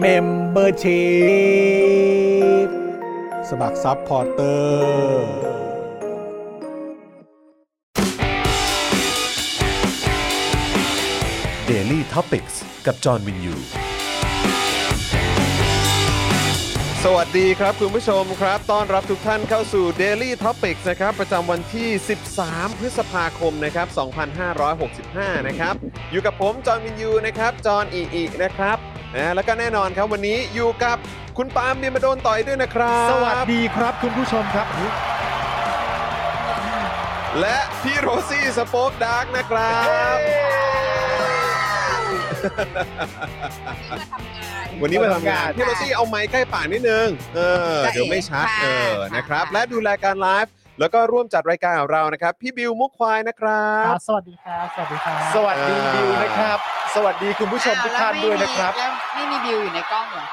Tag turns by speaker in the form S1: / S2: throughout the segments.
S1: เมมเบอร์ชีพสมัครซัพพอร์เตอร์
S2: Daily t o p i c กกับจอห์นวินยู
S3: สวัสดีครับคุณผู้ชมครับ ต้อนรับทุกท่านเข้าสู่ Daily Topics นะครับ ประจำวันที่ 13 พฤษภาคมนะครับ 2565 นะครับ อยู่กับผม จอห์นวินยูนะครับ จอห์นอีอีนะครับนะแล้วก็แน่นอนครับวันนี้อยู่กับคุณปาล์มเบียมาโดนต่อยด้วยนะครับ
S4: สวัสดีครับคุณผู้ชมครับ
S3: และพี่โรซี่สป็อกดาร์กนะครับ วันนี้มาทำงาน พี่โรซี่เอาไม้ใกล้ป่ากนิดนึง เออ
S5: จ้ะ
S3: เดี๋ยวไม่ชัด
S5: ค่ะ
S3: เออ
S5: ค่ะ
S3: นะครับ
S5: ค่ะ
S3: และดูแลการไลฟ์ แล้วก็ร่วมจัดรายการของเรานะครับ พี่บิวมุกควายนะครับ
S6: สวัสดีครับ สวัสดีครับ
S4: สวัสดี
S3: อ่า
S4: บิวนะครับ สวัสดีคุณผู้ชมทุกท่านด้วยนะครับ
S5: แล้วไม่มีบิวอยู่ในกล้องเหรอ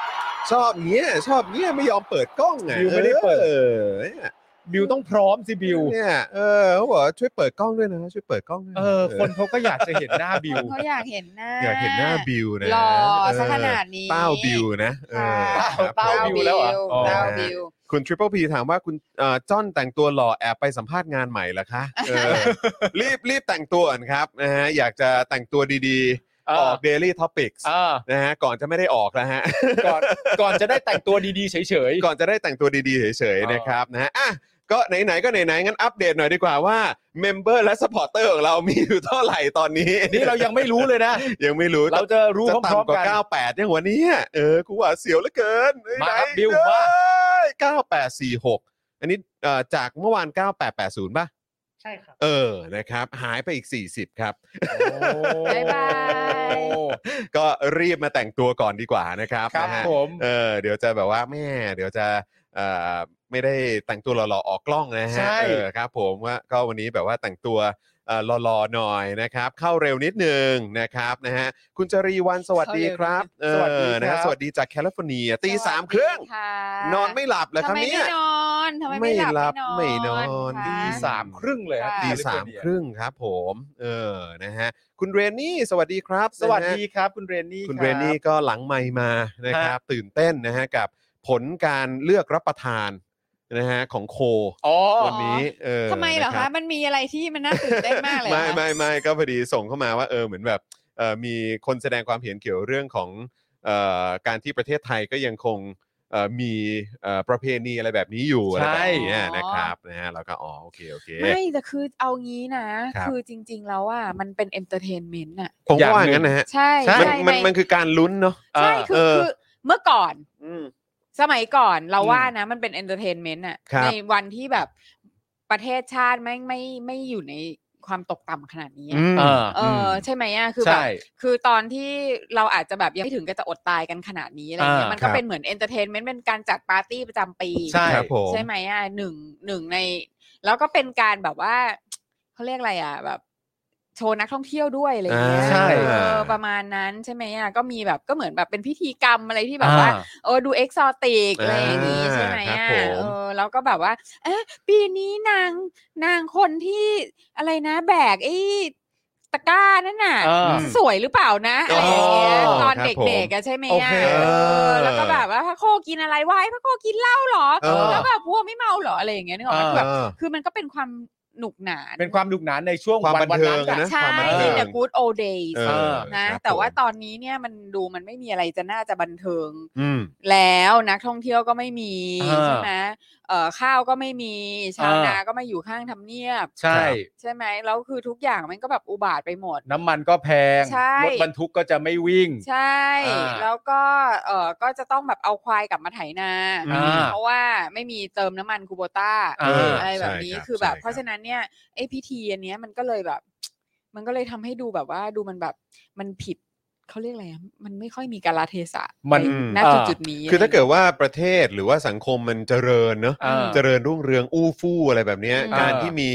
S3: ชอบเนี้ย ชอบเนี้ยไม่ยอมเปิดกล้องไง
S4: บิวไม่ได้เปิด
S3: เออเนี่ย
S4: บิวต้องพร้อมสิบิว
S3: เนี่ยเออเขาบอกว่าช่วยเปิดกล้องด้วยนะ ช่วยเปิดกล้องด้วยะ
S4: เออคนเขาก็อยากจะเห็นหน้าบิว
S5: เขาอยากเห็นหน้า
S3: อยากเห็นหน้าบิวนะ
S5: หล่อ
S3: เ
S5: ซะขนาดนี้
S3: เต้าบิวนะเออ
S4: ค่ะ
S3: ครับ
S4: เต้า บิวแล้วเหรออ๋อ
S5: เต้าบิว
S3: คุณทริปเปิลพีถามว่าคุณเอ่อจ้อนแต่งตัวหล่อแอบไปสัมภาษณ์งานใหม่เหรอคะเออ รีบรีบแต่งตัวก่อนครับนะฮะอยากจะแต่งตัวดี
S4: เอ
S3: ๆ อ
S4: อ
S3: อก Daily Topics
S4: เออ
S3: นะฮะก่อนจะไม่ได้ออกนะฮะ
S4: ก่อนก่อนจะได้แต่งตัวดีๆเฉย
S3: ก่อนจะได้แต่งตัวดีๆ เฉย
S4: อ๋
S3: ๆ
S4: อ
S3: นะครับนะฮะอ่ะก็ไหนๆก็ไหนๆงั้นอัปเดตหน่อยดีกว่าว่าเมมเบอร์และสปอร์เตอร์ของเรามีอยู่เท่าไหร่ตอนนี้
S4: ๆ นี่เรายังไม่รู้เลยนะ
S3: ยังไม่รู้
S4: เราจะรู้
S3: จะ
S4: พร้อม
S3: ต่ำก
S4: ๆ
S3: ว่า
S4: กัน
S3: 98ยังวันนี้เออกูว่าเสียวเหลือเกินเอ้ย
S4: มาครับ
S3: ไหน
S4: บิวมา
S3: เอ้ย9846 อันนี้เอ่อจากเมื่อวาน 9880 ป่ะ
S6: ใช่ครับ
S3: เออนะครับ หายไปอีก 40 ครับ
S5: บ๊ายบาย
S4: โอ้
S3: ก็รีบมาแต่งตัวก่อนดีกว่านะครับ
S4: ครับ
S3: นะฮะ
S4: ผม
S3: เออเดี๋ยวจะแบบว่าแม่เดี๋ยวจะเอ่อไม่ได้แต่งตัวหล่อๆออกกล้องนะฮะ
S4: ใช่
S3: เออครับผมว่าก็วันนี้แบบว่าแต่งตัวเอ่อหล่อๆหน่อยนะครับ เข้าเร็วนิดนึงนะครับนะฮะคุณจรีวันสวัสดีครับเอ
S4: สวัสดี
S3: อ
S4: ครับ
S3: นะฮะสวัสดีจากแคลิฟอร์เนียตีสาม
S5: วัดี
S3: ครึ่ง
S5: ค่ะ
S3: นอนไม่หลับแล้วครับ
S5: ทำไม
S3: เนี่
S5: ไม่
S3: ย
S5: นอนทำไมไม่หลับ
S3: ไม่ห
S5: ไม่น
S3: ลั
S5: อบ น
S3: ไม่นอน
S5: คะ
S4: ตีสามครึ่งเลยครับ
S3: ตี
S4: ที่
S3: สาม
S4: ลิฟอ
S3: ค
S4: เนีย
S3: รึ่งครับผม เออนะฮะคุณเรนนี่สวัสดีครับ
S4: สวัส
S3: นะฮะ
S4: ดีครับคุณเรนนี่
S3: คุณ
S4: บ
S3: เรนนี่ก็หลังไมค์มานะครับ ตื่นเต้นนะฮะกับผลการเลือกรับประทานนะฮะของโค
S4: อ๋อ
S3: วันนี้เออ
S5: ทำไมเหรอ
S3: นะ
S5: คะ
S3: รับ
S5: มันมีอะไรที่มันน่าตื่นเต้นมากเลยเหรอ
S3: ไม่
S5: คะ
S3: ไม่ไม่ก็พอดีส่งเข้ามาว่าเออเหมือนแบบเออมีคนแสดงความเห็นเกี่ยวเรื่องของเอ่อการที่ประเทศไทยก็ยังคงเอ่อมีเอ่อประเพณีอะไรแบบนี้อยู่อะไร
S4: ใช่
S3: แบบนี้นะครับนะฮะแล้วก็อ๋อโอเคโอเค
S5: ไม่แต่คือเอางี้นะ
S3: ครับ
S5: คือจริง ๆ แล้วอ่ะมันเป็นเอนเตอร์เทนเมนต์อ่ะ
S3: ผม
S4: อย่าง
S3: ว่า
S4: หนึ่ง
S3: งั้นนะฮะ
S5: ใช่
S4: ใช่
S3: มัน
S5: ใช่
S3: มัน
S5: ใน
S3: มันคือการลุ้นเนาะ
S5: ใช่คือ
S3: เออ
S5: คือเมื่อก่อน
S3: อืม
S5: สมัยก่อนเรา
S3: อืม
S5: ว่านะมันเป็นเอนเตอร์เทนเมนต์อะ
S3: ครับ
S5: ในวันที่แบบประเทศชาติแม่งไม่ไม่อยู่ในความตกต่ำขนาดนี้อะ
S3: ม
S4: เออ
S5: เออใช่ไหมอะคือแบบ
S4: ใช่
S5: คือตอนที่เราอาจจะแบบยังไม่ถึงก็จะอดตายกันขนาดนี้อะไรเงี้ย
S4: อ่ามั
S5: มัน
S3: ค
S5: ก็
S3: รับ
S5: เป็นเหมือนเอนเตอร์เทนเมนต์เป็นการจัดปาร์ตี้ประจำปี
S4: ใช่
S3: ครับผม
S5: ใช่ไหมอ่ะหนึ่งหนึ่งใน แล้วก็เป็นการแบบว่า เขาเรียกอะไรอ่ะ แบบ โชว์นักท่องเที่ยวด้วยอะไรอย่างเงี้ย
S4: อ่าใช่
S5: เออประมาณนั้นใช่ไหมอ่ะก็มีแบบก็เหมือนแบบเป็นพิธีกรรมอะไรที่แบบว่า
S4: อ่
S5: เออดูเอ็กซอติกอะไรอย่างนี้
S3: อ่า
S5: ใช่ไหม
S3: ครับ
S5: อ่ะ
S3: ผม
S5: เออแล้วก็แบบว่า เอ๊ะปีนี้นางนางคนที่อะไรนะแบกไอ้ตะกร้านั่นน่ะ
S4: อ่า
S5: สวยหรือเปล่านะอะไรอย่างเงี้ย
S3: อ๋อ
S5: ตอน
S3: ครับ
S5: เด็กๆอะใช่ไหม
S4: โอ
S5: อ่ะ
S4: เค
S5: เออแล้วก็แบบว่าพระโคกินอะไรวะไอ้พระโคกินเหล้าเหรอ
S3: เออ
S5: แล้วแบบพวกไม่เมาเหรออะไรอย่างเงี้ยนึกออกไหมคื
S4: อ่า
S5: อแบบคือมันก็เป็นความ หนุกหนาน
S4: เป็นความดุกหนานในช่วง
S3: ความ
S4: วัน
S3: บัน
S4: วัน
S3: เทิ
S4: นั้
S3: ง
S4: นแหละ
S3: นะ
S5: ใช่
S3: ความบันเทิง
S5: The Good Old Days
S3: เออ
S5: นะ
S3: ครับ
S5: แต่ว่า
S3: ผม
S5: ตอนนี้เนี่ยมันดูมันไม่มีอะไรจะน่าจะบันเทิง
S3: อืม
S5: แล้วนักท่องเที่ยวก็ไม่มี
S4: อ่า
S5: ใช่ไหมเอ่อข้าวก็ไม่มี ชาว
S4: อ่า
S5: นาก็มาอยู่ข้างทำเนียบ
S4: ใช่
S5: ใช่ไหมแล้วคือทุกอย่างมันก็แบบอุบาทไปหมด
S4: น้ำมันก็แพง
S5: ใช่
S4: รถบรรทุกก็จะไม่วิ่ง
S5: ใช่
S4: อ่า
S5: แล้วก็เออก็จะต้องแบบเอาควายกลับมาไถนา
S4: อ่า
S5: เพราะว่าไม่มีเติมน้ำมันคูโบต้า
S4: อ่า
S5: ไรแบบนี้
S3: ใช่ครับ
S5: คือแบบ
S3: ใช่ครับ
S5: เพราะฉะนั้นเนี่ยไอพิธีอันเนี้ยมันก็เลยแบบ มันก็เลยทำให้ดูแบบว่าดูมันแบบมันผิดเขาเรียกอะไรอะมันไม่ค่อยมีกาลเทศะ
S4: มัน
S5: ใณ
S4: อ่า
S5: จุดจุดนี้
S3: คือถ้าเกิดว่าประเทศหรือว่าสังคมมันเจริญเนอะ
S4: อ่า
S3: เจริญรุ่งเรืองอู้ฟู่อะไรแบบเนี้ย
S4: อืม
S3: การที่มี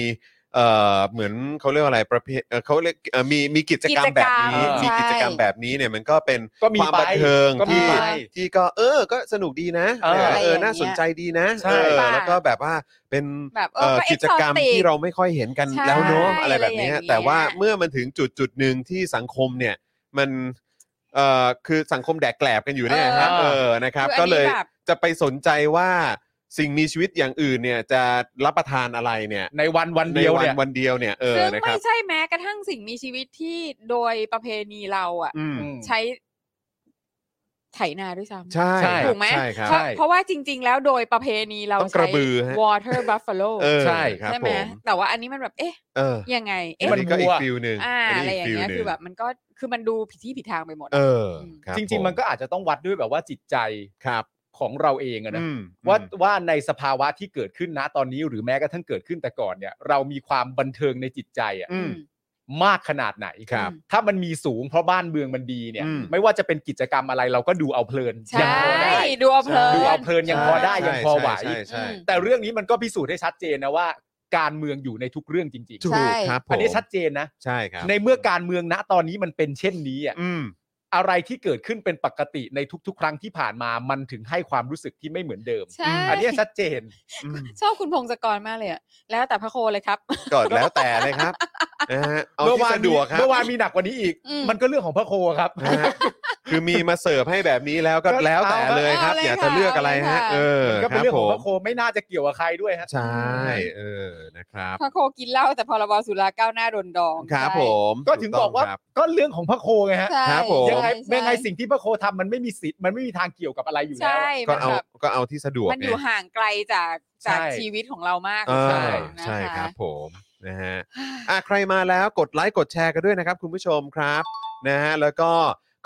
S3: เอ่อเหมือนเขาเรียกว่าอะไรประเพเอ่อเขาเรียกเอ่อมีมีกิจกรรมแบบนี้
S4: กิจกรรม
S3: มีกิจกรรมแบบนี้เนี่ยมันก็เป็น
S4: ก็มี
S3: ความ
S4: ไป
S3: บันเทิง
S4: ก็มี
S3: ที่
S4: ไป
S3: ที่ก็เออก็สนุกดีนะ
S4: เออ
S3: เออน่าสนใจดีนะ
S4: ใช่
S3: เออแล้วก็แบบว่าเป็น
S5: แบบเอ
S3: เอ่
S5: อ
S3: อ
S5: ก็
S3: กิจกรรม
S5: exotic
S3: ที่เราไม่ค่อยเห็นกัน
S5: ใช่
S3: แล้วเนอะอะไรแบบเนี้ย
S5: อะไรอย่างเงี้ย
S3: แต่ว่าเมื่อมันถึงจุดจุดหนึ่งที่สังคมเนี่ยมันเอ่อคือสังคมแดกแกลบกันอยู่เนี่ยครับ
S4: เอ
S3: เอ
S4: อ
S3: อนะครับ
S5: ออัน
S3: ก็
S5: นี้
S3: เลย
S5: แบบ
S3: จะไปสนใจว่าสิ่งมีชีวิตอย่างอื่นเนี่ยจะรับประทานอะไรเนี่ย
S4: ในวันวันเดียว
S3: ใน
S4: เนี่ย
S3: วันเดียวเนี่ยเออ
S5: ซึ่ง
S3: นะค
S5: ไม่
S3: รับ
S5: ใช่แม้กระทั่งสิ่งมีชีวิตที่โดยประเพณีเราอ่ะ
S3: อืม
S5: ใช้ไถนาด้วยซ้ำ
S3: ใช่
S4: ใช่
S5: ถูกไหม
S3: ใช่ครับ
S5: เพราะเพราะว่าจริง ๆ แล้วโดยประเพณีเรา
S3: ต้องก
S5: ใช้
S3: ระบือฮะ
S5: water buffalo
S3: เออ
S4: ใช่
S3: ครับ
S5: ใช่ไห
S3: ผม ม
S5: แต่ว่าอันนี้มันแบบ เอ๊ะ
S3: เออ
S5: ยังไง
S3: อั
S5: เอ๊ะ
S3: นนี้ก็
S4: มันวัว
S3: อีกฟิลหนึ่ง
S5: อ่า
S3: อัน
S5: อะไร
S3: นี้
S5: อย่าก ง
S3: ฟิล
S5: เงี้ย
S3: หนึ่ง
S5: คือแบบมันก็คือมันดูผิดที่ผิดทางไปหมด
S3: เออคบ
S4: จริง ๆ มันก็อาจจะต้องวัดด้วยแบบว่าจิตใจ
S3: ครับ
S4: ของเราเองอะนะ
S3: อืม
S4: ว่าว่าในสภาวะที่เกิดขึ้นนะตอนนี้หรือแม้กระทั่งเกิดขึ้นแต่ก่อนเนี่ย เรามีความบันเทิงในจิตใจอะ
S3: อืม
S4: มากขนาดไหน
S3: ครับ
S4: ถ้ามันมีสูงเพราะบ้านเมืองมันดีเนี่ย
S3: อืม
S4: ไม่ว่าจะเป็นกิจกรรมอะไรเราก็ดูเอาเพลิน
S5: ใช่
S4: ยัพอได้
S5: ดูเอาเพลิน
S4: ดูเอาเพลินยังพอได้
S3: ใช่
S4: ยังพอไหว
S3: ใช่ใช่
S5: อืม
S3: ใช่
S4: แต่เรื่องนี้มันก็พิสูจน์ให้ชัดเจนนะว่า การเมืองอยู่ในทุกเรื่องจริง
S3: ถู
S5: ใช่
S3: กครับผม
S4: อันนี้ชัดเจนนะ
S3: ใช่ครับ
S4: ในเมื่อการเมืองณตอนนี้มันเป็นเช่นนี้อะ
S3: อืม
S4: อะไรที่เกิดขึ้นเป็นปกติในทุกๆ ครั้งที่ผ่านมามันถึงให้ความรู้สึกที่ไม่เหมือนเดิม
S5: ใช่
S4: อันเนี้ยชัดเจน
S3: อืม
S5: ชอบคุณพงศกรมากเลยอะแล้วแต่พระโคเลยครับ
S3: ก็แล้วแต่เลยครับ นะฮะเอาที่สะดวกครับ
S4: เมื่อวานมีหนักกว่านี้อีก
S5: อืม
S4: มันก็เรื่องของพระโคครับ
S3: นะฮะคือมีมาเสิร์ฟให้แบบนี้แล้วก็
S4: ก็
S3: แล้วแต่
S4: เอา
S3: เลยครับ
S5: เอาเลย
S3: อยากจะเลือก
S5: ค่ะ
S3: อะไรฮะ
S5: เอาเลยค่ะ
S3: เออ
S4: มันก็
S3: ค
S4: เป็น
S3: รับ
S4: เรื่อง
S3: ผ
S4: ของพ
S3: ม
S4: ระโคไม่น่าจะเกี่ยวกับใครด้วยฮะ
S3: ใช่เออนะครับ
S5: พระโคกินเหล้าแต่พรบสุราก้าวหน้าโดนดอง
S3: ครับ
S5: ใช่
S3: ผม
S4: ก็ถึงบอกว่า
S3: ถูต้ครั
S4: ก็เรื่องของพระโคไงฮะ
S5: ใช่
S3: ครับผม
S4: ยังไง
S5: ใช่
S4: ยังไงสิ่งที่พระโคทำมันไม่มีสิทธิ์มันไม่มีทางเกี่ยวกับอะไรอยู่แล้ว
S5: ใช่
S3: ก็
S5: มัน
S3: เอา
S5: แบบ
S3: ก็เอาที่สะดวก
S5: มันอยู่
S3: ไง
S5: ห่างไกลจากจาก
S4: ใช่
S5: ชีวิตของเรามาก
S3: เอ
S5: ใช่
S3: อ
S5: นะคะ
S3: ใช่ครับผมนะฮะอ่ะใครมาแล้วกดไลค์กดแชร์กันด้วยนะครับ คุณผู้ชมครับนะฮะแล้วก็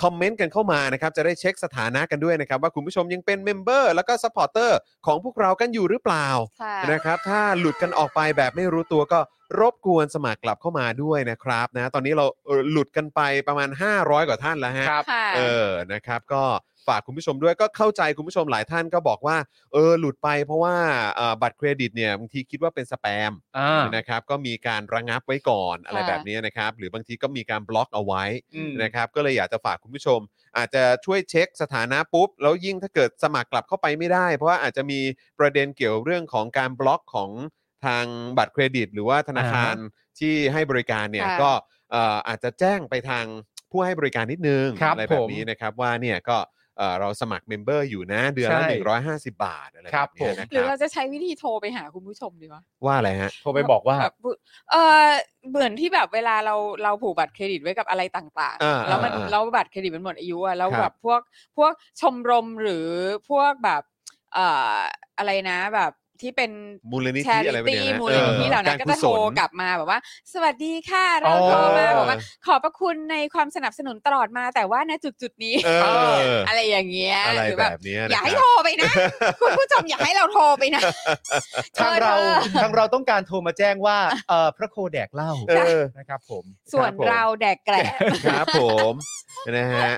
S3: คอมเมนต์กันเข้ามานะครับ จะได้เช็คสถานะกันด้วยนะครับ ว่าคุณผู้ชมยังเป็นเมมเบอร์แล้วก็ซัพพอร์เตอร์ของพวกเรากันอยู่หรือเปล่า
S5: ค่ะ
S3: นะครับถ้าหลุดกันออกไปแบบไม่รู้ตัวก็รบกวนสมัครกลับเข้ามาด้วยนะครับนะตอนนี้เราเอ่อหลุดกันไปประมาณ 500 กว่าท่านแล้วฮะ
S4: ครับ
S5: ค่ะ
S3: เออนะครับก็ฝากคุณผู้ชมด้วยก็เข้าใจคุณผู้ชมหลายท่านก็บอกว่าเออหลุดไปเพราะว่าเอ่อบัตรเครดิตเนี่ยบางทีคิดว่าเป็นสแปม
S4: อ่า
S3: นะครับก็มีการระงับไว้ก่อนอะไร
S5: ค่ะ
S3: แบบนี้นะครับหรือบางทีก็มีการบล็อกเอาไว้
S4: อืม
S3: นะครับก็เลยอยากจะฝากคุณผู้ชม อาจจะช่วยเช็คสถานะปุ๊บ แล้วยิ่งถ้าเกิดสมัครกลับเข้าไปไม่ได้ เพราะว่าอาจจะมีประเด็นเกี่ยวเรื่องของการบล็อกของทางบัตรเครดิต หรือว่าธนาคารที่ให้บริการเนี่ย
S5: ค่ะ
S3: ก็เอ่ออาจจะแจ้งไปทางผู้ให้บริการนิดนึง
S4: ครับ
S3: อะไรแบบนี้
S4: ผม
S3: นะครับว่าเนี่ยก็เอ่อเราสมัครเมมเบอร์อยู่นะเดือนละ
S4: ใช่
S3: 150 บาทอะไร
S4: ค
S3: แบ
S4: รับบ
S3: เนี้ย
S4: ผม
S3: นะ
S5: หรือ
S3: ครั
S5: เรา
S3: บ
S5: จะใช้วิธีโทรไปหาคุณผู้ชมดีวะ
S3: ว่าอะไรฮะ
S4: โทรไปบอกว่า
S5: แบบเออเหมือนที่แบบเวลาเราเราผูกบัตรเครดิตไว้กับอะไรต่าง
S3: อ่า
S5: ๆ แล้วมัน
S3: อ่าอ่า
S5: แล้วบัตรเครดิตมันหมดอายุอะแล้ว
S3: ครับ
S5: แบบพวกพวกชมรมหรือพวกแบบเอ่ออะไรนะแบบที่เป็น
S3: มูลนิ
S5: แช
S3: ธิ
S5: ริ
S3: อะไรแบบ
S5: ตี้
S3: เนี้ยนะ
S5: มูลนิธิ
S3: ออ
S5: เหล่านั้
S3: ร
S5: นก็จะโทร
S3: ศ
S5: กลับมาแบบว่า สวัสดีค่ะเรา
S4: อ๋อ
S5: โทรมาบอกว่า ขอบพระคุณในความสนับสนุนตลอดมาแต่ว่าณจุดจุดๆนี้
S3: เอออ
S5: อะไรอย่างเงี้ย
S3: อะไร
S5: หรือ
S3: แบ
S5: แบบ
S3: บเนี้ย
S5: อย่า
S3: นะ
S5: ให้
S3: ค
S5: โท
S3: รับ
S5: รไปนะ คุณผู้ชมอย่าให้เราโทรไป นะ
S4: ทางเรา
S5: เออ
S4: ทางเราต้องการโทรมาแจ้งว่าเอ่อพระโคแดกเหล้า
S3: เออ
S4: นะครับผม
S5: ส่ว
S3: ค
S5: น
S3: รับผม
S5: เราแดกแกละ
S3: ครับผมนะฮะ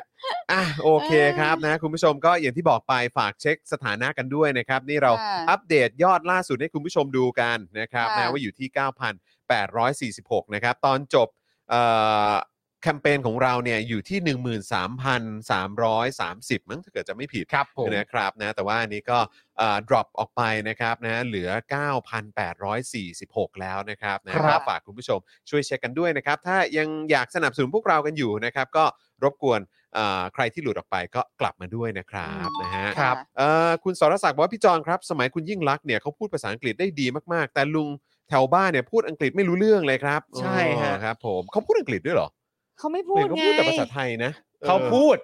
S3: อ่ะโอเคครับนะคุณผู้ชมก็อย่างที่บอกไปฝากเช็คสถานะกันด้วยนะครับ นี่เรา
S5: ค่ะ
S3: อัปเดตยอดล่าสุดให้คุณผู้ชมดูกันนะครับ
S5: ค่ะ
S3: นะว่าอยู่ที่ 9,846 นะครับ ตอนจบเอ่อแคมเปญของเราเนี่ยอยู่ที่ 13,330 มั้งถ้าเกิดจะไม่ผิด
S4: ครับผม
S3: นะครับนะแต่ว่าอันนี้ก็เอ่อ drop ออกไปนะครับนะเหลือ 9,846 แล้วนะครับนะ
S4: ครับ
S3: ฝากคุณผู้ชมช่วยเช็คกันด้วยนะครับ ถ้ายังอยากสนับสนุนพวกเรากันอยู่นะครับ ก็รบกวนเอ่อใครที่หลุดออกไปก็กลับมาด้วยนะครับนะฮะ
S5: ครับ
S3: เอ่อคุณสรศักดิ์บอกว่าพี่จอนครับ สมัยคุณยิ่งรักษณ์เนี่ยเขาพูดภาษาอังกฤษได้ดีมาก ๆ แต่ลุง แถวบ้านเนี่ยพูดอังกฤษไม่รู้เรื่องเลยครับ
S4: ใช่ฮะ
S3: อ๋อครับผมเขาพูดอังกฤษด้วยเหรอ
S5: เขาไม่พู
S3: เห็
S5: ด
S3: นเขา
S5: ไง
S3: พูดแต่ภาษาไทยนะออ
S4: เขาพูด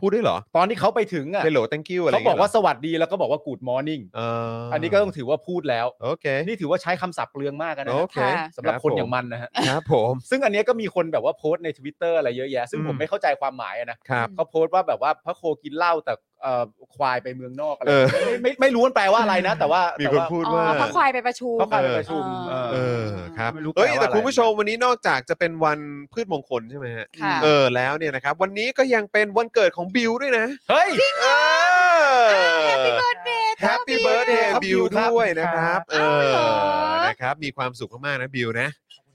S3: พูดด้วยเหรอ
S4: ตอนที่เขาไปถึงอ่ะ
S3: Hello thank you อะไร
S4: เขาบอกว่า
S3: ย่งงี้ยหร
S4: สวัสดีแล้วก็บอกว่า good morning
S3: เอออั
S4: อันนี้ก็ต้องถือว่าพูดแล้ว
S3: โอเค
S4: นี่ถือว่าใช้คำศัพท์เปลืองมากอะนะ
S3: โอเค
S4: สำหรับคนอย่างมันนะฮะ
S3: ครับผม
S4: ซึ่งอันเนี้ยก็มีคนแบบว่าโพสต์ใน Twitter อะไรเยอะแยะ ซึ่งผม
S3: อืม
S4: ไม่เข้าใจความหมายอะนะครับ เขาโพสต์ว่าแบบว่าพระโคกินเหล้าแต่เอ่อควายไปเมืองนอกอะไร
S3: เออ
S4: ไม่ไม่ไม่รู้มันแปลว่าอะไรนะ แต่ว่า
S3: มี
S4: แต่
S3: คน
S4: ว่า
S3: พูด
S5: อ๋
S3: ว่า
S5: อเพราะควายไปประชุม
S4: เพราะควายไปประชุม
S5: เออ
S4: เอ
S3: เอ
S4: อ
S3: อครับ
S4: ไม่รู้แปล
S3: เอ้ย
S4: ว่า
S3: แต่
S4: อะไร
S3: คุณผู้ชมวันนี้นอกจากจะเป็นวันพืชมงคลใช่ไหมฮะ
S5: ค่ะ
S3: เออแล้วเนี่ยนะครับ วันนี้ก็ยังเป็นวันเกิดของบิวด้วยนะ
S4: เฮ้ย
S3: เออ แฮปปี้เบิร์ดเดย์บิวด้วยนะครับ เออ
S5: อ้าวเหรอ
S3: นะครับ มีความสุขมากๆนะบิวนะ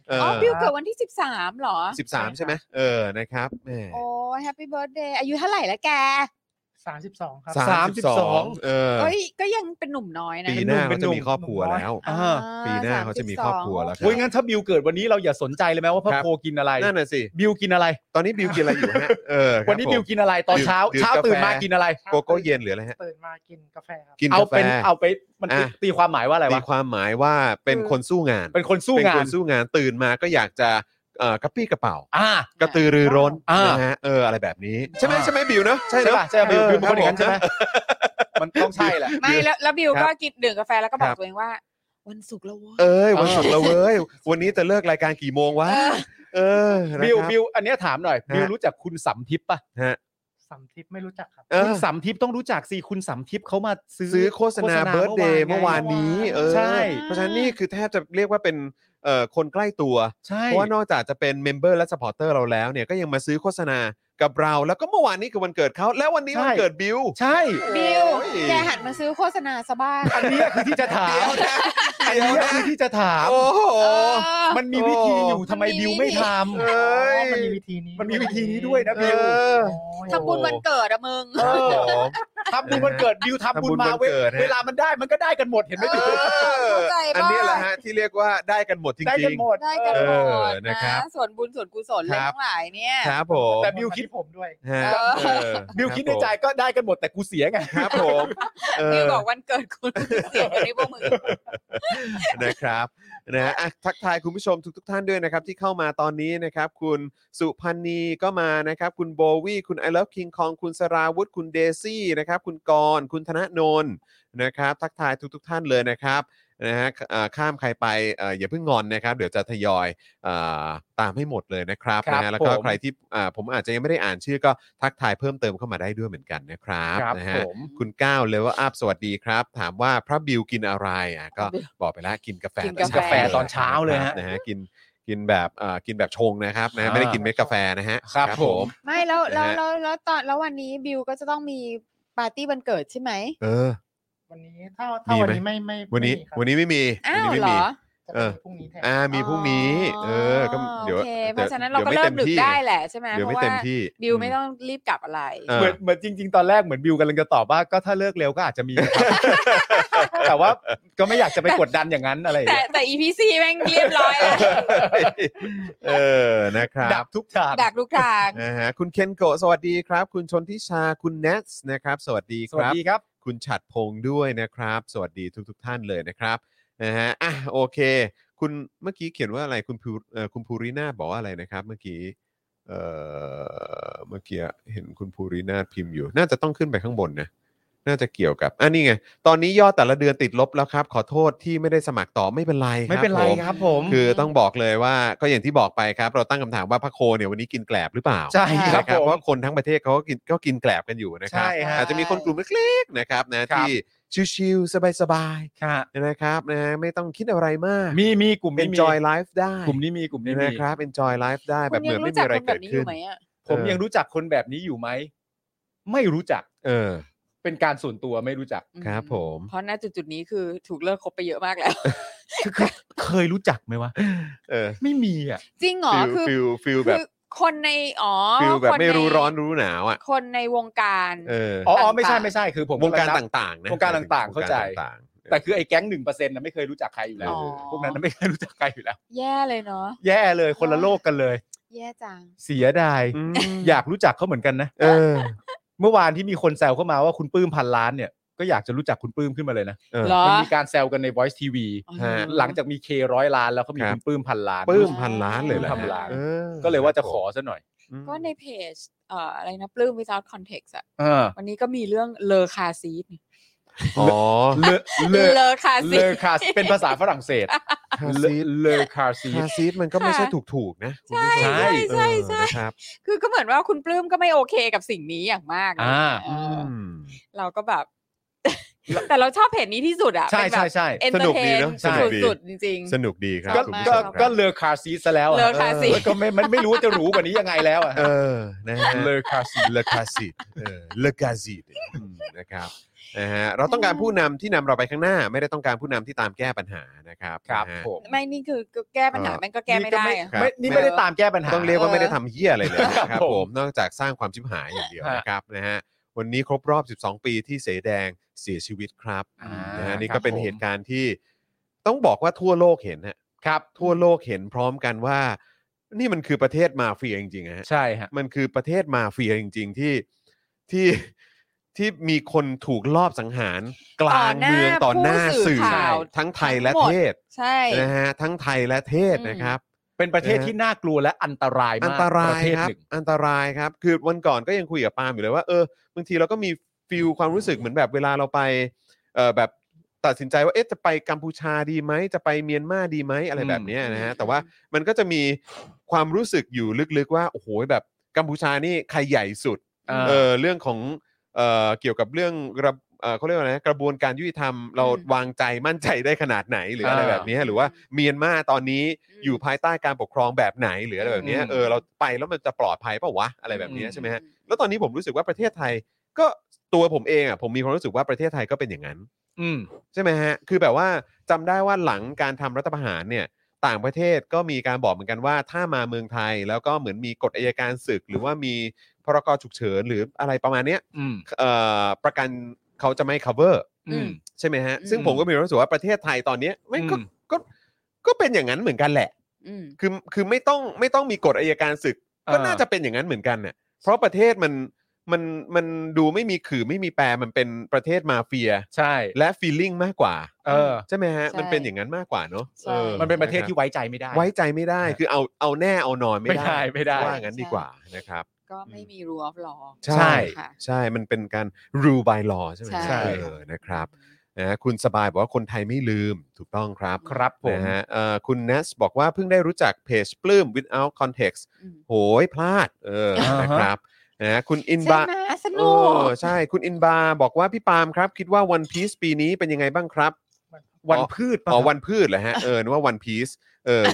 S3: เอ
S5: อ๋
S3: อ
S5: อบิวเกิดวันที่ 13เหรอ
S3: สิบสามใช่ไหมเออ นะครับแหม
S5: โอ้ยแฮปปี้เบิร์ดเดย์อายุเท่าไหร่ละแก
S6: สามสิบสองครับ
S4: สาม
S3: 32เออ
S5: เอ้ย ก็ยังเป็นหนุ่มน้อยนะ
S3: ปีหน้า
S4: เป็
S3: เขา
S4: นหนุ่ม
S3: จะมีครอบครัวแล้ว
S4: อ่า
S5: อ่
S3: ปีหน้าเขาจะมีครอบครัวแล้วครั
S4: โอ้ย
S3: บ
S4: งั้นถ้าบิวเกิดวันนี้เราอย่าสนใจเลยไหมว่าพระ
S3: ครับ
S4: โคกินอะไร
S3: นั่นน่ะสิ
S4: บิวกินอะไร
S3: ตอนนี้บิวกินอะไรอยู่ฮะ เออครับ
S4: วันนี้
S3: ผม
S4: บิวกินอะไรตอนเช้า
S3: ดื่ม
S4: เช้าตื่นมา
S3: า
S4: ก
S3: แฟ
S4: กินอะไร
S3: โกโก้เย็นหรืออะไรฮะ
S6: ตื่นมากินกาแฟครับ
S3: กิน
S4: เอา
S3: กาแฟ
S4: เป็นเอาไปมันตี
S3: อ่ะ
S4: ตีความหมายว่าอะไร
S3: ตี
S4: วะ
S3: ความหมายว่าเป็นคนสู้งาน
S4: เป็นคนสู้
S3: เป็น
S4: งา
S3: คน นสู้งาน ตื่นมาก็อยากจะเอ่อกระปี้กระเป๋า
S4: อ่า
S3: กระตือรือร้น
S4: อ่าน
S3: นะฮะ เออ อะไรแบบนี้ ใช่ไหม
S4: อ่า
S3: ใช่ไหมบิวเนอะใช่
S4: ใช่
S3: เนอะ
S4: ป่ะใช่ป่ะบิวบิวเป็นคนอย่างนั้น
S3: ค
S4: ใช่
S3: รับ
S4: ไหม
S3: ผ
S4: มันต้องใช่แหละ
S5: ไม่แล้วแล้วบิว
S3: ครั
S5: ก็
S3: บ
S5: กินดื่มกาแฟแล้วก็บ
S3: ค
S5: อ
S3: รั
S5: ก
S3: บ
S5: ตัวเองว่า วันศุกร์แล้วเว้ย
S3: เอ้ยวัน
S4: เออ
S3: ศุกร์แล้วเว้ย วันนี้จะเลิกรายการกี่โมงวะ
S5: เออ
S3: เออนะครับ
S4: บิวบิวอันเนี้ยถามหน่อย บิว
S3: ฮะ
S4: รู้จักคุณสัมทิพย์ป่ะ
S3: ฮะ
S6: สามทิปไม่รู้จักครับ
S3: เอ
S4: คุณ
S3: อ
S4: สัมทิพย์ต้องรู้จักสิคุณสัมทิพย์เขามาซื้
S3: ซื้อโฆษณาเบิร์ดเดย์เมื่อวาน
S4: ไง
S3: นี้ เออ
S4: ใช่
S3: เพราะฉะนั้นนี่คือแทบจะเรียกว่าเป็นเอ่อคนใกล้ตัว
S4: ใช่
S3: เพราะว่านอกจากจะเป็นเมมเบอร์และสปอร์เตอร์เราแล้วเนี่ยก็ยังมาซื้อโฆษณากับเรา แล้วก็เมื่อวานนี้คือวันเกิดเขาแล้ววันนี้
S4: ใช่
S3: วันเกิดบิว
S4: ใช่
S5: บิว
S3: โอ้ย
S5: แกหันมาซื้อโฆษณาซะบ้าง
S4: อันเนี้ยคือที่จะถาม
S3: เดี๋ยวนะ
S4: อัน
S3: เดี๋ยว
S4: เนี้ย
S3: นะ
S4: คือที่จะถาม
S3: โอ้โห
S5: เออ
S4: มันมีวิธีอยู่
S3: โอ้
S4: ทำไม
S5: มันมี
S4: บิวไม่
S5: วิธี
S4: ท
S3: เอ้ย
S6: มันมีวิธีนี้
S4: มันมีวิธีนี้ด้วยนะบิว
S3: เออ
S6: โอ้ย
S5: ทำบุญวันเกิดอะมึง
S4: เออำทำบุญวันเกิดบิวทำบุญมา
S3: ทำบุญวัน
S4: เว้ย
S3: เกิดฮะ
S4: เวลามันได้มันก็ได้กันหมดเห็นไหม
S5: เอ
S4: บิว
S5: อ เข้าใจ
S3: อัน
S5: มาก
S3: เนี้ยแหละฮะที่เรียกว่าได้กันหมดจ
S4: ได้
S3: ริ
S4: กัน
S3: ง
S4: หมด
S5: ได้กันหม
S3: เออ
S5: ด
S3: นะ
S5: นะครับ ส่วนบุญส่วนกุศล
S3: ค
S5: เรื่
S3: รั
S5: อบ งทั้งหลายเนี่ย
S3: ๆครับผม
S4: แต่บิวคิด
S6: ผมด้วย
S3: ฮะ
S5: เออ
S3: เออ
S4: บิวคิดในใจก็ได้กันหมดแต่กูเสียไง
S3: ครับผมเอ
S5: บิว
S3: อ
S5: บอกวันเกิดคุณเสียงกันในพวกมึง
S3: นะครับนะฮะอ่ะทักทายคุณผู้ชมทุกๆท่านด้วยนะครับ ที่เข้ามาตอนนี้นะครับ คุณสุพันนีก็มานะครับ คุณโบวี่คุณไอ o ล e ฟคิงคองคุณสราวุธ คุณเดซี่นะครับ คุณกรณ์คุณธนโนนนะครับ ทักทายทุกๆท่านเลยนะครับนะฮะอ่าข้ามใครไปเอ่ออย่าเพิ่งงอนนะครับ เดี๋ยวจะทยอยอ่าตามให้หมดเลยนะครับ
S4: ครับ
S3: นะฮะแล้วก็
S4: ผม
S3: ใครที่อ่าผมอาจจะยังไม่ได้อ่านชื่อก็ทักทายเพิ่มเติมเข้ามาได้ด้วยเหมือนกันนะครับนะฮะ
S4: ผม
S3: คุณก้าวเลยว่าอัพสวัสดีครับ ถามว่าพระบิวกินอะไรอ่ะก็บอกไปแล้วกินกาแฟ
S5: กิน
S3: ตอก
S5: า
S3: เช้
S5: แฟ
S4: ตอนเช้าเลยฮะ
S3: นะฮะกินกินแบบเอ่อกินแบบชงนะครับนะฮะ
S4: อ่า
S3: ไม่ได้กินเม็ดกาแฟนะฮะ
S4: ครับผม
S5: ไม่แล้วแล้วแล้วแล้วตอนแล้ววันนี้บิวก็จะต้องมีปาร์ตี้วันเกิดใช่ไหม
S3: เออ
S6: วันนี้ถ้าถ้า
S3: มีไหม
S6: วันนี้ไม่ไม่
S3: วันนี้
S6: ไม่มีครับ
S3: วันนี้ไม่มีวัไม่
S5: อ้าวเหร
S3: มี
S5: อ
S6: จะ
S3: เอ
S6: เป็น
S3: อ
S6: พรุ่งนี้แทน
S3: อ่ามีพรุ่งนี้ เออก็เดี๋ยว
S5: โอเคเพ
S3: ดี๋ยว
S5: ราะฉะนั้นเราก็
S3: ดี๋ยว
S5: เริ่ม
S3: ไต็
S5: ดึก
S3: ที่
S5: ได้แหละใช่ไหม
S3: เดี๋ยว
S5: เพ
S3: ไม่
S5: ราะ
S3: เต็ม
S5: ว่า
S3: ที่
S5: บิวไม่ต้องรีบกลับอะไร
S3: เอ
S4: เหมือนเหมือนจริง ๆ ตอนแรกเหมือนบิวกำลังจะตอบว่าก็ถ้าเลิกเร็วก็อาจ จะมีนะครับแต่ว่าก็ไม่อยากจะไปกดดันอย่างนั้นอะไรอย่าง
S5: แต่
S4: เงี้ย
S5: แต่ EPC แม่งเรียบร้อยแล้ว
S3: เออนะครับ
S4: ดับทุกทาง
S5: ดักลูกทาง
S3: นะฮะคุณเคนโกะสวัสดีครับ คุณชนทิชาคุณเนสนะครับ สวัสดี
S4: ส
S3: ค
S4: วัส
S3: รับ
S4: ดีครับ
S3: คุณฉัดพงษ์ด้วยนะครับ สวัสดีทุกทท่านเลยนะครับนะฮะอ่ะโอเค คุณเมื่อกี้เขียนว่าอะไรคุณภูเอ่อคุณภูรินาถบอกว่าอะไรนะครับ เมื่อกี้เอ่อเมื่อกี้เห็นคุณภูรินาถพิมพ์อยู่ น่าจะต้องขึ้นไปข้างบนนะน่าจะเกี่ยวกับอันนี้ไงตอนนี้ยอดแต่ละเดือนติดลบแล้วครับ ขอโทษที่ไม่ได้สมัครต่อไม่เป็นไรครับ
S4: ไม่เป็นไร
S3: ผม
S4: ครับผม
S3: คือต้องบอกเลยว่าก็อย่างที่บอกไปครับ เราตั้งคำถามว่าพระโคเนี่ยวันนี้กินแกลบหรือเปล่า
S4: ใช่
S5: ใช่
S4: ครับ
S3: นะครั
S4: ผ
S3: บเพ
S4: ม
S3: ราะคนทั้งประเทศเขาก็กินก็กินแกลบกันอยู่นะครับ
S4: ใช่ฮะ
S3: อาจจะมีคนกลุ่มเล็กๆนะครับนะครับ ที่ชิลๆสบาย
S4: ค่ะ
S3: ๆนะครับนะไม่ต้องคิดอะไรมาก
S4: มีมีกลุ่มนี้มี
S3: enjoy life ได้
S4: กลุ่มนี้มีกลุ่มนี้มี
S3: นะครับ enjoy life ได้แบบเหมือนไม่
S5: จั
S3: มีอะไร
S5: คนแบ
S3: เกิ
S5: บ
S3: ด
S5: นี้อ
S3: ขึ้น
S5: ยู่ไหมอ่ะ
S4: ผม
S3: เออ
S4: ยังรู้จักคนแบบนี้อยู่ไหม ไม่รู้จัก
S3: เออ
S4: เป็นการส่วนตัวไม่รู้จัก
S5: อื
S3: ครับผม
S5: เพราะณจุดจุดๆนี้คือถูกเลิกคบไปเยอะมาก แล้ว
S4: คือคือเคยรู้จักไหมวะ
S3: เออ
S4: ไม่มีอ่ะ
S5: จริงเหรอ
S3: ฟิล
S5: คือ
S3: ฟิลฟิล
S5: คือ
S3: แบบ
S5: คนในอ๋อ
S3: ฟิลแบบ
S5: คน
S3: ไม่
S5: ใน
S3: รู้ร้อนรู้หนาวอ่ะ
S5: คนในวงการ
S3: เออ
S4: อ๋อ
S5: ต่างๆ
S4: อ๋อไม่ใช่ไม่ใช่คือผม
S3: วงการ
S4: ำลันับ
S3: ต่างๆนะ
S4: วงการต่างๆเข้าใจ
S3: วงกรต่างๆ
S4: แต่คือไอ้แก๊งหนึ่งเปอร์เซ็นต์นะไม่เคยรู้จักใครอยู่แล้ว
S5: อ๋อ
S4: พวกนั้นนะไม่เคยรู้จักใครอยู่แล้ว
S5: แย่เลยเนาะ
S4: แย่เลยคนละโลกกันเลย
S5: แย่จัง
S4: เสียดาย
S3: อืม
S4: อยากรู้จักเขาเหมือนกันนะ
S3: เออ
S4: เมื่อวานที่มีคนแซวเข้ามาว่าคุณปลื้มพันล้านเนี่ย ก็อยากจะรู้จักคุณปลื้มขึ้นมาเลยนะ
S3: เออ
S5: เหรอ
S4: มันมีการแซวกันใน Voice TV
S5: อ๋อ
S3: ฮะ
S4: หลังจากมีเคร้อยล้านแล้วเขามี
S3: ครับ
S4: คุณปลื้มพันล้าน
S3: ปลื้มพันล้านเลยเหรอ
S4: ปลื้มพันล้าน
S3: เออ
S4: ก็เลยว่าจะขอซะหน่อย
S3: อืม
S5: ก็ในเพจเอ่ออะไรนะปลื้ม without context อะ
S4: เออ
S5: วันนี้ก็มีเรื่องเลอคาซีด
S3: อ๋อ
S4: เลอะเลอะ
S5: เลอคาซี
S4: เลอะ
S5: ด
S4: คาเป็นภาษาฝรั่งเศส
S3: คา
S4: เล
S3: ซี
S4: อะ
S3: ด
S4: เลอะคาซี
S3: คาซีดมันก็ไม่ใช่ถูกถูกๆนะคุณผู้ชม
S5: ใช่ใช่ใช่
S3: เออนะครับ
S5: คือก็เหมือนว่าคุณปลื้มก็ไม่โอเคกับสิ่งนี้อย่างมากนะ
S4: อ่า
S5: เออ
S3: อืม
S5: เราก็แบบ แต่เราชอบเพจนี้ที่สุดอะ
S4: ใช่
S5: เป็นแบ
S4: ใช่
S5: บ
S4: ใช่
S5: เอน
S3: ส
S5: เตอ
S3: นุก
S5: ร์เท
S3: ดี
S5: น
S3: เนอะสนุกดี
S5: สุดๆจริง
S3: สนุกดีครับ
S4: ก็
S3: คุณ
S5: มาก
S3: ผู้ช
S4: ก็
S3: มค
S4: ก็
S3: รับ
S4: เลอคาซีซะแล้วอะ
S5: เลอคาซี
S4: เออก็ไม่มันไม่รู้ว่าจะหรู้กว่านี้ยังไงแล้วอะ
S3: เออนะฮะ
S4: เลอคาซี
S3: เลคาซีดเออเลคาซีดอืมนะครับนะฮะเราต้องการผู้นำที่นำเราไปข้างหน้า ไม่ได้ต้องการผู้นำที่ตามแก้ปัญหานะครับ
S4: ครับ
S3: นะฮะ
S4: ผม
S5: ๆ ไม่นี่คือก็แก้ปัญหา
S3: เออ
S5: แม่งก็แก้ไม่ได้อะ
S3: ครับ
S4: ไม่นี่ไม่ได้ตามแก้ปัญหา
S3: ต้องเรียกว่า
S5: เออ
S3: ไม่ได้ทำเฮียอะไรเลยนะค
S4: ครั
S3: รับบ
S4: ผม
S3: ผมนอกจากสร้างความชิบหายอย่างเดียว
S4: ฮะ
S3: นะครับนะฮะวันนี้ครบรอบ 12 ปีที่เสแดงเสียชีวิตครับ
S4: อ่า
S3: นะฮะนี่
S4: ครั
S3: ก็
S4: บ
S3: เป็น
S4: ผม
S3: เหตุการณ์ที่ต้องบอกว่าทั่วโลกเห็นนะครับ ทั่วโลกเห็นพร้อมกันว่า นี่มันคือประเทศมาเฟียจริงๆอะฮะ
S4: ใช่ฮะ
S3: มันคือประเทศมาเฟียจริง ๆที่ที่ที่มีคนถูกลอบสังหาร กลาง
S5: ต่อหน้า
S3: เมืองต่อหน้า
S5: ผู้สื่
S3: สื่
S5: อ
S3: อ
S5: ข่าว
S3: ทั้งไทย
S5: ทั้ง
S3: และ
S5: หมด
S3: เทศ
S5: ใช่
S3: นะฮะทั้งไทยและเทศ
S5: อืม
S3: นะครับ
S4: เป็นประเทศที่น่ากลัวและอันตรายมาก
S3: อันตราย
S4: ประเทศ
S3: ครับ
S4: หนึ่ง
S3: อันตรายครับ คือวันก่อนก็ยังคุยกับปาล์มอยู่เลยว่าเออบางทีเราก็มีฟิลความรู้สึกเหมือนแบบเวลาเราไปเออแบบตัดสินใจว่าเอ๊ะจะไปกัมพูชาดีไหมจะไปเมียนมาดีไหมอะไร
S4: อืม
S3: แบบเนี้ยนะฮะแต่ว่ามันก็จะมีความรู้สึกอยู่ลึกๆว่าโอ้โหแบบกัมพูชานี่ใครใหญ่สุดเออเรื่องของเออเกี่ยวกับเรื่องระเอ่อเขาเรียกว่าอะไรนะกระบวนการยุติธรรมเรา
S5: อืม
S3: วางใจมั่นใจได้ขนาดไหนหรืออะไรแบบเนี้ยหรือว่าเมียนมาตอนนี้
S5: ม
S3: อยู่ภายใต้การปกครองแบบไหนหรืออะไรแบบเนี้ย
S4: อืม
S3: เออเราไปแล้วมันจะปลอดภัยเปล่าวะอะไรแบบเนี้ย
S4: อืม
S3: ใช่ไหมฮะแล้วตอนนี้ผมรู้สึกว่าประเทศไทย ก็ตัวผมเองอ่ะผมมีความรู้สึกว่าประเทศไทยก็เป็นอย่างนั้น
S4: อืม
S3: ใช่ไหมฮะคือแบบว่าจำได้ว่าหลังการทำรัฐประหารเนี่ยต่างประเทศก็มีการบอกเหมือนกันว่าถ้ามาเมืองไทยแล้วก็เหมือนมีกฎอัยการศึก หรือว่ามีพรกฉุกเฉินหรืออะไรประมาณเนี้ย
S4: อืม
S3: เอ่อประกันเขาจะไม่ cover
S5: อื
S4: อื
S5: ม
S4: ม
S3: ใช่ไหมฮะ
S5: อืม
S3: ซึ่งผมก็มีความรู้สึกว่าประเทศไทยตอนเนี้ยไม่งก็
S4: อืม
S3: ก็ก็เป็นอย่างนั้นเหมือนกันแหละ
S5: อืม
S3: คือคือไม่ต้องไม่ต้องมีกฎอายการศึก
S4: เออ
S3: ก็น่าจะเป็นอย่างนั้นเหมือนกันเนี่ยเพราะประเทศมันมันมันดูไม่มีขื่อไม่มีแปรมันเป็นประเทศมาเฟีย
S4: ใช่
S3: และฟีลลิ่งมากกว่า
S4: เออ
S3: ใช่ไหมฮะ
S5: ใช่
S3: มันเป็นอย่างนั้นมากกว่าเนอะ
S5: ใช่
S3: ออ
S4: มันเป็นประเทศที่ไว้ใจไม่ได้
S3: ไว้ใจไม่ได้คือเอาเอาแน่เอานอนไม่
S4: ไม่ได้ไม่ได้
S3: ว่างั้นดีกว่านะครับ
S5: ก็ไม่มี rule of law
S3: ใช่
S5: ค่ะ
S3: ใช่มันเป็นการ rule by law ใช่ไหม
S5: ใช่
S3: เออนะครับนะคุณสบายบอกว่าคนไทยไม่ลืมถูกต้องครับ
S4: ครับผม
S3: นะฮะเอ่อคุณเนสบอกว่าเพิ่งได้รู้จักเพจปลื้ม without context
S5: อืม
S3: โหยพลาด เออ
S4: อ่าฮะ
S3: นะครับนะฮะคุณอิน
S5: ใช่
S3: บา
S5: ไหมส
S3: เอ
S5: นุก
S3: อใช่ คุณอินบาบอกว่าพี่ปาล์มครับ คิดว่าวันพีซปีนี้เป็นยังไงบ้างครับ
S4: วันพืชปะ
S3: อ๋อ วันพืชเหรอฮะ เออ นึกว่าวันพีซเออ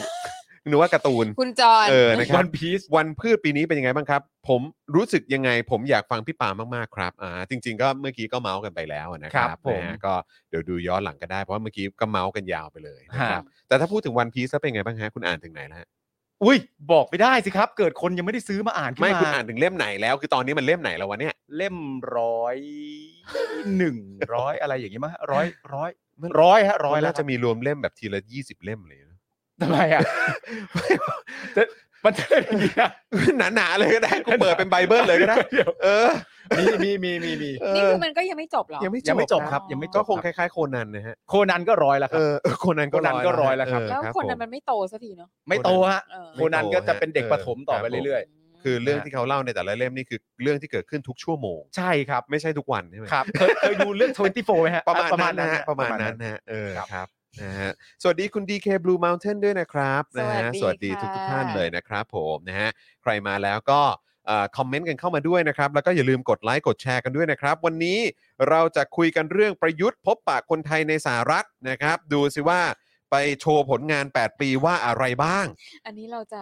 S3: นึกว่าการ์ตูน
S5: คุณจอน
S3: เออ นะครับ
S4: วันพีซ
S3: วันพืชปีนี้เป็นยังไงบ้างครับ ผมรู้สึกยังไง ผมอยากฟังพี่ปาล์มมากๆครับ อ่า จริง ๆ ก็เมื่อกี้ก็เมาส์กันไปแล้วนะครั
S4: ครับ บผม
S3: นะฮะก็เดี๋ยวดูย้อนหลังก็ได้ เพราะว่าเมื่อกี้ก็เมาส์กันยาวไปเลยนะ
S4: ฮะ
S3: ครับ แต่ถ้าพูดถึงวันพีซแล้วเป็นไงบ้างฮะ คุณอ่านถึงไหนแล้วฮะ
S4: อุ้ยบอกไม่ได้สิครับ เกิดคนยังไม่ได้ซื้อมาอ่านขึ้น
S3: ไม่ คุณ
S4: มา
S3: อ่านถึงเล่มไหนแล้ว คือตอนนี้มันเล่มไหนแล้ววะเนี่ย
S4: เล่มร้อยหนึ่งร้อยอะไรอย่างงี้มั้ยร้อยร้อยร้อยฮะร้อย
S3: มัน
S4: แล้
S3: น่าว จะมีรวมเล่มแบบทีละยี่สิบเล่มเลยนะ
S4: ทำไมอ่ะจะมันจะเป็นอย่างงี้นะ
S3: หนาๆเลยก็ได้กูเปิดเป็นไบเบิลเลยก็ได้
S4: ดี๋ว
S3: เออ
S4: มีมีมีมีมี
S3: เอ
S5: นี่
S3: อ
S5: คือมันก็ยังไม่จบเหรอ
S3: ยังไม่
S4: ยังไม่จบ
S3: นะครับ
S4: ยังไม่จบ
S3: ก็คงค
S4: รั
S3: ล้ายๆโคนันนะฮะ
S4: บโคนันก็ร้อยแล้วค
S3: เอ
S4: รับ
S3: อโคนันก็
S4: โคนันก็ร้อยแล้วครับ
S3: เ
S5: แล้วคนนั้น
S3: ผม
S5: มันไม่โตสักทีเนาะ
S4: ไม่โตฮะ
S5: เออ
S4: โคนันก็จะเป็นเด็ก
S3: เออ
S4: ประถมต่อ
S3: ค
S4: ไป
S3: รับผม
S4: เรื่อย
S3: คือเรื่องที่เขาเล่าในแต่ละเล่มนี่คือเรื่องที่เกิดขึ้นทุกชั่วโมง
S4: ๆ ใช่ครับ
S3: ไม่ใช่ทุกวันใช่ไหม
S4: ครับเคยเคยดูเรื่อง 24ไหมฮะ
S3: ประมาณ
S4: อ่
S3: นั้นนะฮะประมาณนั้นนะฮะเออครับนะฮะสวัสดีคุณ DK Blue Mountain ด้วยนะครับนะฮะสวัสดีทุกทุกๆท่านเลยนะครับผมนะฮะใครมาแล้วก็เอ่อคอมเมนต์กันเข้ามาด้วยนะครับ แล้วก็อย่าลืมกดไลค์กดแชร์กันด้วยนะครับ วันนี้เราจะคุยกันเรื่องประยุทธ์ พบปะคนไทยในสหรัฐนะครับ ดูสิว่าไปโชว์ผลงาน 8 ปีว่าอะไรบ้าง
S5: อันนี้เราจะ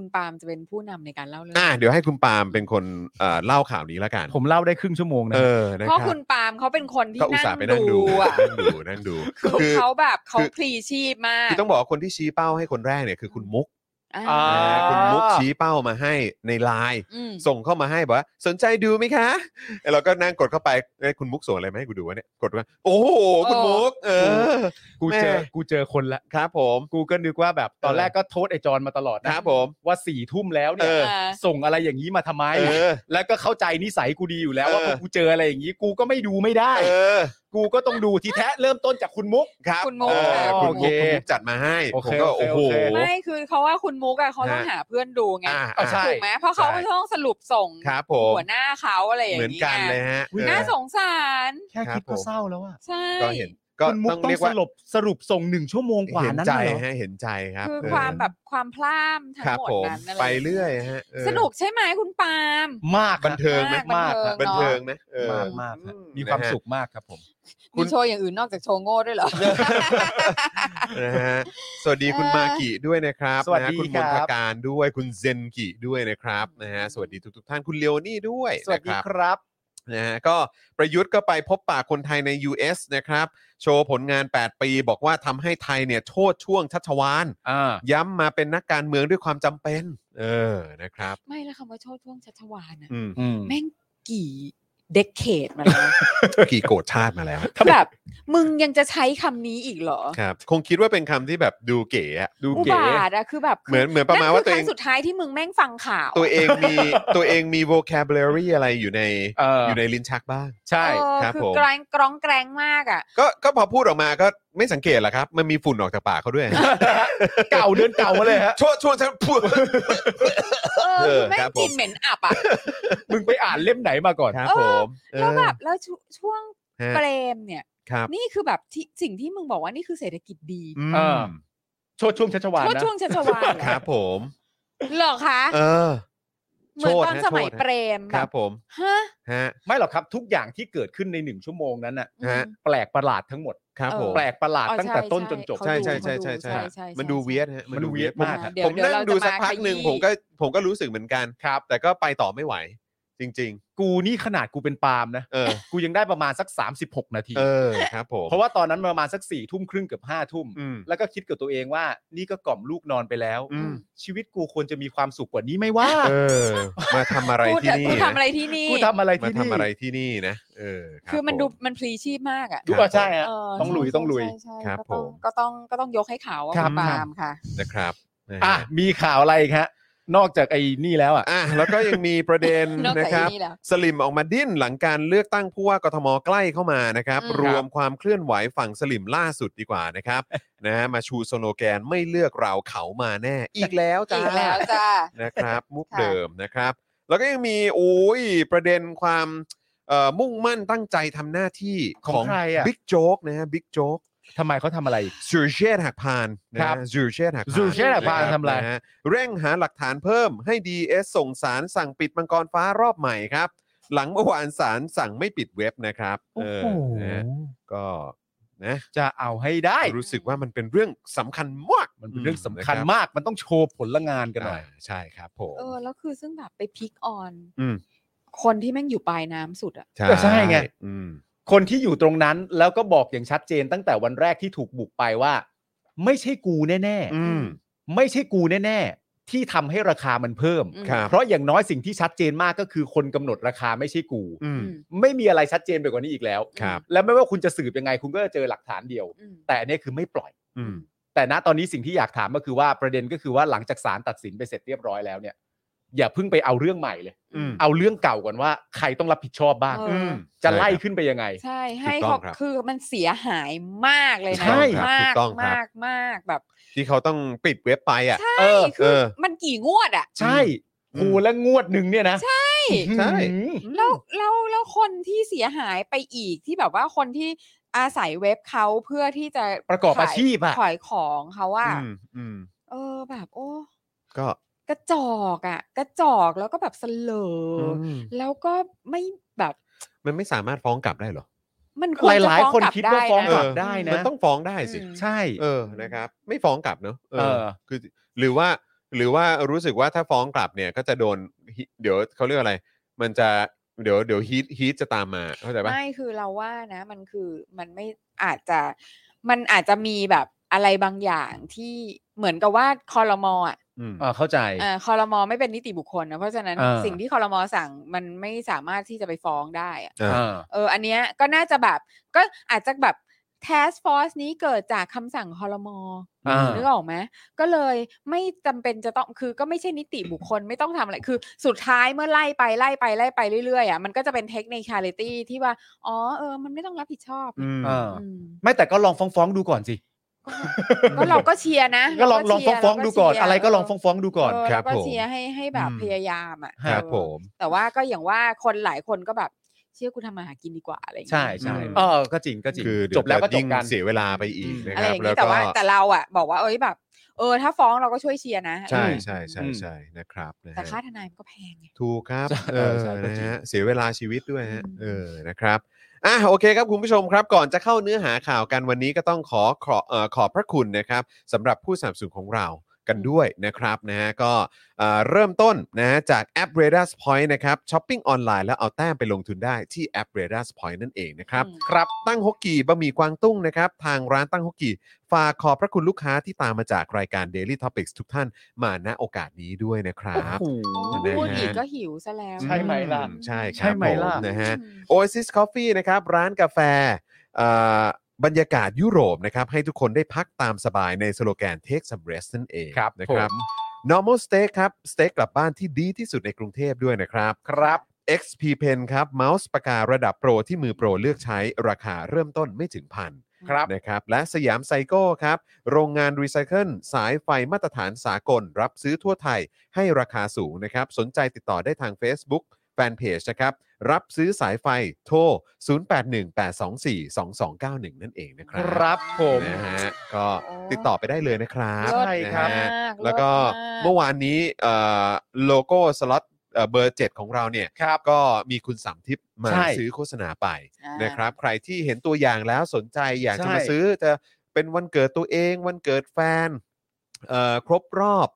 S5: คุณปาล์มจะเป็นผู้นำในการเล่าเรื่อง
S3: อ่ะเดี๋ยวให้คุณปาล์มเป็นคนเอ่อเล่าข่าวนี้แล้วกัน
S4: ผมเล่าได้ครึ่งชั่วโมงนะ
S3: เออนะ
S5: เพ
S3: ครั
S5: ราะ
S3: บ
S5: คุณปาล์มเขาเป็นคนที่
S3: ก็อุตส่าห์ไปนั่
S5: นั่
S3: ง
S5: ง
S3: ดู
S5: ดูอ่ะ
S3: นั่งดูนั่งดู
S5: คือเขาแบบเขาพลีชีพมาก
S3: คือต้องบอกว่าคนที่ชี้เป้าให้คนแรกเนี่ยคือคุณมุก
S5: อ่า
S4: อ่า
S3: นะคุณมุกชี้เป้ามาให้ในไลน์
S5: อืม
S3: ส่งเข้ามาให้บอกว่า สนใจดูไหมคะแล้วเราก็นั่งกดเข้าไปเอ้ยคุณมุกส่งอะไรมาให้กูดูวะเนี่ยกดว่าโอ้โหคุณมุกเออ
S4: กูเจอ
S3: แม่
S4: กูเจอคนละ
S3: ครับผม
S4: กูก็นึกว่าแบบตอนแรกก็โทษไอ้จอนมาตลอดนะครับ
S3: ผม
S4: ว่าสี่ทุ่มแล้วเนี่ย
S3: เออ
S5: า
S4: ส่งอะไรอย่างนี้มาทำไม
S3: เออ
S4: แล้วก็เข้าใจนิสัยกูดีอยู่แล้วว่า
S3: เออ
S4: พอกูเจออะไรอย่างนี้ กูก็ไม่ดูไม่ได้
S3: เออ
S4: กูก็ต้องดูทีแท้เริ่มต้นจากคุณมุก
S3: ครับ
S5: คุณมุก
S3: เออ
S5: ค่ะ
S3: คุณ
S4: โอ
S3: มุ
S4: เค
S3: กคุณมุกจัดมาให้
S4: โอ
S3: ผม
S4: เค
S3: ก็
S4: โอเค
S3: โอ้โห
S4: โอเค
S5: ไม่คือเขาว่าคุณมุกอะเขาต้อง
S3: ฮะ
S5: หาเพื่อนดูไง
S3: อ่า
S4: เอาใช่
S5: ถูกไหมเพราะเขาก็ต้องสรุปส่ง
S3: ครับผม
S5: หัวหน้าเขาอะไรอย่าง
S3: เหมือน
S5: งี้
S3: กัน
S5: ไง
S3: เลยฮะ
S4: อุ๊ย
S5: น่า
S3: เออ
S5: สงสาร
S4: แค่คิด
S3: ครับ
S4: ก็
S3: ผม
S4: เศร้าแล้วอ่ะ
S5: ใช่
S3: ก็เห็นก็
S4: คุณมุก
S3: ต้อง
S4: ต้อ
S3: เรี
S4: ง
S3: ยก
S4: ส
S3: ว่า
S4: รุปสรุปส่งหนึ่งชั่วโมงกว่า
S3: เห็น
S4: นั้น
S3: ใจ
S4: เหรอ
S3: ฮะเห็นใจครับ
S5: คือ
S3: เ
S5: ความแบบความพลาดทั้ง
S3: ครับ
S5: หมด
S3: ผม
S5: นั้นอะ
S3: ไป
S5: รางงี้
S3: เรื่อยฮะเออ
S5: สนุกใช่ไหมคุณปาล์ม
S4: มาก
S3: บันเทิงไหม
S5: มาก
S3: บันเทิงไหมเออ
S4: มากมากฮะ
S3: อืม
S4: มีความสุขมากครับผม
S3: คุ
S5: มี
S3: ณ
S5: โชว์อย่างอื่นนอกจากโชว์โง่ด้วยเหร อ
S3: นะฮะสวัสดีคุณ
S5: เออ
S3: มากิด้วยนะครับ
S4: สวัส
S3: นะ
S4: ดี
S3: คุณม
S4: ครั
S3: น
S4: บ
S3: ทการด้วยคุณเซนกิด้วยนะครับนะฮะสวัสดีทุกๆท่านคุณเลโอนี่ด้วย
S4: สวัสดี
S3: นะครับ
S4: ครับ
S3: นะฮะก็ประยุทธ์ก็ไปพบปะคนไทยใน US นะครับ โชว์ผลงาน 8 ปีบอกว่าทำให้ไทยเนี่ยโทษช่วงชัชวาล
S4: อ่า
S3: ย้ำมาเป็นนักการเมืองด้วยความจำเป็น เออนะครับ
S5: ไม่แล้วคำว่าโชว์ท่วงชัชวาลน่ะ
S3: อืม
S4: อืม
S5: แม่งกี่เดคเคดมาแล้ว
S3: กี่โกรธชาติมา แล้ว
S5: แบบมึงยังจะใช้คำนี้อีกเหรอ
S3: ครับ คงคิดว่าเป็นคำที่แบบดูเก๋อะ
S4: ดู
S5: อุ
S4: เก๋
S5: บาทอะคือแบบ
S3: เหมือนเหมือนประมาณว่าตัวเอง
S5: นั่นคือครั้สุดท้ายที่มึงแม่งฟังข่าว
S3: ตัวเองมีตัวเองมี vocabulary อะไรอยู่ใน
S4: เอออ
S3: ยู่ในลิ้นชักบ้าง
S4: ใช่
S5: เออ
S3: ครับ
S5: คือ
S3: ผม
S5: กรางกรองแกรงมากอะ
S3: ก็ก็พอพูดออกมาก็ไม่สังเกตเหรอครับ มันมีฝุ่นออกจากปากเขาด้วย
S4: เก่าเดินเก่ามาเลยฮะ
S3: ช่วงช่วงฉันพูด
S5: เออคือแม่
S3: ค
S5: ง
S3: รับผม
S5: กลินเหม็นอับอะ
S4: มึงไปอ่านเล่มไหนมาก่อน
S3: ครับผม
S5: แล้วแบบแล้วชช่วง
S3: เออ
S5: เป
S3: ฮะ
S5: รมเนี่ย
S3: ครับ
S5: นี่คือแบบที่สิ่งที่มึงบอกว่านี่คือเศรษฐกิจดี
S3: อืม
S4: เออ โชดช่วงชัชวาล
S5: โชว์
S4: นะ
S5: ช่วงชัชวาลเหรอ
S3: ครับผม
S5: เหรอคะ
S3: เออ
S5: เหมือนตอน
S3: โชดฮะ
S5: สมัย
S3: โชดฮะ
S5: เปรม
S3: ค
S5: แบ
S3: รับบ ผม
S5: ฮะ
S3: ฮะ
S4: ไม่หรอกครับทุกอย่างที่เกิดขึ้นในหนึ่งชั่วโมงนั้นน่ะ
S5: อืม
S3: ฮะ
S4: แปลกประหลาดทั้งหมด
S3: ครับผม
S4: แปลกประหลาด
S5: อ๋อ
S4: ตั้งแต่
S5: ใช่
S4: ต้นจนจบ
S5: เขา
S3: ใช่ใช่
S5: ดู
S3: ใช่ใช่ใช่
S5: เขาดูใช่ใช่
S3: มันดู
S5: ใช่
S3: เวียดฮะ
S4: มันดูเวียดมาก
S5: อ่า
S4: ครับ
S5: เดี๋ยว
S3: ผมนั่ง
S5: เดี๋ยวเรา
S3: ดู
S5: จะ
S3: สัก
S5: มา
S3: พักหนึ่ง
S5: ขยี้
S3: ผมก็ผมก็รู้สึกเหมือนกัน
S4: ครับ
S3: แต่ก็ไปต่อไม่ไหว จริง
S4: กูนี่ขนาดกูเป็นปาล์มนะ
S3: ๆ เออ
S4: กูยังได้ประมาณสัก 36 นาที
S3: เออครับผม
S4: เพราะว่าตอนนั้นประมาณสักสี่ทุ่มครึ่งเกือบห้าทุ่ม
S3: อืม
S4: แล้วก็คิดกับตัวเองว่า นี่ก็กล่อมลูกนอนไปแล้ว
S3: อืม
S4: ชีวิตกูควรจะมีความสุขกว่านี้ไหม่ว่า
S3: เออ มาทำอะไร
S5: กู
S3: ที่
S5: จะ
S3: นี่
S5: กู
S3: นะ
S5: ทำอะไรที่นี่
S4: กูทำอะไร
S3: มา
S4: ที่นี่
S3: ทำอะไรที่นี่นะเออรับ
S5: คือมัน
S3: ผ
S5: ดูมันพลีชีพมากอ่ะ
S4: ดูอ่ะใช่ฮะ
S5: เ
S4: ต้องลุย
S5: ใช่
S4: ต้องลุย
S5: ใช่ใช่
S3: ครับ
S5: ก็ต้อง
S3: ผม
S5: ก็ต้องก็ต้องยกให้เขาว่า
S4: ครับ
S5: คุณปาล์มค่ะ
S3: นะครับนะฮะ
S4: อ่ะมีข่าวอะไรอีกฮะ นอกจากไอ้นี่แล้วอ่ะ
S3: อ่ะแล้วก็ยังมีประเด็น
S5: นอก
S3: นะ
S5: จาก
S3: ครับ
S5: นี้แล้ว
S3: สลิมออกมาดิ้นหลังการเลือกตั้งผู้ว่ากทมใกล้เข้ามานะครับ
S5: อืม
S3: รวมความเคลื่อนไหวฝั่งสลิมล่าสุดดีกว่านะครับ นะฮะมาชูสโลแกนไม่เลือกเราเขามาแน่ อีกแล้วจ้า
S5: อีกแล้วจ้า
S3: นะครับ มุก
S5: ค่ะ
S3: เดิมนะครับ แล้วก็ยังมีโอ้ยประเด็นความเอ่อมุ่งมั่นตั้งใจทำหน้าที่
S4: ของใครอะ
S3: บิ๊กโจ๊กนะฮะบิ๊กโจ๊ก
S4: ทำไมเขาทำอะไรอีก
S3: ซูเชตหักพานนะ
S4: ครั
S3: ฮะ
S4: บ
S3: ซูเชตหักพาน
S4: ซูเชษฐ์หักพาน
S3: คบ
S4: ทำอะไร
S3: นฮเร่งหาหลักฐานเพิ่มให้ DS ส่งสารสั่งปิดมังกรฟ้ารอบใหม่ครับ หลังเมื่อวานสารสั่งไม่ปิดเว็บนะครับเออนะฮะก็นะ
S4: จะเอาให้ได้
S3: รู้สึกว่ามันเป็นเรื่องสำคัญมาก
S4: มันเป็นเรื่องสำคัญ
S3: นะ
S4: มาก มันต้องโชว์ผลงาน
S3: รั
S4: กับ นหน่อย
S3: าใช่ครับผม
S5: เออแล้วคือซึ่งแบบไปพิกออน
S3: อืม
S5: คนที่แม่งอยู่ปลายน้ำสุดอ่ะ
S3: ใช่
S4: ก็ใช่ไง
S3: อืม
S4: คนที่อยู่ตรงนั้นแล้วก็บอกอย่างชัดเจนตั้งแต่วันแรกที่ถูกบุกไปว่า ไม่ใช่กูแน่
S3: อืม
S4: ๆ ไม่ใช่กูแน่ๆ ที่ทำให้ราคามันเพิ่ม
S5: อืม
S3: ครับ
S4: เพราะอย่างน้อยสิ่งที่ชัดเจนมากก็คือคนกำหนดราคาไม่ใช่กู
S3: อืม
S5: อืม
S4: ไม่มีอะไรชัดเจนไปกว่านี้อีกแล้ว
S3: ครับ
S4: และไม่ว่าคุณจะสืบยังไง คุณก็จะเจอหลักฐานเดียว
S5: อืม
S4: แต่อันนี้คือไม่ปล่อย
S3: อืม
S4: แต่ณตอนนี้สิ่งที่อยากถามก็คือว่าประเด็นก็คือว่าหลังจากศาลตัดสินไปเสร็จเรียบร้อยแล้วเนี่ย อย่าเพิ่งไปเอาเรื่องใหม่เลย
S3: อืม
S4: เอาเรื่องเก่าก่อนว่าใครต้องรับผิดชอบบ้าง
S5: เอ
S3: อืม
S4: จะไล่ขึ้นไปยังไง
S5: ใช่ให้
S3: ถูกต้
S5: เขา
S3: องครับ
S5: คือมันเสียหายมากเลยนะ
S4: ใช่
S5: มาก
S3: ถูกต้องครับ
S5: มากมากแบบ
S3: ที่เขาต้องปิดเว็บไปอ่ะ
S4: เออ
S5: นี่คื
S3: เอ
S5: อ
S3: อ
S5: มันกี่งวดอ่ะ
S4: ใช่
S3: อืม
S4: ครูและงวดหนึ่งเนี่ยนะ
S3: ใช่
S4: อืม
S5: แล้วแล้วแล้วคนที่เสียหายไปอีกที่แบบว่าคนที่อาศัยเว็บเขาเพื่อที่จะ
S4: ประกอบอาชีพอะ
S5: ขายของเขาว่า
S3: อืมอืม
S5: เออแบบโอ้
S3: ก็
S5: กระจอกอะกระจอกแล้วก็แบบเสลออ
S3: ม
S5: แล้วก็ไม่แบบ
S3: มันไม่สามารถฟ้องกลับได้เหรอ
S5: มันคว
S4: ห
S5: รจะ
S4: ลาย
S5: ฟ้อง
S4: ๆ คน
S5: กลับ
S4: คิด
S5: ได้
S4: ว่าฟ้อง
S5: นะ
S4: กลับได้นะ
S3: มันต้องฟ้องได้สิ
S5: อืม
S4: ใช่
S3: เออนะครับ ไม่ฟ้องกลับเนอะ
S4: เออ
S3: คือหรือว่าหรือว่ารู้สึกว่าถ้าฟ้องกลับเนี่ยก็จะโดนฮิเดี๋ยวเขาเรียกอะไร มันจะเดี๋ยวเดี๋ยวฮีทฮีทจะตามมาเข้าใจปะ
S5: ไม่คือเราว่านะ มันคือมันไม่อาจจะมันอาจจะมีแบบอะไรบางอย่างที่เหมือนกับว่าคอรมออะ
S3: อืม
S4: อ่าเข้าใจ
S5: เอ่อคอรมอไม่เป็นนิติบุคคลนะเพราะฉะนั้น
S4: อ่า
S5: สิ่งที่คอรมอสั่งมันไม่สามารถที่จะไปฟ้องได้อะ
S3: อ่า
S4: อ่า
S5: เอออันเนี้ยก็น่าจะแบบก็อาจจะแบบ task force นี้เกิดจากคำสั่งคอรมอ
S4: อ่า
S5: นึกออกไหมก็เลยไม่จำเป็นจะต้องคือก็ไม่ใช่นิติบุคคลไม่ต้องทำอะไรคือ สุดท้ายเมื่อไล่ไปไล่ไปไล่ไปเรื่อยๆอ่ะมันก็จะเป็นเทคนิคาลิตี้ที่ว่า อ๋อเออ มันไม่ต้องรับผิดชอบ
S3: อืม
S4: อ่า
S5: อืม
S4: ไม่แต่ก็ลองฟ้องฟ้องๆดูก่อนสิ
S5: ก็เราก็เชียร์นะ
S4: ก็ลองลอง
S5: เชี
S4: ฟ้อย ง
S5: ร์
S4: ฟ้องๆดูก่อน
S5: เชีย
S4: อะไรก็ลองฟ้องฟ้องๆดูก่อน
S3: ครับ
S5: เเาก็
S3: ผม
S5: เชียร์ให้ให้แบบ
S4: อืม
S5: พยายามอ่ะ
S3: ครับ
S5: เออ
S3: ผม
S5: แต่ว่าก็อย่างว่าคนหลายคนก็แบบเชื่อกูทำมาหากินดีกว่าอะไรอย่างเงี้ย
S4: ใช่ใช่
S3: อืม
S4: เออก็จริงก็จริง
S3: คือเดี๋ย
S4: จบแล้วก็จ
S3: ยิ่
S4: บ
S3: ง
S4: กัน
S3: เสียเวลาไปอีกนะ
S5: อะ
S3: ค
S5: ไร
S3: รั
S5: อบ ย่าง
S3: แล้
S5: นี้
S3: ว
S5: แต่
S3: ก็
S5: ว่าแต่เราอ่ะ บอกว่าเอ้ยแบบ เออ ถ้าฟ้องเราก็ช่วยเชียร์นะ
S3: ใช่
S5: อะไรอย่างเงี้ย
S3: ใช่ใช่
S4: อืม
S3: ใช่นะครับนะ
S5: แต่
S3: ฮะ
S5: ค่าทนายมันก็แพงไง
S3: ถูกครับ
S4: ใช่
S3: เออ
S4: ใช่ก็จริง
S3: นะฮะเสียเวลาชีวิตด้วยฮะ
S5: อืม
S3: เออนะครับอ่ะโอเคครับคุณผู้ชมครับ ก่อนจะเข้าเนื้อหาข่าวกันวันนี้ก็ต้องขอขอเอ่อขอบพระคุณนะครับสำหรับผู้สนับสนุนของเรากันด้วยนะครับนะฮะก็เอ่อเริ่มต้นนะฮะจากแอป r a d a r Point นะครับช้อปปิ้งออนไลน์แล้วเอาแต้มไปลงทุนได้ที่แอป r a d a r Point นั่นเองนะครับ
S5: อืม
S3: ครับตั้งฮกกีบะหมี่กวางตุ้งนะครับทางร้านตั้งฮกกีฝากขอบพระคุณลูกค้าที่ตามมาจากรายการ Daily Topics ทุกท่านมาณโอกาสนี้ด้วยนะครับ
S4: โอ้โห
S3: ได้ฮะ
S5: พูดอีกก็หิวซะแล้ว
S6: ใช่ไหมล่ะ
S3: อืใช่ค
S6: ใช่
S3: รับ
S6: ไหม
S3: ผม
S6: ล่ะ
S3: นะฮะ
S5: อืม
S3: Oasis Coffee นะครับร้านกาแฟเอ่อบรรยากาศยุโรปนะครับให้ทุกคนได้พักตามสบายในสโลแกน Take some rest นั่นเอง
S4: ครับ
S3: นะครับ
S4: ผม
S3: Normal Steak ครับสเต็กกลับบ้านที่ดีที่สุดในกรุงเทพด้วยนะครับ
S4: ครับ
S3: XP Pen ครับเมาส์ปากการะดับโปรที่มือโปรเลือกใช้ราคาเริ่มต้นไม่ถึงพัน
S4: ครับ
S3: นะครับและสยามไซโก้ครับ โรงงานรีไซเคิลสายไฟมาตรฐานสากล รับซื้อทั่วไทยให้ราคาสูงนะครับ สนใจติดต่อได้ทาง Facebook แฟนเพจนะครับ รับซื้อสายไฟโทร 0818242291 นั่นเองนะค
S4: ครับ รับผม
S3: นะฮะก็ติดต่อไปได้เลยนะครับ
S5: เลิศ
S6: ใช่
S3: นะ
S6: ครั
S3: ฮะ
S6: บ
S5: มาก
S3: แล้วก็
S5: เลิศมาก
S3: เมื่อวานนี้เอ่อโลโก้สล็อตเอ่อเบอร์ 7 ของเราเนี่ย
S4: ครับ
S3: ก็มีคุณสามทิพย์มา
S4: ใช่
S3: ซื้อโฆษณาไป
S5: อ่า
S3: นะครับใครที่เห็นตัวอย่างแล้วสนใจอยากจะ
S4: ใช่
S3: มาซื้อจะเป็นวันเกิดตัวเองวันเกิดแฟนเอ่อครบรอบ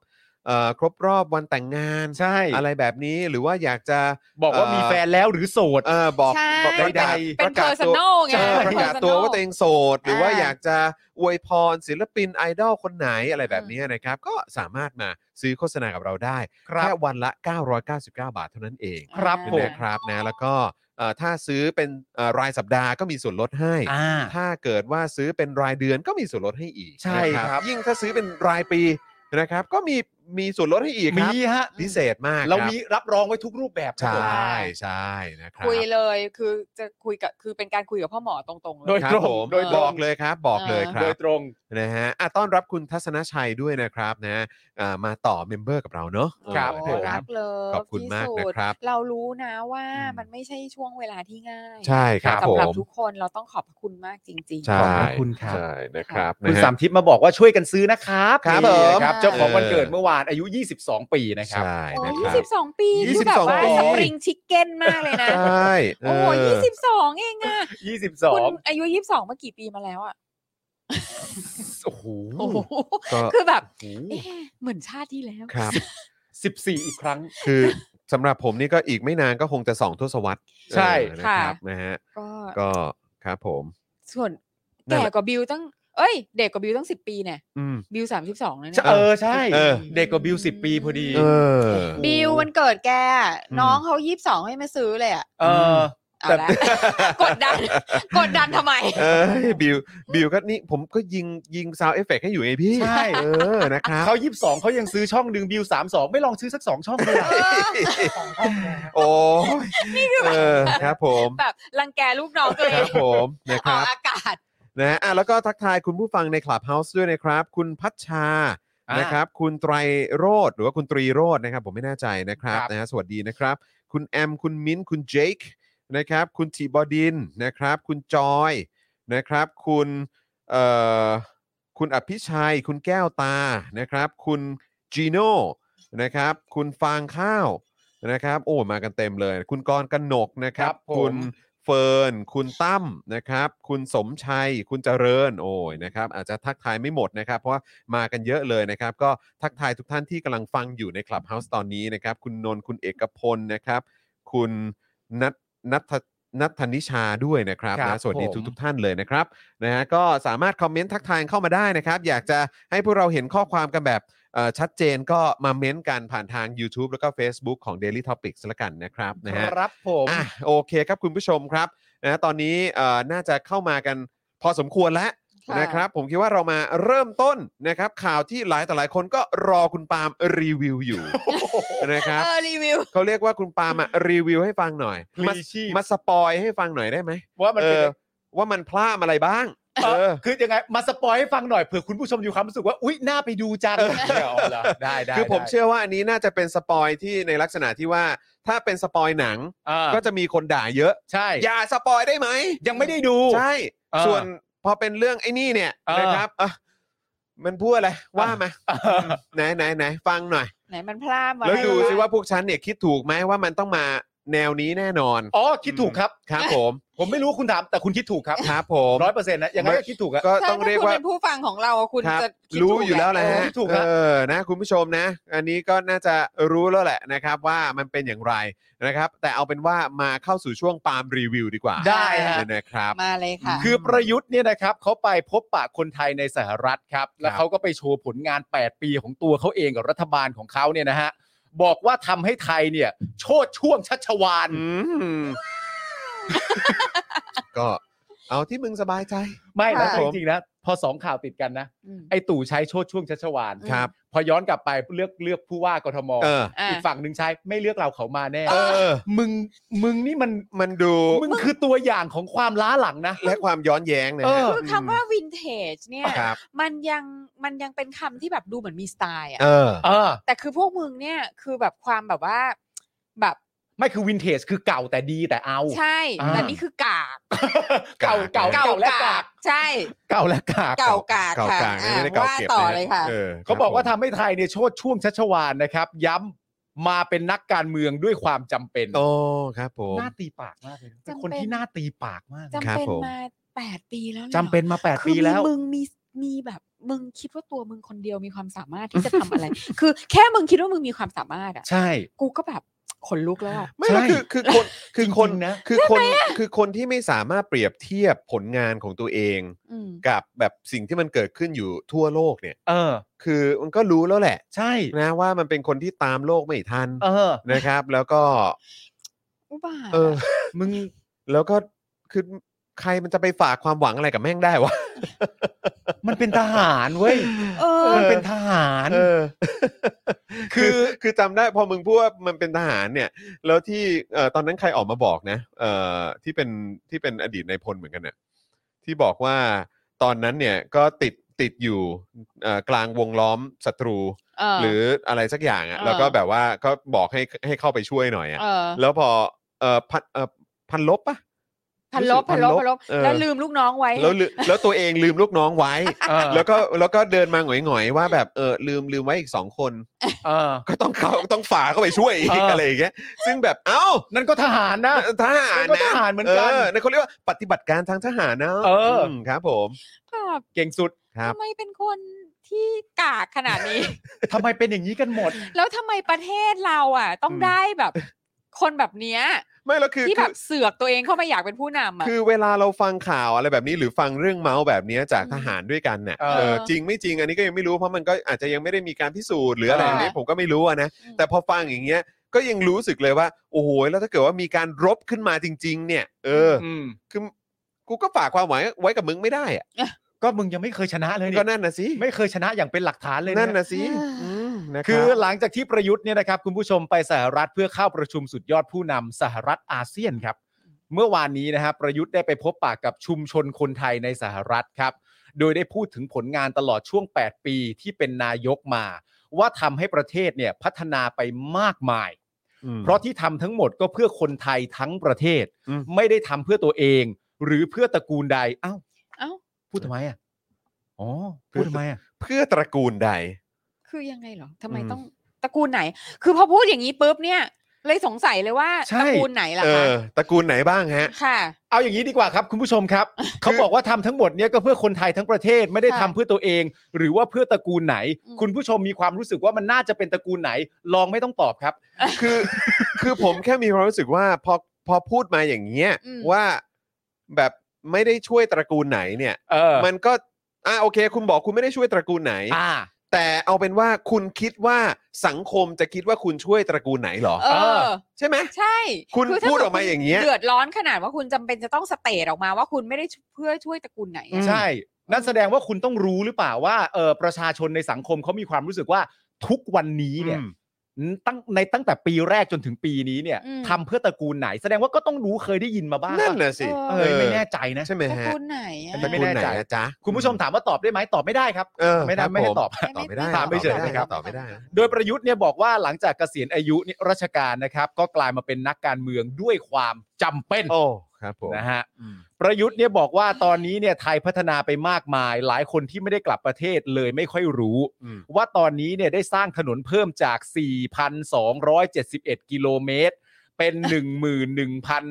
S3: เอ่อครบรอบวันแต่งงาน
S4: ใช่
S3: อะไรแบบนี้หรือว่าอยากจะ
S4: บอกว่ามีแฟนแล้วหรือโสด
S3: เออบอก
S5: ใช่
S3: บอกประกาศ
S5: เป็
S3: ป
S5: น
S3: ระ
S5: เพ
S3: กา
S5: อ
S3: ศ
S5: ร์ซั
S3: ตัวน
S5: อลไง
S3: เออประกาศตัว
S5: personal
S3: ว่าตัวเองโสด หรือว่า
S5: อ่า
S3: อยากจะอวยพรศิลปินไอดอลคนไหนอะไรแบบนี้นะครับ ก็สามารถมาซื้อโฆษณากับเราได้
S4: ครับ
S3: แค่วันละ 999 บาทเท่านั้นเอง
S4: ครับผม
S3: นะครับนะแล้วก็เอ่อถ้าซื้อเป็นเอ่อรายสัปดาห์ก็มีส่วนลดให้
S4: อ่า
S3: ถ้าเกิดว่าซื้อเป็นรายเดือนก็มีส่วนลดให้อีก
S4: ใช่
S3: นะครับ ยิ่งถ้าซื้อเป็นรายปีนะครับ ก็มีมีส่วนลดให้อีกค
S4: มี
S3: รับ
S4: ฮะ
S3: พิเศษมาก
S4: เรา
S3: คบ
S4: มีรับรองไว้ทุกรูปแบบค
S3: ใช
S4: รับผ
S3: ่
S4: ม
S3: ใช่นะครับ
S5: คุยเลยคือจะคุยกับคือเป็นการคุยกับพ่อหมอตรงๆเล
S4: โด
S5: ย
S4: ย
S3: ครับผม
S4: โดยตรง
S3: บอกเลยครับบอกเลยครั
S4: โด
S3: บ
S4: ยตรง
S3: นะฮะอ่ะต้อนรับคุณทัศนชัยด้วยนะครับนะอ่ามาต่อเมมเบอร์กับเราเนาะ
S5: ครับ
S3: เออนะค
S5: รั
S3: รับ
S5: กเลย
S3: ขอบคุณมาก
S5: ที่สุด
S3: นะครับ
S5: เรารู้นะว่า
S4: อืม
S5: มันไม่ใช่ช่วงเวลาที่ง่าย
S3: ใช่ครับผ
S5: สำหรับ
S3: ม
S5: ทุกคนเราต้องขอบพระคุณมากจริง
S3: ใช่
S4: ขอบพระคุณครับ
S3: ใช่นะครับ
S4: คุณ
S3: นะฮะ
S4: สามทิพย์มาบอกว่าช่วยกันซื้อนะครับ
S3: ครับ
S4: นี่
S3: ผม
S4: ครับ เจ้าของวันเกิดเมื่อวานอายุ 22 ปีนะครับ
S3: ใช่
S5: โอ้
S3: นะค
S5: ยี่
S3: รับ
S5: สิบสองปี
S3: 22
S5: คือแบบว่า
S3: ปี
S5: สปริงชิคเก้นมากเลยนะ
S3: ใช่
S5: โอ้โห
S3: เ
S5: ยี่สิบสองเองอะคุณ
S4: 22
S5: อายุยี่สิบสองมากี่ปีมาแล้วอะ
S4: โอ้โห
S5: โอ้โห
S3: ก็
S5: คือแบบเอ๊ะเหมือนชาติที่แล้ว
S3: ครับ
S4: 14 อีกครั้ง
S3: คือ สำหรับผมนี่ก็อีกไม่นานก็คงจะสองทศวรรษ
S4: ใช่
S3: เออนะครับ
S5: ค่ะ
S3: นะฮะ
S5: ก็
S3: ก็ครับผม
S5: ส่วน
S3: นั่นแห
S5: แก่
S3: ละ
S5: กว่าบิวตั้งเอ้ย เด็กกว่าบิวตั้งสิบปีเนี่ย
S3: อืม
S5: บิวสามสิบสองเลย
S4: จะ
S5: นะ
S4: เออใช่
S3: เออ
S4: เด็กกว่าบิว 10 ปีพอดี
S3: เออ
S5: บิวมันเกิดแกอะ
S3: อืม
S5: น้องเขายี่สิบสองให้มาซื้อเลยอะ
S4: เออ
S5: เอา
S4: แต่
S5: ละ กดดัน กดดันทำไม
S3: เอ้ยบิวบิวก็นี่ผมก็ยิงยิงซาวเอฟเฟกให้อยู่ไงพี่
S4: ใช่
S3: เออนะครับ
S4: เขา22 เขายังซื้อช่องหนึ่งบิว 32 ไม่ลองซื้อสัก 2 ช่องเลย อะ
S6: สองห้องเลยครับ
S3: โอ้ยเออครับผม
S5: แบบรังแกลูกน้องตัวเอ
S3: ครั
S5: ง
S3: บผมนะค
S5: เอา
S3: รับ
S5: อากาศ
S3: นะฮะอ่ะแล้วก็ทักทายคุณผู้ฟังในคลับเฮาส์ด้วยนะครับ คุณพัชชา
S4: อ่าน
S3: นะครับ คุณไตรโรธหรือว่าคุณตรีโรธนะครับ ผมไม่แน่ใจนะครับ
S4: ครับ
S3: นะฮะสวัสดีนะครับ คุณแอม คุณมิ้นท์คุณเจคนะครับ คุณทีบอดินนะครับ คุณจอยนะครับ คุณเอ่อคุณอภิชัย คุณแก้วตานะครับ คุณจีโน่นะครับ คุณฟางข้าวนะครับ โอ้มากันเต็มเลย คุณกรกนกนะครับ
S4: ครับผม
S3: คุณเฟิร์น คุณตั้มนะครับ คุณสมชัย คุณเจริญ โอ้ยนะครับ อาจจะทักทายไม่หมดนะครับ เพราะว่ามากันเยอะเลยนะครับ ก็ทักทายทุกท่านที่กำลังฟังอยู่ในคลับเฮาส์ตอนนี้นะครับ คุณนนท์คุณเอกพลนะครับ คุณนัทนัทนัทธนิชาด้วยนะครับ
S4: ครับ
S3: นะสวัสดี
S4: ผม
S3: ทุกทุกๆท่านเลยนะครับนะฮะก็สามารถคอมเมนต์ทักทายเข้ามาได้นะครับ อยากจะให้พวกเราเห็นข้อความกันแบบ เอ่อชัดเจนก็มาเม้นต์กันผ่านทาง YouTube แล้วก็ Facebook ของ Daily Topics ละกันนะครับนะฮะ
S4: ครับผม
S3: อ่ะโอเคครับคุณผู้ชมครับนะตอนนี้เอ่อน่าจะเข้ามากันพอสมควรแล้ว
S5: ค่ะ
S3: นะครับ ผมคิดว่าเรามาเริ่มต้นนะครับ ข่าวที่หลายต่อหลายคนก็รอคุณปาล์มรีวิวอยู่ นะครับ
S5: เออรีวิว
S3: เขาเรียกว่าคุณปาล์มอะรีวิวให้ฟังหน่อย
S4: พลี
S3: มา
S4: ชีพ
S3: มาสปอยให้ฟังหน่อยได้ไหม
S4: ว่ามัน
S3: เอ
S4: เป็น
S3: อว่ามันพลาดอะไรบ้าง
S4: เอ
S3: เอ
S4: อ
S3: อ
S4: คือยังไงมาสปอยให้ฟังหน่อยเผื่อคุณผู้ชมอยู่ความรู้สึกว่าอุ๊ยน่าไปดูจัง
S3: เออ
S4: เนี่ยเอาเหรอได้ได้
S3: คือผม
S4: ได้
S3: เชื่อว่าอันนี้น่าจะเป็นสปอยที่ในลักษณะที่ว่าถ้าเป็นสปอยหนัง
S4: อ่า
S3: ก็จะมีคนด่าเยอะ
S4: ใช่
S3: อย่าสปอยได้ไหม
S4: ยังไม่ได้ดู
S3: ใช่
S4: เออ
S3: ส่วนพอเป็นเรื่องไอ้นี่เนี่ย
S4: เออ
S3: นะครับอ่ะมันพูดอะไร ว่ามา
S4: อ่า
S3: ไหนไหนไหนฟังหน่อย
S5: ไหนมันพลาดมา
S3: แล้ว
S5: ให้
S3: ดู
S5: เร
S3: ซิว่าพวกฉันเนี่ยคิดถูกไหมว่ามันต้องมาแนวนี้แน่นอน
S4: อ๋อคิดถูกครับ
S3: ครับผม
S4: ผมไม่รู้ว่าคุณถามแต่คุณคิดถูกครับ
S3: ครับผม
S4: ร้อยเปอร์เซ็นต์นะยังไงก็คิดถูกอะ
S3: ก็
S5: ถ้า
S3: ต้อง
S5: ถ้า
S3: เรียก
S5: คุณ
S3: ว่า
S5: เป็นผู้ฟังของเราคุณ
S3: ครับ
S5: จะคิด
S3: รู้
S5: ถูก
S3: อยู่แล้วแหละฮะ
S4: คิดถูก
S3: เอ
S4: แล้ว
S3: อนะคุณผู้ชมนะ อันนี้ก็น่าจะรู้แล้วแหละนะครับ ว่ามันเป็นอย่างไรนะครับ แต่เอาเป็นว่ามาเข้าสู่ช่วงปาล์มรีวิวดีกว่า
S4: ได้ฮะ
S3: นะครับ
S5: มาเลยค่ะ
S4: คือประยุทธ์เนี่ยนะครับเขาไปพบปะคนไทยในสหรัฐครับ แล้วเขาก็ไปโชว์ผลงาน 8 ปีของตัวเขาเองกับรัฐบาลของเขาเนี่ยนะฮะบอกว่าทำให้ไทยเนี่ย โชดช่วงชัชวาน
S3: อืม ก็เอาที่มึงสบายใจ
S4: ไม่
S5: ครั
S4: นะ
S5: บ
S4: จริงๆนะพอสองข่าวติดกันนะ
S5: ม
S4: ไอ้ตู่ใช้โชดช่วงชัชวาน
S3: ครับ
S4: พอย้อนกลับไปเลือกเลือกผู้ว่ากทม
S3: เออ
S5: อ่ะ
S4: อีกฝั่งหนึ่งใช้ไม่เลือกเราเขามาแน่
S3: เออ
S4: มึงมึงนี่มัน
S3: มันดู
S4: มึงคือตัวอย่างของความล้าหลังนะ
S3: และความย้อนแย้งนะ
S4: เออ
S3: ฮะ
S5: คือคำว่าวินเทจเนี่ย
S3: ครับ
S5: มันยังมันยังเป็นคำที่แบบดูเหมือนมีสไตล์อะ
S3: เออ
S4: เออ
S5: แต่คือพวกมึงเนี่ยคือแบบความแบบว่า แบบ
S4: ไม่คือวินเทจคือเก่าแต่ดีแต่เอา
S5: ใช่
S4: อ่า
S5: แต่นี่คือกาก
S4: เก่าเก่าเก่าและกาก
S5: ใช่
S4: เก่าและกาก
S5: เก่ากาก
S3: เก่า
S5: ค่ะ
S3: กลางนะ
S5: อ่ะ
S3: ไม่ได้เก่า
S5: ว่า
S3: เก็บ
S5: ต่อ
S3: นะฮะ
S5: เลยค่ะ
S3: ครับ
S4: เขาบอกว่า
S3: ผม
S4: ทำให้ไทยเนี่ยโชดช่วงชัชวานนะครับ ย้ำมาเป็นนักการเมืองด้วยความจำเป็น
S3: โอ้ครับผม
S4: น่าตีปากมากเลยนะเป็นคน
S5: จำเป็น
S4: ที่น่าตีปากมาก
S5: จำ
S3: ครับ
S5: เป็น
S3: ผม
S5: มาแปดปีแล้วลยหรอ
S4: จำเป็นมา 8
S5: คือ
S4: ปีแล้ว
S5: มึงมีมีแบบมึงคิดว่าตัวมึงคนเดียวมีความสามารถที่จะทำอะไร คือแค่มึงคิดว่ามึงมีความสามารถอ่ะ
S4: ใช่
S5: กูก็แบบขนลุกแล้วอ่ะ
S3: ไม่
S4: ใช่
S3: แล้วคือคือคนคือคน
S4: จริงๆนะ
S3: คือคนคือคนที่ไม่สามารถเปรียบเทียบผลงานของตัวเอง
S5: อืม
S3: กับแบบสิ่งที่มันเกิดขึ้นอยู่ทั่วโลกเนี่ย
S4: เออ
S3: คือมันก็รู้แล้วแหละ
S4: ใช่
S3: นะว่ามันเป็นคนที่ตามโลกไม่ทัน
S4: เออ
S3: นะครับ แล้วก็
S5: อุบาท
S3: เออ
S5: อะ
S4: มึง
S3: แล้วก็คือใครมันจะไปฝากความหวังอะไรกับแม่งได้วะ
S4: มันเป็นทหารเว้ย
S5: เออ
S4: มันเป็นทหาร
S3: เออ
S4: คื
S3: คือ อคือจำได้พอมึงพูดว่ามันเป็นทหารเนี่ย แล้วที่เอ่อตอนนั้นใครออกมาบอกนะเอ่อที่เป็นที่เป็นอดีตนายพลเหมือนกันเนี่ยที่บอกว่าตอนนั้นเนี่ยก็ติดติดอยู่เอ่อกลางวงล้อมศัตรู
S5: เออ
S3: หรืออะไรสักอย่างอะ่ะ
S5: เออ
S3: แล้วก็แบบว่าก็บอกให้ให้เข้าไปช่วยหน่อย
S5: เอ
S3: อะ่ะ
S5: อ
S3: แล้วพอเอ่อพันเอ่อพันลบปะ
S5: พันลบพันลบพันลบ
S3: เออ
S5: แล้วลืมลูกน้องไว้
S3: แล้วลืแล้วตัวเองลืมลูกน้องไว้
S4: เออ
S3: แล้วก็แล้วก็เดินมาหงอยๆว่าแบบเออลืมลืมไว้อีกสองคน
S4: เออ
S3: ก็ต้องเขาต้องฝ่าเข้าไปช่วยอีก
S4: เอออ
S3: อะไรอย่างเงี้ย ซึ่งแบบเอ้า
S4: นั่นก็ทหารนะ
S3: ทหาร
S4: ก็
S3: นะ
S4: ทหารเหมือนกัน
S3: นนั่นเขาเรียกว่าปฏิบัติการทางทหารนะ
S4: เอออื
S3: มครับผม
S5: แบบ
S4: เก่งสุด
S3: ครับ
S5: ทำไมเป็นคนที่กากขนาดนี้
S4: ทำไมเป็นอย่างนี้กันหมด
S5: แล้วทำไมประเทศเราอ่ะ ต้อง
S3: อืม
S5: ได้แบบ คนแบบเนี้ย
S3: ไม่แล้วคือ
S5: ที่
S3: คื
S5: แบ
S3: อบ
S5: เสือกตัวเองเข้ามาอยากเป็นผู้นำอ่ะ
S3: คือเวลาเราฟังข่าวอะไรแบบนี้ หรือฟังเรื่องเมาส์แบบเนี้ยจาก
S5: อืม
S3: ทหารด้วยกันเนี่ย
S4: เออ
S3: เออจริงไม่จริงอันนี้ก็ยังไม่รู้เพราะมันก็อาจจะยังไม่ได้มีการพิสูจน์หรืออะไร
S5: เออ
S3: แบ
S5: อ
S3: บนี้ผมก็ไม่รู้อะนะ
S5: อืม
S3: แต่พอฟังอย่างเงี้ยก็ยังรู้สึกเลยว่าโอ้โหแล้วถ้าเกิดว่ามีการรบขึ้นมาจริง ๆ เนี่ยเอออ
S4: อืม
S3: คือกูก็ฝากความหวังไว้กับมึงไม่ได้อะ
S4: ก็มึงยังไม่เคยชนะเลย
S3: ก็
S4: นี่
S3: นั่นนะสิ
S4: ไม่เคยชนะอย่างเป็นหลักฐานเลยเย
S3: นั่นนะสิอืมนะ
S4: คือ
S3: รับ
S4: หลังจากที่ประยุทธ์เนี่ยนะครับคุณผู้ชมไปสหรัฐเพื่อเข้าประชุมสุดยอดผู้นำสหรัฐอาเซียนครับ เมื่อวานนี้นะครับประยุทธ์ได้ไปพบปากกับชุมชนคนไทยในสหรัฐครับ โดยได้พูดถึงผลงานตลอดช่วง 8 ปีที่เป็นนายกมา ว่าทำให้ประเทศเนี่ยพัฒนาไปมากมาย
S3: อืม
S4: เพราะที่ทำทั้งหมดก็เพื่อคนไทยทั้งประเทศ
S3: อืม
S4: ไม่ได้ทำเพื่อตัวเอง หรือเพื่อตระกูลใดเอ้า
S5: เอ้า
S4: พูดทำไมอ่ะอ๋อพูดทำไมอ่ะ
S3: เพื่อตระกูลใด
S5: คือยังไงเหรอทำไม
S3: อืม
S5: ต้องตระกูลไหน คือพอพูดอย่างนี้ปุ๊บเนี่ย เลยสงสัยเลยว่า
S4: ใช่
S5: ตระกูลไหนล่ะ
S3: เอ
S5: คะ
S3: อตระกูลไหนบ้างฮะ
S5: ค่ะ
S4: เอาอย่างนี้ดีกว่าครับคุณผู้ชม ครับ เขาบอกว่าทำทั้งหมดเนี่ยก็เพื่อคนไทยทั้งประเทศไม่ได้
S5: ค่ะ
S4: ทำเพื่อตัวเอง หรือว่าเพื่อตระกูลไหน
S5: อืม
S4: คุณผู้ชมมีความรู้สึกว่ามันน่าจะเป็นตระกูลไหน ลองไม่ต้องตอบครับ
S3: คือ คือผมแค่มีความรู้สึกว่าพอพอพูดมาอย่างเงี้ย
S5: อืม
S3: ว่าแบบไม่ได้ช่วยตระกูลไหนเนี่ย
S4: เออ
S3: มันก็อ่ะโอเค คุณบอกคุณไม่ได้ช่วยตระกูลไหน
S4: อ่า
S3: แต่เอาเป็นว่าคุณคิดว่าสังคมจะคิดว่าคุณช่วยตระกูลไหนเหรอ
S5: เออ
S3: ใช่ไหม
S5: ใช่
S3: คุณ
S5: ถ้
S3: พูดออกมาอย่างเงี้ย
S5: เดือดร้อนขนาดว่าคุณจำเป็นจะต้องสเตทออกมาว่าคุณไม่ได้เพื่อช่วยตระกูลไหนอะ
S4: ใช่ นั่นแสดงว่าคุณต้องรู้หรือเปล่าว่าเออประชาชนในสังคมเขามีความรู้สึกว่าทุกวันนี้เนี่ย
S2: อืม
S4: ตั้งในตั้งแต่ปีแรกจนถึงปีนี้เนี่ยทำเพื่อตระกูลไหน แสดงว่าก็ต้องรู้เคยได้ยินมาบ้าง
S3: นั่น
S4: นะ
S3: น่ะสิ
S4: เออไม่แน่ใจนะ
S3: ใช่ไหม
S5: ตระ
S3: ฮะ
S5: กูลไหนอะ
S4: อันนี้ไม่แน่ใจ
S3: ตระกูลหอะจ๊ะ
S4: คุณผู้ชมถามว่าตอบได้ไหมตอบไม่ได้ครับ
S3: เออ
S4: ไม่ได้
S3: ครับ
S4: ไม่ได้
S3: ผ
S4: ตอบ
S3: ตอบไม่ได้
S4: ถามไม่เฉยนะครับ
S3: ตอบไม่ได้นะ
S4: โดยประยุทธ์เนี่ยบอกว่าหลังจากเกษียณอายุเนี่ยราชการนะครับ ก็กลายมาเป็นนักการเมืองด้วยความจำเป็น
S3: โอ้ ครับผม
S4: นะฮะประยุทธ์เนี่ยบอกว่าตอนนี้เนี่ยไทยพัฒนาไปมากมาย หลายคนที่ไม่ได้กลับประเทศเลยไม่ค่อยรู้
S3: อืม
S4: ว่าตอนนี้เนี่ยได้สร้างถนนเพิ่มจาก 4,271 กิโลเมตร เป็น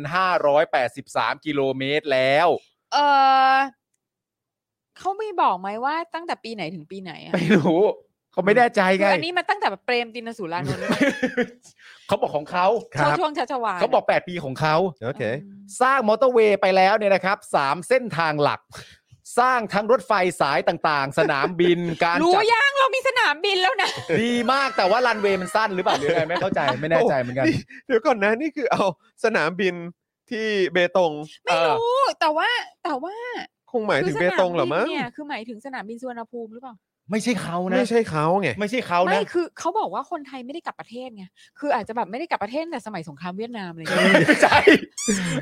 S4: 11,583 กิโลเมตรแล้ว
S5: เออเขาไม่บอกไหมว่าตั้งแต่ปีไหนถึงปีไหนอะ
S4: ไม่รู้เขาไม่แน่ใจ
S5: คื
S4: ไง
S5: ออันนี้มันตั้งแต่แบบเปรมตินสุรานนท์
S4: เขาบอกของเขา
S5: ช่วงช่วงชัชวาล
S4: เขาบอก 8 ปีของเขา
S3: โอเค
S4: สร้างมอเตอร์เวย์ไปแล้วเนี่ยนะครับสามเส้นทางหลัก สร้างทั้งรถไฟสายต่างๆ สนามบิน การ
S5: รู้
S4: จัด
S5: ยังเรามีสนามบินแล้วนะ
S4: ดีมากแต่ว่ารันเวย์มันสั้นหรือเปล่าหรือไงไม่เข้า ใจไม่แน่ใจเหมือนกัน
S3: เดี๋ยวก่อนนะนี่คือเอาสนามบินที่เบตง
S5: ไม่รู้แต่ว่าแต่ว่า
S3: คงหมายถึงเบตงเหรอมั้ง
S5: คืสนามบินเนี่ยคือหมายถึงสนามบินสุวรรณภูมิหรือเปล่า
S4: ไม่ใช่เขานะ
S3: ไม่ใช่เขาไง
S4: ไม่ใช่เขา
S5: ไม่
S4: นะ
S5: คือเขาบอกว่าคนไทยไม่ได้กลับประเทศไงคืออาจจะแบบไม่ได้กลับประเทศแต่สมัยสงครามเวียดนามเลยคือ
S4: ไม่ใช่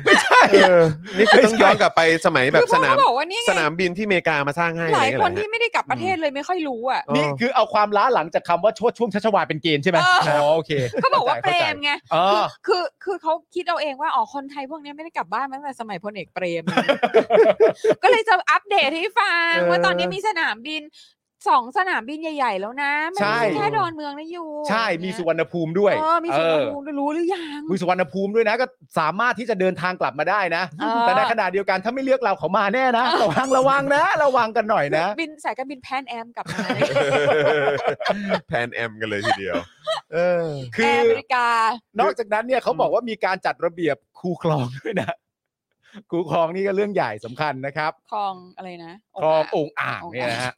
S4: ไม่ใช่
S3: เออ นี่คือต้องย้อนกลับไปสมัยแบบ
S5: พ่
S3: ส
S5: อเขา
S3: นาม
S5: บอกว่าเนี่ย
S3: ส
S5: ไง
S3: นามบินที่อเมริกามาสร้างให้
S5: ห
S3: อะ
S5: ลายค
S3: ไร
S5: น
S3: เงี้
S5: ที่ไม่ได้กลับประเทศเลยไม่ค่อยรู้อ่ะ
S3: เหรอฮะ
S4: นี่คือเอาความล้าหลังจากคำว่าชดช่วงชัชวาลเป็นเกณฑ์ใช่ไหม
S5: เอออ๋
S4: อ๋อโอเค
S5: เขาบอกว่าเปร
S4: ข้ใจ
S5: มไง
S4: เออ
S5: คือคือเขาคิดเอาเองว่าอ๋อคนไทยพวกเนี้ยไม่ได้กลับบ้านมาตั้งแต่สมัยพลเอกเปรม ก็เลยจะอัปเดตให้ฟัง
S4: เออ
S5: ว่าตอนนี้มีสนามบินสองสนามบินใหญ่ ๆ แล้วนะไม่
S4: ใช่
S5: ได้มีแค่ดอนเมืองนะยู
S4: ใช่มีสุวรรณภูมิด้วย
S5: เออมีสุวรรณภูมิด้วยรู้หรือยัง
S4: มีสุวรรณภูมิด้วยนะก็สามารถที่จะเดินทางกลับมาได้นะ
S5: เออ
S4: แต่ในขณะเดียวกันถ้าไม่เลือกเราเขามาแน่นะ
S5: เออ
S4: ระวังระวังนะ ระวังกันหน่อยนะ
S5: บินสายการบินแพนแอมกลับมา
S3: แพนแอมกันเลยทีเดียว เออ
S4: คื
S5: แอ
S4: อ
S5: ร์อเมริกา
S4: นอกจากนั้นเนี่ยเขาบอกว่ามีการจัดระเบียบคูคลองด้วยนะ คูคลองนี่ก็เรื่องใหญ่สำคัญนะครับ
S5: คลองอะไรนะ
S4: คลอง
S5: อ่าง
S4: องค์อ่าง
S5: องค์อ่าง
S4: เนี่ยนะฮะ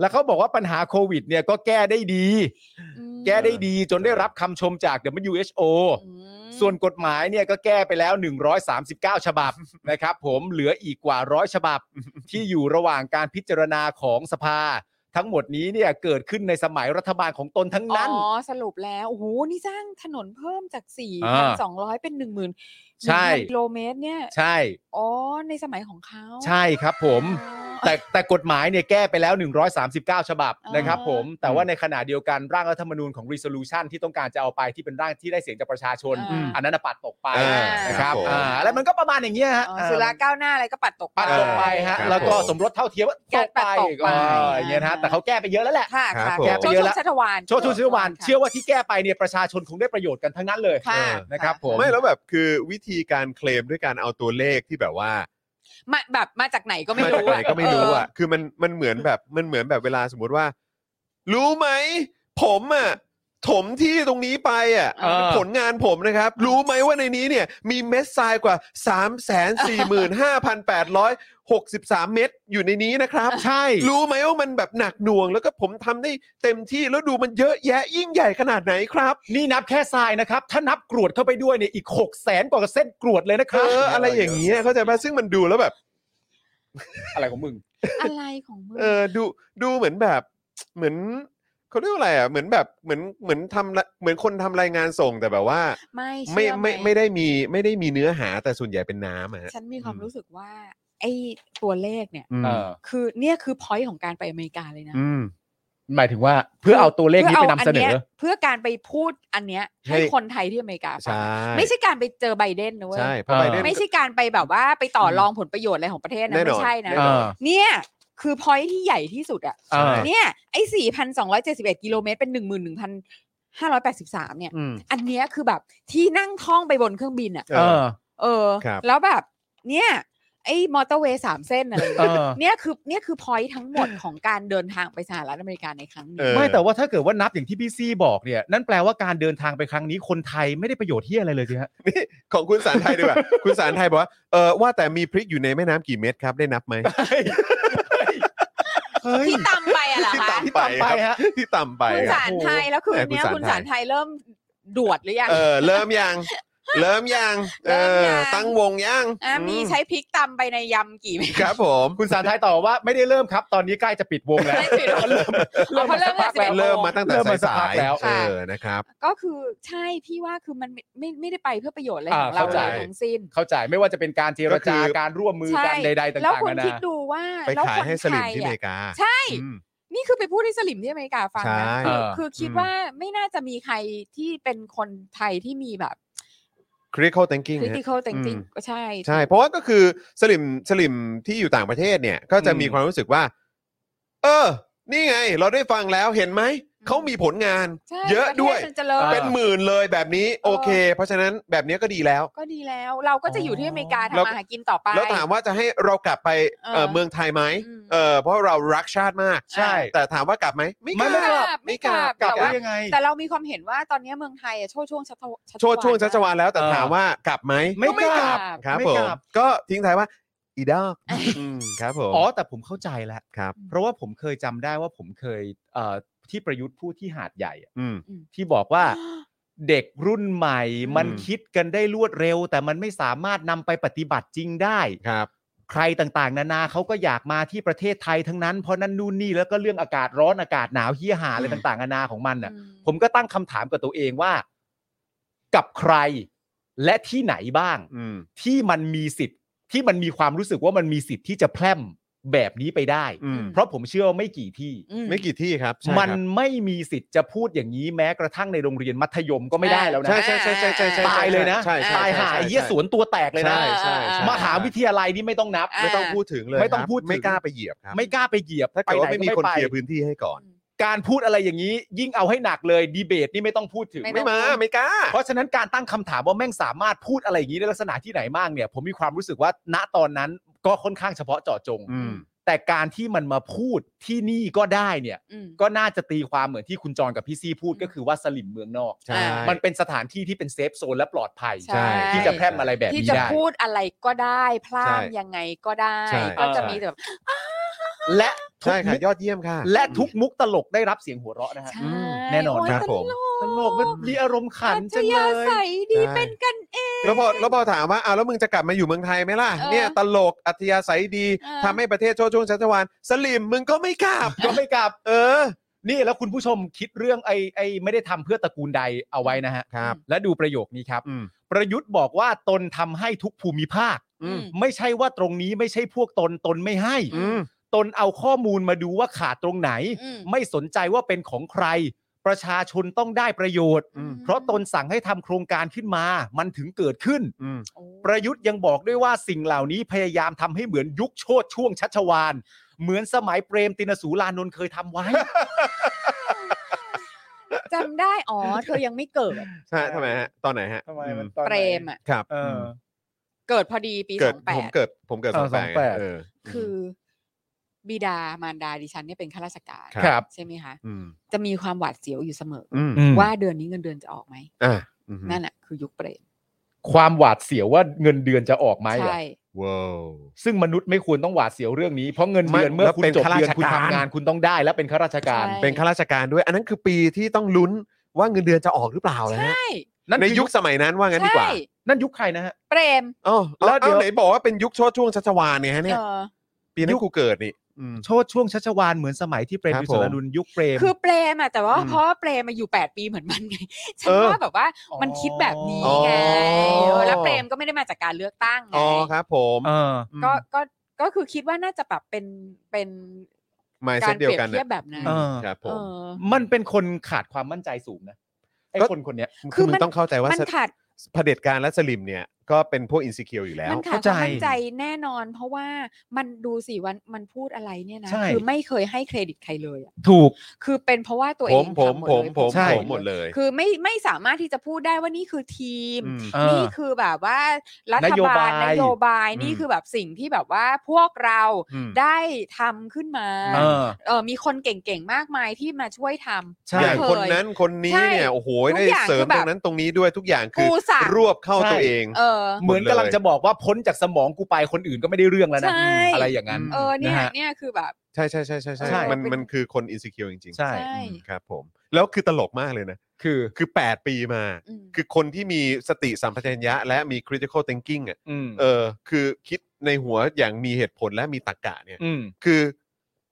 S4: แล้วเขาบอกว่าปัญหาโควิดเนี่ยก็แก้ได้ดี
S5: อืม
S4: แก้ได้ดีจนได้รับคำชมจาก WHO
S5: อืม
S4: ส่วนกฎหมายเนี่ยก็แก้ไปแล้ว 139 ฉบั บ นะครับผมเหลืออีกกว่าร้อยฉบับ ที่อยู่ระหว่างการพิจารณาของสภา ทั้งหมดนี้เนี่ยเกิดขึ้นในสมัยรัฐบาลของตนทั้งนั้น
S5: อ๋อ สรุปแล้วโอ้โหนี่สร้างถนนเพิ่มจากสี่
S4: อ่
S5: พันา สองร้อยเป็นหนึ่งหมื่น
S4: ใช่
S5: กิโลเมตรเนี่ย
S4: ใช่
S5: อ๋อในสมัยของเขา
S4: ใช่ครับผม
S5: อ๋อ
S4: แต่แต่กฎหมายเนี่ยแก้ไปแล้ว 139 ฉบับ
S5: อ๋อ
S4: นะครับผมแต่ว่าในขณะเดียวกันร่างรัฐธรรมนูญของ resolution ที่ต้องการจะเอาไปที่เป็นร่างที่ได้เสียงจากประชาชน
S5: อ่า
S4: อันนั้นนะปัดตกไป
S3: อ่า
S4: นะครับ
S3: ครับผม
S4: อ่าแล้วมันก็ประมาณอย่างเงี้ยฮะ
S5: อ๋อ
S4: อ่า
S5: สุราก้าวหน้าอะไรก็ปัดตก
S4: ปัดตกไปฮะ
S3: ครับ
S4: แล้วก็
S3: ผม
S4: สมรสเท่าเทียมตกไป
S5: ปัดตกไป
S4: เอออย่างเงี้ยนะฮะแต่เขาแก้ไปเยอะแล้วแหละ
S5: ค่ะ
S3: ครับ
S5: ค่ะ
S3: ผม
S5: แกไปเยอะแล้วชัชวาน
S4: โชติชูชิวานเชื่อว่าที่แก้ไปเนี่ยประชาชนคงได้ประโยชน์กันทั้งนั้นเลย
S5: ค่ะ
S4: นะครับผม
S3: ไม่แล้วแบบคือวิธีการเคลมด้วยการเอาตัวเลขที่แบบว่า
S5: มาแบบมาจากไหนก็ไม่
S3: มาจาก
S5: รู้
S3: ไหนก็ไม่รู้
S5: เ
S3: อ่ะ คือมันมันเหมือนแบบมันเหมือนแบบเวลาสมมติว่า รู้ไหม ผมอ่ะถมที่ตรงนี้ไปอ่ะ
S4: เออ
S3: ผลงานผมนะครับ รู้ไหมว่าในนี้เนี่ย มีเม็ดทรายกว่า 3 4 5 8 6 3 เม็ดอยู่ในนี้นะครับ
S4: ใช่
S3: รู้ไหมว่ามันแบบหนักหน่วง แล้วก็ผมทำได้เต็มที่แล้วดูมันเยอะแยะยิ่งใหญ่ขนาดไหนครับ
S4: นี่นับแค่ทรายนะครับ ถ้านับกรวดเข้าไปด้วยเนี่ยอีก6กแสนกว่าเส้นกรวดเลยนะค
S3: เอ
S4: รับ
S3: อ อะไรอย่างเงี้ยเข้าใจป่ะซึ่งมันดูแล้วแบบ
S4: อะไรของมึง
S5: อะไรของมึง
S3: เออดูดูเหมือนแบบเหมือนเขาเรียกว่าอะไรอ่ะเหมือนแบบเหมือนเหมือนทำละเหมือนคนทำรายงานส่งแต่แบบว่า
S5: ไม่
S3: ไม่
S5: เชื่อห
S3: ไม่ไม่ได้มีไม่ได้มีเนื้อหาแต่ส่วนใหญ่เป็นน้ำอะฮะ
S5: ฉันมีความ
S4: อืม
S5: รู้สึกว่า ไอ้ตัวเลขเนี่ย
S3: อืม
S4: เออ
S5: คือเนี่ยคือ point ของการไปอเมริกาเลยนะ
S3: อืม
S4: หมายถึงว่าเพื่อเอาตัวเลขนี้ไปนำเสน
S5: พื่า
S4: อ
S5: ยเพื่อการไปพูดอันเนี้ย
S3: ให้
S5: ให้คนไทยที่อเมริกาฟัง
S3: ใช่
S5: ไม่ใช่การไปเจอไบเดนนะเว้ย
S3: ใช่เพราะไป
S4: เอ
S3: ได้
S4: อ
S5: ไม่ใช่การไปแบบว่าไปต่อรองผลประโยชน์อะไรของประเทศนะ
S3: แน่นอน
S5: ไม่ใช่นะ
S3: แน่
S4: เอน
S3: น
S4: อ
S5: เนี่ยคือ point ที่ใหญ่ที่สุดอะ
S4: เออ
S5: เนี่ยไอ้สี่พันสองร้อยเจ็ดสิบเอ็ดกิโลเมตรเป็นหนึ่งหมื่นหนึ่งพันห้าร้อยแปดสิบสามเนี่ย
S4: อืม
S5: อันเนี้ยคือแบบที่นั่งท่องไปบนเครื่องบินอะ
S4: เออ
S5: เออ
S3: ครับ
S5: แล้วแบบเนี่ยไอ้มอเตอร์เวย์สามเส้นอะไรอย่างเงี้ย
S4: เออ
S5: เนี่ยคือเนี่ยคือพอยทั้งหมดของการเดินทางไปสหรัฐอเมริกาในครั้ง
S3: เอ
S5: นี้
S3: อ
S4: ไม่แต่ว่าถ้าเกิดว่านับอย่างที่พี่ซีบอกเนี่ยนั่นแปลว่าการเดินทางไปครั้งนี้คนไทยไม่ได้ประโยชน์ที่อะไรเลยสิฮะ
S3: นี่ของคุณสารไทยดี กว่า คุณสารไทยบอกว่าเออว่าแต่มีพริกอยู่ในแม่น้ำกี่เม็ดครับได้นับไหม
S5: ที่ตำไปอะเหรอ
S3: ที่
S5: คะ
S3: ตามไป
S4: ต่ำไปฮะ
S3: ที่ต่ำไป
S5: คุณ
S3: ค
S5: สา
S3: รับ
S5: รไทยแล้วคืนเนี้ย
S3: แหม่คุ
S5: คุณ ณ
S3: สา
S5: สาร ร
S3: ไท
S5: ไท
S3: ย
S5: ยเริ่มดวดหรือยัง
S3: เออเริ่มยัง เริ่มยังเออ
S5: เริ่มยัง
S3: ตั้งวงยัง
S5: อ่ะมี
S3: อื
S5: ใช้พริกตำไปในยำกี่เม็ด
S3: ครับผม
S4: คุณสารไทยตอบว่าไม่ได้เริ่มครับ ตอนนี้ใกล้จะปิดวงแล้ว
S5: ใกล้ปิดวง
S4: เริ่ม
S5: อ๋อเพราะเริ่ม
S4: สักพักแล้ว
S5: เริ่
S3: เริ่ม
S5: ม
S3: มาตั้งแต่
S4: เริ่มมสัก
S3: สา
S4: พัก
S3: ย
S4: แล้ว
S3: ๆเออนะครับ
S5: ก็คือใช่พี่ว่าคือมันไม่ไม่ไม่ได้ไปเพื่อประโยชน์อะไร
S4: อ่า
S5: ของเรา
S4: เข้าใจ
S5: เลยทั้งสิ้น
S4: เข้าใจไม่ว่าจะเป็นการเจร
S3: ก็คื
S4: จา
S3: อ
S4: การร่วมมือกันใด ๆ ต่างๆ
S5: แล้วคุณ
S4: นานา
S5: คิดดูว่า
S3: ไป
S5: แล้ว
S3: ขาย
S5: คน
S3: ให้สลิมที่อ
S5: ไท
S3: เม
S5: ย
S3: ริกา
S5: อะใช่
S3: อืม
S5: นี่คือไปพูดให้สลิมที่อเมริกาฟังนะ
S3: ใช่
S5: คือคือคิด
S3: อืม
S5: ว่าไม่น่าจะมีใครที่เป็นคนไทยที่มีแบบ
S3: critical thinking ฮะ
S5: critical thinking ก็ใช่
S3: ใช่ เพราะว่าก็คือสลิมสลิมที่อยู่ต่างประเทศเนี่ย ก็จะมีความรู้สึกว่า เออ นี่ไง เราได้ฟังแล้วเห็นไหม เขามีผลงาน
S5: ใช่
S3: เยอะด้วย
S5: ประเทศมันเจริญ
S4: ออ
S3: เป็นหมื่นเลยแบบนี้ โอเค เพราะฉะนั้นแบบนี้ก็ดีแล้ว
S5: ก็ดีแล้ว เราก็จะอยู่ที่อเมริกา
S3: แล้ว
S5: ทำมาหากินต่อไป
S3: แล้วถามว่าจะให้เรากลับไป
S5: เออ
S3: เอ่อเมืองไทยไหม
S5: อืม
S3: เออเพราะเรารักชาติมาก
S4: ใช่
S3: แต่ถามว่ากลับไหมไม่ก
S4: ไม่
S3: ลับ
S4: กลับ
S5: ไม่กลับ
S4: กลับ
S5: แต่
S4: ได้
S5: ว่า
S4: ยังไง
S5: แต่เรามีความเห็นว่าตอนนี้เมืองไทยอะโชดช่วงชัชวาล
S3: โชดช่วงชัชวานแล้วแต่
S4: เออ
S3: ถามว่ากลับไหม
S4: ไม่
S3: ก็
S4: กลับ
S3: ครับ
S4: ไม่
S3: ผ
S4: ก
S3: ม
S4: ลับ
S3: ก็ทิ้งท้ายว่า อีด อกอืมครับผม
S4: อ๋อแต่ผมเข้าใจแล้ว
S3: ครับ
S4: เพราะว่าผมเคยจำได้ว่าผมเคยเอ่อที่ประยุทธ์พูดที่หาดใหญ่อะ
S3: อืม
S4: ที่บอก ว่า เด็กรุ่นใหม่ มัน
S3: อืม
S4: คิดกันได้รวดเร็ว แต่มันไม่สามารถนำไปปฏิบัติจริงได้
S3: ครับ
S4: ใครต่างๆ นานาเขาก็อยากมาที่ประเทศไทยทั้งนั้น เพราะนั่นนู่นนี่แล้วก็เรื่องอากาศร้อนอากาศหนาวเฮียหาอะไร
S3: อืม
S4: ต่างๆ นานาของมันน่ะ
S5: อืม
S4: ผมก็ตั้งคำถามกับตัวเองว่า กับใครและที่ไหนบ้าง
S3: อืม
S4: ที่มันมีสิทธิ์ที่มันมีความรู้สึกว่ามันมีสิทธิ์ที่จะแพร่มแบบนี้ไปได้
S3: อืม
S4: เพราะผมเชื่อว่าไม่กี่ที่
S5: อืม
S3: ไม่กี่ที่ครับใช่
S4: มัน
S3: ครับ
S4: ไม่มีสิทธิ์จะพูดอย่างนี้แม้กระทั่งในโรงเรียนมัธยมก็ไม่ได้แล้วนะ
S3: ใช่ใช่ใช่ใช่ใช่ใช่
S4: ตายเลยนะ
S3: ใช่ใช่
S4: ตายหาย
S3: ใช่
S4: เยี่ยสวนตัวแตกเลยนะ
S3: ใช่ใช่ใช่
S4: มหาวิทยาลัยนี่ไม่ต้องนับ
S5: อ่า
S3: ไม่ต้องพูดถึงเลย
S4: ไม่ต้อง
S3: ครับ
S4: พูดถึง
S3: ไม่กล้าไปเหยียบครับ
S4: ไม่กล้าไปเหยียบ
S3: ถ้าเกิดว่า
S4: ปห
S3: ไม่มีคน
S4: ก็
S3: เคลียร์พื้นที่ให้ก่อน
S4: การพูดอะไรอย่างนี้ ยิ่งเอาให้หนักเลยดีเบตนี่ไม่ต้องพูดถึง
S5: ไม่ต้
S3: ไม่
S5: อง
S3: มาไม่กล้า
S4: เพราะฉะนั้นการตั้งคำถามว่าแม่งสามารถพูดอะไรอย่างนี้ในลักษณะที่ไหนบ้างเนี่ย ผมมีความรู้สึกว่า ณตอนนั้นก็ค่อนข้างเฉพาะเจาะจง
S3: อืม
S4: แต่การที่มันมาพูดที่นี่ก็ได้เนี่ย
S5: อืม
S4: ก็น่าจะตีความเหมือนที่คุณจรกับพี่ซี่พูด
S5: อืม
S4: ก็คือว่าสลิมเมืองนอก
S3: ใช่
S4: มันเป็นสถานที่ที่เป็นเซฟโซนและปลอดภัย
S5: ใช่
S4: ที่จะแพร่มอะไรแบบ
S5: ที่
S4: นี้
S5: จะ
S4: ได้
S5: พูดอะไรก็ได้พลาด
S3: ใช่
S5: ยังไงก็ได้
S3: ใช่
S5: ก็จะ
S4: เออ
S5: มีแต่แบบ
S4: และทุก
S3: ใช่ค่ะ
S4: มุก
S3: ยอดเยี่ยมค่ะ
S4: และทุกมุกตลกได้รับเสียงหัวเราะนะฮะ
S5: ใช่
S4: แน่นอน
S5: โย
S3: ครับผม
S4: ต
S5: ต
S4: ล
S5: ล
S4: ก
S5: ก
S4: มันมีอารมณ์ขัน
S5: อัจ
S4: จัง
S5: ฉริ
S4: เลย
S5: ะ
S4: ย
S5: ใสดี
S3: ใช่
S5: เป็นกันเอง
S3: แล้วพอแล้วพอถามว่าอ้าวแล้วมึงจะกลับมาอยู่เมืองไทยไหมล่ะ
S5: เออ
S3: เนี่ยตลกอัธยาศัยดี
S5: เออ
S3: ทำให้ประเทศโชดช่วงชัชวานสลิมมึงก็ไม่กล้า
S4: ก็ไม่กลับ
S3: เออ
S4: นี่แล้วคุณผู้ชมคิดเรื่องไอ้ไอ้ไม่ได้ทำเพื่อตระกูลใดเอาไว้นะฮะ
S3: ครับ
S4: และดูประโยคนี้ครับ
S3: อืม
S4: ประยุทธ์บอกว่าตนทำให้ทุกภูมิภาค
S3: อืม
S4: ไม่ใช่ว่าตรงนี้ไม่ใช่พวกตนตนไม่ให้
S3: อืม
S4: ตนเอาข้อมูลมาดูว่าขาดตรงไหน
S5: อืม
S4: ไม่สนใจว่าเป็นของใคร ประชาชนต้องได้ประโยชน์
S3: อืม
S4: เพราะตนสั่งให้ทำโครงการขึ้นมา มันถึงเกิดขึ้น
S3: อืม
S5: โอ้
S4: ประยุทธ์ยังบอกด้วยว่าสิ่งเหล่านี้พยายามทำให้เหมือนยุคโชดช่วงชัชวาล เหมือนสมัยเปรมตินสูรานนท์เคยทำไว้
S5: จำได้ อ๋อ เธอยังไม่เกิด
S3: ใช่ทำไมฮะตอนไหนฮะอืม
S5: เปรมอ่ะ
S3: ครับ
S4: เออ
S5: เกิดพอดีปี
S3: เกิด
S5: สองแป
S3: ผม
S5: ด
S3: เกิดผมเกิด
S4: เอ
S3: ส
S4: อ
S3: อง
S4: สองแป
S3: แป
S4: ด
S3: ดเออ
S5: คือ บิดามารดาดิฉันเนี่ยเป็นข้าราชการ
S3: ครับ
S4: ครับ
S5: ใช่ไหมคะ
S3: อืม
S5: จะมีความหวาดเสียวอยู่เสมอ
S3: อืม
S4: อืม
S5: ว่าเดือนนี้เงินเดือนจะออกไหม
S3: อ่ะอืม
S5: นั่นแหละคือยุคเปรม
S4: ความหวาดเสียวว่าเงินเดือนจะออกไหมเหรอ
S5: ใช่
S3: ว้าว
S4: ซึ่งมนุษย์ไม่ควรต้องหวาดเสียวเรื่องนี้ เพราะเงินเดือน
S3: มัน
S4: เมื่อคุณ
S3: แล้วเป็น
S4: จบเดือน
S3: ข้าราชการ
S4: คุณทำงานคุณต้องได้ และเป็นข้าราชการ
S5: ใช่
S3: เป็นข้าราชการด้วย อันนั้นคือปีที่ต้องลุ้นว่าเงินเดือนจะออกหรือเปล่าเลย
S5: ใช
S3: ฮะ
S5: ่
S4: นั่น
S3: ใน
S4: คือ
S3: ยุคสมัยนั้นว่างั้นดีกว่า
S5: ใช่
S4: นั่นยุคใครนะฮะ
S5: เปรม
S3: อ๋อ
S4: แล้
S3: แล้วว
S4: เดี๋ยว
S3: ไหนบอกว่าเป็นยุคโชดช่วงชัชวาลเนี่ยฮะเนี่ย
S5: เออ
S3: ปีนั้นกูเกิดนี่อืม
S4: โชดช่วงชัชวาลเหมือนสมัยที่เปรม
S3: ครับ
S4: ตินสูรานนท์ยุคเปรม
S5: คือเปรมอะแต่ว่า
S3: อืม
S5: เพราะว่าเปรมมาอยู่ 8 ปีเหมือนมันไง ฉัน
S3: เออ
S5: ว่าแบบว่ามันคิดแบบนี้ไง
S3: อ๋อ
S5: เออแล้วเปรมก็ไม่ได้มาจากการเลือกตั้งไง
S3: อ๋อครับผม
S4: เออ
S5: ก็ก็ก็คือคิดว่าน่าจะแบบเป็นเป็น
S3: หมาย
S5: กา
S3: เส้
S5: ร
S3: นเดียว
S5: เปรีย
S3: กัน
S5: บเทียบแบบนั้น
S4: เออ
S3: ครับผ
S5: เอ
S3: ม
S5: อ
S4: มันเป็นคนขาดความมั่นใจสูงนะไอ้
S3: ก็
S4: คนคนเนี้ย
S5: คื
S3: คือ
S5: อ
S3: มึ
S5: มั
S3: ง
S5: น
S3: ต้องเข้าใจว่า
S5: มันขาด
S3: เผด็จการและสลิมเนี่ยก็เป็นพวกอินซิเคียวอยู่แล้ว
S5: มันขาด
S4: เข้าใจ
S5: ความมั่นใจแน่นอน เพราะว่ามันดูสิวันมันพูดอะไรเนี่ยนะ
S4: ใช่
S5: คือไม่เคยให้เครดิตใครเลยอะ
S4: ถูก
S5: คือเป็นเพราะว่าตัวเอ
S3: ผ
S5: ง
S3: มผมผ
S5: ทำหดเล
S3: ม
S5: ย
S3: ผม
S4: ใช่
S3: ผมหมดเลย
S5: คือไม่ไม่สามารถที่จะพูดได้ว่านี่คือทีม
S3: อืม
S4: เออ
S5: นี่คือแบบว่ารัฐ
S4: นโย
S5: บา
S4: บา
S5: ล
S4: ย
S5: นโยบาย
S3: อืม
S5: นี่คือแบบสิ่งที่แบบว่าพวกเรา
S3: อืม
S5: ได้ทำขึ้นมา
S4: เออ
S5: เออมีคนเก่งๆมากมายที่มาช่วยทำ
S4: ใช่
S3: อย่าง
S5: ไม่เย
S3: คนนั้นคนนี้
S5: ใช่
S3: เนี่ยโอ้โห
S5: ทุ
S3: ได้
S5: กอย่าง
S3: เสริ
S5: คื
S3: ม
S5: อแบ
S3: ตร
S5: บ
S3: งนั้นตรงนี้ด้วยทุกอย่างคือ
S5: กูสั่ง
S3: รวบเข้า
S4: ใช่
S3: ตัวเอง
S5: เออ
S4: เหมือนกำลังจะบอกว่าพ้นจากสมองกูไปคนอื่นก็ไม่ได้เรื่องแล้วนะ
S5: ใช่
S4: อะไรอย่างนั้น
S5: เออเนี่ย
S4: ะฮะ
S5: เนี่ยคือแบบ
S3: ใช่ใช่ใช่ใช่ใช่
S4: ใช่
S3: มันมันคือคนอินสิเคียวจริงๆ
S4: ใช่
S5: ใช่
S3: อืมครับผม แล้วคือตลกมากเลยนะ
S4: คือ
S3: คือ 8 ปีมา
S5: อืม
S3: คือคนที่มีสติสัมปชัญญะ และมี critical thinking อ่ะ
S4: อืม
S3: เออ คือคิดในหัวอย่างมีเหตุผลและมีตรรกะเนี่ย
S4: อืม
S3: คือ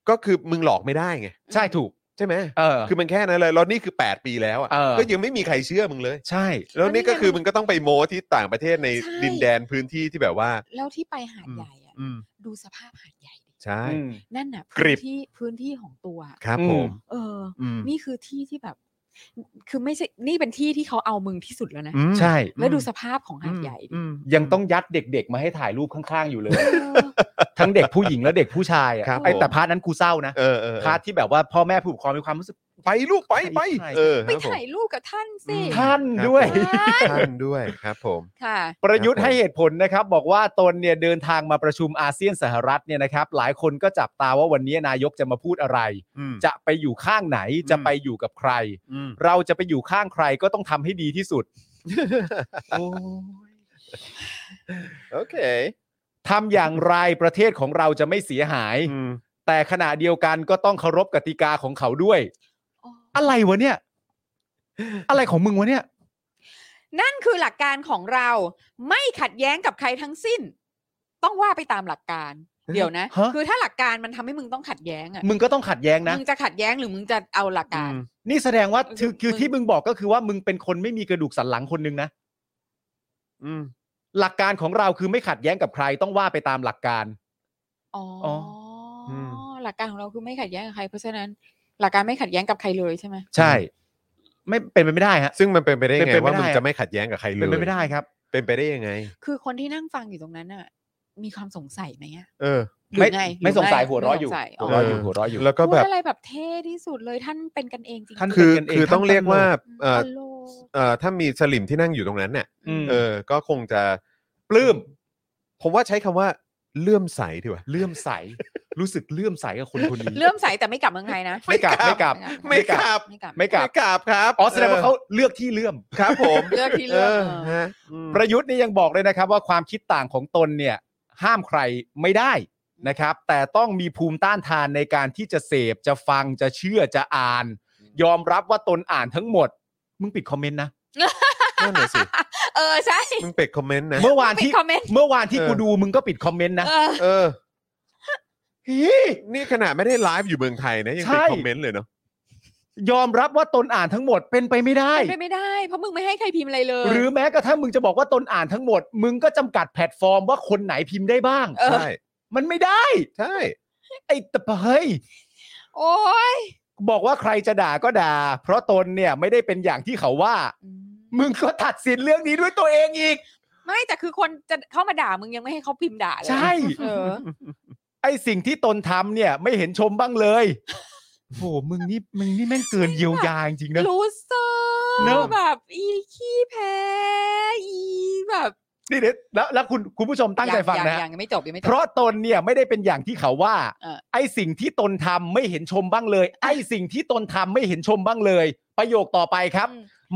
S3: ก็คือมึงหลอกไม่ได้ไง
S4: ใช่ถูก
S3: ใช่ไหม
S4: เออ
S3: คือมันแค่นั้นเลยแล้วนี่คือ 8 ปีแล้วอ่ะ
S4: เออ
S3: ก็ยังไม่มีใครเชื่อมึงเลย
S4: ใช่
S3: แล้วนี่ก็คือ
S5: แล้วนี่ไง
S3: มึงก็ต้องไปโมที่ต่างประเทศใน
S5: ใช่
S3: ดินแดนพื้นที่ที่แบบว่า
S5: แล้วที่ไปหาดใหญ่อะ
S3: อืม
S5: ดูสภาพหาดใหญ่ดิ
S3: ใช่
S4: อืม
S5: นั่นน่ะ
S3: กริ
S5: พื้น
S3: บ
S5: ที่พื้นที่ของตัวอะ
S3: ครับ
S4: อืม
S3: ผม
S5: เออ
S3: อืม
S5: นี่คือที่ที่แบบ คือไม่ใช่นี่เป็นที่ที่เขาเอามึงที่สุดแล้วนะ
S3: อืม
S4: ใช่
S5: แล้วดูสภาพของหาดใหญ่ดิ
S3: อืม
S4: ยังต้องยัดเด็กๆ มาให้ถ่ายรูปข้างๆอยู่เลย
S5: เออ
S4: ทั้งเด็กผู้หญิงและเด็กผู้ชายอ่ะ
S3: ครับ
S4: ไอแต่
S3: ผม
S4: พาร์ทนั้นกูเศร้านะ
S3: เออเออเออ
S4: พาร์ทที่แบบว่าพ่อแม่ผู้ปกครองมีความรู้สึก
S3: ไปลูกไปไป
S4: ใช่
S3: เออค
S5: ไป
S3: รับผม
S5: ถ่ายรูปกับท่านสิ
S3: อืม
S4: ท่านด้วย
S5: ครับ
S3: ท่านด้วยครับผม
S5: ค่ะ
S4: ประยุทธ์
S3: ครับผม
S4: ให้เหตุผลนะครับ บอกว่าตนเนี่ยเดินทางมาประชุมอาเซียนสหรัฐเนี่ยนะครับ หลายคนก็จับตาว่าวันนี้นายกจะมาพูดอะไร
S3: อืม
S4: จะไปอยู่ข้างไหน
S3: อืม
S4: จะไปอยู่กับใคร
S3: อืม
S4: เราจะไปอยู่ข้างใครก็ต้องทำให้ดีที่สุด
S3: โอเค
S4: ทำอย่างไรประเทศของเราจะไม่เสียหาย
S3: อืม
S4: แต่ขณะเดียวกันก็ต้องเคารพกติกาของเขาด้วย
S5: โอ้
S4: อะไรวะเนี่ย อะไรของมึงวะเนี่ย
S5: นั่นคือหลักการของเราไม่ขัดแย้งกับใครทั้งสิ้น ต้องว่าไปตามหลักการ เดี๋ยวนะ
S4: ฮะ
S5: คือถ้าหลักการมันทำให้มึงต้องขัดแย้งอ่ะ
S4: มึงก็ต้องขัดแย้งนะ
S5: มึงจะขัดแย้งหรือมึงจะเอาหลัก
S3: อื
S5: การ
S3: ม
S4: นี่แสดงว่า
S5: เออ
S4: คือคือ
S5: มึง
S4: ที่มึงบอกก็คือว่ามึงเป็นคนไม่มีกระดูกสันหลังคนหนึงนะ
S3: อืม
S4: หลักการของเราคือไม่ขัดแย้งกับใครต้องว่าไปตามหลักการ
S5: อ๋ออ
S4: อ
S5: หลักการของเราคือไม่ขัดแย้งกับใคร เพราะฉะนั้น หลักการไม่ขัดแย้งกับใครเลยใช่ไหม
S4: ใช่ ไม่เป็นไปไม่ได้ฮะ
S3: ซึ่งมันเป็นไปได้
S4: เป็น
S3: ไง
S4: ไปไม่
S3: ว่า
S4: ได้
S3: มึง
S4: อะ
S3: จะไม่ขัดแย้งกับใครเลย
S4: เป็นไปไม่ได้ครับ
S3: เป็นไปได้ยังไง
S5: คือคนที่นั่งฟังอยู่ตรงนั้นน่ะ มีความสงสัยไหมอะ
S3: เออ
S5: หรือไง
S4: ไม่สงสัยหัวเร้ออยู่
S5: หั
S4: หั
S5: ว
S4: ว
S5: ร้
S4: เร้
S5: ออ
S4: ออยู่ ยู่หัวเร้ออยู่
S3: แล้วก็
S5: พูด
S3: แบบ
S5: อะไรแบบเท่ที่สุดเลยท่านเป็นกันเองจริงๆ
S4: ท่าน
S3: คือ
S4: เป็นกันเอง
S3: คือต้องเรียกว่าเอ่อ
S5: ตลก
S3: เอ่อถ้ามีสลิมที่นั่งอยู่ตรงนั้นเนี่ย
S4: อืม
S3: เออ ก็คงจะ
S4: ปลื้ม
S3: ผมว่าใช้คำว่าเลื่อมใสดีกว่า
S4: เลื่อมใส รู้สึกเลื่อมใสกับคนคนนี้
S5: เลื่อมใสแต่ไม่กลับเมืองไทยนะ
S4: ไม่กลับไม่กลับ
S3: ไม่กลับ
S5: ไม่กลับ
S4: ไม่กลับ
S3: กราบครับ
S4: อ๋อแสดงว่าเขาเลือกที่เลื่อม
S3: ครับผม
S5: เลือกที่เลือก
S3: ฮะอืม
S4: ประยุทธ์นี่ยังบอกเลยนะครับว่าความคิดต่างของตนเนี่ย ห้ามใครไม่ได้นะครับ แต่ต้องมีภูมิต้านทานในการที่จะเสพจะฟังจะเชื่อจะอ่าน ยอมรับว่าตนอ่านทั้งหมด มึงปิดคอมเมนต์นะ
S3: นั่นน่ะสิ
S5: เออใช่
S3: มึงเป็ดคอมเมนต์นะ
S4: เมื่อวานที่
S5: คอมเมนต์
S4: เมื่อวานที่
S3: เออ
S4: กูดูมึงก็ปิดคอมเมนต์นะ
S5: เออ
S3: เออ
S4: เฮ้ย
S3: นี่ขนาดไม่ได้ไลฟ์อยู่เมืองไทยนะยังเป็
S4: ใช่
S3: นคอมเมนต์เลยเนาะ
S4: ยอมรับว่าตนอ่านทั้งหมดเป็นไปไม่ได้
S5: เป็นไปไม่ได้ เพราะมึงไม่ให้ใครพิมพ์อะไรเลย
S4: หรือแม้กระทั่งมึงจะบอกว่าตนอ่านทั้งหมด มึงก็จำกัดแพลตฟอร์มว่าคนไหนพิมพ์ได้บ้าง
S5: เออ
S3: ใช่
S4: มันไม่ได้
S3: ใช่
S4: ไอ้ตะเฮ้ย
S5: โอ้ย
S4: บอกว่าใครจะด่าก็ด่า เพราะตนเนี่ยไม่ได้เป็นอย่างที่เขาว่า มึงก็ตัดสินเรื่องนี้ด้วยตัวเองอีก
S5: ไม่แต่คือคนจะเข้ามาด่ามึงยังไม่ให้เขาพิมพ์ด่าเลย
S4: ใช่
S5: เออ
S4: ไอสิ่งที่ตนทำเนี่ย ไม่เห็นชมบ้างเลย โหมึงนี่มึงนี่แม่งเกินเยียวยาจริงๆนะ
S5: รู้เซอร์
S4: เนอะ
S5: แบบอีขี้แพ้อีแบบ
S4: นี่เดี๋ยวแล้วแล้วคุณคุณผู้ชมตั้งใจฟัง
S5: ยั
S4: นะ
S5: ยั
S4: ฮะ
S5: ยังไม่จบยังไม่จ
S4: เพ
S5: บ
S4: ราะตนเนี่ยไม่ได้เป็นอย่างที่เขาว่า
S5: เออ
S4: ไอสิ่งที่ตนทำไม่เห็นชมบ้างเลย ไอสิ่งที่ตนทำไม่เห็นชมบ้างเลย ประโยคต่อไปครับ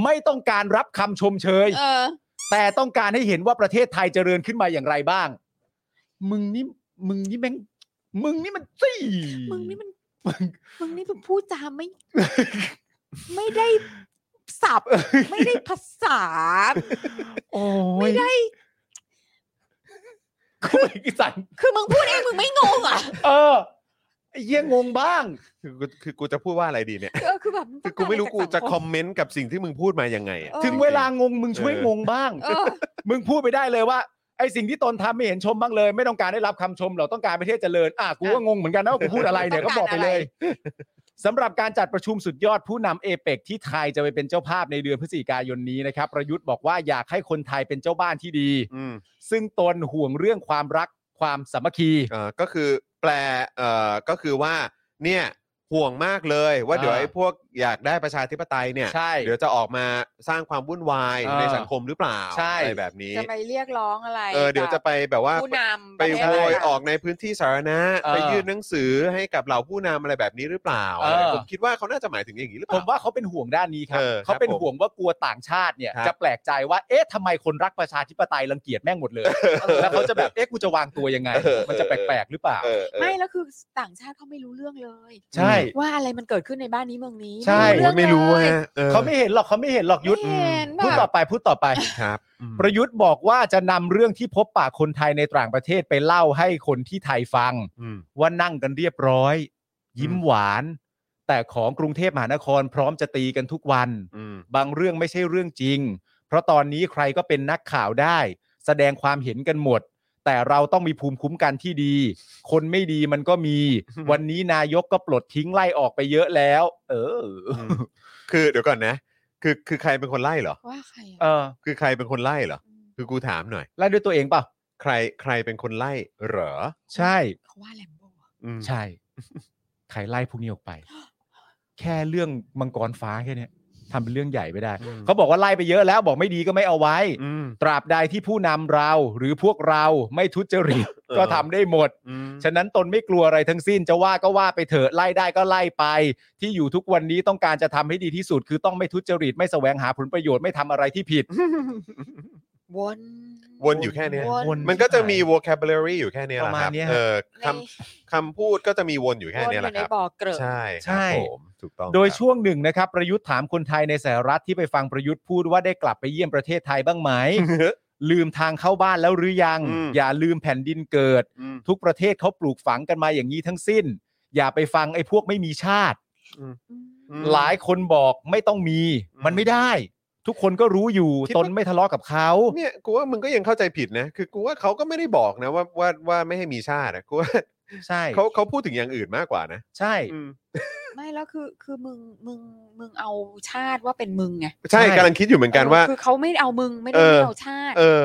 S4: ไม่ต้องการรับคำชมเชย
S5: เออ
S4: แต่ต้องการให้เห็นว่าประเทศไทยเจริญขึ้นมาอย่างไรบ้าง มึงนี่มึงนี่แม่งมึงนี่มันจี้
S5: มึงนี่มัน
S4: มึง
S5: มึงนี่แบบพูดจาไม่ ไม่ได้สับ ไม่ได้ภาษา
S4: โอ้
S5: ไม่
S4: ย
S5: ได้
S4: กูไม่กิสัน
S5: คือมึงพูดเองมึงไม่งงอ่ะ
S4: เออไอ้เยี่ยงงบ้าง
S3: คือกูคือกูจะพูดว่าอะไรดีเนี่ย
S5: เออคือแบบง
S3: คื
S5: ต้ง
S3: อกูไม่รู้
S5: า
S3: กู
S5: อะ
S3: จะ
S5: ไจาก
S3: ค
S5: สั
S3: อง มเมนต์กับสิ่งที่มึงพูดมายังไงอะ
S5: เออ
S4: ถึงเวลางงมึงช่วยงงบ้าง
S5: เออ
S4: มึงพูดไปได้เลยว่าไอสิ่งที่ตนทำไม่เห็นชมบ้างเลย ไม่ต้องการได้รับคำชมเราต้องการประเทศเจริญอ่ะกูก็งงเหมือนกันนะว่ากูพูดอะไรเนี่ยก็บอกไปเลยสำหรับการจัดประชุมสุดยอดผู้นำเอเปกที่ไทยจะไปเป็นเจ้าภาพในเดือนพฤศจิกายนนี้นะครับ ประยุทธ์บอกว่าอยากให้คนไทยเป็นเจ้าบ้านที่ดี
S3: อืม
S4: ซึ่งตนห่วงเรื่องความรักความสามัคคี
S3: เอ่อก็คือแปลเอ่อก็คือว่า เนี่ยห่วงมากเลยว่า
S4: อ่า
S3: เดี๋ยวไอ้พวก อยากได้ประชาธิปไตยเนี่ย
S4: ใช่
S3: เดี๋ยวจะออกมาสร้างความวุ่นวาย
S4: เออ
S3: ในสังคมหรือเปล่า
S4: ใช่
S3: อะไรแบบนี้
S5: จะไปเรียกร้องอะไร
S3: เออเดี๋ยวจะไปแบบว่า
S5: ผู้นำ
S3: ไป
S5: ระเท
S3: โวย
S5: ศะไร
S3: ออกในพื้นที่สาธารณะ
S4: เออ
S3: ไปยื่นหนังสือให้กับเหล่าผู้นำอะไรแบบนี้หรือเปล่า
S4: เออ
S3: ผมคิดว่าเขาน่าจะหมายถึงอย่างนี้หรือเป
S4: ผ
S3: ล่า
S4: มว่าเขาเป็นห่วงด้านนี้ครับ
S3: เออครับ
S4: เขาเป็นห่วงว่ากลัวต่างชาติเนี่ย
S3: ครับ
S4: จะแปลกใจว่าเอ๊ะทำไมคนรักประชาธิปไตยรังเกียจแม่งหมดเลย แล้วเขาจะแบบเอ๊ะกูจะวางตัวยังไง มันจะแปลกๆหรือเปล่า
S3: เออเออ
S5: ไม่แล้วคือต่างชาติเขาไม่รู้เรื่องเลย
S4: ใช่
S5: ว่าอะไรมันเกิดขึ้นในบ้านนี้เมืองนี้
S4: ใช่
S5: เอง
S3: ไม่รู้
S5: เลย
S3: ฮะออ
S4: เขาไม่เห็นหรอกเขาไม่เห็นหรอกยุทธ
S5: ไม่เห็น
S4: พูด
S5: แบบ
S4: ต่อไปพูดต่อไป
S3: ครับอืม
S4: ประยุทธ์บอกว่าจะนำเรื่องที่พบปะคนไทยในต่างประเทศไปเล่าให้คนที่ไทยฟัง
S3: อืม
S4: ว่านั่งกันเรียบร้อย ยิ้มหวาน แต่ของกรุงเทพมหานครพร้อมจะตีกันทุกวัน
S3: อืม
S4: บางเรื่องไม่ใช่เรื่องจริง เพราะตอนนี้ใครก็เป็นนักข่าวได้ แสดงความเห็นกันหมด แต่เราต้องมีภูมิคุ้มกันที่ดี คนไม่ดีมันก็มี
S3: อืม
S4: วันนี้นายกก็ปลดทิ้งไล่ออกไปเยอะแล้ว เออ
S3: อืมคือเดี๋ยวก่อนนะ คือคือใครเป็นคนไล่เหรอ
S5: ว่าใครอะ
S4: เออ
S3: คือใครเป็นคนไล่เหรอ คือกูถามหน่อย
S4: ไล่ด้วยตัวเองเปล่า
S3: ใครใครเป็นคนไล่เหรอ
S4: ใช่
S5: เขาว่าแลมโบ้อะ
S3: อืม
S4: ใช่ ใครไล่พวกนี้ออกไป แค่เรื่องมังกรฟ้าแค่เนี้ยทำเป็นเรื่องใหญ่ไม่ได้ เขาบอกว่าไล่ไปเยอะแล้วบอกไม่ดีก็ไม่เอาไว้
S3: อืม
S4: ตราบใดที่ผู้นำเราหรือพวกเราไม่ทุจริต
S3: เออ
S4: ก็ทำได้หมด
S3: อืม
S4: ฉะนั้นตนไม่กลัวอะไรทั้งสิ้นจะว่าก็ว่าไปเถอะไล่ได้ก็ไล่ไป ที่อยู่ทุกวันนี้ต้องการจะทำให้ดีที่สุด คือต้องไม่ทุจริตไม่แสวงหาผลประโยชน์ไม่ทำอะไรที่ผิด
S5: วน
S3: วนอยู่แค่เนี้ย
S5: วน
S3: มันก็จะมี vocabulary อยู่แค่เนี้ยแหละค
S4: ประ
S3: รั
S4: มา
S3: บ
S4: ณเนี้ย
S3: เออ
S5: ใน
S3: คำคำพูดก็จะมีวนอยู่แค่เนี้ยแห
S5: วน
S3: ละ
S5: อยู่ใน
S3: ครับ
S5: บ่อเกลอะ
S3: ใช่ค
S4: ใช่
S3: รับผมถูกต้อง
S4: โดย
S3: ครับ
S4: ช่วงหนึ่งนะครับ ประยุทธ์ถามคนไทยในสหรัฐที่ไปฟังประยุทธ์พูดว่าได้กลับไปเยี่ยมประเทศไทยบ้างไหม ลืมทางเข้าบ้านแล้วหรือยัง อย่าลืมแผ่นดินเกิด
S3: อืม
S4: ทุกประเทศเขาปลูกฝังกันมาอย่างนี้ทั้งสิ้น อย่าไปฟังไอ้พวกไม่มีชาติ
S5: อืม
S3: อืม
S4: หลายคนบอกไม่ต้องมี
S3: อืม
S4: มันไม่ได้ ทุกคนก็รู้อยู่
S3: คิดว่า
S4: ตนไม่ทะเลาะกับเขา
S3: เนี่ยกูว่ามึงก็ยังเข้าใจผิดนะ คือกูว่าเขาก็ไม่ได้บอกนะว่าว่าว่าไม่ให้มีชาตินะกูว่า
S4: ใช่
S3: เขาเขาพูดถึงอย่างอื่นมากกว่านะ
S4: ใช่
S3: อืม
S5: ไม่แล้วคือคือมึงมึงมึงเอาชาติว่าเป็นมึงไง
S3: ใช่
S4: ใช่
S3: กำลังคิดอยู่เหมือนกันว่า
S5: คือเขาไม่เอามึงไม่ได้
S3: เออ
S5: ไม่เอาชาติ
S3: เออ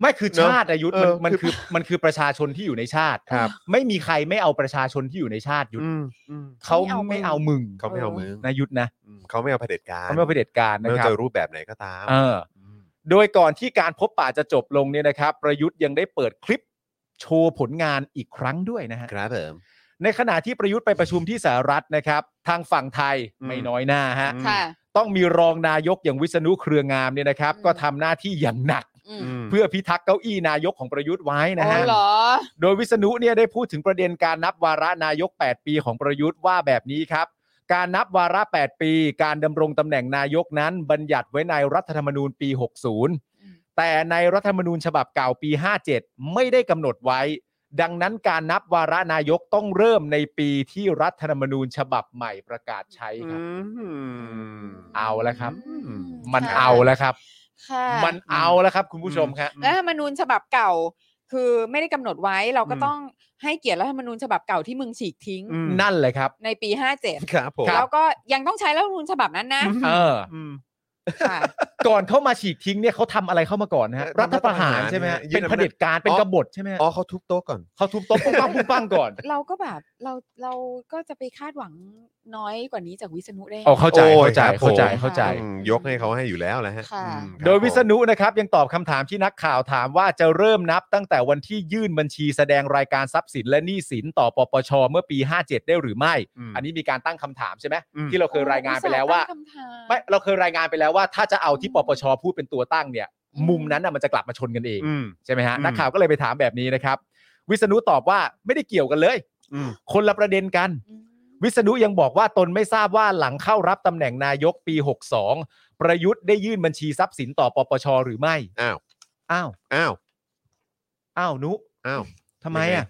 S4: ไม่คือ
S3: เนอะ
S4: ชาติอายุทธ์
S3: เออ
S4: มันมัน
S3: คื
S4: คือ อมันคือประชาชนที่อยู่ในชาติ
S5: ครับ
S4: ไม่มีใครไม่เอาประชาชนที่อยู่ในชาติยุทธ
S3: อืมอืม
S4: เขาไม่เอามึง
S3: เขาไม่เอามึง
S4: นายุทธนะ
S3: อืมเขาไม่เอาเผด็จการ
S4: เขาไม่เอาเผด็จการ
S3: ไม่
S4: นะค
S3: ว่า
S4: รับ
S3: จะรูปแบบไหนก็ตาม
S4: เออ
S3: ม
S4: โดยก่อนที่การพบป่าจะจบลงเนี่ยนะครับ ประยุทธ์ยังได้เปิดคลิปโชว์ผลงานอีกครั้งด้วยนะฮะ
S3: ครับผม
S4: ในขณะที่ประยุทธ์ไปประชุมที่สหรัฐนะครับ ทางฝั่งไทย
S3: อืม
S4: ไม่น้อยหน้าฮะ
S3: อืม
S5: ค่ะ
S4: ต้องมีรองนายกอย่างวิษณุเครืองามเนี่ยนะครับ
S5: อืม
S4: ก็ทำหน้าที่อย่างหนัก
S5: อืม
S3: อืม
S4: เพื่อพิทักษ์เก้าอี้นายกของประยุทธ์ไว้นะ
S5: อ๋อ
S4: ฮะ
S5: เหรอ
S4: โดยวิษณุเนี่ยได้พูดถึงประเด็นการนับวาระนายก 8 ปีของประยุทธ์ว่าแบบนี้ครับ การนับวาระ 8 ปี การดำรงตำแหน่งนายกนั้น บัญญัติไว้ในรัฐธรรมนูญปี
S5: อืม
S4: 60 แต่ในรัฐธรรมนูญฉบับเก่าปี 57 ไม่ได้กำหนดไว้ ดังนั้นการนับวาระนายกต้องเริ่มในปีที่รัฐธรรมนูญฉบับใหม่ประกาศใช้ครับ
S3: อืม
S4: เอาแล้วครับ
S5: อื
S4: มัน
S5: ค่ะ
S4: เอาแล้วครับ
S5: ค่ะ
S4: มันเอาแล้วครับคุณผู้ชมครับ
S5: รัฐธรรมนูญฉบับเก่า คือไม่ได้กำหนดไว้เราก็
S3: อืม
S5: ต้องให้เกียรติรัฐธรรมนูญฉบับเก่าที่มึงฉีกทิ้ง
S3: อืม
S4: นั่นเลยครับ
S5: ในปีห้าเจ็ด
S3: ครับผม
S5: แล้วก็ยังต้องใช้รัฐธรรมนูญฉบับนั้นนะ
S4: เออ
S5: ค่ะ
S4: ก่อนเข้ามาฉีกทิ้งเนี่ยเขาทำอะไรเข้ามาก่อนนะฮะ
S3: เอ่อ
S4: รัฐประหารใช่ไหมฮะ
S3: รัฐประหาร
S4: เป็นเผด็จการเป็น
S3: อ๋อ
S4: กบฏใช่ไหมฮะ
S3: อ๋อเขาทุบโต๊ะก่อน
S4: เขาทุบโต๊ะปุ้งปังปุ้งปังก่อน
S5: เราก็แบบเราเราก็จะไปคาดหวังน้อยกว่านี้จากวิษณุได้
S4: อ๋อเข้าใจ
S3: โอ้ย
S4: เข้าใจ
S3: ครับผม
S4: เข้าใจเข้าใจ
S5: อื
S3: อื
S5: ม
S3: มยกให้เขาให้อยู่แล้วแหละฮะ
S5: ค่ะ
S3: อืมครับ
S4: โดยวิษ
S3: ผม
S4: ณุนะครับยังตอบคำถามที่นักข่าวถามว่าจะเริ่มนับตั้งแต่วันที่ยื่นบัญชีแสดงรายการทรัพย์สินและหนี้สินต่อปปชเมื่อปี 57 ได้หรือไม่
S3: อืม
S4: อันนี้มีการตั้งคำถามใช่ไหม
S3: อืม
S4: ที่เราเคยรายงานไปแล้วว่า
S5: โอ้อุตส่าห์
S4: ไม่
S5: ตั้งคำถาม
S4: เราเคยรายงานไปแล้วว่า ถ้าจะเอาที่ปปชพูดเป็นตัวตั้งเนี่ย
S5: อืม
S4: มุมนั้นน่ะมันจะกลับมาชนกันเอง
S3: อืม
S4: ใช่ไหมฮะ
S3: อืม
S4: นักข่าวก็เลยไปถามแบบนี้นะครับ วิษณุตอบว่าไม่ได้เกี่ยวกันเลย
S3: อืม
S4: คนละประเด็นกัน
S5: อืม
S4: วิษณุยังบอกว่าตนไม่ทราบว่าหลังเข้ารับตำแหน่งนายกปี 62 ประยุทธ์ได้ยื่นบัญชีทรัพย์สินต่อปปชหรือไม่
S3: อ้าว
S4: อ้าว
S3: อ้าว
S4: อ้าวนุ
S3: อ้าว
S4: ทำไม
S3: ยังไง
S4: อ่ะ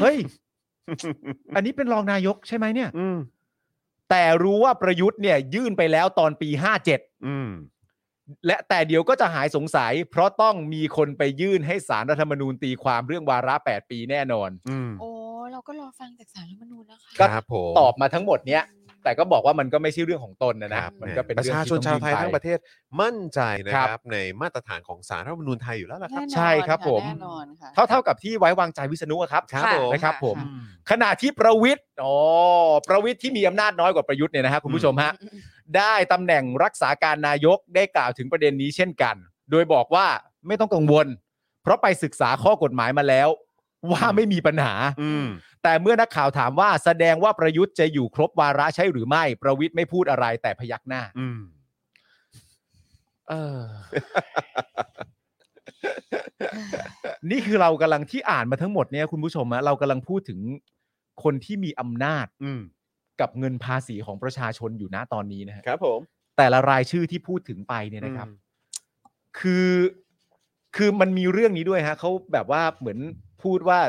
S4: เฮ้ย อันนี้เป็นรองนายกใช่ไหมเนี่ย
S3: อืม
S4: แต่รู้ว่าประยุทธ์เนี่ยยื่นไปแล้วตอนปี
S3: อืม
S4: 57 และแต่เดี๋ยวก็จะหายสงสัย เพราะต้องมีคนไปยื่นให้สารรัฐธรรมนูญตีความเรื่องวาระ 8 ปีแน่นอน
S3: อืม
S5: โอ้เราก็รอฟังจากสารรัฐธรรมนูญนะคะ
S3: ครับผม
S4: ตอบมาทั้งหมดเนี้ย แต่ก็บอกว่ามันก็ไม่ใช่เรื่องของตนนะนะมันก็เป็น
S3: ประ
S4: เรื่อง
S3: ชาชน
S4: ที่
S3: ชาว
S4: ต้อง
S3: ไทยทั้ง
S4: ไป
S3: ประเทศมั่นใจนะค
S4: ครั
S3: รับ
S4: บ
S3: ในมาตรฐานของสารรัฐธรรมนูญไทยอยู่แล้วล่ะครับ
S5: แน่นอน
S4: ใช่ครับผม
S5: ะแน่นอนค่ะ
S4: เท่าเท่ากับที่ไว้วางใจวิษณุอะครับ
S3: ครับ
S5: ค่ะ
S3: ผม
S4: นะครับผม
S5: ค่ะ
S4: ขณะที่ประวิทย์ อ๋อประวิทย์ที่มีอำนาจน้อยกว่าประยุทธ์เนี่ยนะฮะคุณผู้ชมฮะ ได้ตำแหน่งรักษาการนายกได้กล่าวถึงประเด็นนี้เช่นกัน โดยบอกว่าไม่ต้องกังวล เพราะไปศึกษาข้อกฎหมายมาแล้ว ว่าไม่มีปัญหา
S2: อืม
S4: แต่เมื่อนักข่าวถามว่าแสดงว่าประยุทธ์จะอยู่ครบวาระใช่หรือไม่ ประวิทย์ไม่พูดอะไรแต่พยักหน้า
S2: อืม
S4: เออ นี่คือเรากำลังที่อ่านมาทั้งหมดเนี่ยคุณผู้ชมอะเรากำลังพูดถึงคนที่มีอำนาจ
S2: อืม
S4: กับเงินภาษีของประชาชนอยู่นะตอนนี้นะฮะ
S3: ครับผม
S4: แต่ละรายชื่อที่พูดถึงไปเนี่ยนะครับ คือคือมันมีเรื่องนี้ด้วยฮะเขาแบบว่าเหมือนพูดว่า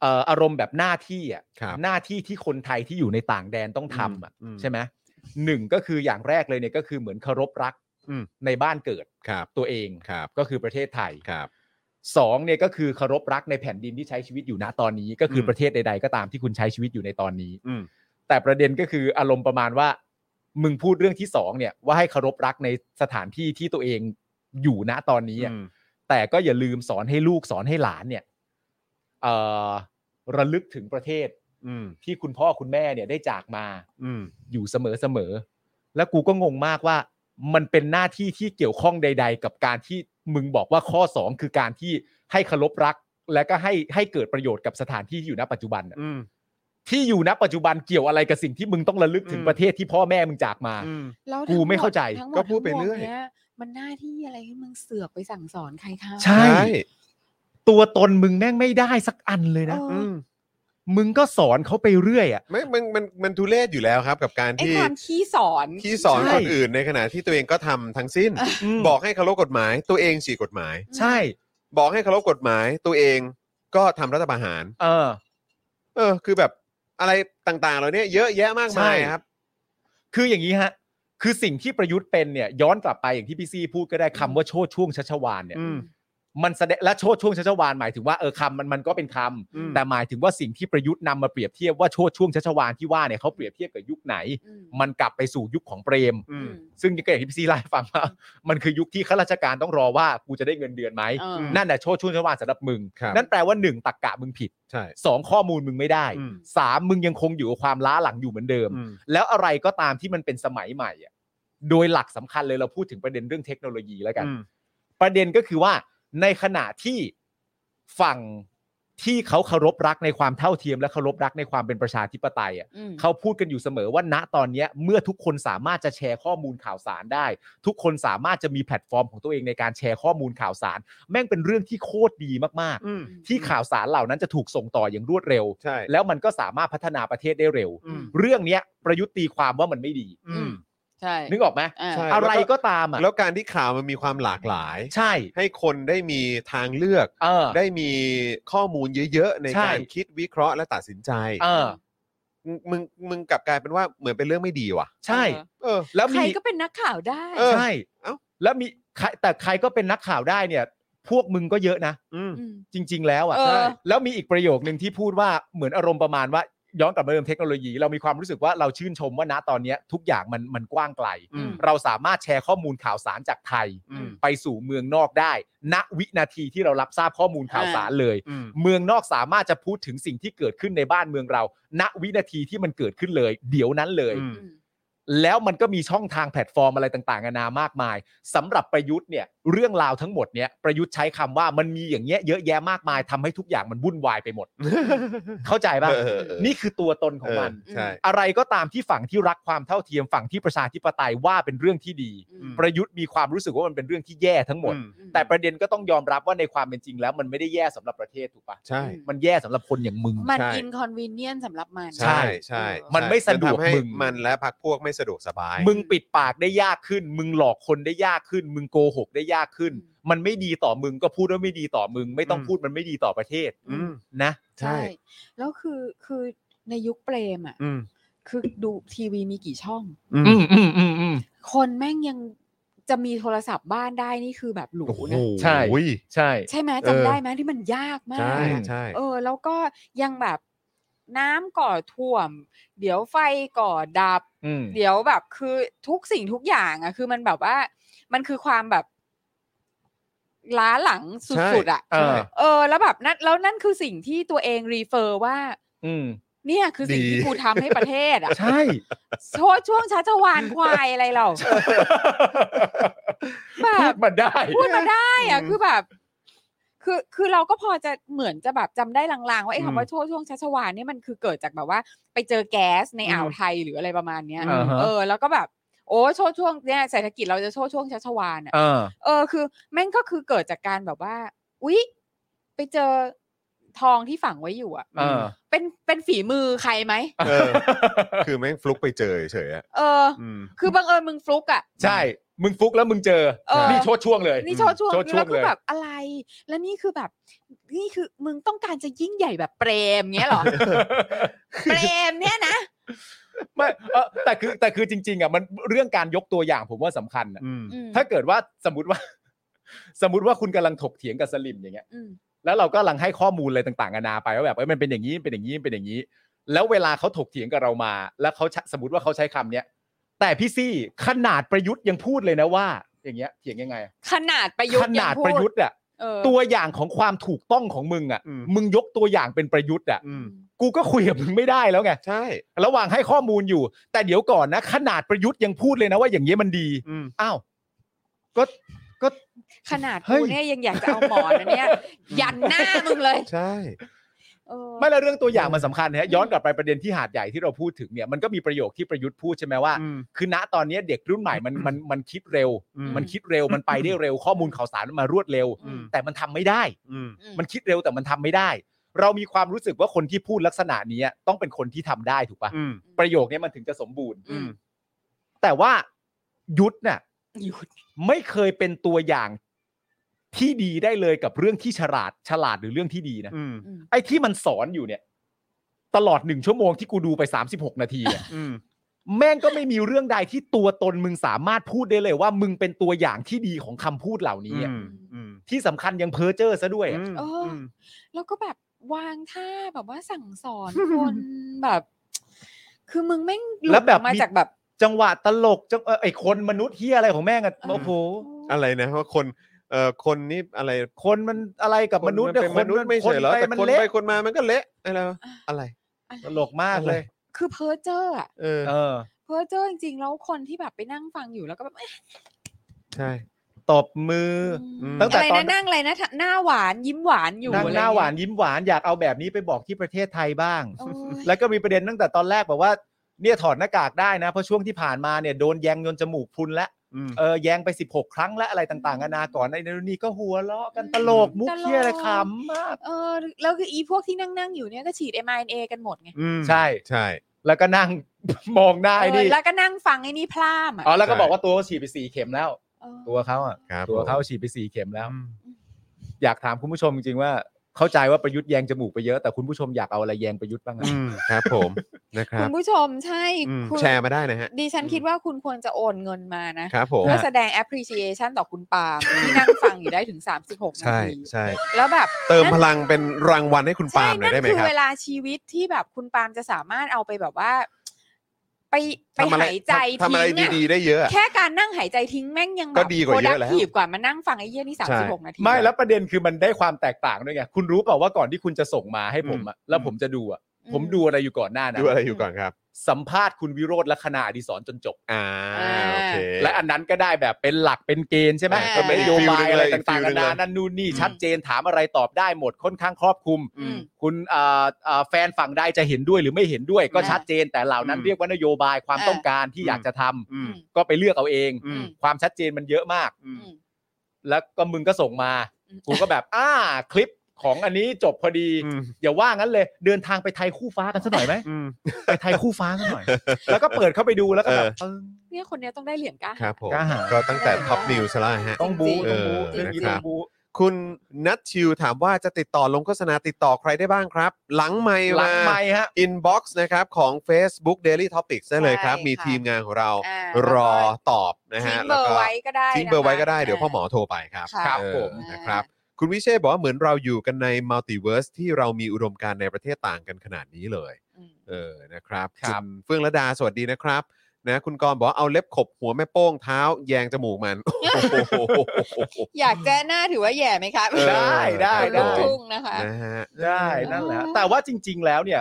S4: เอ่ออารมณ์แบบหน้าที่อ่ะ
S2: ครับ
S4: หน้าที่ที่คนไทยที่อยู่ในต่างแดนต้องทำอ่ะ
S2: อืมอืม
S4: ใช่ไหมหนึ่งก็คืออย่างแรกเลยเนี่ยก็คือเหมือนเคารพรัก
S2: อืม
S4: ในบ้านเกิด
S2: ครับ
S4: ตัวเอง
S2: ครับ
S4: ก็คือประเทศไทย
S2: ครับ
S4: สองเนี่ยก็คือเคารพรักในแผ่นดินที่ใช้ชีวิตอยู่ณตอนนี้ ก็คืออ
S2: ม
S4: ประเทศใด ๆ ก็ตามที่คุณใช้ชีวิตอยู่ในตอนนี้
S2: อืม
S4: แต่ประเด็นก็คืออารมณ์ประมาณว่า มึงพูดเรื่องที่สองเนี่ย ว่าให้เคารพรักในสถานที่ที่ตัวเองอยู่ณตอนนี้อะ
S2: อืม
S4: แต่ก็อย่าลืมสอนให้ลูกสอนให้หลานเนี่ยเอ่อระลึกถึงประเทศ
S2: อืม
S4: ที่คุณพ่อคุณแม่เนี่ยได้จากมา
S2: อืม
S4: อยู่เสมอเสมอๆแล้วกูก็งงมากว่า มันเป็นหน้าที่ที่เกี่ยวข้องใด ๆ กับการที่มึงบอกว่าข้อสองคือการที่ให้เคารพรัก และก็ให้ให้เกิดประโยชน์กับสถานที่ที่อยู่ณปัจจุบันอะ
S2: อืม
S4: ที่อยู่ณปัจจุบันเกี่ยวอะไรกับสิ่งที่มึงต้องระลึกถึง
S2: อืม
S4: ประเทศที่พ่อแม่มึงจากมา
S2: อืม
S5: แล้ว
S4: กูไม่เข้าใจ
S5: ทั้งหม
S3: ก็พูดไปเรื่อย
S5: ทั้งหมนี้มันหน้าที่อะไรที่มึงเสือกไปสั่งสอนใครเขา
S4: ใช่ ตัวตนมึงแม่งไม่ได้สักอันเลยนะ
S5: เอออ
S2: อืม
S4: มึงก็สอนเขาไปเรื่อยอ่ะ
S3: ไม่มันมันมันทุเรศอยู่แล้วครับ กับการ
S5: ไอ้
S3: ที่
S5: ความขี้สอน
S3: ที่สอน
S4: ใช่
S3: คนอื่นในขณะที่ตัวเองก็ทำทั้งสิ้น
S4: ม
S3: บอกให้เคารพกฎหมาย ตัวเองฉีกกฎหมาย
S4: ใช่
S3: บอกให้เคารพกฎหมาย ตัวเองก็ทำรัฐประหาร
S4: เออ
S3: เออ คือแบบอะไรต่างๆเหล่านี้เยอะแยะมากมาย
S4: ใช่
S3: ครับ
S4: คืออย่างนี้ฮะ คือสิ่งที่ประยุทธ์เป็นเนี่ย ย้อนกลับไปอย่างที่พี่ซี่พูดก็ได้คำว่าโชดช่วงชัชวานเนี่ย
S2: อืม
S4: มันแสดงและโชดช่วงชัชวานหมายถึงว่าเออคำมันมันก็เป็นคำ
S2: อืม
S4: แต่หมายถึงว่าสิ่งที่ประยุทธ์นำมาเปรียบเทียบว่าโชดช่วงชัชวานที่ว่าเนี่ยเขาเปรียบเทียบกับยุคไหน
S5: อืม
S4: มันกลับไปสู่ยุคของเปรม
S2: อื
S5: อื
S2: ม
S5: ม
S4: ซึ่งก็อย่างที่พี่ซีไล่าให้ฟัง ว่ามันคือยุคที่ข้าราชการต้องรอว่ากูจะได้เงินเดือนไหม
S5: เออ
S4: นั่นแหละโชดช่วงชาวบ้านสำหรับมึง
S2: ครับ
S4: นั่นแปลว่าหนึ่งตักกะมึงผิด
S2: ใช่
S4: สองข้อมูลมึงไม่ได้
S2: อืม
S4: สามมึงยังคงอยู่กับความล้าหลังอยู่เหมือนเดิม
S2: อืม
S4: แล้วอะไรก็ตามที่มันเป็นสมัยใหม่อะโดยหลักสำคัญเลยเราพูดถึงประเด็นเรื่องเทคโนโลยีแล้วกัน
S2: อืม
S4: ประเด็นก็คือว่าในขณะที่ฝั่งที่เขาเคารพรักในความเท่าเทียมและเคารพรักในความเป็นประชาธิปไตยอะ
S5: อืม
S4: เขาพูดกันอยู่เสมอว่าณตอนเนี้ยเมื่อทุกคนสามารถจะแชร์ข้อมูลข่าวสารได้ ทุกคนสามารถจะมีแพลตฟอร์มของตัวเองในการแชร์ข้อมูลข่าวสาร แม่งเป็นเรื่องที่โคตรดีมาก
S2: อืม
S4: ๆ ที่ข่าวสารเหล่านั้นจะถูกส่งต่ออย่างรวดเร็ว
S3: ใช่
S4: แล้วมันก็สามารถพัฒนาประเทศได้เร็ว
S2: อืม
S4: เรื่องเนี้ยประยุทธ์ตีความว่ามันไม่ดี
S2: อืม
S5: ใช่
S4: นึกออกไหม
S5: อ่า
S3: ใช่
S4: อะไร
S3: แล้ว
S4: ก็ตามอ่ะ
S3: แล้วการที่ข่าวมันมีความหลากหลาย
S4: ใช่
S3: ให้คนได้มีทางเลือก
S4: เออ
S3: ได้มีข้อมูลเยอะๆ ใน
S4: ใช่
S3: การคิดวิเคราะห์และตัดสินใจ
S4: เออ
S3: มึงมึงมึงกลับกลายเป็นว่าเหมือนเป็นเรื่องไม่ดีว่ะ
S4: ใช่
S5: เออ
S3: เออ
S4: แล้ว
S5: ใคร
S4: มี
S5: ก็เป็นนักข่าวได้
S3: เออ
S4: ใช่
S3: เอ้า
S4: แล้วมีใครแต่ใครก็เป็นนักข่าวได้เนี่ย พวกมึงก็เยอะนะ
S5: ม
S4: จริง ๆ แล้วอ่ะ
S5: เออ
S4: ใช่แล้วมีอีกประโยคนึงที่พูดว่าเหมือนอารมณ์ประมาณว่าย้อนกลับมาเรื่องเทคโนโลยี เรามีความรู้สึกว่าเราชื่นชมว่าณตอนเนี้ยทุกอย่างมันมันกว้างไกล
S2: อืม
S4: เราสามารถแชร์ข้อมูลข่าวสารจากไทย
S2: อืม
S4: ไปสู่เมืองนอกได้ ณวินาทีที่เรารับทราบข้อมูลข่าวสารเลย
S2: อืม
S4: เมืองนอกสามารถจะพูดถึงสิ่งที่เกิดขึ้นในบ้านเมืองเรา ณวินาทีที่มันเกิดขึ้นเลย เดี๋ยวนั้นเลย
S2: อืม
S5: อืม
S4: แล้วมันก็มีช่องทางแพลตฟอร์มอะไรต่างๆนานามากมายสำหรับประยุทธ์เนี่ยเรื่องราวทั้งหมดเนี่ยประยุทธ์ใช้คำว่ามันมีอย่างเงี้ยเยอะแยะมากมายทำให้ทุกอย่างมันวุ่นวายไปหมด เข้าใจป่ะ
S3: เออเออเออ
S4: นี่คือตัวตนของมัน
S3: ใช่
S4: อะไรก็ตามที่ฝั่งที่รักความเท่าเทียมฝั่งที่ประชาธิปไตยว่าเป็นเรื่องที่ดี
S5: อืม
S4: ประยุทธ์มีความรู้สึกว่ามันเป็นเรื่องที่แย่ทั้งหมด
S2: อืม
S4: แต่ประเด็นก็ต้องยอมรับว่าในความเป็นจริงแล้ว มันไม่ได้แย่สำหรับประเทศถูกปะ
S3: ใช่
S4: มันแย่สำหรับคนอย่างมึง
S5: มัน
S3: ใช่
S5: อินคอนเวเนียนสำหรับมัน
S4: ใช่
S3: ใช่
S5: เออ
S4: มันไม่สะดวก
S3: นทำให้
S4: มึง
S3: มันและพรรคพวกไม่สะดวกสบาย
S4: มึงปิดปากได้ยากขึ้น มึงหลอกคนได้ยากขึ้น มึงโกหกได้ยากขึ้น มันไม่ดีต่อมึงก็พูดว่าไม่ดีต่อมึง ไม่ต้อง
S2: อืม
S4: พูดมันไม่ดีต่อประเทศ
S2: อืม
S4: นะ
S5: ใช่แล้วคือคือในยุคเปรมอ่ะ
S2: อืม
S5: คือดูทีวีมีกี่ช่อง
S2: อืม
S4: อืมอืมอืมอืม
S5: คนแม่งยังจะมีโทรศัพท์บ้านได้นี่คือแบบหรู
S3: โอ้โห
S5: นะ
S4: ใช่ ใช่
S5: ใช่ไหม
S3: เออ
S5: จำได้ไหมที่มันยากมา
S3: ใช่
S5: ก
S3: ใช่
S5: เออ แล้วก็ยังแบบน้ำก่อท่วม เดี๋ยวไฟก่อดับ
S4: อืม
S5: เดี๋ยวแบบคือทุกสิ่งทุกอย่างอะคือมันแบบว่า มันคือความแบบ ล้าหลังสุดๆอะ
S4: ใช่เออ
S5: เออ แล้วแบบนั้นแล้วนั่นคือสิ่งที่ตัวเองรีเฟอร์ว่า
S4: อืม
S5: เนี่ยคือสิ่งที่
S3: ดี
S5: กูทำให้ประเทศอ่ะ
S4: ใช่
S5: โชดช่วงชัชวานควายอะไรเรา แบ
S4: พู
S5: บ
S4: ดมาได้
S5: พูดมาได้อะ
S3: อืม
S5: คือแบบ คือคือเราก็พอจะเหมือนจะแบบจำได้ลางๆ ว่าไอ้
S4: อืม
S5: คำว่าช่วงช่วงชัชวาลเนี่ยมันคือเกิดจากแบบว่า ไปเจอแก๊สในอ่าวไทยหรืออะไรประมาณเนี้ย
S4: อ่าฮะ
S5: เออ แล้วก็แบบโอ้ช่วงช่วงเนี่ยเศรษฐกิจเราจะช่วงช่วงชัชวาลอ่ะ
S4: เออ
S5: เออคือแม่งก็คือเกิดจากการแบบว่าอุ๊ยไปเจอทองที่ฝังไว้อยู่อ่ะ
S4: เออ
S5: เป็นเป็นฝีมือใครไหม
S3: เออ คือแม่งฟลุกไปเจอเฉยๆอะ
S5: เออ
S3: อืม
S5: คือบังเอิญมึงฟลุกอ่ะ
S4: ใช่ มึงฟุกแล้วมึงเจอ
S5: เออ
S4: นี่โชดช่วงเลย
S5: นี่โชดช่วง
S4: โชดช่ว
S5: แล้
S4: ง
S5: วก็
S4: เลย
S5: แบบอะไร แล้วนี่คือแบบ นี่คือมึงต้องการจะยิ่งใหญ่แบบเปรมเงี้ ยเหรอ เปรมเนี่ยนะ
S4: ไม่เออแต่คือแต่คือจริงๆอ่ะมันเรื่องการยกตัวอย่างผมว่าสำคัญอะ
S2: อืม
S5: อืม
S4: ถ้าเกิดว่าสมมติว่า สมมติว่าคุณกำลังถกเถียงกับสลิมอย่างเงี้ย
S5: อืม
S4: แล้วเราก็กำลังให้ข้อมูลอะไรต่างๆนานาไปว่าแบบเอ้ยมันเป็นอย่างนี้เป็นอย่างนี้เป็นอย่างนี้ แล้วเวลาเขาถกเถียงกับเรามา แล้วเขาใช้สมมติว่าเขาใช้คำเนี้ยแต่พี่ซี่ขนาดประยุทธ์ยังพูดเลยนะว่า อย่างเงี้ยเถียงยังไงอะ
S5: ขนาดประยุท
S4: ข
S5: ธ์
S4: นาด
S5: งพู
S4: ประยุทธ์อ่ะ
S5: เออ
S4: ตัวอย่างของความถูกต้องของมึงอ่ะ
S3: อืม
S4: มึงยกตัวอย่างเป็นประยุทธ์อ่ะ
S3: อืม
S4: กูก็คุยกับมึงไม่ได้แล้วไง
S3: ใช่
S4: ระหว่างให้ข้อมูลอยู่ แต่เดี๋ยวก่อนนะ ขนาดประยุทธ์ยังพูดเลยนะว่าอย่างเงี้ยมันดี
S3: อืม
S4: อ้าว
S5: ขนาด
S4: เฮ้ย
S5: กูเนี่ยยังอยากจะเอาหมอนอัน เนี่ย ยันหน้ามึงเลย
S3: ใช่
S5: เออ
S4: ไม่และเรื่องตัวอย่างมันสำคัญนะฮะย้อนกลับไปประเด็นที่หาดใหญ่ที่เราพูดถึงเนี่ยมันก็มีประโยคที่ประยุทธ์พูดใช่ไหมว่า
S3: อืม
S4: คือณตอนนี้เด็กรุ่นใหม่มันมันมันคิดเร็ว
S3: อืม
S4: มันคิดเร็วมันไปได้เร็วข้อมูลข่าวสารมันมารวดเร็ว
S5: อืม
S4: แต่มันทำไม่ได้
S3: อืม
S5: อืม
S4: มันคิดเร็วแต่มันทำไม่ได้ เรามีความรู้สึกว่าคนที่พูดลักษณะนี้ต้องเป็นคนที่ทำได้ถูกปะ
S3: อืม
S4: ประโยคเนี้มันถึงจะสมบูรณ์
S5: อืม
S4: แต่ว่ายุทธน่ะ
S5: หยุด
S4: ไม่เคยเป็นตัวอย่างที่ดีได้เลยกับเรื่องที่ฉลาดฉลาดหรือเรื่องที่ดีนะ
S3: อืม
S5: อืม
S4: ไอ้ที่มันสอนอยู่เนี่ย ตลอดหนึ่งชั่วโมงที่กูดูไป 36 นาทีอะ
S3: อืม
S4: แม่งก็ไม่มีเรื่องใดที่ตัวตนมึงสามารถพูดได้เลยว่า มึงเป็นตัวอย่างที่ดีของคำพูดเหล่านี้อะ
S3: อืม อืม
S4: ที่สำคัญยังเพ้อเจ้อซะด้วยอะ
S3: มม
S5: แล้วก็แบบวางท่าแบบว่าสั่งสอนคนแบบ คือมึงแม่งหลุด
S4: แล้วแบ
S5: อ
S4: บ
S5: อกมา
S4: มี
S5: จากแบบ
S4: จังหวะตลกจังเอ่อไอ้คนมนุษย์เฮียอะไรของแม่งอะ
S5: เออ
S4: โอ้โห
S3: อะไรนะว่าคนเอ่อคนนี่อะไร
S4: คนมันอะไรกับมนุษย์
S3: ค
S4: เนี่ย
S3: เป็นมนุษย์ไม่ใช่เหรอ
S4: คนไป
S3: แต่
S4: มัน
S3: คน
S4: เละ
S3: ไปคนมามันก็เละอะไรวะอะไร
S5: อะไร
S4: ตลกมากเลย
S5: คือเพ้อเจ้ออะ
S3: เออ
S4: เออ
S5: เพ้อเจ้อจริงๆแล้วคนที่แบบไปนั่งฟังอยู่แล้วก็แบบ
S3: ใช่
S4: ตบมือ
S3: อืม
S4: ตั้งแต่
S5: อะไร
S4: ตอ
S5: นะ
S4: น
S5: นั่งอะไรนะหน้าหวานยิ้มหวานอยู่
S4: นั่ง
S5: อะไร
S4: หน้า
S5: เงี้ย
S4: หวานยิ้มหวานอยากเอาแบบนี้ไปบอกที่ประเทศไทยบ้าง
S5: โอ้ย
S4: แล้วก็มีประเด็นตั้งแต่ตอนแรกบอกว่าเนี่ยถอดหน้ากากได้นะ เพราะช่วงที่ผ่านมาเนี่ยโดนแยงจนจมูกพรุนและ
S3: อืม
S4: เออแยงไป 16 ครั้งและอะไรต่างๆนานาก่อนในนนนี่ก็หัวเราะกันตลกมุกเคียอะไรขำมาก
S5: เออแล้วคืออีพวกที่นั่งนั่งอยู่เนี่ยก็ฉีด m r n a กันหมดไง
S3: อืม
S4: ใช่
S3: ใช่
S4: แล้วก็นั่ง มองหน้าไอ้
S5: เอ
S4: นี่
S5: อแล้วก็นั่งฟังไอ้นี่พล่ามอ่ะ
S4: อ๋อแล้วก็บอกว่าตัวเขาฉีดไปสี่เข็มแล้ว
S5: เออ
S4: ตัวเขาอ่ะ
S3: ครับ
S4: ตัวเขา
S3: ผม
S4: ฉีดไปสี่เข็มแล้ว อยากถามคุณผู้ชมจริงๆว่าเข้าใจว่าประยุทธ์แยงจมูกไปเยอะแต่คุณผู้ชมอยากเอาอะไรแยงประยุทธ์บ้างอะ
S3: อืมครับผม นะค
S5: คุ
S3: รั
S5: ณ
S3: บ
S5: ผู้ชมใช่
S3: อืม
S5: คุณ
S3: แชร์มาได้นะฮะ
S5: ดิฉันคิดว่าคุณควรจะโอนเงินมานะครับ
S3: ผม
S5: เพื่อแสดง appreciation ต่อคุณปาล์มที่นั่งฟังอยู่ได้ถึง 36 นา
S3: ใช่
S5: ที
S3: ใช่
S5: แล้วแบบ
S3: เติม
S5: นั่น
S3: พลังเป็นรางวัลให้คุณปาล์มหน่อยได้ไหม
S5: ใช่นั่น
S3: ค
S5: คื
S3: รับ
S5: อเวลาชีวิตที่แบบคุณปาล์มจะสามารถเอาไปแบบว่า ไปไป
S3: ทำอะไร
S5: หายใจ
S3: ทำอะ
S5: ทิ้
S3: ไร
S5: งอะ
S3: ดีๆได้เยอะอะ
S5: แค่การนั่งหายใจทิ้งแม่งยังแบบ
S3: ก็ดีกว่าเยอะแล้ว
S5: โปรดักทีฟกว่ามานั่งฟังไอ้เยี่ยนี่สามสิบหกนาที
S4: ไม่แล้วประเด็นคือมันได้ความแตกต่างด้วยไงคุณรู้เปล่าว่าก่อนที่คุณจะส่งมาให้ผมอะแล้วผมจะดูอะ
S5: อื
S4: ผมดูอะไรอยู่ก่อนหน้านะ
S3: ดูอะไรอยู่ก่อนครับ
S4: สัมภาษณ์คุณวิโรธลักษณะอดิศรจนจบ
S3: อ่าโอเค
S4: และอันนั้นก็ได้แบบเป็นหลักเป็นเกณฑ์ใช่ไหม
S5: อ่า
S4: ก็เป็นนโยบายอะไรต่าง
S3: อีกฟิลห
S4: ๆ
S3: นึ่
S4: นาง
S3: เล
S4: นา
S3: ย
S4: นั่นนู่นนี่ชัดเจนถามอะไรตอบได้หมดค่อนข้างครอบคลุม
S5: อืม
S4: คุณอ่าอ่าแฟนฝั่งใดจะเห็นด้วยหรือไม่เห็นด้วย ก็
S5: อ่า
S4: ชัดเจนแต่เหล่านั้น
S3: อืม
S4: เรียกว่านโยบายความ
S5: อ่า
S4: ต้องการที่อยากจะทำ
S3: อืม
S4: ก็ไปเลือกเอาเอง
S3: อืม
S4: ความชัดเจนมันเยอะมาก
S3: อืม
S5: อืม
S4: แล้วก็มึงก็ส่งมา
S5: อืม
S4: กูก็แบบ อ่า คลิปของอันนี้จบพอดี
S3: อืม
S4: อย่าว่างั้นเลย เดินทางไปไทยคู่ฟ้ากันสัก หน่อยไหม
S3: อืม
S4: ไปไทยคู่ฟ้ากันหน่อย แล้วก็เปิดเข้าไปดูแล้วก็แบบ
S5: เนี่ยคนเนี้ยต้องได้เหรียญก้า
S3: ครับผม
S4: กล้าหาญ
S3: ก็ตั้งแต่ท็อปนิวส์แล้วฮะ
S4: ต้องบู
S3: เออ
S5: จริงๆ
S4: ต้องบูเรื่องนี้
S3: นะค
S4: ต้
S3: รั
S4: อบ งบู
S3: คุณนัทชิวถามว่าจะติดต่อลงโฆษณาติดต่อใครได้บ้างครับ หลังไมค์
S4: หลั
S3: มาง
S4: ไมค์ฮะ
S3: อินบ็อกซ์นะครับของ Facebook Daily Topics ได้เลยครับ
S5: ใช่
S3: มี
S5: ค่ะ
S3: ทีมงานของเรา
S5: อ่าร ร
S3: อตอบนะ
S5: ทิ้
S3: ฮะ
S5: งเบอร์ไว้ก็ได้
S3: ทิ้งเบอร์ไว้ก็ได้
S5: นะคะ
S3: เดี๋ยวพ่อหมอโทรไปครับ
S5: ค่ะ
S4: ครับ
S3: เออ
S4: ผม
S3: นะครับ คุณวิเชษบอกว่าเหมือนเราอยู่กันในมัลติเวิร์สที่เรามีอุดมการณ์ในประเทศต่างกันขนาดนี้เลย
S5: อืม
S3: เออ นะครับ
S4: ครับ
S3: ณเฟื่องระดา สวัสดีนะครับ นะ คุณกรณ์บอกว่าเอาเล็บขบหัวแม่โป้งเท้า แยงจมูกมัน โอ้โห
S5: อยากแจ้หน้าถือว่าแย่ไหมครับ
S3: เออ
S4: ได้ได้
S5: ลู
S4: ได้
S5: กทุ่งนะคะ
S3: นะฮะ
S4: ได้นั่นแหละ แต่ว่าจริง ๆ แล้วเนี่ย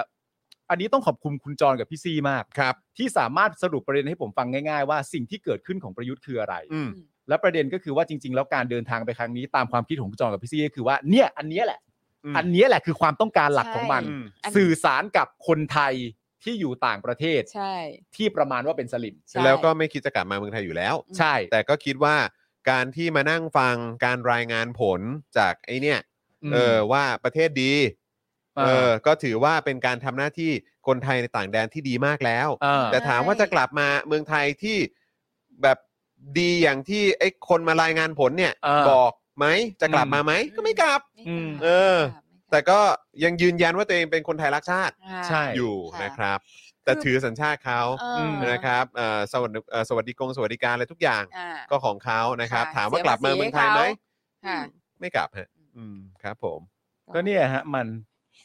S4: อันนี้ต้องขอบคุณคุณจรกับพี่ซีมาก
S3: ครับ
S4: ที่สามารถสรุปประเด็นให้ผมฟังง่ายๆ ว่าสิ่งที่เกิดขึ้นของประยุทธ์คืออะไร
S3: อืม
S4: และประเด็นก็คือว่าจริง ๆ แล้วการเดินทางไปครั้งนี้ตามความคิดของคุณจอนกับพี่ซี่ก็คือว่าเนี่ยอันเนี้ยแหละ
S3: อืม
S4: อันเนี้ยแหละคือความต้องการหลักของมัน
S5: ใช่
S3: อืม
S5: อันนี้
S4: สื่อสารกับคนไทยที่อยู่ต่างประเทศ
S5: ใช่
S4: ที่ประมาณว่าเป็นสลิม
S5: ใช่
S3: แล้วก็ไม่คิดจะกลับมาเมืองไทยอยู่แล้ว
S4: ใช่
S3: แต่ก็คิดว่าการที่มานั่งฟังการรายงานผลจากไอ้เนี่ยเออว่าประเทศดี
S4: เอ
S3: เออ
S4: อ
S3: ก็ถือว่าเป็นการทำหน้าที่คนไทยในต่างแดนที่ดีมากแล้ว
S4: เออ
S3: แต่ถามว่าจะกลับมาเมืองไทยที่แบบดีอย่างที่ไอ้คนมารายงานผลเนี่ย
S4: เออ
S3: บอกไหมจะกลับ
S4: อืม
S3: มาไหมก็ไม่กลับ
S5: ไม่
S4: อืม
S5: กล้า
S3: เออ
S5: ไม่กล้า
S3: แต่ก็ยังยืนยันว่าตัวเองเป็นคนไทยรักชาติ
S5: อ่า
S4: ใช่
S3: อยู่
S5: ค่ะ
S3: นะครับ แต่ถือสัญชาติเขา
S5: เออ
S4: ม
S3: นะครับเอ่อสวัสดิเอ่อสวัสดิกงสวัสดิการอะไรทุกอย่าง
S5: อ่า
S3: ก็ของเขานะครับ
S5: ค่ะ
S3: ถามว่ากลับมาเมืองไทยไหม
S5: เสียภาษี
S3: อืม
S5: ให้เขาค่ะ
S3: ไม่กลับฮะอืมครับผม
S4: ก็เนี่ยฮะมัน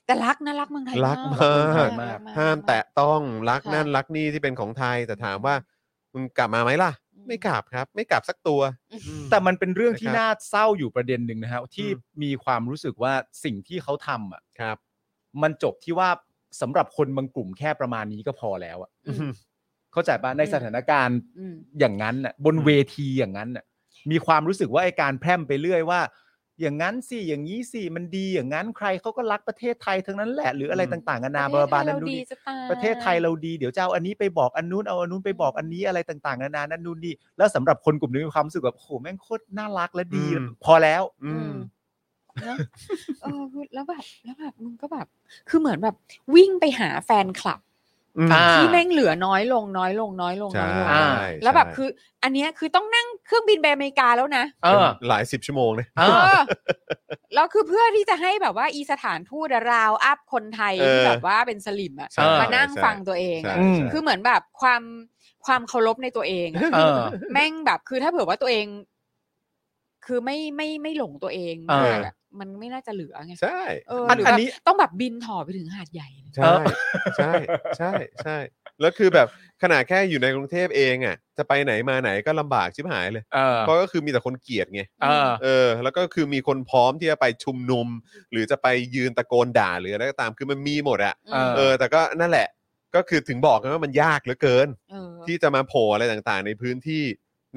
S5: แต่รักนะรักเมืองไทย
S3: รัก
S5: มาก
S3: มาก
S5: รั
S4: มาก
S5: รั
S3: ห้ามแตะต้องรัก
S5: ค่ะ
S3: นั่นรักนี่ที่เป็นของไทย แต่ถามว่ามึงกลับมาไหมล่ะ ไม่กลับครับ ไม่กลับสักตัว
S4: แต่มันเป็นเรื่องที่
S3: นะครับ
S4: น่าเศร้าอยู่ประเด็นหนึ่งนะฮะที่
S3: อืม
S4: มีความรู้สึกว่าสิ่งที่เขาทำอ่ะ
S3: ครับ
S4: มันจบที่ว่าสำหรับคนบางกลุ่มแค่ประมาณนี้ก็พอแล้วอ่ะ
S5: อืม
S4: เข้าใจปะในสถานการณ์
S5: อืม
S4: อย่างนั้นน่ะบนเวทีอย่างนั้นน่ะมีความรู้สึกว่าไอการแพร่มไปเรื่อยว่า อย่างนั้นสิอย่างนี้สิมันดีอย่างนั้นใครเขาก็รักประเทศไทยทั้งนั้นแหละหรืออะไรต่างๆนานาบาบานันดูนนี่
S5: จะตาย
S4: ประเทศไทยเราดีเดี๋ยวจะเอาอันนี้ไปบอกอันนู้นเอาอันนู้นไปบอกอันนี้อะไรต่างๆนานานั่นนู่นนี่แล้วสำหรับคนกลุ่มนี้มีความรู้สึกแบบโอ้โหแม่งโคตรน่ารักและดี พอแล้ว
S5: อืม เนอะเออคือแล้วแบบแล้วแบบมึงก็แบบ คือเหมือนแบบวิ่งไปหาแฟนคลับ
S3: อืม
S4: อ่า
S5: ที่แม่งเหลือน้อยลงน้อยลงน้อยลง
S3: ใช่
S5: น้อยลง
S4: อ่า
S5: แล้วแบบ
S3: ใช่
S5: คือ อันเนี้ยคือต้องนั่งเครื่องบินไปอเมริกาแล้วนะ
S4: เออ
S3: หลายสิบชั่วโมงนะ
S4: เออ
S5: เออแล้วคือเพื่อที่จะให้แบบว่าอีสถานทูตราวอัพคนไทย
S3: เออ
S5: ที่แบบว่าเป็นสลิมอะ
S3: ใช่
S5: มานั่ง
S3: ใช่
S5: ฟังตัวเอง
S3: ใช่
S5: อะ
S4: อืม
S3: ใช่
S5: คือเหมือนแบบความความเคารพในตัวเองอะ
S4: เออ
S5: แม่งแบบคือถ้าเผื่อว่าตัวเอง คือไม่ไม่ไม่หลงตัวเอง
S4: เออ
S5: มากอะมันไม่น่าจะเหลือไง
S3: ใช่
S5: เออ
S4: อัน
S5: หรือ
S4: อัน
S5: แบบ
S4: นี้
S5: ต้องแบบบินถ่อไปถึงหาดใหญ่เลย
S3: ใช่ใช่ใช่ใช่แล้วคือแบบขนาดแค่อยู่ในกรุงเทพเองอ่ะจะไปไหนมาไหนก็ลำบากชิบหายเลย
S4: เออ
S3: เพราะก็คือมีแต่คนเกลียดไง
S4: เออ
S3: เออแล้วก็คือมีคนพร้อมที่จะไปชุมนุม หรือจะไปยืนตะโกนด่าหรืออะไรก็ตามคือมันมีหมดอะ
S4: เออ
S3: เออแต่ก็นั่นแหละก็คือถึงบอกกันว่ามันยากเหลือเกิน
S5: เออ
S3: ที่จะมาโผล่อะไรต่างๆ ในพื้นที่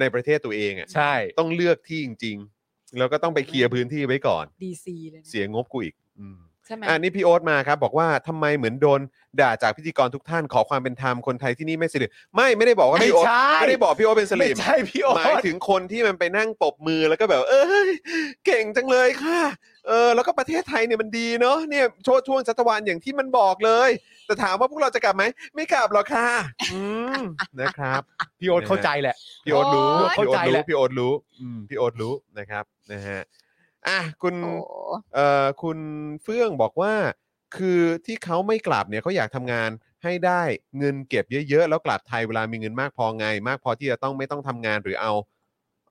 S3: ในประเทศตัวเองอะ
S4: ใช่
S3: ต้องเลือกที่จริง ๆ แล้วก็ต้องไปเคลียร์พื้นที่ไว้ก่อน
S5: ดีซีเลยนะ
S3: เสียงบกูอีกอืม
S5: ใช่ไหม
S3: อ่านี่พี่โอ๊ตมาครับบอกว่าทำไมเหมือนโดนด่าจากพิธีกรทุกท่านขอความเป็นธรรมคนไทยที่นี่ไม่สลิมไม่ไม่ได้บอกว่าพี่โอ๊ต
S4: ไม่ใช่
S3: ไม่ได้บอกพี่โอ๊ตเป็นสลิ
S4: ไม่ใช่พี่โอ๊ต
S3: หมายถึงคนที่มันไปนั่งปรบมือแล้วก็แบบ เอ้ยเก่งจังเลยค่ะ เออ แล้วก็ประเทศไทยเนี่ยมันดีเนาะเนี่ยโชดช่วงชัตวรรษอย่างที่มันบอกเลย แต่ถามว่าพวกเราจะกลับไหมไม่กลับหรอกค่ะอืมนะครับ
S4: พี่โอ๊ตเข้าใจแหละ
S3: พี่โอ๊ตรู้
S4: โอ๊
S3: พี่
S4: ย
S3: โอ๊ต
S4: เข้าใจแห
S3: รู้
S4: ละ
S3: พี่โอ๊ตรู้อืมพี่โอ๊ตรู้นะครับนะฮะอ่ะคุณ
S5: โอ้
S3: เอ่อคุณเฟื่องบอกว่า คือที่เขาไม่กลับเนี่ยเขาอยากทำงานให้ได้เงินเก็บเยอะๆ แล้วกลับไทยเวลามีเงินมากพอไง มากพอที่จะต้องไม่ต้องทำงานหรือเอา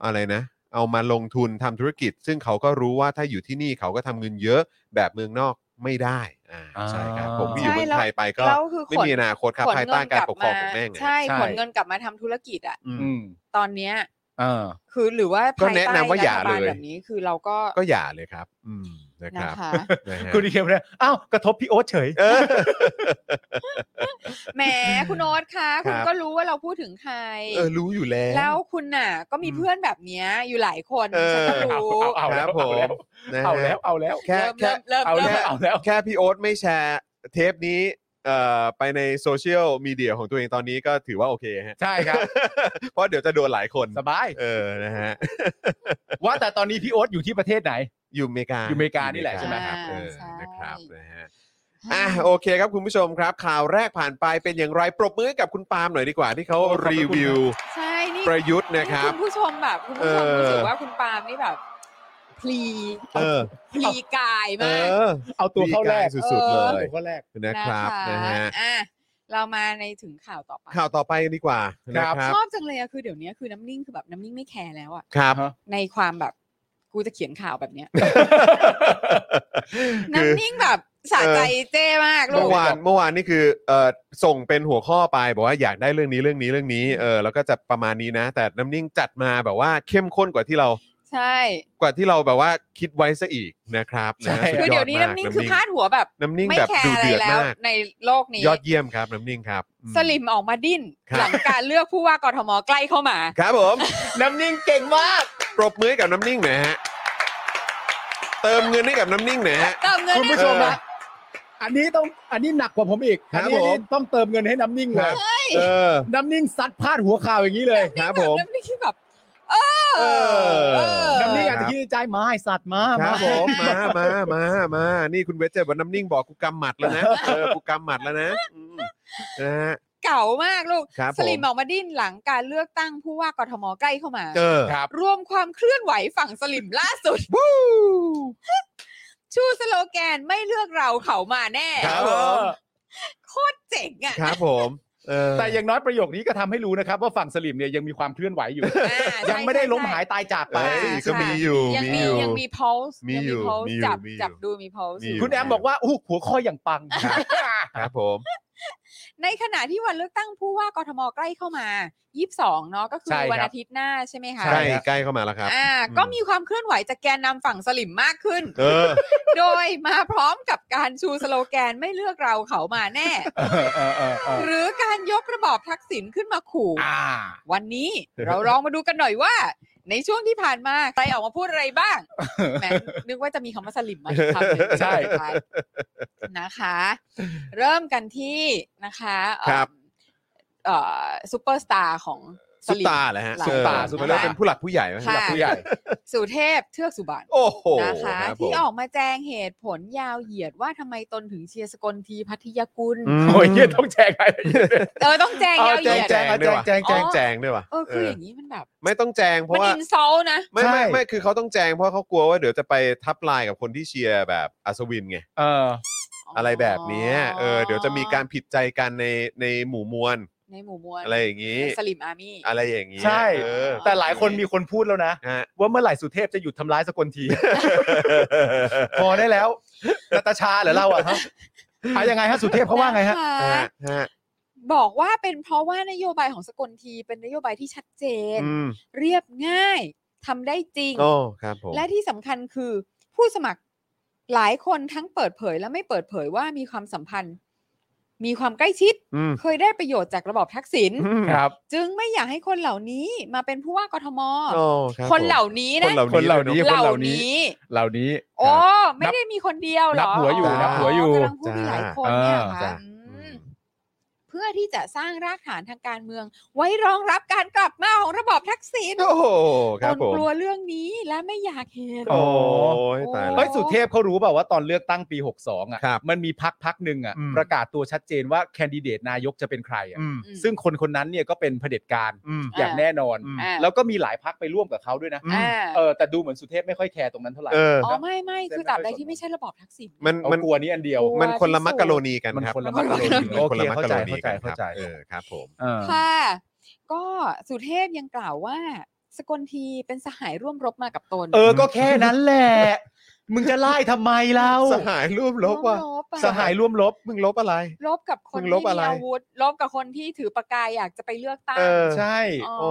S3: อะไรนะ เอามาลงทุนทำธุรกิจ ซึ่งเขาก็รู้ว่าถ้าอยู่ที่นี่เขาก็ทำเงินเยอะแบบเมืองนอกไม่ได้อ่าใช่ครับผมที่อยู่เมืองไทยไปก็
S5: แล้วคือ
S3: ไม่
S5: ขน
S3: มีอนาคตครับ
S5: ขน
S3: ภายใต้
S5: เน
S3: การ
S5: ลับ
S3: ปกครองของแม่ง
S5: า
S3: อะ
S5: ใช่
S4: ใช่
S5: ขนเงินกลับมาทำธุรกิจอะ
S3: อืม
S4: อืม
S5: ตอนเนี้ย
S4: เออ
S5: คือหรือว่า
S3: ก็แนะนำว่าอย่า
S5: ภใต้รัฐบ
S3: เลย
S5: แบบนี้คือเราก็
S3: ก็อย่าเลยครับ อืมนะค
S5: นะ
S3: รับ
S5: คะ
S3: นะฮะ
S4: คุณดีเคมเนี่ยอ้าวกระทบพี่โอ๊ตเฉย
S3: เออ
S5: แหมคุณโอ๊ตคะ
S3: ครับ
S5: คุณก็รู้ว่าเราพูดถึงใคร
S3: เออรู้อยู่แล้ว
S5: แล้วคุณน่ะ ก็มี
S3: อืม
S5: เพื่อนแบบเนี้ยอยู่หลายคน
S3: เออ
S5: ฉันก็รู้
S4: เอาแล้ว
S3: ครับผม
S4: เอาแล้ว
S3: นะฮะ
S4: เอาแล้วเอาแล้ว
S3: แค่
S5: เริ่ม
S3: แค่
S5: เริ่มเริ่ม
S4: เอาแล้ว
S5: เริ่ม
S4: เอาแล้ว
S3: แค่พี่โอ๊ตไม่แชร์เทปนี้เอ่อไปในโซเชียลมีเดียของตัวเองตอนนี้ก็ถือว่าโอเคฮะ
S4: ใช่ครับ
S3: เพราะเดี๋ยวจะโดนหลายคน
S4: สบาย
S3: เออนะฮะ
S4: ว่าแต่ตอนนี้พี่โอ๊ตอยู่ที่ประเทศไหน
S3: อยู่อเมริกา
S4: อยู่อเมริกานี่แหละใช่ไหม
S3: ครับเออนะครับนะฮะ
S5: อ่ะ
S3: อ่ะโอเคครับคุณผู้ชมครับ ข่าวแรกผ่านไปเป็นอย่างไรปรบมือให้กับคุณปาล์มหน่อยดีกว่าที่เขา
S4: โอ้ขอบพระคุณ
S3: รีวิว
S5: ใช่นี่
S3: ประยุทธ์นะครั
S5: คุ
S3: บ
S5: ณผู้ชมแบบคุณผู้ชม
S3: เออ
S5: รู้สึกว่าคุณปาล์มนี่แบบ พลี
S3: เออ
S5: พลีกาย
S3: เอ
S5: มาก
S3: อ
S4: เอาตัวเข้าแรก
S3: ดีใจสุดๆเล
S4: เอา
S3: ย
S4: ตัวเข้าแรก
S3: นะครับนะฮะ
S5: อ่ะเรามาในถึงข่าวต่อไป
S3: ข่าวต่อไปกันดีกว่านะค
S4: ค
S3: รั
S4: รั
S3: บ
S5: ชอบจังเลยอะคือเดี๋ยวนี้คือน้ำนิ่งคือแบบน้ำนิ่งไม่แคร์แล้วอะ
S3: ครับ
S5: ในความแบบกูจะเขียนข่าวแบบเนี้ย
S3: คือ
S5: น้ำนิ่งแบบสะใจเจ้มากลู
S3: เมื่
S5: ก
S3: อวานเมื่อวานนี่คือเอ่อส่งเป็นหัวข้อไปบอกว่าอยากได้เรื่องนี้เรื่องนี้เรื่องนี้เออแล้วก็จะประมาณนี้นะ แต่น้ำนิ่งจัดมาแบบว่าเข้มข้นกว่าที่เรา
S5: ใช่
S3: กว่าที่เราแบบว่าคิดไว้ซะอีกนะครับ
S4: ใช่
S3: นะสุ
S5: คือเดี๋ยว
S3: มาก
S5: นี้น้ำนิ่งคือพาดหัวแบบ
S3: น้ำนิ่ง
S5: ไม่
S3: แบบ
S5: แค
S3: ดู
S5: ร์อะไร
S3: เดือด
S5: แล้ว
S3: มาก
S5: ในโลกนี้
S3: ยอดเยี่ยมครับน้ำนิ่งครับอืม
S5: สลิมออกมาดิ้น
S3: ครับ
S5: หลังการเลือกผู้ว่ากทมใกล้เข้ามา
S3: ครับผม
S4: น้ำนิ่งเก่งมาก
S3: ปรบมือให้กับน้ำนิ่งหน่อยฮะ เติมเงินให้กับน้ำนิ่งหน่อยฮะ
S5: เติมเงิน
S3: คุณผู้
S5: ให้
S3: ชม
S5: หน่อย
S3: ฮะ
S7: อันนี้ต้องอันนี้หนักกว่าผมอีก
S3: ครั
S7: อั
S3: บ
S7: นี้
S3: ผม
S7: อันนี้ต้องเติมเงินให้น้ำนิ่งเลย
S3: เออ
S7: น้ำนิ่งซัดพาดหัวข่าวอย่างนี้เลย
S3: ครับ
S5: แบ
S3: ผ
S5: บ
S3: ม
S5: น้ำนิ่งคือแบบเออ
S3: เออ
S5: เออ
S7: น้ำนิ่งอาจจะคิดในใจมาไอ้สัตว์มา
S3: ค
S7: มา
S3: รับผม มา มา มา มา นี่คุณเวจเจอร์บอกน้ำนิ่งบอกกูกำหมัดแล้วนะ เออ กูกำหมัดแล้วนะอืมนะฮะ
S5: เก่ามากลูก
S3: ครับผม
S5: สลิมออกมาดิ้นหลังการเลือกตั้งผู้ว่ากทมใกล้เข้ามา
S3: เจอ
S4: ครับ
S5: รวมความเคลื่อนไหวฝั่งสลิมล่าสุด ชูสโลแกนไม่เลือกเราเขามาแน่
S3: ครับ
S7: เออ
S5: โคตรเจ๋งอ่ะ
S3: ครับผม เออ
S4: แต่อย่างน้อยประโยคนี้ก็ทำให้รู้นะครับ ว่าฝั่งสลิมเนี่ยยังมีความเคลื่อนไหวอยู่
S5: อ่า
S4: ยังไม่ได้ล้มหายตายจากไป
S3: เอ้ย
S5: ใช่
S3: ก็มีอยู่
S5: ยัง
S3: มี
S5: มี
S3: อยู่
S5: ยังมี pulse
S3: มี
S5: ง
S3: อยู่
S5: pulse
S3: มีอยู่
S5: จับ
S3: มีอยู่
S5: จับดูมี pulse
S3: มี
S5: อ
S3: อยู่
S5: ยู่
S4: คุณแอมบอกว่าอู้หัวข้ออย่างปัง
S3: ครับผม
S5: ในขณะที่วันเลือกตั้งผู้ว่ากทมใกล้เข้ามา 22 เนาะก็คือ
S4: ใช่ครับ
S5: วันอาทิตย์หน้าใช่ไหมคะ
S3: ใกล้ใกล้เข้ามาแล้วครับ
S5: อ่า
S3: อืม
S5: ก็มีความเคลื่อนไหวจากแกนนำฝั่งสลิมมากขึ้น
S3: เออ
S5: โดยมาพร้อมกับการชูสโลแกนไม่เลือกเราเขามาแน่
S4: เออเออเออเออ
S5: หรือการยกระบอบทักษิณขึ้นมาขู่
S4: อ่า
S5: วันนี้ เราลองมาดูกันหน่อยว่า ในช่วงที่ผ่านมาใครออกมาพูดอะไรบ้างแหมนึกว่าจะมีคำว่าสลิมมาอีกคำห นึ่ง
S4: ใช่
S5: สุดท้ายนะคะ เริ่มกันที่นะคะเอ่อ
S3: ครับ
S5: เอ่อซูเปอร์สตาร์ของส
S3: ซุป
S5: ลิม
S3: ตาแหละฮะ
S5: ซุปตา
S3: เออ
S5: ซุปตา
S3: เขเรียกเป็นผู้หลักผู้ใหญ่ไหม
S5: ค่ะ
S3: ผู้ใหญ่
S5: สุเทพเทือกสุบรรณ
S3: โอ้โห
S5: นะคะ
S3: รับผ
S5: ที่
S3: ม
S5: ออกมาแจงเหตุผลยาวเหยียดว่าทำไมตนถึงเชียร์สกลทีพัทยากุล
S3: อืม
S4: โอ้ยเหี้ยต้องแจกอะไร
S5: เออต้องแจงยาวเห
S3: แจง
S5: ยียด
S3: แจงด้วยว่ะ
S5: แจงแจง
S3: แจงด้วยว่ะ
S5: เออคืออย่างนี้มันแบบ
S3: ไม่ต้องแจงเพ
S5: มัน
S3: ราะว่า
S5: อินซอลนะ
S3: ไม่ไม่ไม่คือเขาต้องแจงเพราะเขากลัวว่าเดี๋ยวจะไปทับลายกับคนที่เชียร์แบบอัศวินไง
S4: เออ
S3: อะไรแบบเนี้ยเออเดี๋ยวจะมีการผิดใจกันในในหมู่มวล
S5: ในหมู่มวล
S3: อะไรอย่างนี้
S5: ในสลิมอาร์มี่
S3: อะไรอย่างนี้
S4: ใช่
S3: เออ
S4: แต่หลายคนมีคนพูดแล้วนะ
S3: ฮะ
S4: ว่าเมื่อไหร่สุเทพจะหยุดทำร้ายสกลที พอได้แล้วนาตาชาเหรือเราอะฮะอะยังไงฮะสุเทพเขาว่าไงฮะ
S5: นค
S3: ฮะฮะ
S5: บอกว่าเป็นเพราะว่านโยบายของสกลทีเป็นนโยบายที่ชัดเจน
S3: อืม
S5: เรียบง่ายทำได้จริง
S3: โอ้ครับผม
S5: และที่สำคัญคือ ผู้สมัครหลายคนทั้งเปิดเผยและไม่เปิดเผยว่ามีความสัมพันธ์ มีความใกล้ชิด
S3: อืม
S5: เคยได้ประโยชน์จากระบอบทักษิณ
S3: อืม
S4: ครับ
S5: จึงไม่อยากให้คนเหล่านี้มาเป็นผู้ว่ากทม
S3: โอ้ครับ
S5: คนเหล่า
S3: ผม
S5: นี้
S3: ค
S5: นะ
S3: นเหล่า
S4: คนเหล่านี้
S5: เห
S4: คน
S5: ล่า
S4: เหล่านี้
S5: นี้
S4: เหล่านี้
S5: โอ้ไม่ได้มีคนเดียวเหรอ
S4: นับหัวอยู่นับหัวอยู่
S5: กำลังพูดมีหลายคนเนี่ยเหรอค่ะ
S3: จ้า
S5: อืมเพื่อที่จะสร้างรากฐานทางการเมือง ไว้รองรับการกลับมาของระบอบทักษิณ
S3: โอ้โหค
S5: ต
S3: รับ
S5: น
S3: ผม
S5: กลัวเรื่องนี้และไม่อยากเห็น
S4: โอ้
S3: โอ้ยตายแล้
S5: โอ้
S4: เฮ้
S3: ว
S4: ยสุเทพเขารู้เปล่าว่าตอนเลือกตั้งปี 62อ่ะ
S3: ครับ
S4: มันมีพักพักหนึ่งอ่ะ
S3: อืม
S4: ประกาศตัวชัดเจนว่าแคนดิเดตนายกจะเป็นใครอ่ะ
S3: อืม
S5: อืม
S4: ซึ่งคนคนนั้นเนี่ยก็เป็นเผด็จการ
S3: อืม
S4: อย่างแน่นอน
S3: อืม
S5: อ่า
S4: แล้วก็มีหลายพักไปร่วมกับเขาด้วยนะ
S5: อ่า
S4: เออแต่ดูเหมือนสุเทพไม่ค่อยแคร์ตรงนั้นเท่าไหร่
S3: เออ
S5: อ๋อไม่ไม่
S4: เส้น
S5: คือตราบใด
S4: ไม่ค่อย
S5: ที่ไม่ใช่ระบอบทักษิณ
S3: มัน
S4: เอา
S3: มัน
S4: กลัวนี้อันเดียว
S5: กลัว
S3: มันคนละมักกะโรนีกันครับ
S4: มันคนละ
S5: มักกะโรนี
S3: มัคนละ
S4: โอเค
S3: มักกะโรนีกันครับ
S4: เข้าใจเข้าใจเข้าใจ
S3: เออครับผม
S4: เออ
S5: ค่ะ ก็สุเทพยังกล่าวว่า สกลทีเป็นสหายร่วมรบมากับตน
S4: เออ ก็แค่นั้นแหละ มึงจะไล่ทำไมเล่า
S3: สหายรูปลบว่ะ
S5: ร่วมรบอะ
S4: สหายร่วมรบ
S3: มึงลบอะไร
S5: ลบกับคน
S3: มึง
S5: ที่
S3: ลบ
S5: มี
S3: อะไร
S5: อาวุธลบกับคนที่ถือปากกาอยากจะไปเลือกตั้ง
S3: เออ
S4: ใช่
S5: อ๋อ
S3: โอ้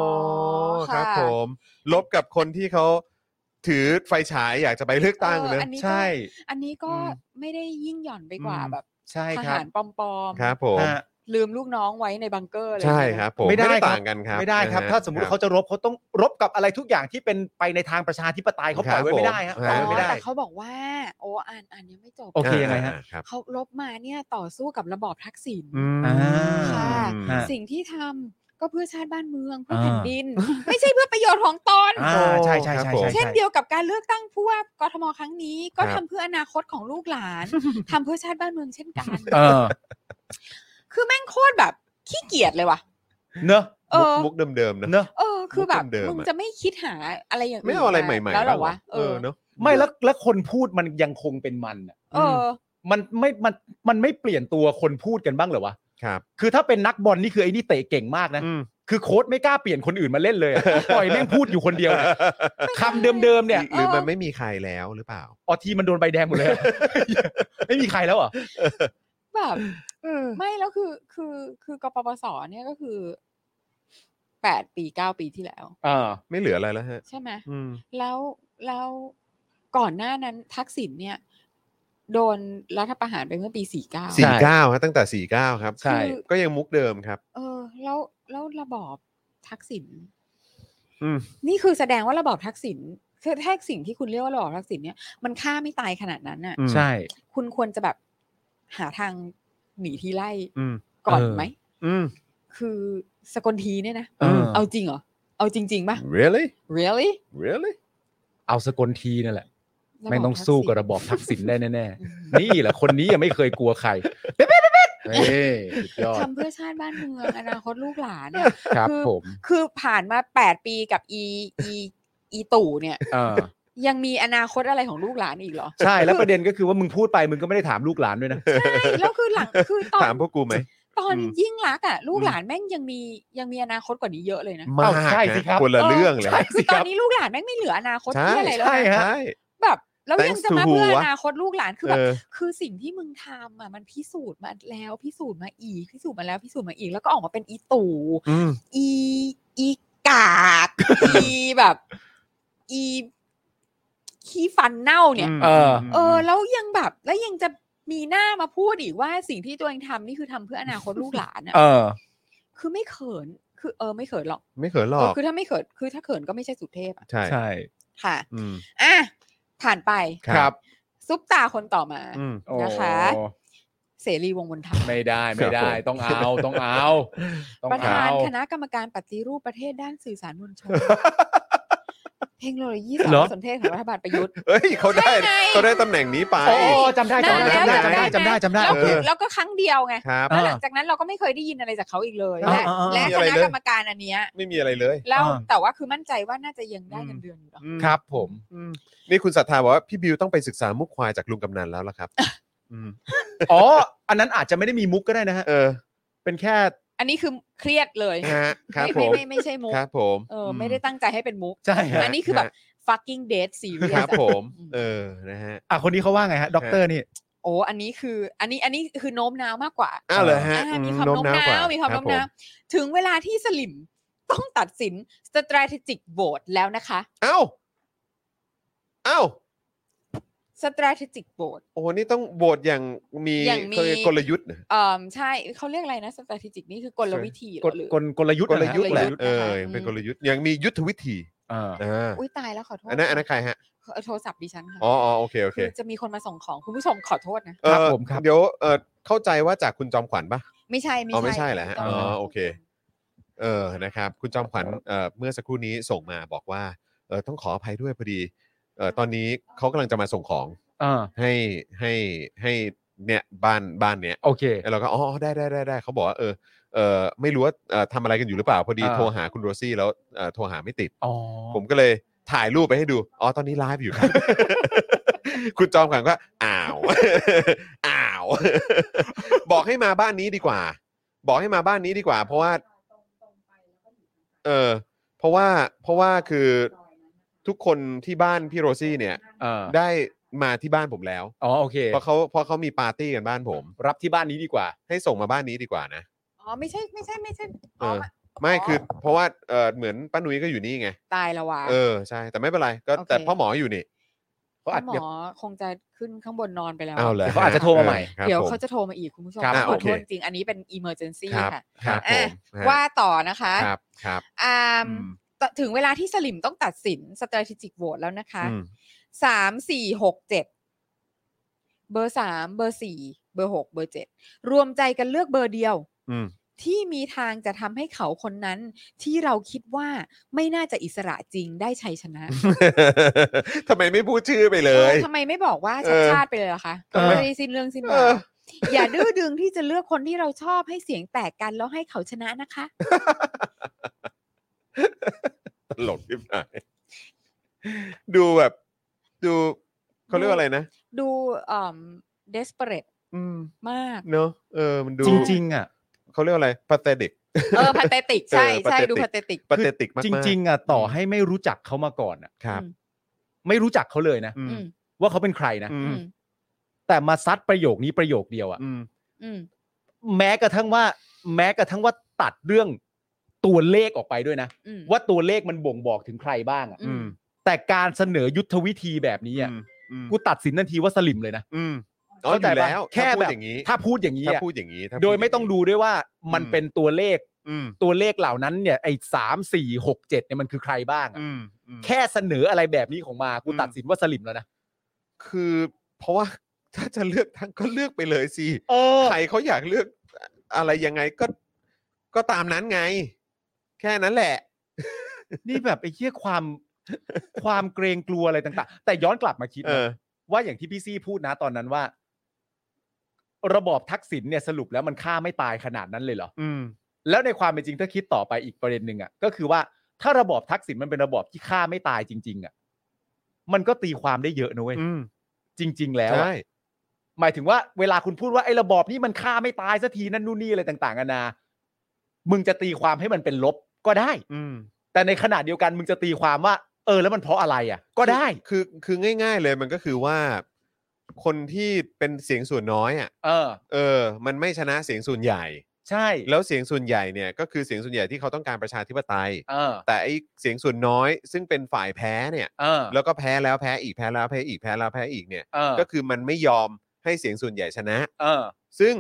S3: ค
S5: ค่ะ
S3: รับผม ลบกับคนที่เขาถือไฟฉายอยากจะไปเลือกตั้ง
S5: เออ
S3: นะ
S5: อันนี้ก็
S4: ใช่
S5: อันนี้ก็
S4: อืม
S5: ไม่ได้ยิ่งหย่อนไปกว่า
S4: อืม
S5: แบบ
S4: ใช่
S5: ท
S4: ครั
S5: หา
S4: บ
S5: รปลอม
S3: ครับผม
S4: ฮะ
S5: ๆลืมลูกน้องไว้ในบังเกอร์เลย
S3: ใช่
S5: ไหม
S3: ครับผม
S4: ไม่ได้ครับ
S3: ต่างกันครับ
S4: ไม่ได้ครับ
S3: นะฮะ
S4: ถ้าสมม
S3: ค
S4: ติ
S3: รับ
S4: เขาจะรบเขาต้องรบกับอะไรทุกอย่างที่เป็นไปในทางประชาธิปไตยเขาปล่อย
S3: ค
S4: ไว้
S3: รับผม
S4: ไม่ได้ฮะป
S5: อ๋
S4: ล่อย
S5: อ
S4: ไว้ไม่ได้
S5: แต่เขาบอกว่า โอ้อ่านอ่านยังไม่จบ
S4: โอเคยังไงฮะ
S3: าครับ
S5: เขาลบมาเนี่ยต่อสู้กับระบอบทักษิณ
S3: อืม
S4: อ่า
S5: ค่ะ
S4: ฮะ
S5: สิ่งที่ทำก็เพื่อชาติบ้านเมืองเพื่ออา แผ่นดิน ไม่ใช่เพื่อประโยชน์ของตน
S4: อ่าใช่ใช่ใช่ใช่
S5: เช่น
S4: ใช่
S5: เดียวกับการเลือกตั้งผู้ว่ากทมครั้งนี้ ก็ทำเพื่ออนาคตของลูกหลาน ทำเพื่อชาติบ้านเมืองเช่นกัน
S4: เออ
S5: คือแม่งโคตรแบบขี้เกียจเลยว่ะ
S4: เนอะ
S5: เออ
S3: มุกมุกเดิมๆนะ
S4: เนอะ
S5: เออ คือแบบ
S3: มุกเดิมๆอะ
S5: มึงจะไม่คิดหาอะไรอย่างน
S3: ไม่เอาอะไรใหม่ๆ
S5: แล้วเหรอ
S3: บ้าง
S5: วะ
S3: เออเนาะ
S4: ไม่แล้วแล้วคนพูดมันยังคงเป็นมันอะ
S5: เออ
S4: มันไม่มันมันไม่เปลี่ยนตัวคนพูดกันบ้างเหรอวะ
S3: ครับ
S4: คือถ้าเป็นนักบอลนี่คือไอ้นี่เตะเก่งมากนะ
S3: อืม
S4: คือโค้ดไม่กล้าเปลี่ยนคนอื่นมาเล่นเลยอะ ปล่อยแม่งพูดอยู่คนเดียวเนี่ยคำเดิมๆเนี่ย
S3: หรือมันไม่มีใครแล้วหรือเปล่า
S4: ออทีมมันโดนใบแดงหมดเลยอะ ไม่มีใครแล้วเหรอ่ะ
S5: แบบไม่แล้วคือคือคือกปปสเนี่ยก็คือ 8 ปี 9 ปีที่แล้ว
S4: อ่า
S3: ไม่เหลืออะไรแล้วฮะ
S5: ใช่ไหม
S3: อืม
S5: แล้วแล้วก่อนหน้านั้นทักษิณเนี่ย โดนรัฐประหารไปเมื่อปี 49
S3: สี่เก้าฮะตั้งแต่สี่เก้าครับ
S4: ใช่
S3: ก็ยังมุกเดิมครับ
S5: เออแล้วแล้วระบอบทักษิณ
S3: อืม
S5: นี่คือแสดงว่าระบอบทักษิณคือแท้สิ่งที่คุณเรียกว่าระบอบทักษิณเนี่ยมันฆ่าไม่ตายขนาดนั้นน่ะ
S3: อืม
S4: ใช่
S5: คุณควรจะแบบหาทางหนีที่ไล่
S3: อืม
S5: ก่อน
S4: เออ
S5: ไหม
S3: อืม
S5: คือสกลทีเนี่ยนะ
S4: เออ
S5: เอาจริงเหรอ เอาจริงๆป่ะ
S3: really
S5: really
S3: really
S4: เอาสกลทีนั่นแหละ
S5: ระบ
S4: ไม่
S5: บ
S4: ต้องสู้กับ
S5: ทัษิณ
S4: ระบ อบทักษิณได้แน่
S5: อืม
S4: ๆนี่แหละคนนี้ยังไม่เคยกลัวใครเป๊ะเป๊ะเป๊ะเป๊ะเฮ้ยสุดยอด
S5: ทำเพื่อชาติบ้านเมืองอนาคตลูกหลานเนี่ย
S4: ครับ
S5: คือ
S4: ผม
S5: คือผ่านมาแปดปีกับอีอีอีตู่เนี่ย
S4: อ่า
S5: ยังมีอนาคตอะไรของลูกหลานอีกเหรอ
S4: ใช่แล้วประเด็นก็คือว่ามึงพูดไปมึงก็ไม่ได้ถามลูกหลานด้วยนะ
S5: ใช่แล้วคือหลังคือตอน
S3: ถามพวกกูไหม
S5: ตอน
S3: อืม
S5: ยิ่งรักษณ์อ่ะลูกหลานแม่งยังมียังมีอนาคตกว่านี้เยอะเลยนะ
S3: มาก
S4: เอ้าใช่สิครับ
S3: นละเรื่องเลย
S4: ใช่
S5: คือ
S4: ค
S5: ต
S4: รับ
S5: อนนี้ลูกหลานแม่งไม่เหลืออนาคต
S3: ใช่
S5: ที่อะไรแล้ว
S4: ใช่
S5: นะ
S4: ฮะ
S3: ใช่
S5: แบบแล้วยัง
S3: Thanks
S5: จะมา
S3: to who
S5: เพื่ออ
S3: วะ
S5: นาคตลูกหลานคือ
S3: เอ
S5: แบบ
S3: อ
S5: คือสิ่งที่มึงทำอ่ะมันพิสูจน์มาแล้วพิสูจน์มาอีกพิสูจน์มาแล้วพิสูจน์มาอีกแล้วก็ออกมาเป็นอีตู่
S3: อืม
S5: อีอีก ากอีแบบอีขี้ฟันเน่าเนี่ย
S4: เออ
S5: เออแล้วยังแบบแล้วยังจะมีหน้ามาพูดอีกว่าสิ่งที่ตัวเองทำนี่คือทำเพื่ออนาคตลูกหลานอ่ะ
S4: เออ
S5: คือไม่เขิน คือเออไม่เขินหรอก
S3: ไม่เขินหร
S5: เอ
S3: อ
S5: อก คือถ้าไม่เขิน คือถ้าเขินก็ไม่ใช่สุเทพอะ
S3: ใช่
S4: ใช่
S5: ค่ะ
S3: อืม
S5: อ่ะ ผ่านไป
S3: ครับ
S5: ซุปตาคนต่อมา
S3: อืม
S5: นะคะ
S4: โอ้
S5: เสรีวงศ์มนทา
S4: ไม่ได้ไม่ได้
S3: ครับผม
S4: ต้องเอาต้องเอาต้อง
S5: ประ
S4: เอ
S5: ธานคณะกรรมการปฏิรูปประเทศด้านสื่อสารมวลชน เทคโนโล ยีสารสนเทศของรัฐบาลประยุทธ์
S3: เอ้ยเขาได้
S5: ใช่ไง
S3: เขาได้ตำแหน่งนี้ไป
S4: โอ้จำได้จำได้
S5: นานแล้ว
S4: จำได้จำได้จำได้จำได้
S5: แล้ว
S4: โอเค
S5: คือแล้วก็ครั้งเดียวไง
S3: ครับ
S5: แล้วหลังจากนั้นเราก็ไม่เคยได้ยินอะไรจากเขาอีกเลย และ
S4: อ่าอ่าอ่า
S3: มี
S5: และค
S3: อะไร
S5: ณะ
S3: เลย
S5: กรรมการอันเนี้ย
S3: ไม่มีอะไรเลย
S5: แล้ว
S4: อ่า
S5: แต่ว่าคือมั่นใจว่าน่าจะยังได้เงินเดือนอยู่หรอ
S3: อืม
S4: ครับผม
S3: อืมนี่คุณศรัทธาบอกว่าพี่บิวต้องไปศึกษามุกควายจากลุงกำนันแล้วล่ะ ครับ อืม
S4: อ๋อ อันนั้นอาจจะไม่ได้มีมุกก็ได้นะฮะ
S3: เออ
S4: เป็นแค่
S5: อันนี้คือเครียดเลย
S3: นะฮะครับ
S5: ไม่
S3: ผม
S5: ไม่ไม่ไม่ใช่มุก
S3: ครับผม
S5: เอออ
S4: ม
S5: ไม่ได้ตั้งใจให้เป็นมุก
S4: ใช่ฮะ
S5: อันนี้คือแบบ fucking dead serious
S3: ครับ
S5: อะ
S3: ผม
S5: อืม
S3: เออนะฮะ
S4: อ่ะคนนี้เขาว่าไงฮะด็อกเตอร์นี่
S5: โอ้อันนี้คือ อันนี้อันนี้คือโน้มน้าวมากกว่า
S3: อ้าวเหรอฮะ
S5: อ่ามี
S3: อื
S5: ความโน้มน้าวมีความ
S3: รั
S5: โน้
S3: บ
S5: มน้าวถึงเวลาที่สลิมต้องตัดสิน strategic vote แล้วนะคะ
S3: เอ้าเอ้า
S5: strategic vote
S3: โอ้โหนี่ต้องโหวตอย่างมี
S5: อย่างมี
S3: เขาเรียกกลยุทธ์นะ
S5: เอ่อใช่เขาเรียกอะไรนะ strategic นี่คือกลวิธีเหร
S4: ก
S5: อ
S4: ล
S5: หรือก
S4: ลกลยุทธ์
S3: ก
S4: นะ
S3: ล
S4: ฮะ
S3: ยุทธ์แหละ
S5: กล
S3: เอ
S5: นะคะ
S3: อ
S5: ม
S3: เป็นกลยุทธ์อย่างมียุทธวิธี
S4: อ่า
S3: อ่า
S5: อุ้ยตายแล้วขอโทษ
S3: อันนั้นอันนั้นใครฮะ
S5: เอ่อโทรศัพท์ดิฉันค่ะ
S3: อ๋ออ๋อโอเคโอเค
S5: คือจะมีคนมาส่งของคุณผู้ชมขอโทษนะ
S3: เออ
S4: ครับผมครับ
S3: เดี๋ยวเออเข้าใจว่าจากคุณจอมขวัญปะ
S5: ไม่ใช่ ไม่
S3: อ๋อ
S5: ใช่
S3: ไม่ใช่เหรอฮะ
S5: ตน
S3: อ๋อ
S5: นั้น
S3: โอเค เออนะครับ คุณจอมขวัญเอ่อเมื่อสักครู่นี้ส่งมาบอกว่าเออต้องขออภัยด้วยพอดีเออตอนนี้เขากำลังจะมาส่งของ
S4: อ่า
S3: ให้ให้ให้เนี่ยบ้านบ้านเนี้ย
S4: โอเค
S3: แล้วเราก็อ๋อได้ได้ได้ได้เขาบอกว่าเออเออไม่รู้ว่าเออทำอะไรกันอยู่หรือเปล่าพอดี
S4: อ่า
S3: โทรหาคุณโรซี่แล้วเออโทรหาไม่ติด
S4: อ๋อ
S3: ผมก็เลยถ่ายรูปไปให้ดู อ๋อ ตอนนี้ไลฟ์อยู่ครับ คุณจอมขวัญก็อ้าว อ้าว บอกให้มาบ้านนี้ดีกว่า บอกให้มาบ้านนี้ดีกว่า เพราะว่า เออ เพราะว่า เพราะว่าคือทุกคนที่บ้านพี่โรซี่เนี่ย
S4: อ่า
S3: ได้มาที่บ้านผมแล้ว
S4: อ๋อโอเค
S3: เพราะเขาเพราะเขามีปาร์ตี้กันบ้านผม
S4: รับที่บ้านนี้ดีกว่า
S3: ให้ส่งมาบ้านนี้ดีกว่านะ
S5: อ๋อไม่ใช่ไม่ใช่ไม่ใช่
S3: เออ
S5: มา
S3: ไม่คือ เพราะว่า เออเหมือนป้านุ้ยก็อยู่นี่ไง
S5: ตายแล้ววะ
S3: เออ ใช่ แต่ไม่เป็นไร ก็
S5: โอเค
S3: แต่พ่อหมออยู่นี่
S4: เขาอาจ
S5: หม
S4: เดี๋ยว
S5: อคงจะขึ้นข้างบนนอนไปแล้ว
S3: เอาเลย
S4: ดี๋วเขาอาจจะโทรมาใหม่
S5: เดี๋ยวเขาจะโทรมาอีกคุณผู้ชม
S3: ครับ
S5: ข
S3: โอ
S5: อ
S3: เค
S5: โทษจริง อันนี้เป็น emergency
S3: ครับ
S5: ค่ะ
S3: ครับผม
S5: อ่ะ
S3: ฮะ
S5: ว่าต่อนะคะ
S3: ครับครับ
S5: อ่าม
S3: อืม
S5: ตถึงเวลาที่สลิมต้องตัดสิน strategic vote แล้วนะคะ
S3: อืม
S5: สามสี่หกเจ็ดเบอร์สามเบอร์สี่เบอร์หกเบอร์เจ็ดรวมใจกันเลือกเบอร์เดียว
S3: อื ม
S5: ที่มีทางจะทำให้เขาคนนั้น ที่เราคิดว่าไม่น่าจะอิสระจริงได้ชัยชนะ
S3: ทำไมไม่พูดชื่อไปเล
S5: เออย ทำไมไม่บอกว่า
S3: เออ
S5: ชัดชาติไปเลยล่ะคะ
S3: เออ
S5: ไม่ได้สิ้นเรื่องสิ้น
S3: เอ
S5: รา
S3: อ
S5: วอย่าดื้อดึงที่จะเลือกคนที่เราชอบให้เสียงแตกกันแล้วให้เขาชนะนะคะ
S3: ตลกที่ไหนดูแบบ ดูเขาเรียกว่าอะไรนะ
S5: ดูเอ่อ desperate
S3: อืม
S5: มาก
S3: เนอะเออ มันดู
S4: จริง ๆ อ่ะ
S3: เขาเรียกว่าอะไร pathetic
S5: เออ pathetic ใช่
S3: เออ
S5: ใช่
S3: pathetic
S5: ดู pathetic
S3: pathetic มาก
S4: จ
S3: ๆ
S4: ริง ๆ อ่ะ ต่อให้ไม่รู้จักเขามาก่อนอ่ะ
S3: ครับ
S4: ไม่รู้จักเขาเลยนะ
S3: อืม
S5: อืม
S4: ว่าเขาเป็นใครนะ
S3: อื
S5: อื
S3: ม
S5: ม
S4: แต่มาซัดประโยคนี้ประโยคเดียวอ่ะ
S3: อืม
S5: อืม
S4: แม้กระทั่งว่า แม้กระทั่งว่าตัดเรื่อง ตัวเลขออกไปด้วยนะ
S5: อืม
S4: ว่าตัวเลขมันบ่งบอกถึงใครบ้างอะ
S5: อืม
S4: แต่การเสนอยุทธวิธีแบบนี้อะกูตัดสินทันทีว่าสลิมเลยนะ
S3: อืมอ๋ออ
S4: ใจ
S3: ยู่
S4: ปะ
S3: แล้ว
S4: แค่
S3: ถ้าพู
S4: แบ
S3: ด
S4: บ
S3: อย่างนี้
S4: ถ้าพูดอย่างนี้
S3: ถ้า
S4: อะ
S3: พูดอย่างนี้ถ้าพู
S4: โดยไม่ต้องดูด้วยว่ามัน
S3: อื
S4: เป็นตัวเลข
S3: อืม
S4: ตัวเลขเหล่านั้นเนี่ยไอ้สามสี่หกเจ็ดเนี่ยมันคือใครบ้างอะ
S3: อืมอืม
S4: แค่เสนออะไรแบบนี้ของมากู
S3: อืม
S4: ตัดสินว่าสลิมแล้วนะ
S3: คือเพราะ ว่าถ้าจะเลือกทั้งก็เลือกไปเลยสิ
S4: เออ
S3: ใครเขาอยากเลือกอะไรยังไงก็ก็ตามนั้นไง แค่นั้นแหละ
S4: นี่แบบไอ้เหี้ยความ ความเกรงกลัวอะไรต่าง ๆ แต่ย้อนกลับมาคิด
S3: เอ
S4: นะ
S3: อ
S4: ว่าอย่างที่พี่ซี่พูดนะตอนนั้นว่า ระบอบทักษิณเนี่ยสรุปแล้วมันฆ่าไม่ตายขนาดนั้นเลยเหรอ
S3: อืม
S4: แล้วในความเป็นจริงถ้าคิดต่อไปอีกประเด็นหนึ่งอ่ะก็คือว่าถ้าระบอบทักษิณมันเป็นระบอบที่ฆ่าไม่ตายจริง ๆ อ่ะ มันก็ตีความได้เยอะนะเว้ย
S3: อืม
S4: จริง ๆ แล้วอะ
S3: ใช่
S4: หมายถึงว่าเวลาคุณพูดว่าไอ้ระบอบนี้มันฆ่าไม่ตายสักทีนั่นนู่นนี่อะไรต่างๆนานามึงจะตีความให้มันเป็นลบก็ได้
S3: อืม
S4: แต่ในขณะเดียวกันมึงจะตีความว่า เออ แล้วมันเพราะอะไรอ่ะ ก็ได้
S3: คือคือง่าย ๆ เลยมันก็คือว่า คนที่เป็นเสียงส่วนน้อยอ่ะ
S4: เออ
S3: เออ มันไม่ชนะเสียงส่วนใหญ่
S4: ใช่
S3: แล้วเสียงส่วนใหญ่เนี่ยก็คือเสียงส่วนใหญ่ที่เขาต้องการประชาธิปไตย
S4: เออ
S3: แต่ไอเสียงส่วนน้อย ซึ่งเป็นฝ่ายแพ้เนี่ย
S4: เออ
S3: แล้วก็แพ้แล้วแพ้อีกแพ้แล้วแพ้อีกแพ้แล้วแพ้อีกเนี่ย
S4: เออ
S3: ก็คือมันไม่ยอมให้เสียงส่วนใหญ่ชนะ
S4: เออ
S3: ซึ่ง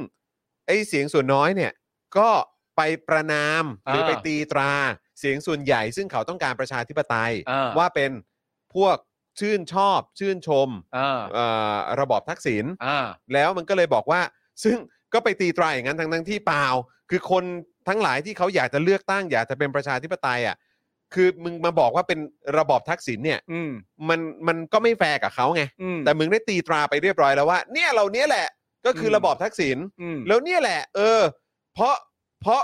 S3: ไอเสียงส่วนน้อยเนี่ยก็ไปประนามหรือ
S4: เออ
S3: ไปตีตราเสียงส่วนใหญ่ ซึ่งเขาต้องการประชาธิปไตย
S4: เออ
S3: ว่าเป็นพวกชื่นชอบชื่นชม
S4: เออ
S3: เอ่อระบอบทักษิณ
S4: เออ
S3: แล้วมันก็เลยบอกว่า ซึ่งก็ไปตีตราอย่างนั้นทั้งทั้งๆที่เปล่า คือคนทั้งหลายที่เขาอยากจะเลือกตั้งอยากจะเป็นประชาธิปไตยอ่ะคือมึงมาบอกว่าเป็นระบอบทักษิณเนี่ย
S4: อืม
S3: มันมันก็ไม่แฟร์กับเขาไง
S4: อืม
S3: แต่มึงได้ตีตราไปเรียบร้อยแล้วว่า เนี่ยเหล่านี้แหละก็คืออ
S4: ม
S3: ระบอบทักษิณ
S4: อืม
S3: แล้วเนี่ยแหละ เออ เพราะเพราะ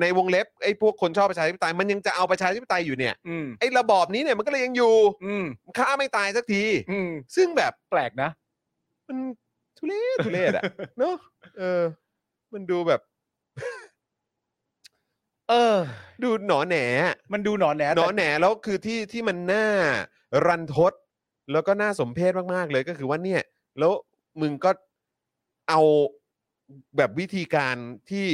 S3: ในวงเล็บไอ้พวกคนชอบประชาธิปไตยมันยังจะเอาประชาธิปไตยอยู่เนี่ย
S4: อืม
S3: ไอ้ระบอบนี้เนี่ยมันก็เลยยังอยู่
S4: อืม
S3: ฆ่าไม่ตายสักที
S4: อืม
S3: ซึ่งแบบ
S4: แปลกนะ
S3: มันทุเรศทุเรศอะ เนอะเออ มันดูแบบ
S4: เออ
S3: ดูหนอแหนอะ
S4: มันดูหนอนแหน
S3: หน
S4: แต่
S3: อแหนแล้วคือที่ที่มันน่ารันทด แล้วก็น่าสมเพชมากๆเลยก็คือว่าเนี่ย แล้วมึงก็เอาแบบวิธีการที่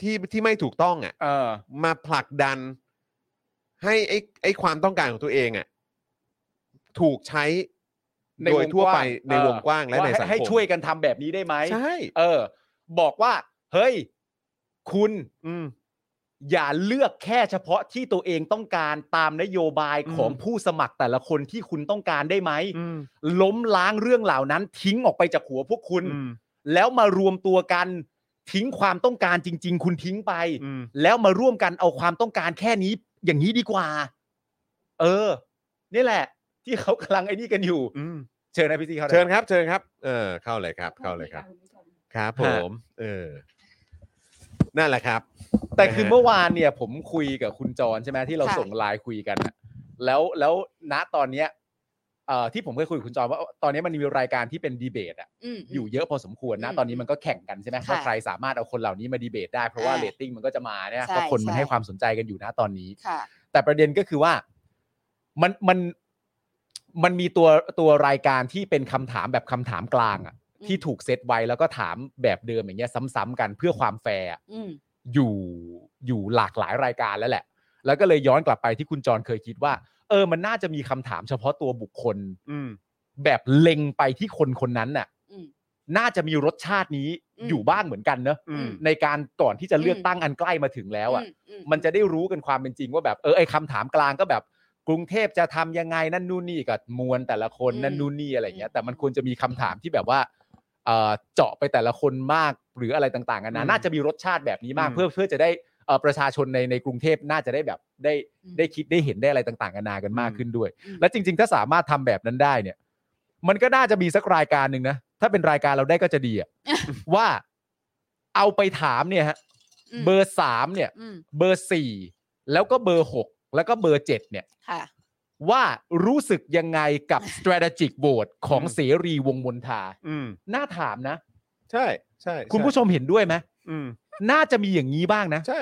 S3: ที่ที่ไม่ถูกต้องอ่ะ
S4: เออ
S3: มาผลักดันให้ไอ้ไอ้ความต้องการของตัวเองอะ่ะถูกใช้
S4: ใน
S3: โด
S4: วย ง
S3: ทั่วไป
S4: กว้าง
S3: ใน
S4: เออ
S3: วงกว้างและ
S4: ว่า
S3: ใน
S4: ให้
S3: สังคม
S4: ให้ช่วยกันทำแบบนี้ได้ไหม
S3: ใช่
S4: เออ บอกว่า เฮ้ย คุณ
S3: อืม
S4: อย่าเลือกแค่เฉพาะที่ตัวเองต้องการตามนโยบายของ
S3: อืม
S4: ผู้สมัครแต่ละคนที่คุณต้องการได้ไหม
S3: อืม
S4: ล้มล้างเรื่องเหล่านั้น ทิ้งออกไปจากหัวพวกคุณ
S3: อืม
S4: แล้วมารวมตัวกัน ทิ้งความต้องการจริง ๆ คุณทิ้งไป
S3: อืม
S4: แล้วมาร่วมกันเอาความต้องการแค่นี้ อย่างนี้ดีกว่า เออ นี่แหละ ที่เขากำลังไอ้นี่กันอยู่
S3: อืม
S4: เชิญนะพี่ซีเขาลย
S3: เชิญครับ เชิญครับ เออ เข้าเลยครับ เข้าเลยครับ ครับผม เออ นั่นแหละครับ
S4: แต่คือเมื่อวานเนี่ย ผมคุยกับคุณจรใช่ไหมที่เรา
S5: ค่ะ
S4: ส่งไลน์คุยกันอะแล้วแล้วณตอนเนี้ยเอ่อที่ผมเคยคุยกับคุณจรว่าตอนนี้มันมีรายการที่เป็นดีเบตอะ
S5: ม
S4: อยู่เยอะพอสมควรนะ
S5: อืม
S4: ตอนนี้มันก็แข่งกันใช่ไหม
S5: ค่ะ
S4: ว่าใครสามารถเอาคนเหล่านี้มาดีเบตได้เพราะว่า
S5: อ่า
S4: เรตติ้งมันก็จะมาเนี่ย
S5: ใช่
S4: ก็คนมัน
S5: ใช่
S4: ให้ความสนใจกันอยู่นะตอนนี้
S5: ค่ะ
S4: แต่ประเด็นก็คือว่ามันมันมันมีตัวตัวรายการที่เป็นคำถามแบบคำถามกลางอะ
S5: อืม
S4: ที่ถูกเซตไว้แล้วก็ถามแบบเดิมอย่างเงี้ยซ้ำๆกันเพื่อความแฟร์อะ
S5: อืม
S4: อยู่อยู่หลากหลายรายการแล้วแหละ แล้วก็เลยย้อนกลับไปที่คุณจรเคยคิดว่า เออ มันน่าจะมีคำถามเฉพาะตัวบุคคล
S3: อืม
S4: แบบเล็งไปที่คนคนนั้นน่ะ
S5: อืม
S4: น่าจะมีรสชาตินี้
S5: อืม
S4: อยู่บ้างเหมือนกันเนอะ
S5: อืม
S4: ในการก่อนที่จะเลือกตั้งอันใกล้มาถึงแล้วอ่ะ
S5: อื
S4: มันจะได้รู้กันความเป็นจริงว่าแบบเออไอคำถามกลางก็แบบ กรุงเทพจะทำยังไงนั่นนู่นนี่กับมวลแต่ละคนนั่นนู่นนี่อะไรอย่างเงี้ยแต่มันควรจะมีคำถามที่แบบว่าเอ่อเจาะไปแต่ละคนมากหรืออะไรต่างๆกันา
S3: อื
S4: นะ
S3: ม
S4: น่าจะมีรสชาติแบบนี้มาก
S3: อืม
S4: เพื่อเพื่อจะได้เอ่อประชาชนในในกรุงเทพน่าจะได้แบบได้ได้คิดได้เห็นได้อะไรต่างๆกันานากันมากขึ้นด้วย
S5: อืม
S4: และจริง ๆ ถ้าสามารถทำแบบนั้นได้เนี่ย มันก็น่าจะมีสักรายการหนึ่งนะถ้าเป็นรายการเราได้ก็จะดีอะ ว่าเอาไปถามเนี่ยฮะ
S5: อืม
S4: เบอร์สามเนี่ย
S5: อืม
S4: เบอร์สี่แล้วก็เบอร์หกแล้วก็เบอร์เจ็ดเนี่ย
S5: ค่ะ
S4: ว่ารู้สึกยังไงกับ strategic vote ของ
S3: อืม
S4: เสรีวงศ์มนทา
S3: อืม
S4: น่าถามนะ
S3: ใช่ใช่
S4: คุณผู้ชมเห็นด้วยไหม
S3: อืม
S4: น่าจะมีอย่างนี้บ้างนะ
S3: ใช่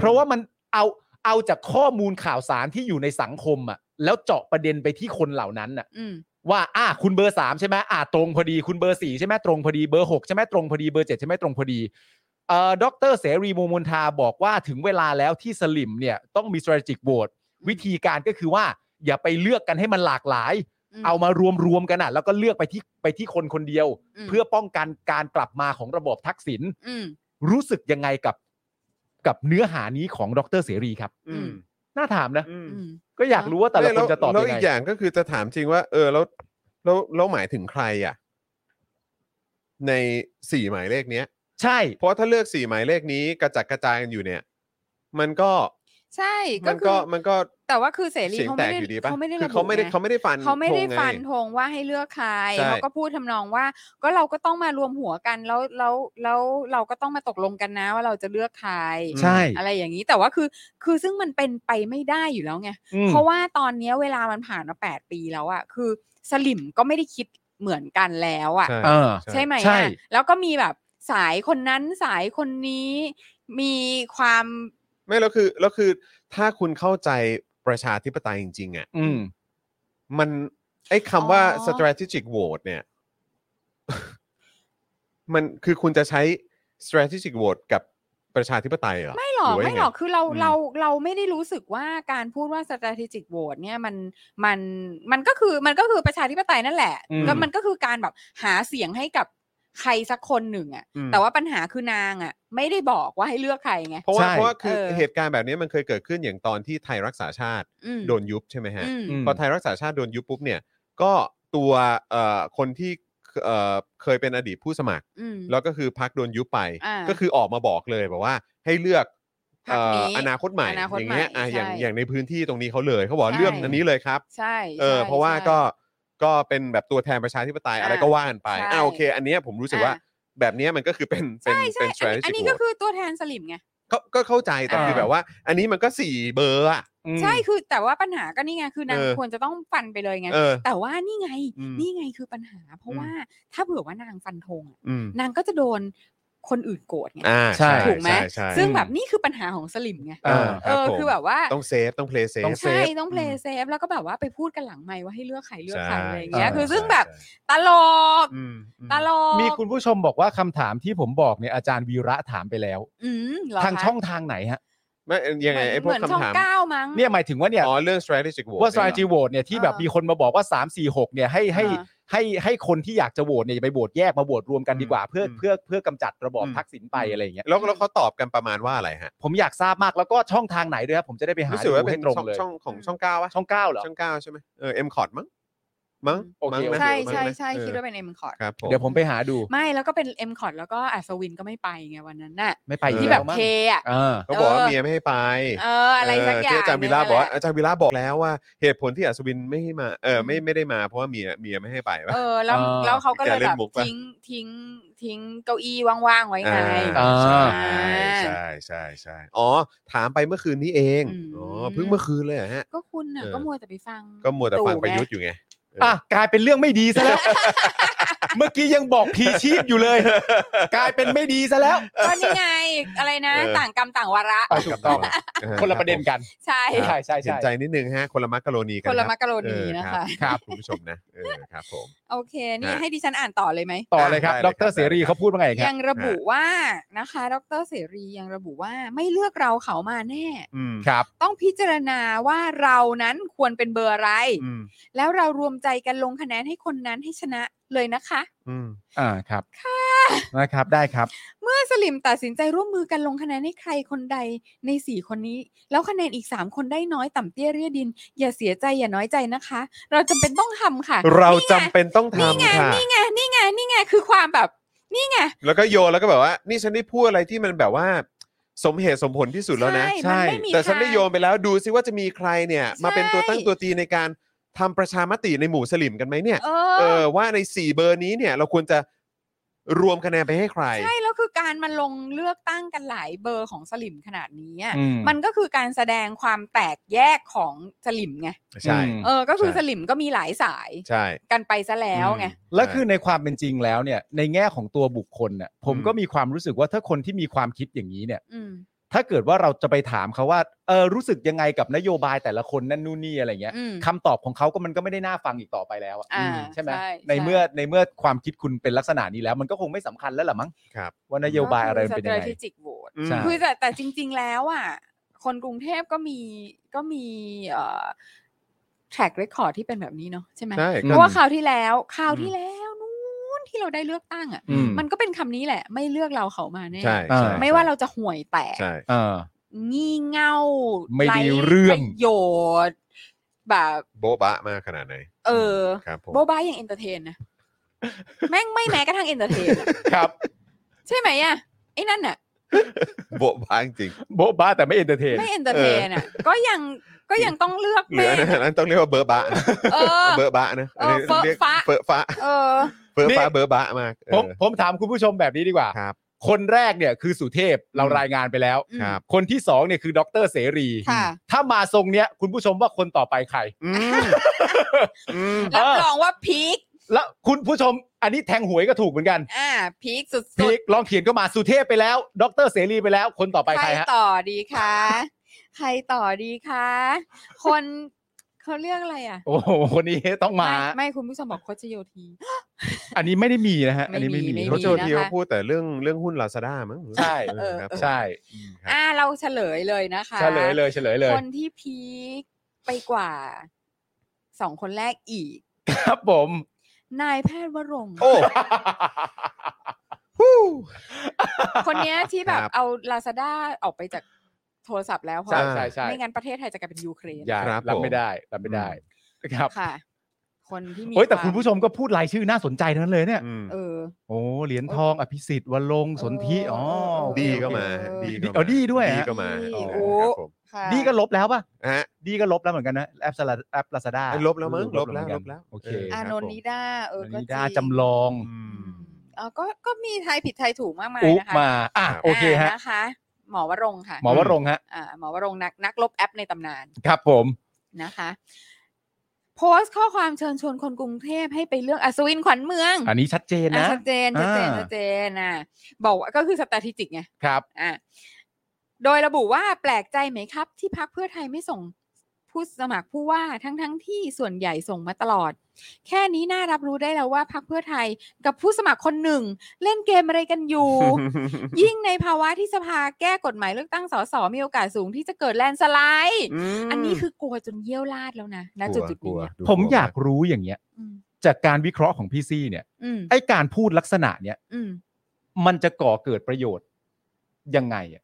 S4: เพราะว่ามันเอาเอาจากข้อมูลข่าวสารที่อยู่ในสังคมอ่ะแล้วเจาะประเด็นไปที่คนเหล่านั้นน่ะ
S5: อืม
S4: ว่าอ่ะคุณเบอร์สามใช่ไหมอ่ะตรงพอดี คุณเบอร์สี่ใช่ไหมตรงพอดีเบอร์หกใช่ไหมตรงพอดีเบอร์เจ็ดใช่ไหมตรงพอดี เอ่อดรเสรีมูมนทาบอกว่าถึงเวลาแล้วที่สลิมเนี่ยต้องมี strategic vote วิธีการก็คือว่าอย่าไปเลือกกันให้มันหลากหลาย
S5: ม
S4: เอามารวมรวมๆกันอ่ะ แล้วก็เลือกไปที่ไปที่คนคนเดียว
S5: ม
S4: เพื่อป้องกันการกลับมาของระบอบทักษิณ
S5: ม
S4: รู้สึกยังไงกับกับเนื้อหานี้ของดรเสรีครับ
S5: อืม
S4: น่าถามนะ
S3: อืม
S5: อืม
S4: ก็อยากรู้ว่าแต่ละคนจะตอบ
S3: แล้วอี
S4: ยังไง
S3: กอย่างก็คือจะถามจริงว่า เออแล้วแล้วแล้วหมายถึงใครอ่ะ ในสี่หมายเลขเนี้ย
S4: ใช่
S3: เพราะถ้าเลือกสี่หมายเลขนี้กระจัดกระจายกันอยู่เนี่ย มันก็
S5: ใช่
S3: มั
S5: ก็
S3: น
S5: คื
S3: ก็
S5: อ
S3: มันก็
S5: แต่ว่าคือเสรี
S3: เสียง
S5: เขา
S3: แตก
S5: ไม่ได้
S3: อยู่ดีป่ะ
S5: เขาไม่ได้
S3: คื
S5: ระ
S3: อ
S5: บุ
S3: เขาไม่ได้
S5: ง
S3: เขาไม่ได้ฟัน
S5: เขาไม่ได้
S3: ธงง
S5: ฟันธงว่าให้เลือกใคร
S3: ใช่
S5: เขาก็พูดทำนองว่า ก็เราก็ต้องมารวมหัวกันแล้วแล้วแล้วเราก็ต้องมาตกลงกันนะว่าเราจะเลือกใคร
S4: ใช่
S5: อะไรอย่างนี้แต่ว่าคือคือซึ่งมันเป็นไปไม่ได้อยู่แล้วไง
S4: อืม
S5: เพราะว่าตอนเนี้ยเวลามันผ่านมาแปดปีแล้วอะคือสลิมก็ไม่ได้คิดเหมือนกันแล้วอะ
S3: ใช่
S4: เออ
S5: ใช่ไหม
S4: ใช่
S5: อะแล้วก็มีแบบสายคนนั้นสายคนนี้มีความ
S3: ไม่แล้วคือแล้วคือถ้าคุณเข้าใจประชาธิปไตยจริง ๆ อ่ะ
S4: อืม
S3: มันไอ้คำว่า
S5: อ๋อ
S3: strategic vote เนี่ย มันคือคุณจะใช้ strategic vote กับประชาธิปไตยเหรอ
S5: ไม่หร
S3: ห
S5: อก
S3: รือว่ายังไง
S5: ไม่หรอกคือเรา
S4: อืม
S5: เราเราไม่ได้รู้สึกว่าการพูดว่า strategic vote เนี่ยมันมันมันก็คือมันก็คือประชาธิปไตยนั่นแหละ
S4: อืม
S5: แล้วมันก็คือการแบบหาเสียงให้กับใครสักคนหนึ่งอะ
S3: อืม
S5: แต่ว่าปัญหาคือนางอะไม่ได้บอกว่าให้เลือกใครไง
S3: เพราะว่า
S4: ใช่
S3: เพราะว่าคือ
S5: เออ
S3: เหตุการณ์แบบนี้มันเคยเกิดขึ้นอย่างตอนที่ไทยรักษาชาติ
S5: อืม
S3: โดนยุบใช่ไหมฮะ
S5: อืม
S4: อืม
S3: พอไทยรักษาชาติโดนยุบปุ๊บเนี่ย ก็ตัวเอ่อคนที่เอ่อเคยเป็นอดีตผู้สมัคร
S5: อืม
S3: แล้วก็คือพักโดนยุบไป
S5: อ่า
S3: ก็คือออกมาบอกเลยแบบว่าให้เลือก
S5: พรรค
S3: เอ่
S5: นี้
S3: ออนาคตใหม่
S5: อนาคต
S3: อย่างเงี้ย
S5: ใหม่
S3: อ่ะอย่าง
S5: ใช่
S3: อย่างในพื้นที่ตรงนี้เขาเลยเขาบอก
S5: ใช่
S3: เลือกอันนี้เลยครับ
S5: ใช่
S3: เออ
S5: ใช่
S3: เพราะว่า
S5: ใช่
S3: ก็ก็เป็นแบบตัวแทนประชาธิปไตย
S5: อ่า
S3: อะไรก็ว่ากันไป
S5: ใช่
S3: อ่าโอเค อันเนี้ยผมรู้สึกว่า
S5: อ่
S3: แบบเนี้ยมันก็คือเป็นเป็น
S5: ใช่
S3: เป็
S5: ใช่
S3: น
S5: อัน
S3: strategy
S5: นี้อันนี้ก็
S3: vote
S5: คือตัวแทนสลิมไง
S3: ก็ก็เข้าใจแต่คือแบบว่า อันนี้มันก็สี่เบอร์อะ
S4: อืม
S5: ใช่คือแต่ว่าปัญหาก็นี่ไงคือนาง
S3: เออ
S5: ควรจะต้องฟันไปเลยไง
S3: เออ
S5: แต่ว่านี่ไง
S3: อืม
S5: นี่ไงคือปัญหา เพ
S3: อื
S5: ราะ
S3: ม
S5: ว่าถ้าเผื่อว่านางฟันธงอะ
S3: อืม
S5: นางก็จะโดนคนอื่นโกรธไง
S3: อ่า
S4: ใช่
S5: ถูกไหม
S3: ใช่ใช่
S5: ซึ่งแบบนี่คือปัญหาของสลิมไง
S4: อ่า
S5: เออ
S3: ผม
S5: คือแบบว่า
S3: ต้องเซฟต้องเพลย์เซฟ
S4: ต้อง
S5: ใช่
S4: safe
S5: ต้องเพลย์เซฟ แล้วก็แบบว่าไปพูดกันหลังไม่ว่าให้เลือกใครเลือกใคร
S3: ใช่
S5: อะไรอย่างเงี้ย
S4: ใช่
S5: คือซึ่งแบบตลก
S3: อืมอืม
S5: ตลก
S4: มีคุณผู้ชมบอกว่าคำถามที่ผมบอกเนี่ยอาจารย์วีระถามไปแล้ว
S5: อืมเหรอคะ
S4: ทางช่องทางไหนฮะ
S3: ไม่ยังไงไอ้พ
S5: เห
S3: วก
S5: มือนช่อง
S3: คำถาม
S5: เก้ามั้ง
S4: เนี่ยหมายถึงว่าเนี่ย
S3: อ๋อเรื่อง strategic vote
S4: ว่า s t r a
S3: เนี่ย
S4: t e g y vote เนี่ยที่แบบ
S5: เออ
S4: มีคนมาบอกว่า 3 4 6เนี่ยให้ให้
S5: อ่า
S4: ให้ให้คนที่อยากจะโหวตเนี่ยอย่าไปโหวตแยกมาโหวตรวมกันดีกว่าเพื่อ
S3: อืม
S4: เพื่อเพื่อกำจัดระบอบ
S3: อืม
S4: ทักษิณไปอะไรอย่างเงี้ย
S3: แล้วแล้วเขาตอบกันประมาณว่าอะไรฮะ
S4: ผมอยากทราบมากแล้วก็ช่องทางไหนด้วยครับผมจะได้ไปหา
S3: รู้สึกว่า
S4: ดู
S3: เป็
S4: ให้
S3: น
S4: ตรง
S3: ช่อง
S4: เลย
S3: ช่องของช่องเก้าวะ
S4: ช่องเก้าเหรอ
S3: ช่องเก้าใช่ไหมเออเอ็มคอร์ดมั้งมั้ง
S4: โอเค
S3: มั้งนะ
S5: ใช่
S3: มั้งนะ
S5: ใช่ใช่
S3: เออ
S5: คิดว่าเป็นเอ็มคอร์ด
S3: ครับผม
S4: เดี๋ยวผมไปหาดู
S5: ไม่แล้วก็เป็นเอ็มคอร์ดแล้วก็อัศวินก็ไม่ไปไงวันนั้นน่ะ
S4: ไม่ไปอีก
S5: ที่แบบ
S4: ล้วมั้ง
S5: เคอะ
S4: เออ
S3: เขาบอกว่า
S5: เออ
S3: เมียไม่ให้ไป
S5: เออ อะไรสักอย่าง
S3: เที่อาจารย์วิลาบอกว่า
S5: เนี่ยแหละ
S3: อาจารย์วิลาบอกแล้วว่าเหตุผลที่อัศวินไม่ให้มาเออไม่ไม่ได้มาเพราะว่าเมียเมียไม่ให้ไปวะ
S5: เออ แล้ว
S4: อ่า
S5: แล้วเขาก็เลย
S3: แกเล่
S5: แบ
S3: น
S5: บ
S3: มุกปะ
S5: ทิ้งทิ้งทิ้งเก้าอี้ว่างๆไว้ไง
S4: อ่า
S3: ใช่ใช่ใช่ใช่อ๋อถามไปเมื่อคืนนี้เอง
S5: อืม
S3: อ๋อเพิ่งเมื่อคืนเลยเหรอฮะ
S5: ก็คุณน่ะ
S3: เออ
S5: ก็มัวแต่ไปฟัง
S3: ก็มัวแต่ฟังประยุทธ์
S5: ไ
S3: อยู่ไง
S4: อ่ะกลายเป็นเรื่องไม่ดีซะแล้ว เมื่อกี้ยังบอกผีชีพอยู่เลย กลายเป็นไม่ดีซะแล้ว
S5: ก็นี่ไงอะไรนะ
S3: เออ
S5: ต่างกรรมต่างวาระ
S4: ถูกต้อง
S3: ออ
S4: คนละประเด็นกัน
S5: ใช่
S4: ใช่ใช่
S3: เห็น
S4: ใช่
S3: ใจนิดนึงฮะ คนละมักกะโรนีกัน
S5: คนละ
S3: รับ
S5: มักกะโรนี
S3: เออ
S5: นะ
S3: รั
S5: คะ
S3: บครับ คุณผู้ชมนะเออครับผม
S5: โอเค นี่
S3: ฮะ
S5: ให้ดิฉันอ่านต่อเลยไหม
S4: ต่อเลยครับ
S3: ได้เล
S4: ด
S3: ยครั
S4: ร
S3: บ
S4: เสรีเขาพูดว่าไงครับ
S5: ยังระบุว่านะคะ ดรเสรียังระบุว่าไม่เลือกเราเขามาแน่
S3: อืม
S4: ครับ
S5: ต้องพิจารณาว่าเรานั้นควรเป็นเบอร์อะไร
S3: อืม
S5: แล้วเรารวมใจกันลงคะแนนให้คนนั้นให้ชนะเลยนะคะ
S3: อืม
S4: อ่าครับนะครับ ได้ครับ
S5: เมื่อสลิมตัดสินใจร่วมมือกันลงคะแนนให้ใครคนใดใน 4 คนนี้ แล้วคะแนนอีก 3 คนได้น้อยต่ำเตี้ยเรียดิน อย่าเสียใจอย่าน้อยใจนะคะ เราจำเป็นต้องทำค่ะ
S3: เราจำ
S5: ไง
S3: เป็นต้อง
S5: นี่ไง
S3: ทำค่ะ
S5: นี่ไงนี่ไงนี่ไงคือความแบบ นี่ไง
S3: แล้วก็โยนแล้วก็แบบว่า นี่ฉันได้พูดอะไรที่มันแบบว่า สมเหตุสมผลที่สุดแล้วนะ
S5: ใช่มันไม่มี
S3: แต่ฉันได้
S5: ทาง
S3: โยนไปแล้วดูซิว่าจะมีใครเนี่ย
S5: ใช่
S3: มาเป็นตัวตั้งตัวตีในการทำประชามติในหมู่สลิมกันไหมเนี่ย
S5: เอ
S3: เอ
S5: อ
S3: อว่าในสี่เบอร์นี้เนี่ย เราควรจะรวมคะแนนไปให้ใคร
S5: ใช่แล้วคือการมาลงเลือกตั้งกันหลายเบอร์ของสลิมขนาดนี้อะ
S4: อืม
S5: มันก็คือการแสดงความแตกแยกของสลิมไง
S3: ใช่
S4: อืม
S5: เออ ก็คือ
S3: ใช่
S5: สลิมก็มีหลายสาย
S3: ใช่
S5: กันไปซะแล้วไง
S4: แล้วคือในความเป็นจริงแล้วเนี่ย ในแง่ของตัวบุคคลเนี่ยผม
S3: อืม
S4: ก็มีความรู้สึกว่าถ้าคนที่มีความคิดอย่างนี้เนี่ย
S5: อืม
S4: ถ้าเกิดว่าเราจะไปถามเขาว่าเออรู้สึกยังไงกับนโยบายแต่ละคนนั่นนู่นนี่อะไรเงี้ย
S5: อืม
S4: คำตอบของเขาก็มันก็ไม่ได้น่าฟังอีกต่อไปแล้วอะ
S5: อ่า
S4: ใช่ไหม
S5: ใช่
S4: ใน
S5: ใช่
S4: เมื่อในเมื่อความคิดคุณเป็นลักษณะนี้แล้ว มันก็คงไม่สำคัญแล้วล่ะมั้ง
S3: ครับ
S4: ว่านโยบายอะไรมันเป็นยังไง
S5: ก็คือ strategic vote
S4: ใช่
S5: คือแต่แต่จริง ๆ แล้วอ่ะคนกรุงเทพก็มีก็มีเอ่อ track record ที่เป็นแบบนี้เนาะใช่ไหม
S3: ใช่
S4: อืม
S3: ก็
S5: เพราะว่าคราวที่แล้วคราวที่แล้วนู้นที่เราได้เลือกตั้งอ่ะ
S4: อืม
S5: มันก็เป็นคำนี้แหละ ไม่เลือกเราเขามาแน่
S3: ใช่ใช่
S5: ไม่ว่าเราจะห่วยแตก
S3: ใช่
S4: เออ
S5: งี่เง่า
S4: ไม่ได้
S5: ร้
S4: เรื่อง
S5: ประโยชน์ แบบ
S3: โบ๊ะบะมากขนาดไหน
S5: เออ
S3: ครับผม
S5: โบะบายอย่างเอนเตอร์เทนนะ แม่งไม่แม้กระทั่งเอนเตอร์เทนอะ
S4: ครับ
S5: ใช่ไหมอ่ะไอ้นั่นน่ะ
S3: โบ๊ะบะจริง
S4: โบ๊ะบ้าแต่ไม่เอนเตอร์เทน
S5: ไม่เอนเตอร์เทนอ่ะ ก็ยังก็ยังต้องเลือก
S3: เห
S5: แม่
S3: ลือนะอันนั้นต้องเรียกว่าเบอร์บะนะ
S5: เออ
S3: เบอร์บะนะ
S5: เออ
S3: อันนี้ยก
S5: เฟ้อฟ้า
S3: เฟ้อฟ้า
S5: เออ
S3: เฟ้อฟ้า
S4: นี่
S3: เบอร์บะมากเออ
S4: ผมผมถามคุณผู้ชมแบบนี้ดีกว่า
S3: ครับ
S4: คนแรกเนี่ยคือสุเทพเรารายงานไปแล้ว
S5: อืมครับ
S4: คนที่สองเนี่ยคือดรเสรี
S5: ค่ะ
S4: ถ้ามาทรงเนี้ยคุณผู้ชมว่าคนต่อไปใคร
S3: อืมอืม
S5: รับรองว่าพีค
S4: แล้วคุณผู้ชมอันนี้แทงหวยก็ถูกเหมือนกัน
S5: อ่าพีคสุด
S4: พีกลองเขียนก็มาสุเทพไปแล้ว ดรเสรีไปแล้ว คนต่อไป
S5: ๆ ใค
S4: ใค
S5: ร
S4: รฮะ
S5: ต่อดีคะใครต่อดีคะคนเขาเรียกอะไรอ่ะ
S4: โอ้โหคนนี้ต้องมา
S5: ไไม่คุณผู้ชมบอกโคชโยธี
S4: อันนี้ไม่ได้มีนะฮะ อันนี้ไม่มี
S5: ไม่มี
S3: เขาโจที
S5: นะคะ
S3: เขาพูดแต่เรื่องเรื่องหุ้นลาซาด้ามั้ง
S4: ใช่
S3: เออครับผม
S4: ใช่
S3: ครับ
S5: อ่าเราเฉลยเลยนะคะ
S4: เฉลยเลยเฉลยเลย
S5: คนที่พีคไปกว่าสองคนแรกอีก
S4: ครับผม
S5: นายแพทย์วรงค์
S3: โอ้
S5: คนเนี้ยที่แบบ
S3: ครับ
S5: เอาลาซาด้าออกไปจากโทรศัพท์แล้วเพราะ
S4: ใช่
S3: อ่า
S4: ใช่ใช่
S5: ไม่งั้นประเทศไทยจะกลายเป็นยูเครน
S4: อย่า
S3: ครับ
S4: รับ
S3: ผม
S4: ไม่ได้รับไม่ได้ครับ
S5: ค่ะ คนที่มี
S4: โอ้ยแต่
S5: วา
S4: คุณผู้ชมก็พูดรายชื่อน่าสนใจทั้งนั้นเลยเนี่ย
S3: อืม
S5: เออ
S4: โอ้เหรียญทองอภิสิทธิ์วลงค์สนธิอ๋อโอเค
S3: ดีก็
S4: โอเค
S3: มาดีก็
S4: เอาดีด้วย
S3: ดี
S4: ฮะ
S3: ก็มา
S5: ดี
S3: เอ
S5: โอ้
S3: อครับผม
S5: ค่ะ
S4: ดีก็ลบแล้วป่ะ
S3: ฮะ
S4: ดีก็ลบแล้วเหมือนกันนะแอปสลัดแอปลาซาด้า
S3: ลบแล้วมั้งลบแล้ว
S4: เหมือนกัน
S3: ลบแล้ว
S4: โอเค
S3: เ
S5: อานนท์นิด้าเออก็
S4: นิด้า
S5: ริง
S4: จำลอง
S3: อื
S5: อื
S3: ม
S5: มเออก็ก็มีไทยผิดไทยถูกมากมาย
S4: อุ
S5: นะคะ
S4: มาอ่ะโอเคฮะ
S5: านะคะ หมอวรงค์ค่ะ
S4: หมอวรงค์ฮะ
S5: อ่าหมอวรงค์นักนักลบแอปในตำนาน
S4: ครับผม
S5: นะคะ โพสต์ข้อความเชิญชวนคนกรุงเทพให้ไปเลือกอัศวินขวัญเมือง
S4: อันนี้ชัดเจน
S5: อ่ะ
S4: นะ
S5: ชัดเจนชัดเจน
S4: อ่า
S5: ชัดเจนอ่ะบอกว่าก็คือสต a t e g i c ไง
S4: ครับ
S5: อ่ะโดยระบุว่าแปลกใจไหมครับ ที่พักเพื่อไทยไม่ส่งผู้สมัครผู้ว่าทั้งทั้งๆที่ส่วนใหญ่ส่งมาตลอด แค่นี้น่ารับรู้ได้แล้วว่าพักเพื่อไทยกับผู้สมัครคนหนึ่ง เล่นเกมอะไรกันอยู่ ยิ่งในภาวะที่สภาแก้กฎหมายเลือกตั้งสสมีโอกาสสูงที่จะเกิดแลนด์สไลด์
S3: ม
S5: อันนี้คือกลัวจนเยี่ยวลาดแล้วนะณจุดจุดๆ
S3: กลั
S5: นี้
S3: ว
S5: เนี่ย
S3: กลัว
S4: ผมอยากรู้อย่างเงี้ย
S5: อืม
S4: จากการวิเคราะห์ของพี่ซี่เนี่ย
S5: อืม
S4: ไอการพูดลักษณะเนี้ย
S5: อืม
S4: มันจะก่อเกิดประโยชน์ยังไงอะ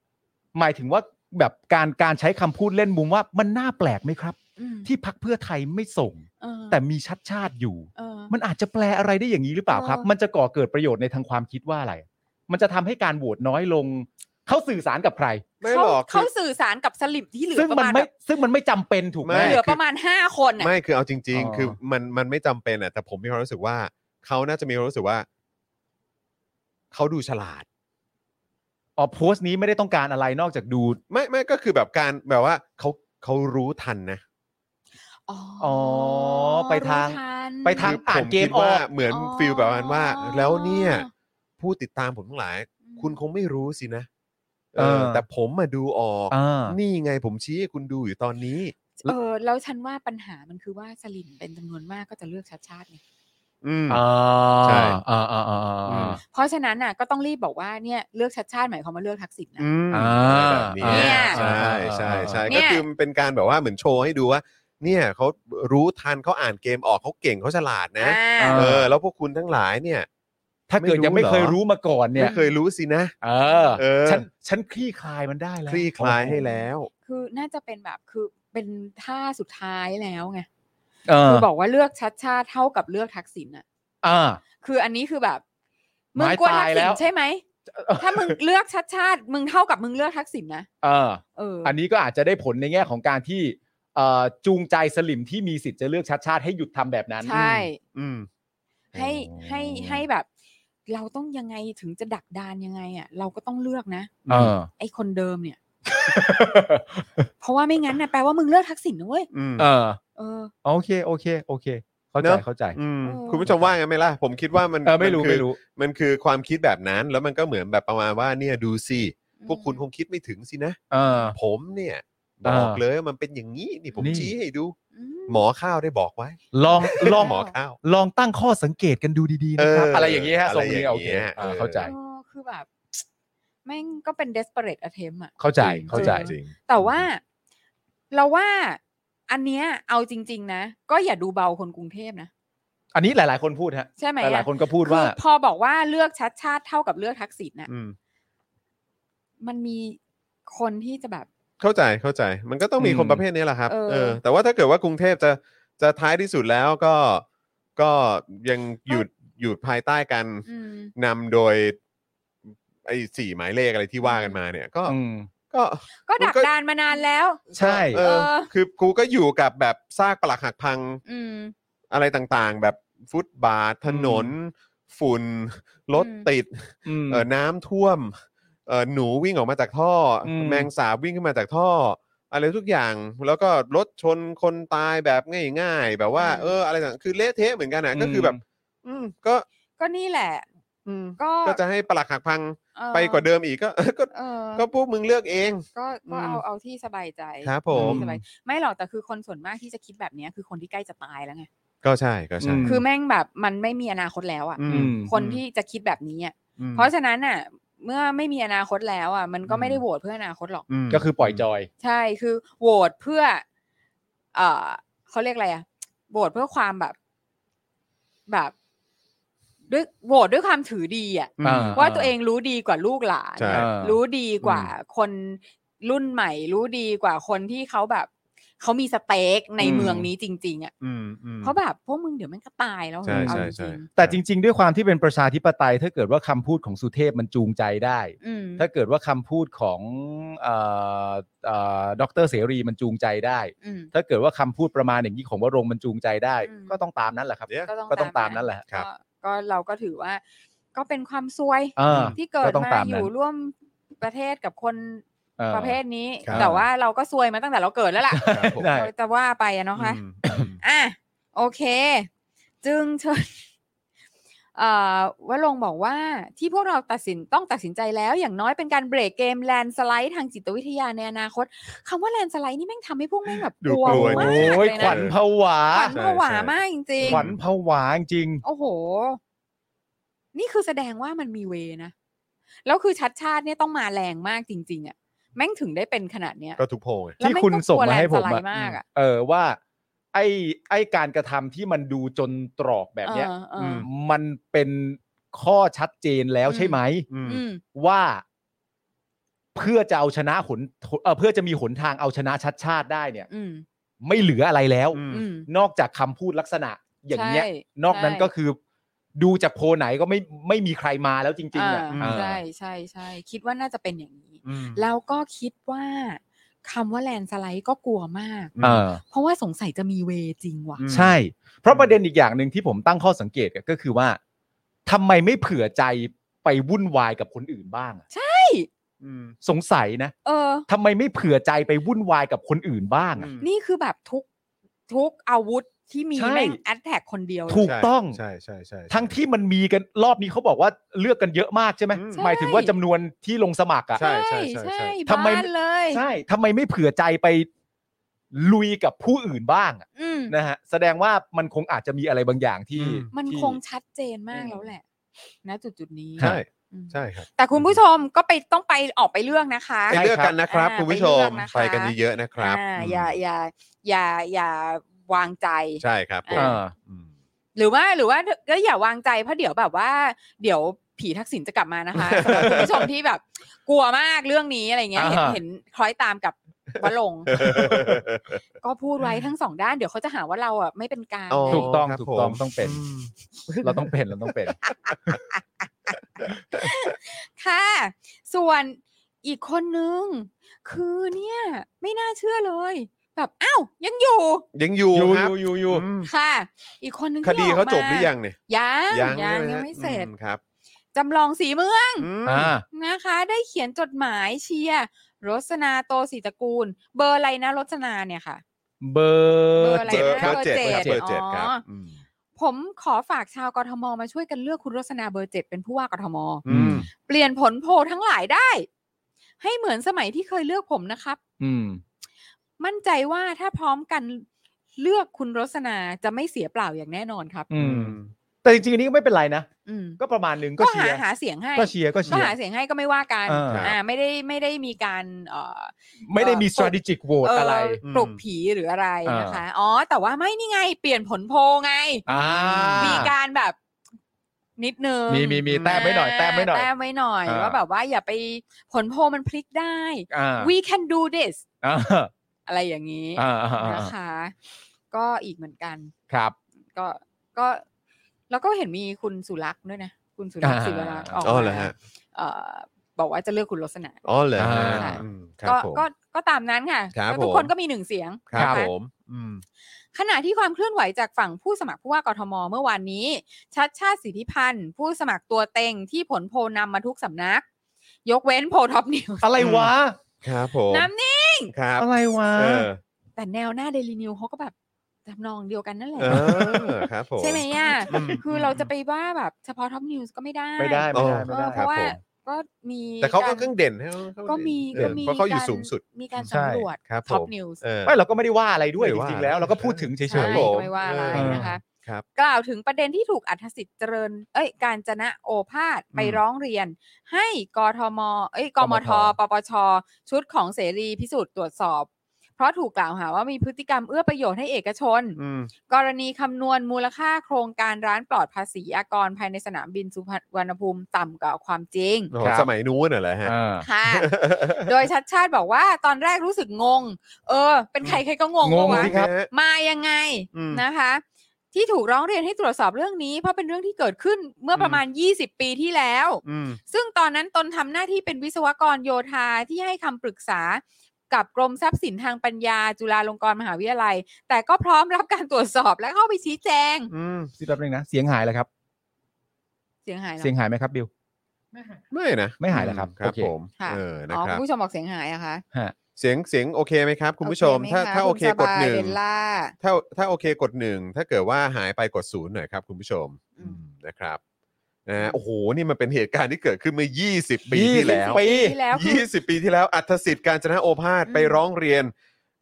S4: หมายถึงว่าแบบการการใช้คำพูดเล่นมุมว่ามันน่าแปลกไหมครับ
S5: อืม
S4: ที่พักเพื่อไทยไม่ส่ง
S5: เออ
S4: แต่มีชัดชาติอยู่
S5: เออ
S4: มันอาจจะแปลอะไรได้อย่างนี้หรือเปล่าครับ
S5: เออ
S4: มันจะก่อเกิดประโยชน์ในทางความคิดว่าอะไร มันจะทำให้การโหวตน้อยลง เขาสื่อสารกับใคร
S3: ไม่
S5: เขา
S3: หรอก
S5: เขาสื่อสารกับสลิมที่เหลือ
S4: ซึ่ง
S5: ประ
S4: มัน
S5: มาณ
S4: ไม่
S5: แบบ
S4: ซึ่งมันไม่จำเป็นถูกไหม
S3: ไม่
S5: เหลือประมาณห้าคน
S3: คือ
S5: น่ะ
S3: ไม่คือเอาจริง
S4: อ๋อ
S3: ๆ คือมันมันไม่จำเป็นอ่ะแต่ผมมีความรู้สึกว่าเขาน่าจะมีความรู้สึกว่าเขาดูฉลาด
S4: อ๋อโพสต์นี้ไม่ได้ต้องการอะไรนอกจากดู
S3: ไม่ไม่ก็คือแบบการแบบว่าเขาเขารู้ทันนะ
S5: อ๋อ
S4: อ๋อไปทาง
S5: รู้ทัน
S4: ไปทาง
S3: คือ
S4: อ่นเก
S3: ผคิ
S4: ม
S3: ดว่า
S4: ออก
S3: เหมือน
S5: อ๋อ
S3: ฟิลแบบนั้นว่า แล้วเนี่ย ผู้ติดตามผมทั้งหลาย คุณคงไม่รู้สินะเออ
S4: เออ
S3: แต่ผมมาดูออก
S4: อ่า
S3: นี่ไงผมชี้ให้คุณดูอยู่ตอนนี้
S5: เออแล้วฉันว่าปัญหามันคือว่าสลิมเป็นจำนวนมากก็จะเลือกชัดชาติไง
S3: อืม
S4: อ่า
S3: ใช่
S4: อ่าอ่าอ่าอ่าอ่า
S5: เพราะฉะนั้นน่ะก็ต้องรีบบอกว่าเนี่ยเลือกชัดชาติหมายความว่าเลือกทักษิณนะ
S3: อืม
S4: อ่า
S3: อะไรแบบนี้
S5: เนี่ย
S3: ใช่ใช่ใช่
S5: เนี่
S3: ก็
S5: ย
S3: คือมันเป็นการแบบว่าเหมือนโชว์ให้ดูว่า เนี่ยเขารู้ทันเขาอ่านเกมออกเขาเก่งเขาฉลาดนะ
S5: อ่า
S4: า
S3: เออ แล้วพวกคุณทั้งหลายเนี่ย
S4: ถ้าเกิดยังไม่เคยรู้มาก่อนเนี่ย
S3: ไม่เคยรู้สินะ
S4: เออ
S3: เออ
S4: ฉันฉันคลี่คลายมันได้แล้ว
S3: คลี่คลายให้แล้ว
S5: คือน่าจะเป็นแบบคือเป็นท่าสุดท้ายแล้วไง
S4: เออ
S5: คือบอกว่าเลือกชัดชาติเท่ากับเลือกทักษิณน่ะ
S4: อ่า
S5: คืออันนี้คือแบบ
S4: ไม้
S5: มึงกลัวทัก
S4: ตายแล้
S5: ษิณ
S4: ว
S5: ใช่ไหม ถ้ามึงเลือกชัดชาติ มึงเท่ากับมึงเลือกทักษิณนะ
S4: เออ
S5: เออ
S4: อันนี้ก็อาจจะได้ผลในแง่ของการที่เอ่อจูงใจสลิมที่มีสิทธิ์จะเลือกชัดชาติให้หยุดทำแบบนั้น
S5: ใช่
S3: อืม
S5: ให้
S4: โอ้
S5: ให้ให้แบบ เราต้องยังไงถึงจะดักดานยังไงอ่ะ เราก็ต้องเลือกนะ
S4: เออ
S5: ไอคนเดิม เนี่ย เพราะว่าไม่งั้นนะแปลว่ามึงเลือกทักษิณนะเว้ย
S3: อืม
S4: เออ
S5: เออ
S4: โอเคโอเคโอเค เข้าใจ
S3: เนอะ
S4: เข้าใจ
S3: อืม
S5: เออ
S3: คุณผู้ชมว่าไงไหมล่ะ ผมคิดว่ามัน
S4: เออไม่รู้
S3: นคือ
S4: ไม่รู้
S3: มันคือความคิดแบบนั้นแล้วมันก็เหมือนแบบประมาณว่าเนี่ยดูสิ
S5: อืม
S3: พวกคุณคงคิดไม่ถึงสินะ
S4: เออ
S3: ผมเนี่ยบ
S4: อ่า
S3: อกเลยว่ามันเป็นอย่างนี้นี่ผม
S4: นี่
S3: ชี้ให้ดู
S5: อืม
S3: หมอข้าวได้บอกไว้
S4: ลองลอง
S3: หมอข้าว
S4: ลองตั้งข้อสังเกตกันดูดีๆนะครับ
S3: เ
S4: อะไรอย่างนี้ฮะทรงนี้
S3: ย่า
S4: โอเค
S3: งี้ย
S4: อ่าเข้าใจ
S5: เออคือแบบ แม่งก็เป็น desperate attempt อะ
S4: เข้าใจเข้าใจ
S3: จริง
S5: แต่ว่าเราว่าอันเนี้ยเอาจริง ๆ นะ ก็อย่าดูเบาคนกรุงเทพนะ
S4: อันนี้หลาย ๆ คนพูดฮะ
S5: ใช่ไหม
S4: หลาย
S5: อะ
S4: ๆคนก็พูดว่า
S5: คือพอบอกว่าเลือกชัดชาติเท่ากับเลือกทักษิณน่ะ
S3: อืม
S5: มันมีคนที่จะแบบ
S3: เข้าใจเข้าใจมันก็ต้องมี
S4: อืม
S3: คนประเภทนี้แหละครับ
S5: เออ
S3: เออแต่ว่าถ้าเกิดว่ากรุงเทพจะจะท้ายที่สุดแล้วก็ก็ยังอยู่อยู่ภายใต้การ
S5: อืม
S3: นำโดยไอ้สี่หมายเลขอะไรที่ว่ากันมาเนี่ย ก็
S4: อืม
S3: ก็
S5: ก็
S3: มัน
S5: ดัก
S3: ก็
S5: ดานมานานแล้ว
S4: ใช่
S3: เออ
S5: เออ
S3: คือกูก็อยู่กับแบบซากปลักหักพัง
S5: อืม
S3: อะไรต่างๆ แบบฟุตบาทถนน ฝุ่นรถ
S5: อืม
S3: ติด
S4: อืม
S3: เออน้ำท่วมเออหนูวิ่งออกมาจากท่ออ
S4: ม
S3: แมงสาบวิ่งขึ้นมาจากท่อ อะไรทุกอย่างแล้วก็รถชนคนตายแบบง่ายๆ แบบว่า
S5: อืม
S3: เอออะไรต่างคือเละเทะเหมือนกันนะก็คือแบบ อืมก็
S5: ก็นี่แหละ
S3: อืม
S5: ก็
S3: ก็จะให้ปลักหักพัง
S5: เอ่อ
S3: ไปกว่าเดิมอีกก็ ก็
S5: เออ
S3: ก็พวกมึงเลือกเอง
S5: ก็ก็
S3: อืม
S5: เอาเอาที่สบายใจ
S3: ครับผม
S5: ที่สบายไม่หรอกแต่คือคนส่วนมากที่จะคิดแบบเนี้ยคือคนที่ใกล้จะตายแล้วไง
S3: ก็ใช่ก็ใช่
S4: อืม
S5: คือแม่งแบบมันไม่มีอนาคตแล้วอ่ะ
S3: อื
S4: อื
S3: ม
S4: ม
S5: คนที่จะคิดแบบนี้อ่ะ
S3: อืม
S5: เพราะฉะนั้นอ่ะ เมื่อไม่มีอนาคตแล้วอ่ะ มันก็ไม่ได้โหวตเพื่ออนาคตหรอก
S3: ม
S4: ก็คือปล่อยจอย
S5: ใช่คือโหวตเพื่อ เออเขาเรียกอะไรอ่ะโหวตเพื่อความแบบ แบบด้วยโหวตด้วยความถือดีอ่ะ
S3: อืม
S4: อ่า
S5: ว่าตัวเองรู้ดีกว่าลูกหลาน
S3: ใช่
S5: อ่ะ
S4: เออ
S5: รู้ดีกว่าคนรุ่นใหม่ รู้ดีกว่าคนที่เขาแบบเขามีสเต็กใน
S4: อืม
S5: เมืองนี้จริง ๆอ่ะ
S3: อืมอืม
S5: เพราะแบบพวกมึงเดี๋ยวมันก็ตายแล้ว
S3: ใช่
S5: เอา
S3: ใช่
S5: จ
S3: ใช่
S5: ริง
S4: แต่จริง ๆ ด้วยความที่เป็นประชาธิปไตย ถ้าเกิดว่าคำพูดของสุเทพมันจูงใจได้
S5: ๆอืม
S4: ถ้าเกิดว่าคำพูดของเอ่อเอ่อดอกเตอรเสรีมันจูงใจได้
S5: อืม
S4: ถ้าเกิดว่าคำพูดประมาณอย่างนี้ของวรงค์มันจูงใจได้
S5: อืม
S4: ก็ต้องตามนั้นแหละครับ
S3: เนี่ย
S4: ก็ต้องตามนั้นแหละ
S3: ครับ
S5: ก็ก็เราก็ถือว่า ก็เป็นความซวย
S4: เออ
S5: ที่เกิด
S4: ก็ต้อง
S5: มา
S4: ตาม
S5: อ
S4: นั้น
S5: ยู่ร่วมประเทศกับคน
S4: เออ
S5: ประเภทนี้
S4: ครับ
S5: แต่ว่าเราก็ซวยมาตั้งแต่เราเกิดแล้วล่ะ
S3: ครับผม
S4: ได้
S5: เราจะว่าไปอะเนาะคะ
S3: อืม
S5: อ่ะโอเค จึงเชิญ เอ่อวลงค์บอกว่าที่พวกเราตัดสินต้องตัดสินใจแล้วอย่างน้อยเป็นการเบรกเกมแลนสไลด์ทางจิตวิทยาในอนาคตคำว่าแลนสไลด์นี่แม่งทำให้พวกแม่งแบบ
S3: ดู
S5: กลัว
S3: กลัว
S5: มาก
S4: โอ้ย
S5: เลย
S4: ขวั
S5: นะ
S4: ญผวา
S5: ขวัญผวา
S3: ใช่ใช่
S5: มากจริง
S4: ขวัญผวาจริง
S5: ๆโอ้โห นี่คือแสดงว่ามันมีเวนะ แล้วคือชัดชาติเนี่ยต้องมาแรงมากจริง ๆอะแม่งถึงได้เป็นขนาดเนี้ย
S3: ก็ทุกโพลไง
S5: แล้ว
S4: ที่คุณส่งมาให้ผม
S5: แม่งก็กลัวแรงส
S4: อะ
S5: ไลด์มากอะ
S4: เออว่าไอ้ไอ้การกระทำที่มันดูจนตรอกแบบเนี้ย
S5: เออเอออ
S3: ม
S4: มันเป็นข้อชัดเจนแล้วใช่ไหม
S3: อืม
S5: อืม
S4: ว่าเพื่อจะเอาชนะหนเอ่อเพื่อจะมีหนทางเอาชนะชัดชาติได้เนี่ย
S5: อืม
S4: ไม่เหลืออะไรแล้ว
S3: อืม
S5: อืม
S4: นอกจากคำพูดลักษณะอย่างเงี้ย
S5: ใช่
S4: นอกนั้น
S5: ใช่
S4: ก็คือ ดูจากโพลไหนก็ไม่ไม่มีใครมาแล้วจริง ๆอ่ะ
S5: อ่า
S4: เออ
S5: ใช่ใช่ใช่คิดว่าน่าจะเป็นอย่างนี้
S3: อืม
S5: แล้วก็คิดว่าคำว่าแลนด์สไลด์ก็กลัวมาก
S4: เออ
S5: เพราะว่าสงสัยจะมีเวจริงว่ะ
S4: ใช่ เพราะประเด็นอีกอย่างหนึ่งที่ผมตั้งข้อสังเกตก็คือว่าทำไมไม่เผื่อใจไปวุ่นวายกับคนอื่นบ้างอะ
S3: อืม
S4: สงสัยนะ
S5: เออ
S4: ทำไมไม่เผื่อใจไปวุ่นวายกับคนอื่นบ้างอะ
S5: นี่คือแบบทุกทุกอาวุธที่มี
S4: ใช่
S5: แม่งแอดแท็กคนเดียวเลย
S4: ถูกต้อง
S3: ใช่ใช่ใช่ใช่
S4: ทั้งที่มันมีกันรอบนี้เขาบอกว่าเลือกกันเยอะมากใช่ไหม
S3: อืม
S4: หมายถึงว่าจำนวนที่ลงสมัครอ่ะ
S3: ใช่ใช่ใช่ใช่
S5: ใช่
S4: ทำไม
S5: บ้านเลย
S4: ใช่ทำไมไม่เผื่อใจไปลุยกับผู้อื่นบ้างอะ
S5: อืม
S4: นะฮะแสดงว่ามันคงอาจจะมีอะไรบางอย่างที่
S3: อืม
S5: มัน
S4: ที่
S5: คงชัดเจนมากแล้วแหละ นะจุดจุดๆนี้
S3: ใช่
S5: อืม
S3: ใช่ครับ
S5: แต่คุณผู้ชมก็ไปต้องไปออกไปเลือกนะคะ
S3: ไปเลือกกันนะครับ
S5: อ่า
S3: คุณผู้ชมไป
S5: ไปเลือกนะคะ
S3: กันเยอะๆนะครับ
S5: อ่าม อย่าอย่าอย่าอย่าวางใจ
S3: ใช่ครับผม
S5: อ่า
S3: อืม
S5: หรือว่าหรือว่าก็อย่าวางใจเพราะเดี๋ยวแบบว่า เดี๋ยวผีทักษิณจะกลับมานะคะ สำหรับคุณผู้ชมที่แบบ กลัวมากเรื่องนี้อะไรเงี้ยเห็น
S4: อ่า
S5: เห็นคล้อยตามกับวะล งค์ ก็พูดไว้ทั้งสองด้านเดี๋ยวเขาจะหาว่าเราอ่ะไม่เป็นกลาง
S3: อ๋อ
S5: ไง
S4: ถูกต้อง
S3: ครับ
S4: ถูกต้อง
S3: ผม
S4: ต้องเป็น เราต้องเป็นเราต้องเป็น
S5: ค่ะ ส่วนอีกคนนึง คือเนี่ย ไม่น่าเชื่อเลย แบบอ้าวยังอยู่
S3: ยังอยู่
S4: อยู่
S3: ครับ
S4: อยู่อยู่
S3: อืม
S5: ค่ะ อีกคนนึง
S3: ค
S5: ที่
S3: ดี
S5: ออก
S3: เขา
S5: ม
S3: จบหรือยังเนี่ย
S5: ยังยัง
S3: ใช่หฮะ
S5: ยังไม่เสร็จ
S3: อืมครับ
S5: จำลองสีเมือง
S3: อืม
S4: อ่า
S5: นะคะ ได้เขียนจดหมายเชียร์รสนาโตศิตระกูล เบอร์อะไรนะรสนาเนี่ยค่ะ
S4: เบอ
S5: เบอร์
S4: ร์
S5: อะไร
S4: เจ็ด
S5: นะ
S4: ครับ
S5: เบอร์เจ็ด
S3: เบอร์เจ็ดครับ
S5: อ๋ออื
S3: ม
S5: ผมขอฝากชาวกทมมาช่วยกันเลือกคุณรสนาเบอร์เจ็ดเป็นผู้ว่ากทม
S4: อืม
S5: เปลี่ยนผลโพลทั้งหลายได้ ให้เหมือนสมัยที่เคยเลือกผมนะครับ
S4: อืม
S5: มั่นใจว่าถ้าพร้อมกันเลือกคุณรสนาจะไม่เสียเปล่าอย่างแน่นอนครับ
S4: อืม แต่จริงๆอันนี้ก็ไม่เป็นไรนะ
S5: อืม
S4: ก็ประมาณหนึ่งก็
S5: ก็
S4: เชี
S5: หาย
S4: ร์
S5: หาเสียงให้
S4: ก็เชียร์ก็
S5: ก็
S4: เชียร์
S5: หาเสียงให้ก็ไม่ว่ากัน
S4: อ่า
S5: อ่าไม่ได้ไม่ได้มีการเอ่อ
S4: ไม่ได้มี
S5: เอ่อ
S4: strategic vote
S5: เ
S4: อะไร
S5: อปลุกผีหรืออะไร
S4: อ่าน
S5: นะคะ อ๋อ แต่ว่าไม่นี่ไง เปลี่ยนผลโพลไง
S4: อ่า
S5: มีการแบบนิดนึง
S4: มีมีมีแต้มไม่หน่อยแต้มไม่หน่อย
S5: แต้มไว้หน่อย
S4: อ่า
S5: ว่าแบบว่าอย่าไปผลโพลมันพลิกได้
S4: อ่า
S5: we can do this
S4: อ่า
S5: อะไรอย่างนี้
S4: อ่าอ่าอ่า
S5: นะคะ ก็อีกเหมือนกัน
S4: ครับ
S5: ก็ก็แล้วก็เห็นมีคุณสุรักษ์ด้วยนะ คุณสุรักษ์
S4: อ่า
S5: ศิวรักษ์ออก
S3: อ๋อเหรอ
S5: มา
S3: ฮะ
S5: เอ่อบอกว่าจะเลือกคุณลักษณะ
S3: อ๋อเหรอฮะ
S5: อ่า
S3: อืมครับ
S5: ก็
S3: ผม
S5: ก็ก็ตามนั้นค่ะ
S3: ครับ
S5: ก็ทุก
S3: ผม
S5: คนก็มีหนึ่งเสียง
S3: ครับ
S5: นะะ
S3: ผมอืม
S5: ขณะที่ความเคลื่อนไหวจากฝั่งผู้สมัครผู้ว่ากทมเมื่อวานนี้ ชัดชาติสิทธิพันธ์ ผู้สมัครตัวเต็งที่ผลโพลนำมาทุกสำนัก ยกเว้นโพลท็อปนิว
S4: อะไรวะ
S3: ครับผม
S5: น้ำนี่
S3: ครับ
S4: อะไรวะ
S3: เออ
S5: แต่แนวหน้าเดลินิวเขาก็แบบทำนองเดียวกันนั่นแหละ
S3: เออ ครับผม
S5: ใช่ไหมอ่ะ
S3: อืม
S5: คือเราจะไปว่าแบบเฉพาะท็อปนิวส์ก็ไม่ได้
S4: ไม่ได้ไม่ได้
S5: เอ
S4: ไม่
S5: อ
S4: ได้
S5: เพ
S3: คบ
S5: ราะว่า
S3: ผม
S5: ก็มี
S3: แต่เขาก็
S5: ร
S3: เครื่องเด่นให้เขา
S5: ก็มี
S3: เออ
S5: ก็มี
S3: เพราะเขาอยู่
S5: ก
S3: สูงสุด
S5: มีการ
S4: ใช่
S5: สำรวจ
S3: ครับ
S5: ท็อป
S3: ผม
S5: นิวส์
S3: เออ
S4: ไม่เราก็ไม่ได้ว่าอะไรด้วย
S3: ไม่
S4: จ
S3: ว่า
S4: ริงๆแล้ว เราก็พูดถึงเฉ
S5: ใช่
S4: ย
S3: ผ
S5: ก็
S3: ม
S5: ไม่ว่าอะไร
S3: เออ
S5: นะคะ
S3: ครับ
S5: กล่าวถึงประเด็นที่ถูกอัธสิทธิ์เจริญ เอ้ย การจนะโอภาสไปร้องเรียน ให้กทม เอ้ย กมท ปปช ชุดของเสรีพิสูจน์ตรวจสอบ เพราะถูกกล่าวหาว่ามีพฤติกรรมเอื้อประโยชน์ให้เอกชน
S3: อืม
S5: กรณีคำนวณมูลค่าโครงการร้านปลอดภาษีอากรภายในสนามบินสุวรรณภูมิต่ำกว่าความจริง
S3: โอ้โหสมัยนู้นน่ะเหรอ
S4: ๆ
S3: ฮะ
S4: อ่า
S5: ค่ะ โดยชัดชาติบอกว่าตอนแรกรู้สึกงง เออ เป็นใครใครก็งง
S4: งง
S5: ปะวะ
S4: สิครับ
S5: มายังไง
S3: อืม
S5: นะคะ ที่ถูกร้องเรียนให้ตรวจสอบเรื่องนี้ เพราะเป็นเรื่องที่เกิดขึ้นเมื่อประมาณ 20 ปีที่แล้ว
S3: อืม
S5: ซึ่งตอนนั้นตนทำหน้าที่เป็นวิศวกรโยธาที่ให้คำปรึกษากับกรมทรัพย์สินทางปัญญา จุฬาลงกรณ์มหาวิทยาลัย แต่ก็พร้อมรับการตรวจสอบและเข้าไปชี้แจง
S3: อืม
S4: สิแป๊บนึงนะ เสียงหายแล้วครับ
S5: เสียงหายเหรอ
S4: เสียงหายไหมครับบิว
S3: ไม่นะ
S4: ไม่หายเหรอครับ
S3: ครับ
S4: โอเค
S3: ผม
S5: ค่ะ
S3: เออนะ
S5: อ๋อ
S3: ค
S5: คุ
S3: รับ
S5: ณผู้ชมบอกเสียงหายอะคะ
S4: ฮะ
S3: เสียงเสียงโอเคไหมครับ คุณผู้ชม
S5: โอ
S3: ถ้า
S5: ไหะ
S3: ถ้าโอเค
S5: ณสบ
S3: กดหนึ่ง
S5: เบลล่า
S3: ถ้าถ้าโอเคกดหนึ่งถ้าเกิดว่าหายไปกดศูนย์หน่อยครับ คุณผู้ชม
S5: อืม
S3: นะครับนะฮะโอ้โหนี่มันเป็นเหตุการณ์ที่เกิดขึ้นเมื่อ 20 ปีที่แล้ว
S4: ปี
S5: ที่แล้วคือ
S3: 20 ปีที่แล้วอัธสิทธิ์การจนะโอภาส
S5: อืม
S3: ไปร้องเรียน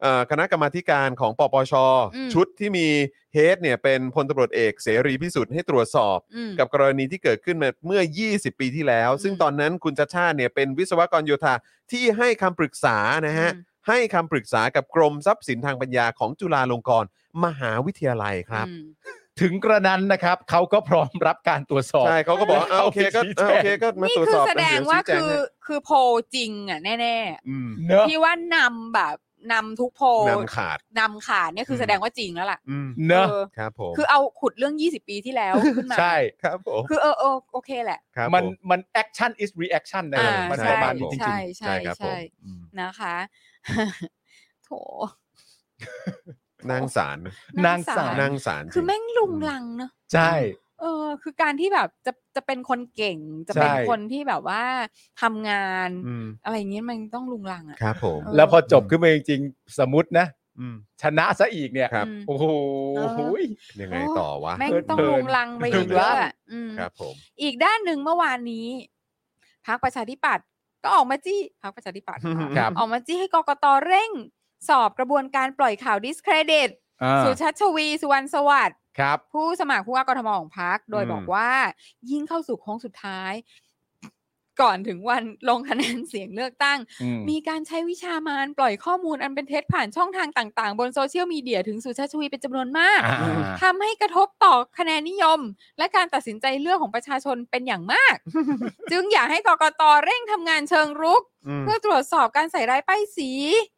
S3: เอ่อคณะกรรมาธิการของปปช
S5: อืม
S3: ชุดที่มีเฮดเนี่ยเป็นพลตำรวจเอกเสรีพิสุทธิ์ให้ตรวจสอบ
S5: อืม
S3: กับกรณีที่เกิดขึ้นมาเมื่อ 20 ปีที่แล้ว
S5: อืม
S3: ซึ่งตอนนั้นคุณชาชาติเนี่ยเป็นวิศวกรโยธาที่ให้คำปรึกษานะฮะ
S5: อืม
S3: ให้คำปรึกษากับกรมทรัพย์สินทางปัญญาของจุฬาลงกรณ์มหาวิทยาลัยครับ
S5: อืม
S4: ถึงกระนั้นนะครับ เขาก็พร้อมรับการตรวจสอบ
S3: ใช่เขาก็บอกอ่ะโอเคก็อ่ะโอเคก็มา
S5: นี่
S3: ตรวจ
S5: คื
S3: ส
S5: อ
S3: อบ
S5: แสดงว่า
S3: เยชี้แจ
S5: คือ
S3: ให้
S5: คือโพลจริงอ่ะแน่
S4: เนอะ
S5: ๆที่ว่านำแบบนำทุกโพล
S3: นำขาด
S5: นำขาดเนี่ยคือแสดงว่าจริงแล้วล่ะ
S3: อืม
S4: เนอะ
S5: เออ
S3: ครับผม
S5: คือเอาขุดเรื่อง 20 ปีที่แล้วขึ้นมา
S4: ใช่
S3: ครับผม
S5: คือเออเออโอเคแหละ
S3: ครับ
S4: มัน
S3: ผ
S4: มัน action is reaction นะ
S5: อ่า
S4: มัน
S5: ใช่
S4: ประมาณนี้จ
S5: ใช่
S4: ริง
S5: ใช่
S3: ใช่ครับผม
S5: ใช่นะคะ โถ
S3: นางสารนะ
S4: นางสาร
S3: นางสาร
S5: คือแม่งลุงลังเนอะ
S4: ๆ ใช่
S5: เออ คือการที่แบบจะจะเป็นคนเก่งจะเป็น
S4: ใช่
S5: คนที่แบบว่าทำงาน
S3: อืม
S5: อะไรอย่างเงี้ยมันต้องลุงลังอ่ะ
S3: ครับผม
S5: เอ
S4: แล้วพอจบขึ้นมาจริงๆ สมมตินะ
S3: อืม
S4: ชนะซะอีกเนี่ย
S3: ครับ
S5: อืม
S4: โอ้โห
S3: ยังไงต่อวะ
S5: แม่งต้อง
S4: เพลิน
S5: ลุงลังไป
S4: ลุ
S5: อีก
S4: ง
S5: เย
S4: ลัง
S5: อะอะอืม
S3: ครับผม
S5: อีกด้านหนึ่งเมื่อวานนี้พักประชาธิปัตย์ก็ออกมาจี้พักประชาธิปัตย์นะคะ
S4: ครับ
S5: ออกมาจี้ให้กกตเร่ง สอบกระบวนการปล่อยข่าวดิสเครดิต
S4: อ่า
S5: สุชัชวี สุวรรณสวัสดิ์
S4: ครับ
S5: ผู้สมัครผู้ว่ากทมของพักโดยบอกว่า ยิ่งเข้าสู่โค้งสุดท้าย ก่อนถึงวันลงคะแนนเสียงเลือกตั้ง
S4: อืม
S5: มีการใช้วิชามารปล่อยข้อมูลอันเป็นเท็จผ่านช่องทางต่างๆ บนโซเชียลมีเดียถึงสุชาติชวีเป็นจำนวนมาก
S4: อ่า
S5: ทำให้กระทบต่อคะแนนนิยม และการตัดสินใจเลือกของประชาชนเป็นอย่างมาก จึงอยากให้กกตเร่งทำงานเชิงรุก
S3: อืม
S5: เพื่อตรวจสอบการใส่ร้ายป้ายสี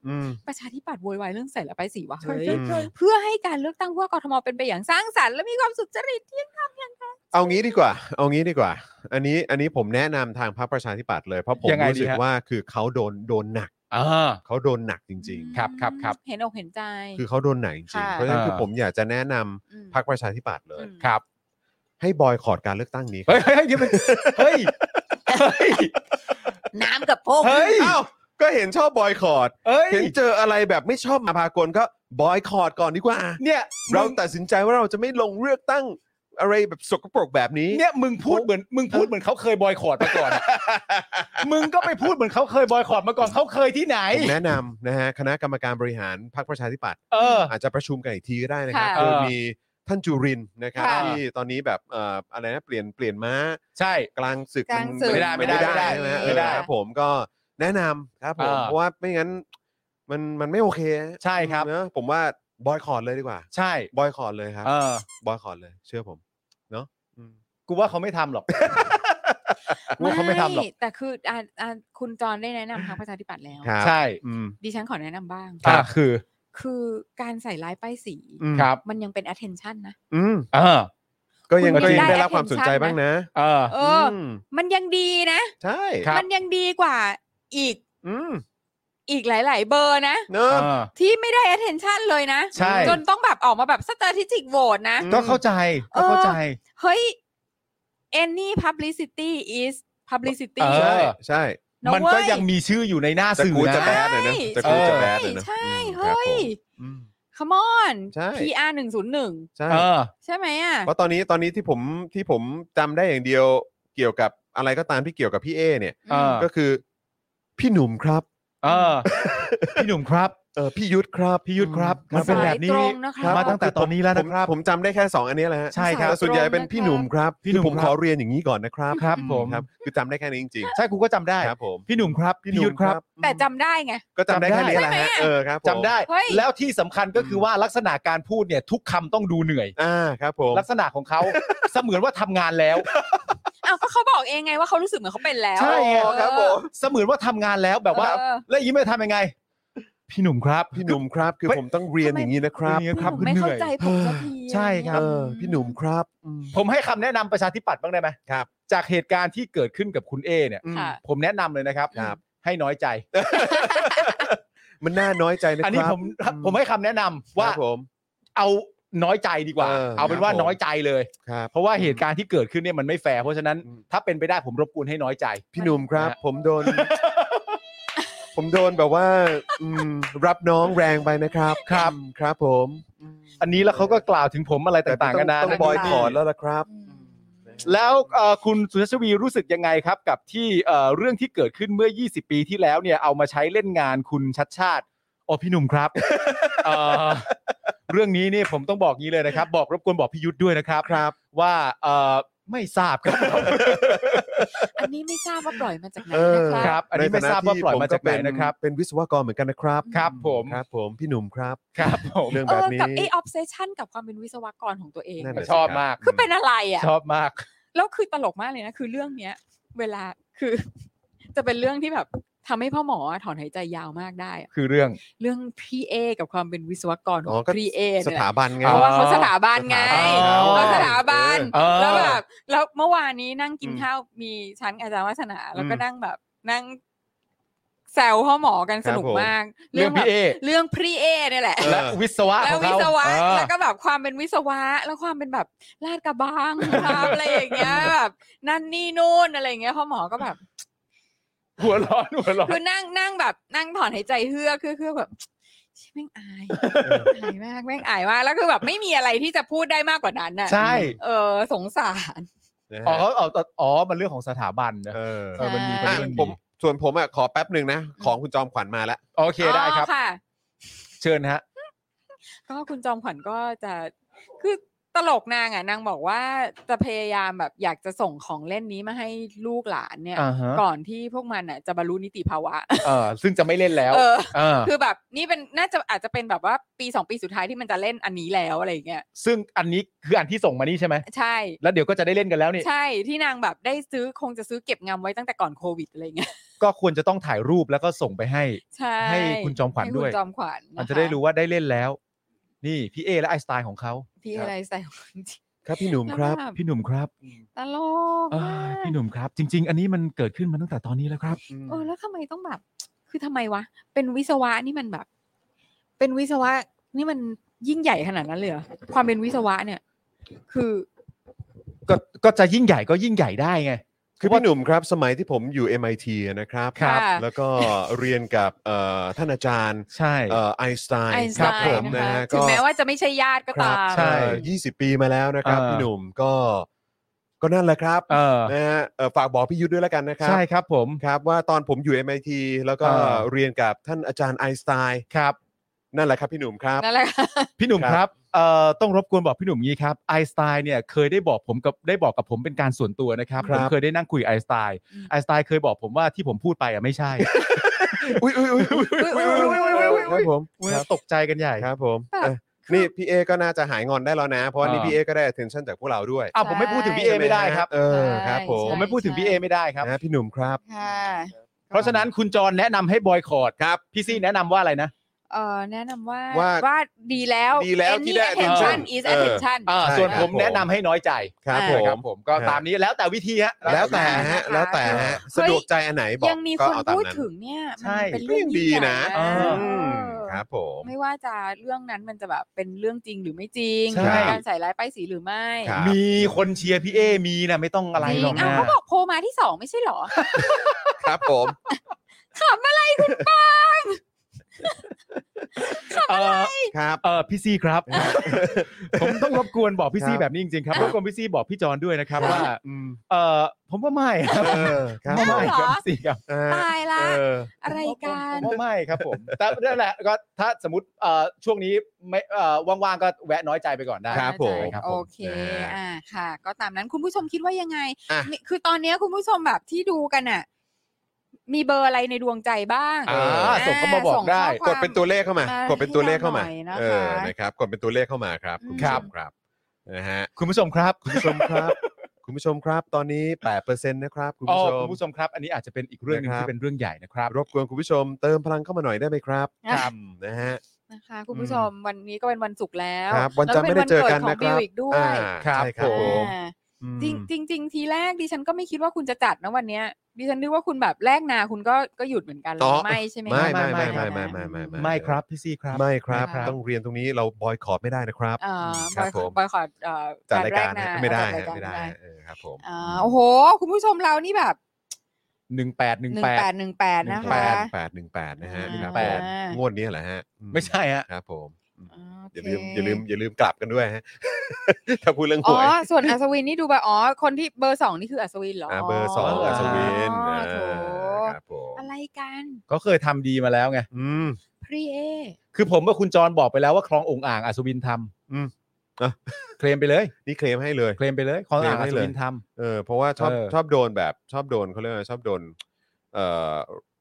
S3: อืม
S5: ประชาธิปัตย์โวยวายเรื่องใส่ร้ายป้ายสีวะ
S3: ใช่ใช่ใช่
S5: เพื่อให้การเลือกตั้งผู้ว่ากทมเป็นไปอย่างสร้างสรรค์และมีความสุจริตเที่ยงธรรมอย่างแท้
S3: เอางี้ดีกว่า เอางี้ดีกว่า อันนี้ อันนี้ผมแนะนำทางพรรคประชาธิปัตย์เลย เพราะผม
S4: ยังไงดี
S3: รู้สึก
S4: ฮะ
S3: ว่าคือเขาโดน โดนหนัก
S4: อ่า
S3: เขาโดนหนักจริง
S4: ครับครับครับ
S5: เห็นอกเห็นใจ
S3: ๆ คือเขาโดนหนักจริง
S5: ค่ะ
S3: ๆ เพราะฉะนั้นคือผมอยากจะแนะนำ
S5: ม
S3: พรรคประชาธิปัตย์เลย
S5: อืม
S4: ครับ
S3: ให้บอยคอรดการเลือกตั้งนี้
S4: เฮ้ยเฮ้ยเฮ้ยเดี๋ยวมันเฮ้ย เฮ้ย
S5: น้ำกับพง
S4: เฮ้ย
S3: อ้าวก็เห็นชอบบอยคอรด
S4: เฮ้ย
S3: เห็นเจออะไรแบบไม่ชอบมาพากลก็บอยคอรดก่อนดีกว่า
S4: เนี่ย
S3: เรา
S4: มึง
S3: ตัดสินใจว่าเราจะไม่ลงเลือกตั้ง อะไรแบบสกปรกแบบนี้
S4: เนี่ยมึงพูดเหมือนมึงพูดเหมือนเขาเคยบอยคอรดมาก่อน มึงก็ไปพูดเหมือนเขาเคยบอยคอรดมาก่อนเขาเคยที่ไหน
S3: ผมแนะนำนะฮะคณะกรรมการบริหารพรรคประชาธิปัตย์
S4: เออ
S3: อาจจะประชุมกันอีกทีก็ได้นะครับ
S5: ค่ะ
S3: โดยมีท่านจุรินทร์นะครับ
S5: ค่ะ
S3: ที่ตอนนี้แบบเอ่ออะไรนะเปลี่ยนเปลี่ยนม้า
S4: ใช่
S3: กลางศึก
S5: กลางศึก
S3: น
S4: ไม่ได้ไม่ได้
S3: ใช่หฮ
S4: ไม่ได้
S3: เออครับผมก็แนะนำครับผม
S4: เออ
S3: เพราะว่าไม่งั้นมันมันไม่โอเค
S4: ใช่ครับ
S3: นะผมว่าบอยคอรดเลยดีกว่า
S4: ใช่
S3: บอยคอรดเลยครับ
S4: เออบ
S3: อยคอรดเลย เชื่อผมเนาะอืม
S4: กูว่าเขาไม่ทำหรอก กูว่าเขาไม่ทำหรอก
S5: แต่คืออ่าอ่าคุณจรได้แนะนำพรรคประชาธิปัตย์แล้ว
S3: ครับ
S4: ใช่
S3: อืม
S5: ดิฉันขอแนะนำบ้าง
S4: อ่ะคือ
S5: คือการใส่ร้ายป้ายสี
S3: อืม
S4: ครับ
S5: มันยังเป็น attention นะ
S3: อืม
S4: เออ
S3: ก็ยัง
S5: คุณ
S3: ก็ยัง
S5: ได้
S3: ได้รับความสนใจ
S5: attention
S3: บ้างนะ
S4: เออ
S5: เอออ
S3: ม
S5: มันยังดีนะ
S3: ใช่
S4: ครับ
S5: มันยังดีกว่าอีก
S3: อืม
S5: อีกหลาย ๆ เบอร์นะ
S3: เนอะ
S4: เออ
S5: ที่ไม่ได้ attention เลยนะ
S4: ใช่
S5: จนต้องแบบออกมาแบบ strategic vote นะ
S3: อืม
S4: ก็เข้าใจก็เข้าใจ
S5: เฮ้ย any publicity is publicity
S4: เออ
S3: ใช่ใช่
S5: ะ
S4: มันก็
S5: เว้ย
S4: ยังมีชื่ออยู่ในหน้าสื่อ
S3: กู
S4: นะ
S3: จะแบดเลยนะ
S5: ใช่
S3: จะกูจะแบ
S5: ใช่
S3: ดเลยนะ
S5: ใช่
S3: อืมครับ
S5: เฮ้ย
S3: ผมอืม
S5: come on
S3: ใช่
S5: PR หนึ่งศูนย์หนึ่ง
S3: ใช่
S4: เออ
S5: ใช่ไหมอ่ะ
S3: เพราะตอนนี้ตอนนี้ที่ผมที่ผมจำได้อย่างเดียวเกี่ยวกับอะไรก็ตามที่เกี่ยวกับพี่เอเนี่ย
S4: เออ
S3: ก็คือ พี่หนุ่มครับ
S4: เออพี่หนุ่มครับ
S3: เออพี่ยุทธครับ
S4: พี่ยุทธครับ
S5: อืม
S4: มันเป็นแบบนี้
S5: สายตรงนะครับ
S4: มาตั้งแต่ตอนนี้แล้ว
S3: ผ
S4: นะ
S3: ม
S4: ครับ
S3: ผมจำได้แค่สองอันนี้แหละฮะ
S4: ใช่ครับ
S3: แต่ส่วนใหญ่เป็นพี่หนุ่มครับ
S4: พี่หนุ่ม
S3: คือผม
S4: ครั
S3: ข
S4: บ
S3: อเรียนอย่างนี้ก่อนนะครับ
S4: ครับผม
S3: ครับคือจำได้แค่นี้จริง
S4: ใช่กูก็จำได้
S3: ๆครับผม
S4: พี่หนุ่มครับพี่ยุทธครับ
S5: แต่จำได้ไง
S3: ก็จำได้แค่นี้แหละ
S5: ใช่ไหม
S3: ฮะ
S5: อะ
S3: เออครับผม
S4: จำได้
S5: เฮ้ย
S4: แล้วที่สำคัญก็คือว่าลักษณะการพูดเนี่ย ทุกคำต้องดูเหนื่อย
S3: อ่าครับผม
S4: ลักษณะของเขา เสมือนว่าทำงานแล้ว
S5: อ้าวก็เขาบอกเองไงว่าเขารู้สึกเหมือนเขาเป็นแล้ว
S4: ใช่ไง
S5: เออ
S3: ครับผม
S4: เสมือนว่าทำงานแล้วแบบว่า
S5: เออ
S4: แล้วอยางนี้ไม่ทำยังไง พี่หนุ่มครับ
S3: พี่หนุ่มครับคือ
S4: เฮ้ย
S3: ผมต้องเรียนอย่างนี้นะครับ
S4: พี่หนุ่มครับ
S5: พี่หนุ่มไม่เข้าใจผมสักที
S4: ใช่ครับ
S5: อะ
S3: เอ
S5: ไอย่าง
S3: อ
S5: เงี้ย
S3: พี่หนุ่มครับอืม
S4: ผมให้คำแนะนำประชาธิปัตย์บ้างได้ไหม
S3: ครับ
S4: จากเหตุการณ์ที่เกิดขึ้นกับคุณเอเนี่ย
S5: ค่ะ
S4: ผมแนะนำเลยนะครับ
S3: ครับ
S4: ให้น้อยใจ
S3: มันน่าน้อยใจนะครับ
S4: อัน
S3: น
S4: นี้ผม
S3: อืม
S4: ผมให้คำแนะนำว่า
S3: ผม
S4: เอาน้อยใจดีกว่า
S3: เออ
S4: เอาเป็น
S3: ค
S4: ว่า
S3: รับผม
S4: น้อยใจเลย
S3: ครับ
S4: เพราะว่าเหตุการณ์ที่เกิดขึ้นเนี่ยมันไม่แฟร์เพราะฉะนั้น
S3: อืม
S4: ถ้าเป็นไปได้ผมรบกวนให้น้อยใจ
S3: พี่หนุ่มครับ
S4: นะฮะ
S3: ผมโดน ผมโดนแบบว่าอืมรับน้องแรงไปนะครับครับครับผม
S4: อันนี้แล้วเขาก็กล่าวถึงผมอะไรต่างๆกั
S3: แต่
S4: นนะ
S3: ต้องบอยคอรแล้วล่ะครับ
S4: แล้วเอ่อคุณสุชาชวีรู้สึกยังไงครับ กับที่เอ่อเรื่องที่เกิดขึ้นเมื่อ 20 ปีที่แล้วเนี่ยเอามาใช้เล่นงานคุณชัดชาติโอ้พี่หนุ่มครับเอ่อ เรื่องนี้เนี่ยผมต้องบอกงี้เลยนะครับ บอกรบกวนบอกพี่ยุทธด้วยนะครับ
S3: ครับ
S4: ว่าเอ่อไม่ทราบครับ
S5: อันนี้ไม่ทราบว่าปล่อยมาจากไหน
S3: เออ
S5: นะ
S4: ค
S5: ค
S4: รั
S5: รับ
S4: บ อันนี้ไม่ทราบว่าปล่อยมาจากไหน
S3: เป็
S4: นะครับ
S3: เป็นวิศวกรเหมือนกันนะครับ
S4: ครับผม
S3: ครับ ผมพี่หนุ่มครับ
S4: ครับผม
S3: เรื่อง
S5: เอ
S3: แบบ
S5: อ
S3: นี้
S5: กับไอ้ obsession กับความเป็นวิศวกรของตัวเอง
S3: นั่นแหละ
S4: ชอบมาก
S5: คือเป็นอะไรอ่ะ
S4: ชอบมาก
S5: แล้วคือตลกมากเลยนะ คือเรื่องเนี้ย เวลาคือ จะเป็นเรื่องที่แบบทำให้พ่อหมอถอนหายใจยาวมากได้อะ
S4: คือเรื่อง
S5: เรื่องพี่เอกับความเป็นวิศวกรข
S3: อ๋
S5: อ
S3: อง ก็
S5: พี่เอ
S3: ส
S5: เนี่ย
S3: ถาบันไง
S5: เพราะว่าเขาสถาบันไง
S4: อ๋อ
S5: เขาสถาบัน
S4: เออ
S5: แล้วแบบแล้วเมื่อวานนี้นั่งกิน
S3: อืม
S5: ข้าวมีชั้นอาจารย์วัฒนา แล้วก็
S4: อืม
S5: นั่งแบบนั่งแซวพ่อหมอกันสนุก
S3: ครับผม
S5: มาก
S4: เรื่องพี่เอ
S5: เรื่องพี่เอเนี่ยแหละ
S3: เออ
S4: และวิศวะ
S5: แล้
S4: ข
S5: ว
S4: อง
S5: วิ
S4: เขา
S5: ศวะ
S4: เออ
S5: แล้วก็แบบความเป็นวิศวะ แล้วความเป็นแบบลาดกระบัง ครับอะไรอย่างเงี้ยแบบนั่นนี่นู่นอะไรอย่างเงี้ยพ่อหมอก็แบบ
S4: หัวร้อนหัวร้อ
S5: คือ
S4: น
S5: นั่งนั่งแบบนั่งถอนหายใจเฮือกคือคือแบบชิแม่ง อายอายมากแม่งอายมากแล้วคือแบบไม่มีอะไรที่จะพูดได้มากกว่านั้นน่ะ
S4: ใช่
S5: เออสงสาร
S3: นะ
S4: อ๋อ
S3: ฮะ
S4: เขาเอาเอาอ๋อ มันเรื่องของสถาบันนะ
S3: เออ
S4: เออมันมีป
S3: อ่ะ
S4: ระเด็น
S3: ผมส่วนผมอ่ะขอแป๊บหนึ่งนะ ของคุณจอมขวัญมาแล้ว
S4: โอเคได้ครับ
S5: อ๋อค่ะ
S4: เชิญฮะ
S5: ก็คุณจอมขวัญก็จะคือตลกนางอ่ะนางบอกว่าจะพยายามแบบอยากจะส่งของเล่นนี้มาให้ลูกหลานเนี่ย
S4: อ่าฮะ
S5: ก่อนที่พวกมันอ่ะจะบรรลุนิติภาวะ
S4: เออซึ่งจะไม่เล่นแล้ว
S5: เออ
S4: เออ
S5: คือแบบนี่เป็นน่าจะอาจจะเป็นแบบว่าปีสองปีสุดท้ายที่มันจะเล่นอันนี้แล้วอะไรอย่างเงี้ย
S4: ซึ่งอันนี้คืออันที่ส่งมานี่ใช่ไหม
S5: ใช่
S4: แล้วเดี๋ยวก็จะได้เล่นกันแล้ว นี่
S5: ใช่ที่นางแบบได้ซื้อคงจะซื้อเก็บงำไว้ตั้งแต่ก่อนโควิดอะไรอย่างเงี้ ย
S4: ก็ควรจะต้องถ่ายรูปแล้วก็ส่งไปให้
S5: ใช่
S4: ให้คุณจอมขวัญ
S5: ให้
S4: ด้วย
S5: คุณจอมขวัญค
S4: มันจะได้รู้ว่าได้เล่นแล้ว นี่พี่เอและไอสไตล์ของเขา
S5: พี่อะไรใส่ของจริง
S3: ครับพี่หนุ่มครับ
S5: แล้วแบบ
S4: พี่หนุ่มครับ
S5: ตลก
S4: เอ้
S5: มาย ก
S4: พี่หนุ่มครับ จริง ๆ อันนี้มันเกิดขึ้นมาตั้งแต่ตอนนี้แล้วครับ
S5: เออแล้วทำไมต้องแบบ คือทำไมวะ เป็นวิศวะนี่มันแบบ เป็นวิศวะนี่มันยิ่งใหญ่ขนาดนั้นเลยเหรอความเป็นวิศวะเนี่ย คือ
S4: ก็ก็จะยิ่งใหญ่ก็ยิ่งใหญ่ได้ไง
S3: คือพี่หนุ่มครับสมัยที่ผมอยู่ MIT นะครับ
S5: ครับ
S3: แล้วก็เรียนกับเอ่อท่านอาจารย์
S4: ใช่
S3: เอ่อไอน์สไตน์
S5: ไอน์ส
S3: ค
S5: ไต
S3: รับผ
S5: น์
S3: ม
S5: นะ
S3: นะคะฮะ
S5: ถึ
S3: ก็
S5: งแม้ว่าจะไม่ใช่ญาติก็
S3: ครับ
S5: ตาม
S3: ใช่20 ปีมาแล้วนะครับ
S4: เออ
S3: พี่หนุ่มก็ก็นั่นแหละครับ
S4: เออ
S3: นะฮะเอ่อฝากบอกพี่ยุทธด้วยแล้วกันนะครับ
S4: ใช่ครับผม
S3: ครับ ว่าตอนผมอยู่ MIT แล้วก็
S4: เออ
S3: เรียนกับท่านอาจารย์ไอน์สไตน์
S4: ครับ
S3: นั่นแหละครับพี่หนุ่มครับ
S5: นั่นแหละค่ะ
S4: พี่หนุ่ม
S3: ครับ
S4: ครับเอ่อต้องรบกวนบอกพี่หนุ่มงี้ครับไอน์สไตน์เนี่ยเคยได้บอกผมกับได้บอกกับผมเป็นการส่วนตัวนะครับผมเคยได้นั่งคุยไอน์สไตน์
S5: อืม
S4: ไอน์สไตน์เคยบอกผมว่าที่ผมพูดไปอ่ะไม่ใช่
S3: อุ้ยอุ้ยอุ้ยอุ้ย
S5: อุ๊ยอุ๊ย
S3: อุ๊ย
S5: อุ๊ยอุ๊ย
S3: ค
S5: อุ๊ย
S3: รับผมครับ
S4: ตกใจกันใหญ่
S3: ครับผมเอ้ยนี่พี่เอก็น่าจะหายงอนได้แล้วนะ เพราะว่านี่พี่เอก็ได้ attention จากพวกเราด้วย
S4: อ้าวผมไม่พูดถึงพี่เอไม่ได้ครับ
S3: เออครับผม
S4: ผมไม่พูดถึงพี่เอไม่ได้ครับ
S3: นะพี่หนุ่ม ครับ
S5: ค่ะ
S4: เพราะฉะนั้นคุณจรแนะนำให้บอยคอรดครับพี่ซี่แนะนำว่าอะไรนะ
S5: เออแนะนำว่า
S3: ว่า
S5: ว่าดีแล้ว
S3: ดีแล้ว
S5: Any
S3: ที่ได้
S5: attention
S4: attention
S5: is
S3: เออ
S5: attention
S4: อ่า
S3: ใช่
S4: ส่วน
S3: ครับ
S4: ผม
S3: ผม
S4: แนะนำให้น้อยใจ
S3: ครับผ
S5: อ่า
S4: นะครับ
S3: ม
S4: ผมก็ตามนี้แล้วแต่วิธีฮะ
S3: แล้วแต่ฮะ
S5: นะคะ
S3: แล้วแต่ฮะสะดวกใจอันไหนบอก
S5: ยังมี
S3: ก็
S5: คน
S3: เอาตาม
S5: พูด
S3: นั้น
S5: ถึงเนี่ย
S4: ใช่
S5: มันเป็นเรื่
S3: ก็
S5: อง
S3: ยังดี
S5: ยิ่งใหญ่
S3: นะ
S5: เออ
S3: อืมครับผม
S5: ไม่ว่าจะเรื่องนั้นมันจะแบบเป็นเรื่องจริงหรือไม่จริง
S4: ใช่
S5: เป็นการใส่ร้ายป้ายสีหรือไม่
S3: ครับ
S4: มีคนเชียร์พี่เอมีนะไม่ต้องอะไร
S5: จริ
S4: หรง อก
S5: อ้าว
S4: นะ
S5: เขาบอกโพลมาที่สองไม่ใช่เหรอ
S3: ครับผม
S5: ขำอะไรคุณปาล์ม
S4: เออ
S3: ครับ
S4: เออพี่ซี่ครับ ผมต้องรบกวนบอกพี่ซี่
S3: ครับ
S4: แบบนี้จริงๆครับรบกวนพี่ซี่บอกพี่จอนด้วยนะครับ
S3: ครับ
S4: ว่า
S3: อืม
S4: เออผมว่าไม่ครับ
S3: เออครับ
S4: ไม่
S5: า
S4: ไม่
S5: เหรอ
S4: ครับพี่ซี่ครับ
S3: เออ
S5: ตายละ
S3: เออ
S5: อะไรกัน
S4: ผมว่าไม่ครับผมแต่นั่นแหละก็ถ้าสมมติเอ่อช่วงนี้ไม่เอ่อว่างๆก็แวะน้อยใจไปก่อนได้
S3: ครับผม
S4: ครับผม
S5: โอเค
S3: นะ
S5: อ่าค่ะ ก็ตามนั้นคุณผู้ชมคิดว่ายังไง
S3: อ่ะ
S5: นี่คือตอนเนี้ยคุณผู้ชมแบบที่ดูกันอ่ะ มีเบอร์อะไรในดวงใจบ้าง
S3: อ่
S4: อ่า
S5: อ่
S4: ส่งเข้ามาบอก
S5: ส่ง
S4: ได้
S5: ข้คว
S3: กด
S5: ม
S3: เป็นตัวเลขเข้ามา
S5: มาก
S3: ดเป็นตัวเลขเข้ามา
S5: ให้เราหน่อยนะคะ
S3: เออนะครับกดเป็นตัวเลขเข้ามาครับคุณผู้
S4: ค
S3: ช
S4: รับ
S3: มครับนะฮะ
S4: คุณผู้ชมครับ
S3: คุณผู้ชมครับ คุณผู้ชมครับตอนนี้8%นะครับคุณ
S4: อ๋อ
S3: ผู้ช
S4: คุ
S3: ม
S4: ณผู้ชมครับ อันนี้อาจจะเป็นอีกเรื่องหนึง
S3: นะครับ
S4: ที่เป็นเรื่องใหญ่นะครับ
S3: รบกวนคุณผู้ชมเติมพลังเข้ามาหน่อยได้ไหมครับ
S5: ครับ
S3: นะฮะ
S5: นะคะ คุณผู้ชมวันนี้ก็เป็นวันศุกร์แล้ว
S3: ครับวันจันทร์ไม่ได้เจอกันนะค
S5: แล้ว
S3: รับ
S5: ก็เป็นวันเกิดของบิวอีกด้ว
S3: อ่าย ใช่ครับผม
S5: อ่า
S3: อืม
S5: จริงจริงจริงทีแรกดิฉันก็ไม่คิดว่าคุณจะจัดนะวันเนี้ยดิฉันนึกว่าคุณแบบแรกนาคุณก็ก็หยุดเหมือนกันเหรอ
S3: อ๋อ
S5: ไม่ใช่ไหม
S3: ไม่
S5: คะ
S3: ไม่ไม่ไม่
S5: นะ
S3: ไม่ไม่ไม่ไม่
S4: ไม่ครับพี่ซี่ครับ
S3: ไม่ครับ
S5: ครับ
S3: ต้องเรียนตรงนี้เราบอยคอรไม่ได้นะครับ
S5: เอ่อ
S3: ค
S5: บ
S3: รั
S5: อบ ยข
S3: ผ
S5: อ
S3: ม
S5: บอยขอเอ่อ
S3: จัดรายการ
S5: แ
S3: นะไม่ได้ฮะ
S5: จัรายการ
S3: ไม่ได้ฮะเออครับผม
S5: อ่าโอ้โห คุณผู้ชมเรานี่แบบ
S4: หนึ่งแปดหนึ่ง
S5: หนึ่ง
S4: แปด
S5: แปดหนึ่งแปดนะคะ
S3: แปดหนึ่งแปดนะฮะ
S5: อ่า
S3: ครับ
S4: แป
S3: ผ
S4: ด
S3: มงวดนี้เหรอฮะอื
S4: ไม่ใช่ฮะ
S3: ครับผม
S5: โ
S3: อ
S5: เค
S3: ย่าลืมอย่าลืมอย่าลืมกลับกันด้วยฮะ ถ้าพูดเรื่องห
S5: อ๋อ
S3: วย
S5: ส่วนอัศวินนี่ดูแบบอ๋อคนที่เบอร์สองนี่คืออัศวินเหรอ
S3: ่าเบอร์สอง
S4: อ๋ออั
S3: อัศวิน
S5: อ๋อ
S3: นะ
S5: โถ
S3: ครับผม
S5: อะไรกัน
S4: ก็เคยทำดีมาแล้วไง
S3: อืม
S5: พรีเอ
S4: คือผมกับคุณจรบอกไปแล้วว่าคลององอ่างอัศวินท
S3: อืมอ่ะ
S4: ำเคลมไปเลย
S3: นี่เคลมให้เลย
S4: เคลมไปเลยคลองอ่างอัศวินท
S3: เออเพราะว่าชอบ
S4: เออ
S3: ชอบโดนแบบชอบโดนเขาเรียกว่าชอบโดนเอ่อ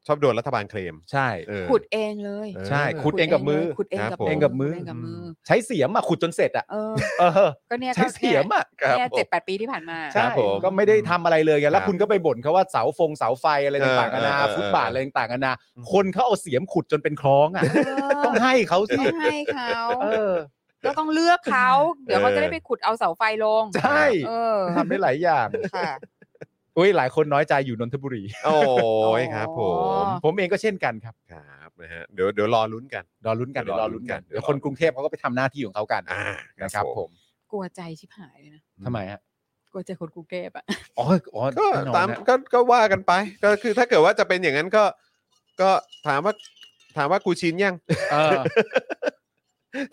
S3: ชอบโดนรัฐบาลเคลม
S4: ำใช่
S3: เออ
S5: ขุดเองเลย
S3: เออ
S4: ใช่ ขุดเองกับมือ
S5: ขุดเองกับ
S3: ครับผม
S4: เองกับมือ
S5: เองกับมือ
S4: ใช้เสียมอ่ะขุดจนเสร็จอ่ะ
S5: เออ
S4: เออ
S5: ก็เนี่ย
S4: ใช้
S5: ก็
S4: เสียมอ่ะ
S3: ครับ
S5: เนี่ย
S3: ผม
S5: เจ็ดแปดปีที่ผ่านมา
S3: ครั
S4: ใช่
S3: บผม
S4: ก็ไม่ได้ทำอะไรเลยไงแล้
S3: ค
S4: ว
S3: รับ
S4: คุณก็ไปบ่นเขาว่าเสาฟงเสาไฟอะไรต่างๆนานา
S3: เออเออเออ
S4: ฟุตบาทอะไรต่างๆนานา
S3: อืม
S4: คนเขาเอาเสียมขุดจนเป็นคลองอ่ะ
S5: เออ
S4: ต้องให้เขาสิ
S5: ต้องให้เขา
S4: เออ
S5: ก็ต้องเลือกเขา เดี๋ยวเขาจะได้ไปขุดเอาเสาไฟลง
S4: ใช่
S5: เออ
S4: ทำได้หลายอย่าง
S5: ค่ะ
S4: อุ้ยหลายคนน้อยใจอยู่นนทบุรี
S3: โอ้ยครับผม
S5: อ๋อ
S4: ผมเองก็เช่นกันครับ
S3: ครับนะฮะเดี๋ยวเดี๋ยวรอลุ้นกัน
S4: รอลุ้นกัน
S3: เดี๋
S4: เดี๋
S3: ย
S4: ยว
S3: ร
S4: ว
S3: อ
S4: รอ
S3: ลุ้น
S4: ลุ้น
S3: กั
S4: กัน นเดี๋ยวคนกรุงเทพเขาก็ไปทำหน้าที่ของเขากัน
S3: อ่า
S4: นะ
S3: ค
S4: ค
S3: รั
S4: รั
S3: บบ ผ
S4: ผม ม
S5: กลัวใจชิบหายเลยนะ
S3: อืม
S4: ทำไมฮะ
S5: กลัวใจคนกรุงเทพอะ
S4: อ๋ออ๋อ
S3: ก็
S4: แน่นอน
S3: ตาม
S4: นะ
S3: ก็ก็ว่ากันไปก็คือถ้าเกิดว่าจะเป็นอย่างนั้นก็ก็ถามว่าถามว่ากูชินยัง
S4: เออ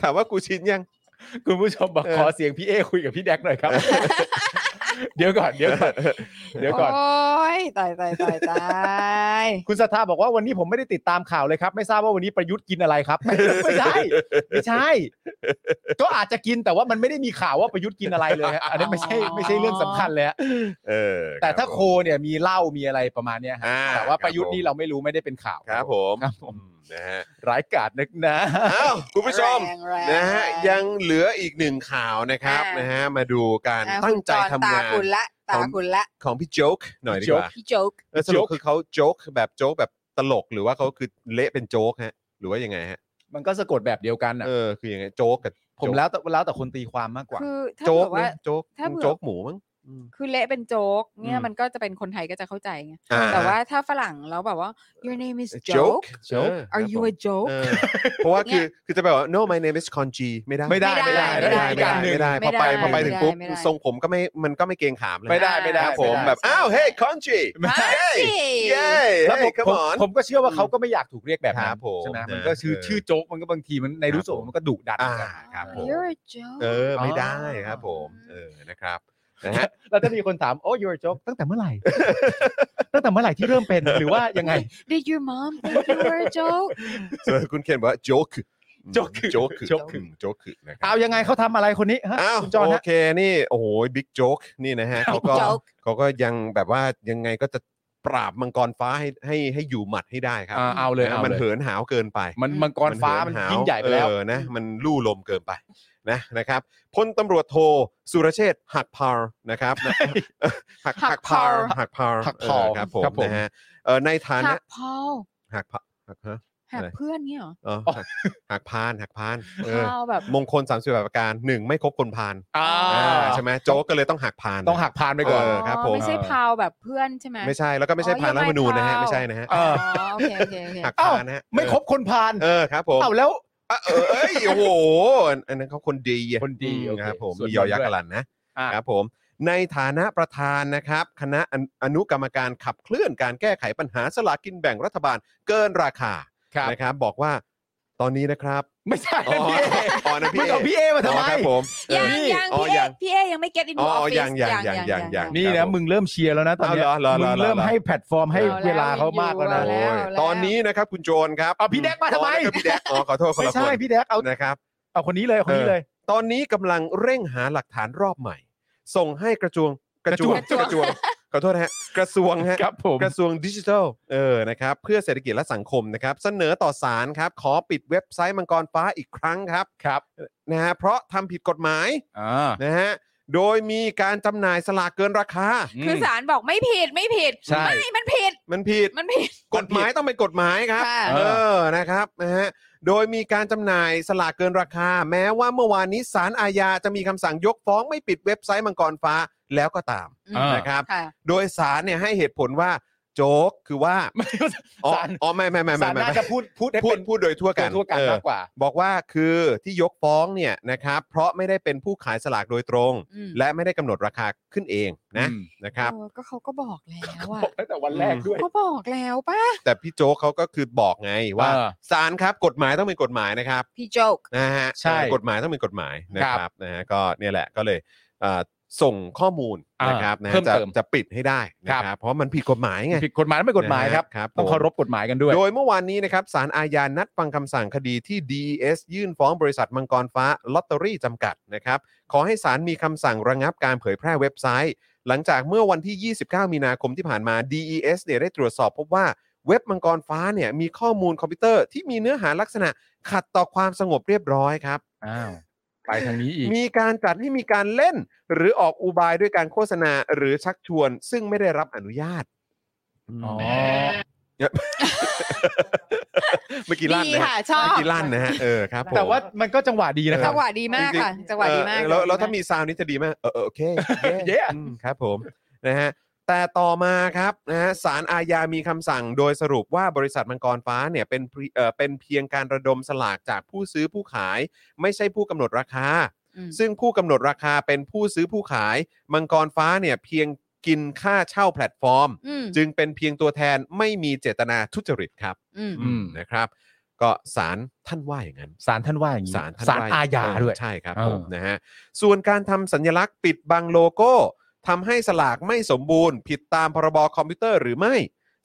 S3: ถามว่ากูชินยัง
S4: คุณผู้ชมบอก
S3: เออ
S4: ขอเสียงพี่เอคุยกับพี่แดกหน่อยครับ เดี๋ยวก่อนเดี๋ยวก่อน เดี๋ยวก่อน
S5: โอ้ยตายตายตายตาย
S4: คุณสัทธาบอกว่าวันนี้ผมไม่ได้ติดตามข่าวเลยครับ ไม่ทราบว่าวันนี้ประยุทธ์กินอะไรครับ ไม่ใช่ไม่ใช่ ก็อาจจะกินแต่ว่ามันไม่ได้มีข่าวว่าประยุทธ์กินอะไร เลยฮะอันนั้นไม่ใช่ไม่ใช่เรื่องสำคัญเลยฮะ
S3: เออ
S4: แต่ถ้า
S3: รับ
S4: โค
S3: ผม
S4: เนี่ยมีเหล้ามีอะไรประมาณเนี้ยฮะ
S3: อ่า
S4: แต่
S3: ค
S4: ว่า
S3: รับ
S4: ประยุทธ์นี่
S3: ผม
S4: เราไม่รู้ไม่ได้เป็นข่าว
S3: ครับผม
S4: ครับผม
S3: อืมนะฮะ
S4: ร้ายกาจนักหนะ
S3: อ้าวคุณผู้ชม
S5: แรงแรง
S3: นะฮะ
S5: แรง
S3: ยังเหลืออีกหนึ่งข่าวนะครับ
S5: อ่าน
S3: นะฮะมาดูการ
S5: อ่ะ
S3: ตั้งใจ
S5: คุณ
S3: ทำ
S5: จอน
S3: งา
S5: ตาน คุณละตา
S3: ของ
S5: คุณละ
S3: ของพี่โจ๊กหน่อยดี
S4: โจ๊
S3: ก
S4: ก
S3: ว่า
S5: พี่โจ๊ก
S3: เออสรุปคือเขาโจ๊กแบบโจ๊กแบบตลกหรือว่าเขาคือเละเป็นโจ๊กฮะหรือว่ายังไงฮะ
S4: มันก็สะกดแบบเดียวกันอ่ะ
S3: เออคือยังไงโจ๊กกับ
S4: ผมแล้วแต่แล้วแต่คนตีความมากกว่า
S5: คือถ้า
S3: โจ๊
S5: เกิ
S3: ก
S5: ด
S3: นะ
S5: ว่า
S3: โจ๊ก
S5: ถ้าเผื่อ
S3: โจ๊กหมูมั้ง
S1: อืม
S5: คือเละเป็นโจ๊กเนี่ย
S4: อืม
S5: มันก็จะเป็นคนไทยก็จะเข้าใจไง
S3: อ่
S5: แต่ว่าถ้าฝรั่งแล้วแบบว่า your name is
S3: โจ๊ก
S5: joke are you a joke
S3: เออเพราะว่าคือคือจะแบบว่า no my name is Conji ไม่ได้
S4: ไม่ได้
S5: ไม่
S4: ไม่
S5: ได้
S4: ได้
S5: ไม่ได้
S4: อีกอันหนึ่ง
S3: ไม่ได้พอไปพอไปถึงปุ๊บ
S5: ไม่ได้
S3: ทรงผมก็ไม่มันก็ไม่เกรงขามเลยนะ
S4: ไม่ได้ไม่ได้
S3: ครับผม
S5: ไม่ได้
S3: แบบอ้าวเฮ้ย Conji
S5: ไม่
S3: เย้
S4: แล้ว
S3: เฮ้
S4: ผ
S3: ย come
S4: มผม
S3: on
S4: ผมก็เชื่อว่าเขาก็ไม่อยากถูกเรียกแบบ
S3: ค
S4: นั้
S3: รั
S4: น
S3: บผม
S4: ใช่ไหม
S3: นะ
S4: มันก็ชื่อ
S3: เออ
S4: ชื่อโจ๊กมันก็บางทีมันในรู้สึก
S3: ครับผม
S4: มันก็ดุดัน
S3: อ่า
S4: เหมือนกันครับผม
S5: you're a joke
S3: เออไม่ได้
S5: อ๋อ
S3: ครับผมเออนะครับนะฮะ
S4: แล้วถ้ามีคนถามโอ้ you're a joke ตั้งแต่เมื่อไหร่ ตั้งแต่เมื่อไหร่ที่เริ่มเป็นหรือว่ายังไง
S5: did your mom think you were a joke
S3: ส่วนคุณเคนบอกว่าโจ๊ก
S4: โจ๊กคือ
S3: โจ๊ก
S4: โจ๊กคือ
S3: มโจ๊กคือนะครั
S4: เอายังไงเขาทำอะไรคนนี้ฮะ
S3: อ้าว
S4: คุณจอห์น
S3: โอ
S4: ฮะ
S3: เคนี่โอ้โหบิ๊กโจ๊กนี่นะฮะเขาก็
S5: joke
S3: เขาก็ยังแบบว่ายังไงก็จะปราบมังกรฟ้าให้ให้ให้อยู่หมัดให้ได้ครับ
S4: อ่าเอาเลย
S3: นะ
S4: เอา
S3: มัน
S4: เลย
S3: เหินหาวเกินไป
S4: มันมังกรฟ้ามัน
S3: เหิหว
S4: ยิ่งใหญ่ไปแล้ว
S3: เออนะมันลู่ลมเกินไปนะนะครับพลตำรวจโทสุรเชษฐ์หักพาร์ นะครับหัก
S5: หักพาล
S3: หักพาร์
S4: หักพาล
S3: เออครับผม
S4: ครับผม
S3: นะฮะเออในฐานะ
S5: หักพอล
S3: หักพาหักฮะ
S5: หัก
S3: อะไร
S5: เพื่อนเนี่ยเหรอ
S3: อ๋อหักหักพานหักพานเออ
S5: พอลแบบ
S3: มงคล 30แบบประการหนึ่งไม่คบคนพาน
S4: อ่า
S3: อ่าใช่ไหมโจ๊กก็เลยต้องหักพาน
S4: ต้องหักพานไปก่อน
S3: เอครับผม
S5: ไม่ใช่พาวแบบเพื่อนใช่ไหม
S3: ไม่ใช่แล้วก็ไม่ใช่
S5: อ๋อ
S3: พานรัฐธรรมนูญนะฮะ
S5: ยังไง
S3: ไม่ใช่นะฮะ
S4: เออ
S5: อ๋อโอเคโอเคโอเค
S3: หัก
S4: เอ้า
S3: พานนะฮะ
S4: ไม่ครบคนพาน
S3: เออครับผม
S4: เอ้าแล้ว
S3: อ่ะเออเอ้ยโอ้โหอันนั้นเขาคนดีอะ
S4: คนดีโอเค
S3: ครับผม
S4: ส่วน
S3: มียอยักษ์ก
S4: ด้วย
S3: ลันนะ
S4: อ่ะ
S3: ครับผม ในฐานะประธานนะครับ คณะอนุอนุกรรมการขับเคลื่อนการแก้ไขปัญหาสลากกินแบ่งรัฐบาลเกินราคา
S4: ครับ
S3: นะครับ บอกว่าตอนนี้นะครับ
S4: ไม่ใช่
S3: อ๋อ
S4: พี่เอ
S3: อ๋อนะพี่
S4: ไม่เอาพี่เอมาทำ
S3: อ๋อ
S4: ไม
S3: ครับผม
S5: ยังยัง
S3: อ๋อ
S5: พี่เอ
S3: ยัง
S5: พี่เอยังไม่ get into
S3: อ๋อ
S5: office
S3: ยังยังยังยังยัง
S4: นี่
S3: ครั
S4: นะ
S3: บผม
S4: มึงเริ่มเชียร์แล้วนะตอนเนี้ย
S3: เอาเหรอเหรอเหรอ
S4: มึงเริ่ม
S3: เหรอ
S4: ให้แพลตฟอร์มให้
S5: อแ
S4: เวลาเขามากแล้วนะ
S5: เอาแล้ว
S3: ตอนนี้นะครับคุณโจนครับ
S4: เอาพี่แดกมาทำไม
S3: อ๋อนั่นคือพี่แดกอ๋อขอโทษคน
S4: ไม่
S3: ละค
S4: ใช่
S3: น
S4: พี่แดกเอา
S3: นะครับ
S4: เอาคนนี้เลยเอาคนนี้เลย
S3: ตอนนี้กำลังเร่งหาหลักฐานรอบใหม่ ส่งให้กระจวงกระจวง
S5: กระจวง
S3: กระจวงขอโทษนะฮะกระทรวงฮะ
S4: ครับผม
S3: กระทรวงดิจิทัลเออนะครับเพื่อเศรษฐกิจและสังคมนะครับ เสนอต่อศาลครับ ขอปิดเว็บไซต์มังกรฟ้าอีกครั้งครับ
S4: ครับ
S3: นะฮะเพราะทำผิดกฎหมาย
S4: อ่า
S3: นะฮะโดยมีการจำหน่ายสลากเกินราคา
S5: คือสารบอกไม่ผิดไม่ผิด
S4: ใช่
S5: ไม่มันผิด
S3: มันผิด
S5: มันผิด
S3: กฎหมายต้องเป็นกฎหมายครับ
S5: ค่ะ
S4: เอ
S3: เอ
S4: อ
S3: อ นะครับ นะฮะ โดยมีการจำหน่ายสลากเกินราคา แม้ว่าเมื่อวานนี้ศาลอาญาจะมีคำสั่งยกฟ้องไม่ปิดเว็บไซต์มังกรฟ้าแล้วก็ตาม
S5: อ่าน
S3: นะครับ
S5: ค่ะ
S3: โดยศาลเนี่ยให้เหตุผลว่า โจ๊กคือว่า อ๋อ
S4: สาร
S3: อ๋อไม่ไม่ไม่
S4: สา
S3: ไม่
S4: ร
S3: ไม่
S4: น่า
S3: ไม่
S4: จะพูดพูดให้
S3: พู
S4: เป็
S3: ด
S4: น
S3: พูดโดยทั่วกัน
S4: ทั่วกัน
S3: เออ
S4: มากกว่า
S3: บอกว่าคือที่ยกฟ้องเนี่ยนะครับ เพราะไม่ได้เป็นผู้ขายสลากโดยตรง
S5: อืม
S3: และไม่ได้กำหนดราคาขึ้นเองนะ
S4: อืม
S3: นะครับ
S5: เออก็เขาก็บอกแล้วอ่ะ
S4: บอกตั้งแต่วันแรกด้วย
S5: เขาบอกแล้วป่ะ
S3: แต่พี่โจ๊กเขาก็คือบอกไงว่า
S4: เออ
S3: ศาลครับกฎหมายต้องเป็นกฎหมายนะครับ
S5: พี่โจ๊ก
S3: นะฮะ
S4: ใช่
S3: เออกฎหมายต้องเป็นกฎหมายนะค
S4: ครั
S3: รับบ นะฮะก็เนี่ยแหละก็เลยเอ่อส่งข้อมูล
S4: อ่า
S3: นะครับนะฮะ
S4: เพิ่ม
S3: จะ
S4: เติม
S3: จะปิดให้ได้นะค
S4: ครั
S3: รับบ เพราะมันผิดกฎหมายไง
S4: ผิดกฎหมายไม่กฎหมายครับ
S3: ครับ
S4: ต้อง
S3: ผม
S4: เคารพกฎหมายกันด้วย
S3: โดยเมื่อวานนี้นะครับสารอาญานัดฟังคำสั่งคดีที่ DES ยื่นฟ้องบริษัทมังกรฟ้าลอตเตอรี่จำกัดนะครับขอให้ศาลมีคำสั่งระงับการเผยแพร่เว็บไซต์ หลังจากเมื่อวันที่ 29 มีนาคมที่ผ่านมา DES เนี่ยได้ตรวจสอบพบว่าเว็บมังกรฟ้าเนี่ยมีข้อมูลคอมพิวเตอร์ที่มีเนื้อหาลักษณะขัดต่อความสงบเรียบร้อยครับ
S4: อ้าว ไปทางนี้อีก
S3: มีการจัดให้มีการเล่น หรือออกอุบายด้วยการโฆษณาหรือชักชวน ซึ่งไม่ได้รับอนุญาต
S4: อ๋อ
S3: เมื่อกี้ลั่น
S5: ดี
S3: นะ
S5: ค่ะ
S3: ฮะ
S5: ชอบ
S3: เมื่อกี้ลั่นนะฮะเออครับผม
S4: แต่ว่ามันก็จังหวะดีนะค
S5: จั
S4: รับ
S5: งหวะดีมากค่ะจังหวะดีมาก
S3: เออแล้วแล้ว
S5: จังหะ
S3: ถ้ามีซาวน์นี้จะดีมากเออเออโอ เค yeah
S4: เย้
S3: อืมครับผมนะฮะแต่ต่อมาครับนะฮะศาลอาญามีคำสั่งโดยสรุปว่าบริษัทมังกรฟ้าเนี่ยเป็นเพียเอ่อเป็นเพียงการระดมสลากจากผู้ซื้อผู้ขาย ไม่ใช่ผู้กำหนดราคา
S5: อืม
S3: ซึ่งผู้กำหนดราคาเป็นผู้ซื้อผู้ขาย มังกรฟ้าเนี่ยเพียงกินค่าเช่าแพลตฟอร์ม
S5: อืม
S3: จึงเป็นเพียงตัวแทนไม่มีเจตนาทุจริตครับ
S5: อืม
S3: อืมนะครับ ก็ศาลท่านว่าอย่างนั้น
S4: สารท่านว่าอย่างนี้
S3: ศาลท่น
S4: ศล
S3: ว่
S4: อาญา
S3: เออ
S4: ด้วย
S3: ใช่ครับ
S4: เออ
S3: ผมนะฮะส่วนการทำสัญลักษณ์ปิดบังโลโก้ทำให้สลากไม่สมบูรณ์ ผิดตามพรบคอมพิวเตอร์หรือไม่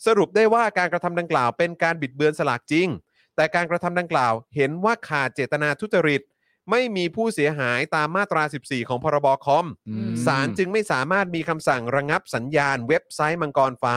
S3: สรุปได้ว่าการกระทำดังกล่าวเป็นการบิดเบือนสลากจริง แต่การกระทำดังกล่าวเห็นว่าขาดเจตนาทุจริต ไม่มีผู้เสียหายตามมาตรา 14 ของพรบคอม
S4: อืม
S3: ศาลจึงไม่สามารถมีคำสั่งระงับสัญญาณเว็บไซต์มังกรฟ้า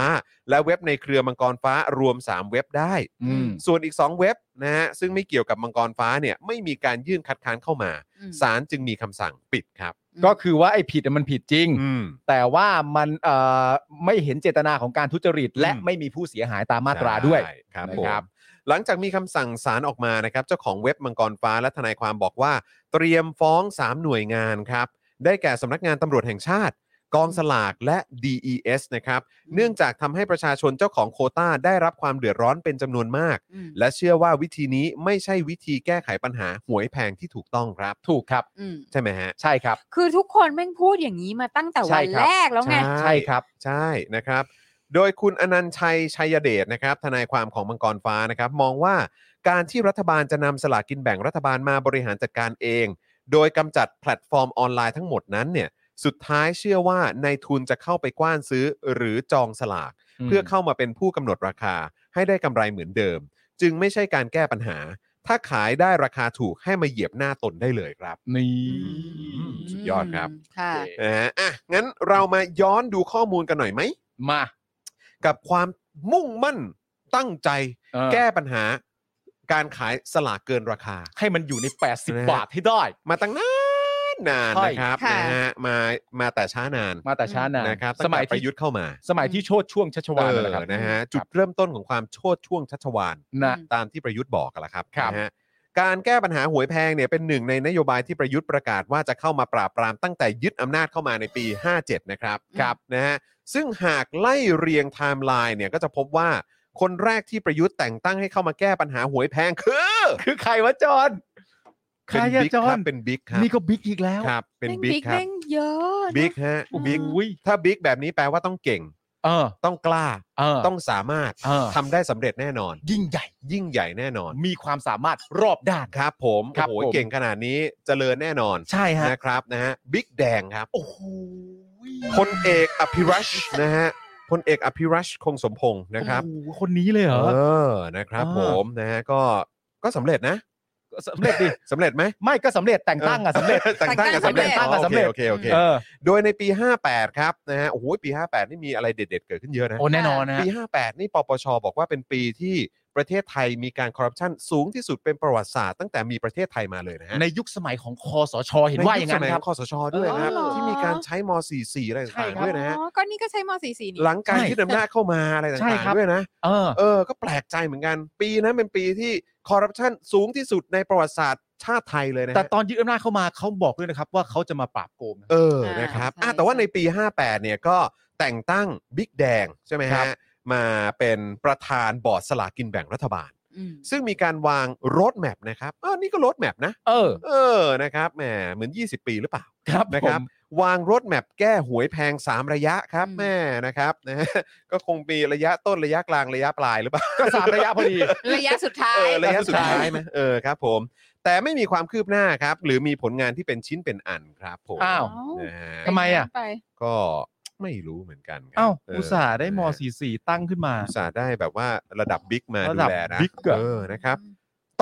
S3: และเว็บในเครือมังกรฟ้ารวม 3 เว็บได้
S4: อืม
S3: ส่วนอีก 2 เว็บนะฮะซึ่งไม่เกี่ยวกับมังกรฟ้าเนี่ยไม่มีการยื่นคัดค้านเข้ามา
S5: อืม
S3: ศาลจึงมีคำสั่งปิดครับ
S4: ก็คือว่าไอ้ผิดอะมันผิดจริง
S3: อืม
S4: แต่ว่ามันเอ่อไม่เห็นเจตนาของการทุจริต และ
S3: อืม
S4: ไม่มีผู้เสียหายตามมาตราด้วย
S3: ใช่ครับ
S4: นะ
S3: ผม
S4: ครับ
S3: หลังจากมีคำสั่งศาลออกมานะครับ เจ้าของเว็บมังกรฟ้าและทนายความบอกว่า เตรียมฟ้อง 3 หน่วยงานครับ ได้แก่สำนักงานตำรวจแห่งชาติ กองสลากและ DES นะครับ เนื่องจากทำให้ประชาชนเจ้าของโควต้าได้รับความเดือดร้อนเป็นจำนวนมาก
S5: อืม
S3: และเชื่อว่าวิธีนี้ไม่ใช่วิธีแก้ไขปัญหาหวยแพงที่ถูกต้องครับ
S4: ถูกครับ
S5: อืม
S3: ใช่ไหมฮะ
S4: ใช่ครับ
S5: คือทุกคนแม่งพูดอย่างนี้มาตั้งแต่วัน
S4: ใช่ครับ
S5: แรกแล้วไง
S3: ใช่
S4: ใช่ครับ
S3: ใช่นะครับ โดยคุณอนันต์ชัยชัยเดชนะครับทนายความของมังกรฟ้านะครับ มองว่าการที่รัฐบาลจะนำสลากกินแบ่งรัฐบาลมาบริหารจัดการเอง โดยกำจัดแพลตฟอร์มออนไลน์ทั้งหมดนั้นเนี่ยสุดท้ายเชื่อว่าในายทุนจะเข้าไปกว้านซื้อหรือจองสลาก เพื่อเข้ามาเป็นผู้กำหนดราคาให้ได้กำไรเหมือนเดิม จึงไม่ใช่การแก้ปัญหา ถ้าขายได้ราคาถูกให้มาเหยียบหน้าตนได้เลยครับ
S4: นี่
S3: มสุดยอดครับ
S5: มค่ะ
S3: นะฮะอ่ะงั้นเรามาย้อนดูข้อมูลกันหน่อยไหม
S4: มา
S3: กับความมุ่งมั่นตั้งใจ
S4: เออ
S3: แก้ปัญหาการขายสลากเกินราคา
S4: ให้มันอยู่ใน
S3: นะ
S4: 80
S3: ฮะ
S4: บาทให้ได้
S3: มาตั้งนานนาน
S4: ใช่
S3: นะครับ
S5: ค่ะ
S3: นะฮะมามาแต่ช้านาน
S4: มาแต่ช้านาน
S3: นะครับ
S4: ส
S3: สมั
S4: มั
S3: ย
S4: ย
S3: ประ
S4: ที่
S3: ยุทธ์เข้ามา
S4: สมัยที่โชดช่วงชัชวาล
S3: เอ
S4: นั่นแหละครั
S3: อบ นะฮะจุ
S4: ค
S3: ด
S4: รับ
S3: เริ่มต้นของความโชดช่วงชัชวาล
S4: นะ
S3: ตามที่ประยุทธ์บอกกันละครับ
S4: ครับ
S3: นะฮะการแก้ปัญหาหวยแพงเนี่ยเป็นหนึ่งในนโยบายที่ประยุทธ์ประกาศว่าจะเข้ามาปราบปรามตั้งแต่ยึดอำนาจเข้ามาในปี 57 นะครับ
S5: ครับ
S3: นะฮะซึ่งหากไล่เรียงไทม์ไลน์เนี่ยก็จะพบว่าคนแรกที่ประยุทธ์แต่งตั้งให้เข้ามาแก้ปัญหาหวยแพงคือ
S4: คือใครวะจอนใคร
S3: เป็น
S4: อะ
S3: บิ๊ก
S4: จ
S3: ค
S4: อ
S3: รั
S4: น
S3: บเป็นบิ๊กครับ
S4: นี่ก็บิ๊กอีกแล้ว
S3: ครับเป็น
S5: แม่ง
S3: บิ๊กครับ
S5: บิ๊กแม่งเยอะนะ
S3: บิ๊กฮะ
S5: อืม
S3: บิ๊ก
S4: อุ้ย
S3: ถ้าบิ๊กแบบนี้แปลว่าต้องเก่ง
S4: เออ
S3: ต้องกล้า
S4: เออ
S3: ต้องสามารถ
S4: เออ
S3: ทำได้สำเร็จแน่นอน
S4: ยิ่งใหญ่
S3: ยิ่งใหญ่แน่นอน
S4: มีความสามารถรอบด้าน
S3: ครับผม
S4: ครับ
S3: โอ้โห
S4: ผม
S3: เก่งขนาดนี้เจริญแน่นอน
S4: ใช่ฮะ
S3: นะครับนะฮะบิ๊กแดงครับ
S4: โอ้โห
S3: พลเอกอภิรัชนะฮะพลเอกอภิรัชคงสมพงศ์นะครับ
S4: โอ้โหคนนี้เลยเหรอ
S3: เออนะครับ
S4: อ่า
S3: ผมนะฮะก็ก็สำเร็จนะ
S4: สำเร็จดิ
S3: สำเร็จไหม
S4: ไม่ก็สำเร็จแต่งตั้งอะสำเร็จ
S3: แต่งตั้งกับสำเร็จ
S5: แต่งตั้ง
S3: อ๋อ
S4: สำเร็จ
S3: โอเคโอเค
S4: เอ
S3: โอเค
S4: อ
S3: โดยในปี 58 ครับนะฮะโอ้โหปี 58 นี่มีอะไรเด็ด ๆ เกิดขึ้นเยอะนะ
S4: โอ้แน่นอนนะฮะ
S3: ปี 58 นี่ปปช บอกว่าเป็นปีที่ประเทศไทยมีการคอร์รัปชันสูงที่สุดเป็นประวัติศาสตร์ตั้งแต่มีประเทศไทยมาเลยนะฮะ
S4: ในยุคสมัยของคอสชเห็นว่าอย่างนั้นครับ
S3: คอสชด้วยนะครับ
S5: เออ
S3: ที่มีการใช้ม .44 อะไร
S4: ใช่
S3: ต่าง
S4: ค
S3: ๆ
S4: รับ
S3: ด้วยนะฮะ
S5: อ๋อก็นี่ก็ใช้มสี่สี่นี่
S3: หลังการ
S4: ใช่
S3: ยึดอำนาจเข้ามาอะไรต่า
S4: ใช่
S3: ง
S4: ครับ
S3: ๆด้วยนะ
S4: เออ
S3: เออ ก็แปลกใจเหมือนกัน ปีนั้นเป็นปีที่คอร์รัปชันสูงที่สุดในประวัติศาสตร์ชาติไทยเลยนะ
S4: แต่
S3: ฮะ
S4: ตอนยึดอำนาจเข้ามาเขาบอกด้วยนะครับ ว่าเขาจะมาปราบโกงนะ
S3: เออ
S5: อ่าน
S3: นะครับ
S5: ใช่
S3: อ่ะแต่ว่า
S5: ใช่
S3: ในปี 58 เนี่ยก็แต่งตั้งบิ๊กแดงใช่ไหม
S4: ครั
S3: ฮะ
S4: บ
S3: มาเป็นประธานบอร์ดสลากกินแบ่งรัฐบาล
S5: อืม
S3: ซึ่งมีการวางรถแมพนะครับอ้าวนี่ก็รถแมพนะ
S4: เออ
S3: เออนะครับแหมเหมือน 20 ปีหรือเปล่า
S4: ครับ
S3: นะ
S4: ผ
S3: ครับ
S4: ม
S3: วางรถแมพแก้หวยแพง 3 ระยะครับ
S5: อืม
S3: แม่นะครับนะฮ ะก็คงมีระยะต้นระยะกลางระยะปลายหรือเปล่า
S4: ก็สามระยะพอดี
S5: ระยะสุดท้าย
S3: เออระยะสุดท้ายนะเออครับผม แต่ไม่มีความคืบหน้าครับ หรือมีผลงานที่เป็นชิ้นเป็นอันครับผม
S4: อ้าว
S3: นะฮะ
S4: ทำไมอะ
S5: ป
S3: ก็ไม่รู้เหมือนกันครับ
S4: เอ้า
S3: เออ
S4: อุตส่าห์ได้ม
S3: นะฮะ
S4: 44ตั้งขึ้นมา
S3: อุตส่าห์ได้แบบว่าระดับบิ๊กมา
S4: ระ
S3: ดู
S4: ดับ
S3: แลนะ
S4: บิ๊กอะ
S3: เออนะครับ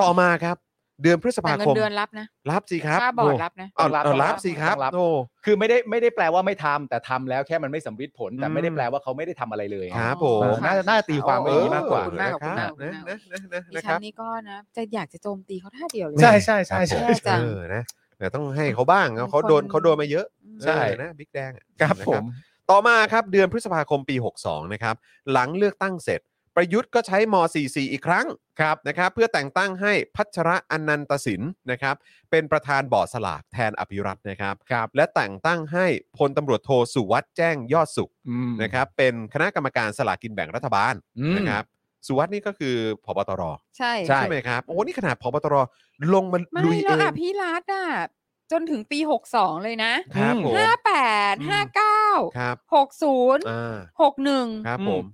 S3: ต่อมาครับ เดือนพฤษ
S5: แต่
S3: ภา
S5: เงิ
S3: คม
S5: นเดือนรับนะ
S3: รับสิครับ
S5: ค่าบอร์ดรับนะ
S3: โอ้เอา
S4: ต้
S3: เอา
S4: องรั
S3: รั
S4: บบ
S3: สิครับ
S4: ต้องรับ
S3: โอ้
S4: คือไม่ได้ไม่ได้แปลว่าไม่ทำแต่ทำแล้วแค่มันไม่สำเร็จผล แต่
S3: อืม
S4: ไม่ได้แปลว่าเขาไม่ได้ทำอะไรเลย
S3: ค
S4: ค
S3: รั
S4: รั
S3: บบ ผม
S4: เออน่าน่าตีความไป
S3: เอ
S4: อ
S3: อ
S4: ย่างนี้มากกว่า
S5: ขอบคุณมากขอบคุณมาก
S3: นะนะนะนะ
S5: ดิ
S3: นะค
S5: ฉั
S3: รับ
S5: นนี่ก็นะ จะอยากจะโจมตีเขาท่าเดียวเลย
S7: ใช่ใช่ใช่ใช่
S3: ครับผม
S5: ใช่จ้ะ
S3: เออนะแต่ต้องให้เขาบ้าง
S5: เป็นคน
S3: เขาโดนเขาโดนมาเยอะ
S5: อืม
S4: ใช่
S3: เออนะบิ๊กแดงอะ
S4: ครับ
S3: นะ
S4: ผม
S3: ต่อมาครับเดือนพฤษภาคมปี 62 นะครับ หลังเลือกตั้งเสร็จ ประยุทธ์ก็ใช้ม .44 อีกครั้งครับนะครับ เพื่อแต่งตั้งให้พัชระอนันตสินนะครับ เป็นประธานบอร์ดสลากแทนอภิรัตน์นะครับ
S4: ครับ
S3: และแต่งตั้งให้พลตำรวจโทสุวัสด์แจ้งยอดสุข
S4: อืม
S3: นะครับเป็นคณะกรรมการสลากกินแบ่งรัฐบาล
S4: อืม
S3: นะครับ สุวัสด์นี่ก็คือพบตร
S5: ใช่
S4: ใช่
S3: ใช่ไหมครับ โอ้โหนี่ขนาดพบตรลงมา
S5: ไม่
S3: ลุยเอ
S5: แล้ว
S3: ง
S5: อ่ะพี่รัตอ่ะ จนถึงปีหกสองเลยนะครับ
S3: ผม
S5: ห้าแปดห้าเก้า
S3: ครับ
S5: หกศูนย์
S3: อ่า
S5: หกหนึ่ง
S3: ครับ
S4: อืม
S3: ผม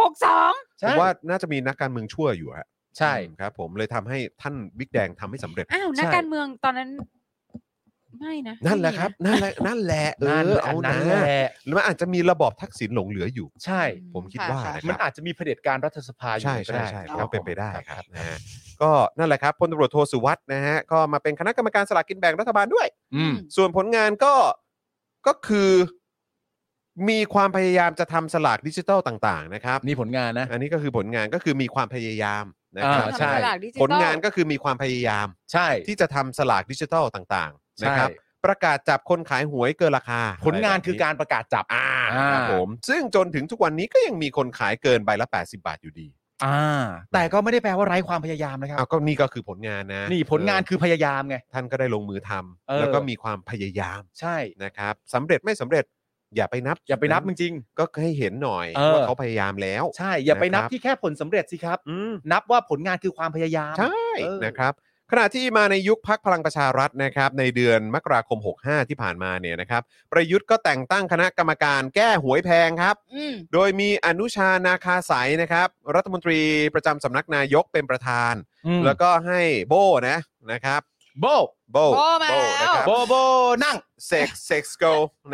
S5: หกสอง
S3: ผ
S4: ใช่
S3: มว่าน่าจะมีนักการเมืองชั่วอยู่ฮะ
S4: ใช่
S3: อืมครับผมเลยทำให้ท่านบิ๊กแดงทำให้สำเร็จ
S5: อ้าวนักการเมืองตอนนั้น ไม่นะ
S3: นั่นแหละครับ นั่นแหละนั่นแหละเอ
S4: นั่น
S3: อเอา
S4: นั่
S3: นะ
S4: นแหละ
S3: แล้วมันอาจจะมีระบอบทักษิณหลงเหลืออยู่
S4: ใช่
S3: ผมคิด
S5: ะ
S3: ว่า
S5: ค่ะ
S3: นะ
S4: มันอาจจะมีเผด็จการรัฐสภาอยู่
S3: ใช่
S4: ก็
S3: ใช่
S4: ได้
S3: ใช่
S4: ค
S3: ก็
S4: รับ
S3: เป็นไปได้
S4: ผม
S3: ครับนะฮะก็นั่นแหละครับพลตำรวจโทสุวัสด์นะฮะก็มาเป็นคณะกรรมการสลากกินแบ่งรัฐบาลด้วย
S4: อืม
S3: ส่วนผลงานก็ก็คือมีความพยายามจะทำสลากดิจิทัลต่างๆนะครับ
S4: นี่ผลงานนะ
S3: อันนี้ก็คือผลงานก็คือมีความพยายามนะครับ
S4: อ่าใช่
S5: ทำสลากดิจิทัล
S3: ผลงานก็คือมีความพยายาม
S4: ใช่
S3: ที่จะทำสลากดิจิทัลต่างๆนะครับ
S4: ใช่
S3: ประกาศจับคนขายหวยเกินราคา
S4: ผลงานคือการประกาศจับ
S3: อ่า
S4: อ่า
S3: ครับผมซึ่งจนถึงทุกวันนี้ก็ยังมีคนขายเกินใบละ 80 บาทอยู่ดี
S4: อ่า แต่ก็ไม่ได้แปลว่าไร้ความพยายามนะครับ
S3: เอาก็นี่ก็คือผลงานนะ
S4: นี่ผลงาน
S3: เอ
S4: คือพยายามไง
S3: อท่านก็ได้ลงมือทำ
S4: เออ
S3: แล้วก็มีความพยายาม
S4: ใช่
S3: นะครับสำเร็จไม่สำเร็จ อย่าไปนับ
S4: อย่าไปนับจริง
S3: ก็ให้เห็นหน่อย
S4: เออ
S3: ว่าเขาพยายามแล้ว
S4: ๆใช่ อย่าไปนั
S3: นะ
S4: บ
S3: ครับ
S4: ที่แค่ผลสำเร็จสิครับ
S3: อืม
S4: นับว่าผลงานคือความพยายาม
S3: ใช่
S4: เออ
S3: นะครับขณะที่มาในยุคพักพลังประชารัฐนะครับในเดือนมกราคม 65 ที่ผ่านมาเนี่ยนะครับประยุทธ์ก็แต่งตั้งคณะกรรมการแก้หวยแพงครับ
S5: อืม
S3: โดยมีอนุชานาคาสายนะครับ รัฐมนตรีประจำสำนักนายกเป็นประธาน
S4: แล้
S3: แล้ว วก็ให้โบนะนะครับ
S4: โบ
S3: โบ
S5: โบ้มาแล้ว
S3: นะครับ
S4: โบโบนั่ง
S3: เซ็กเซ็กโก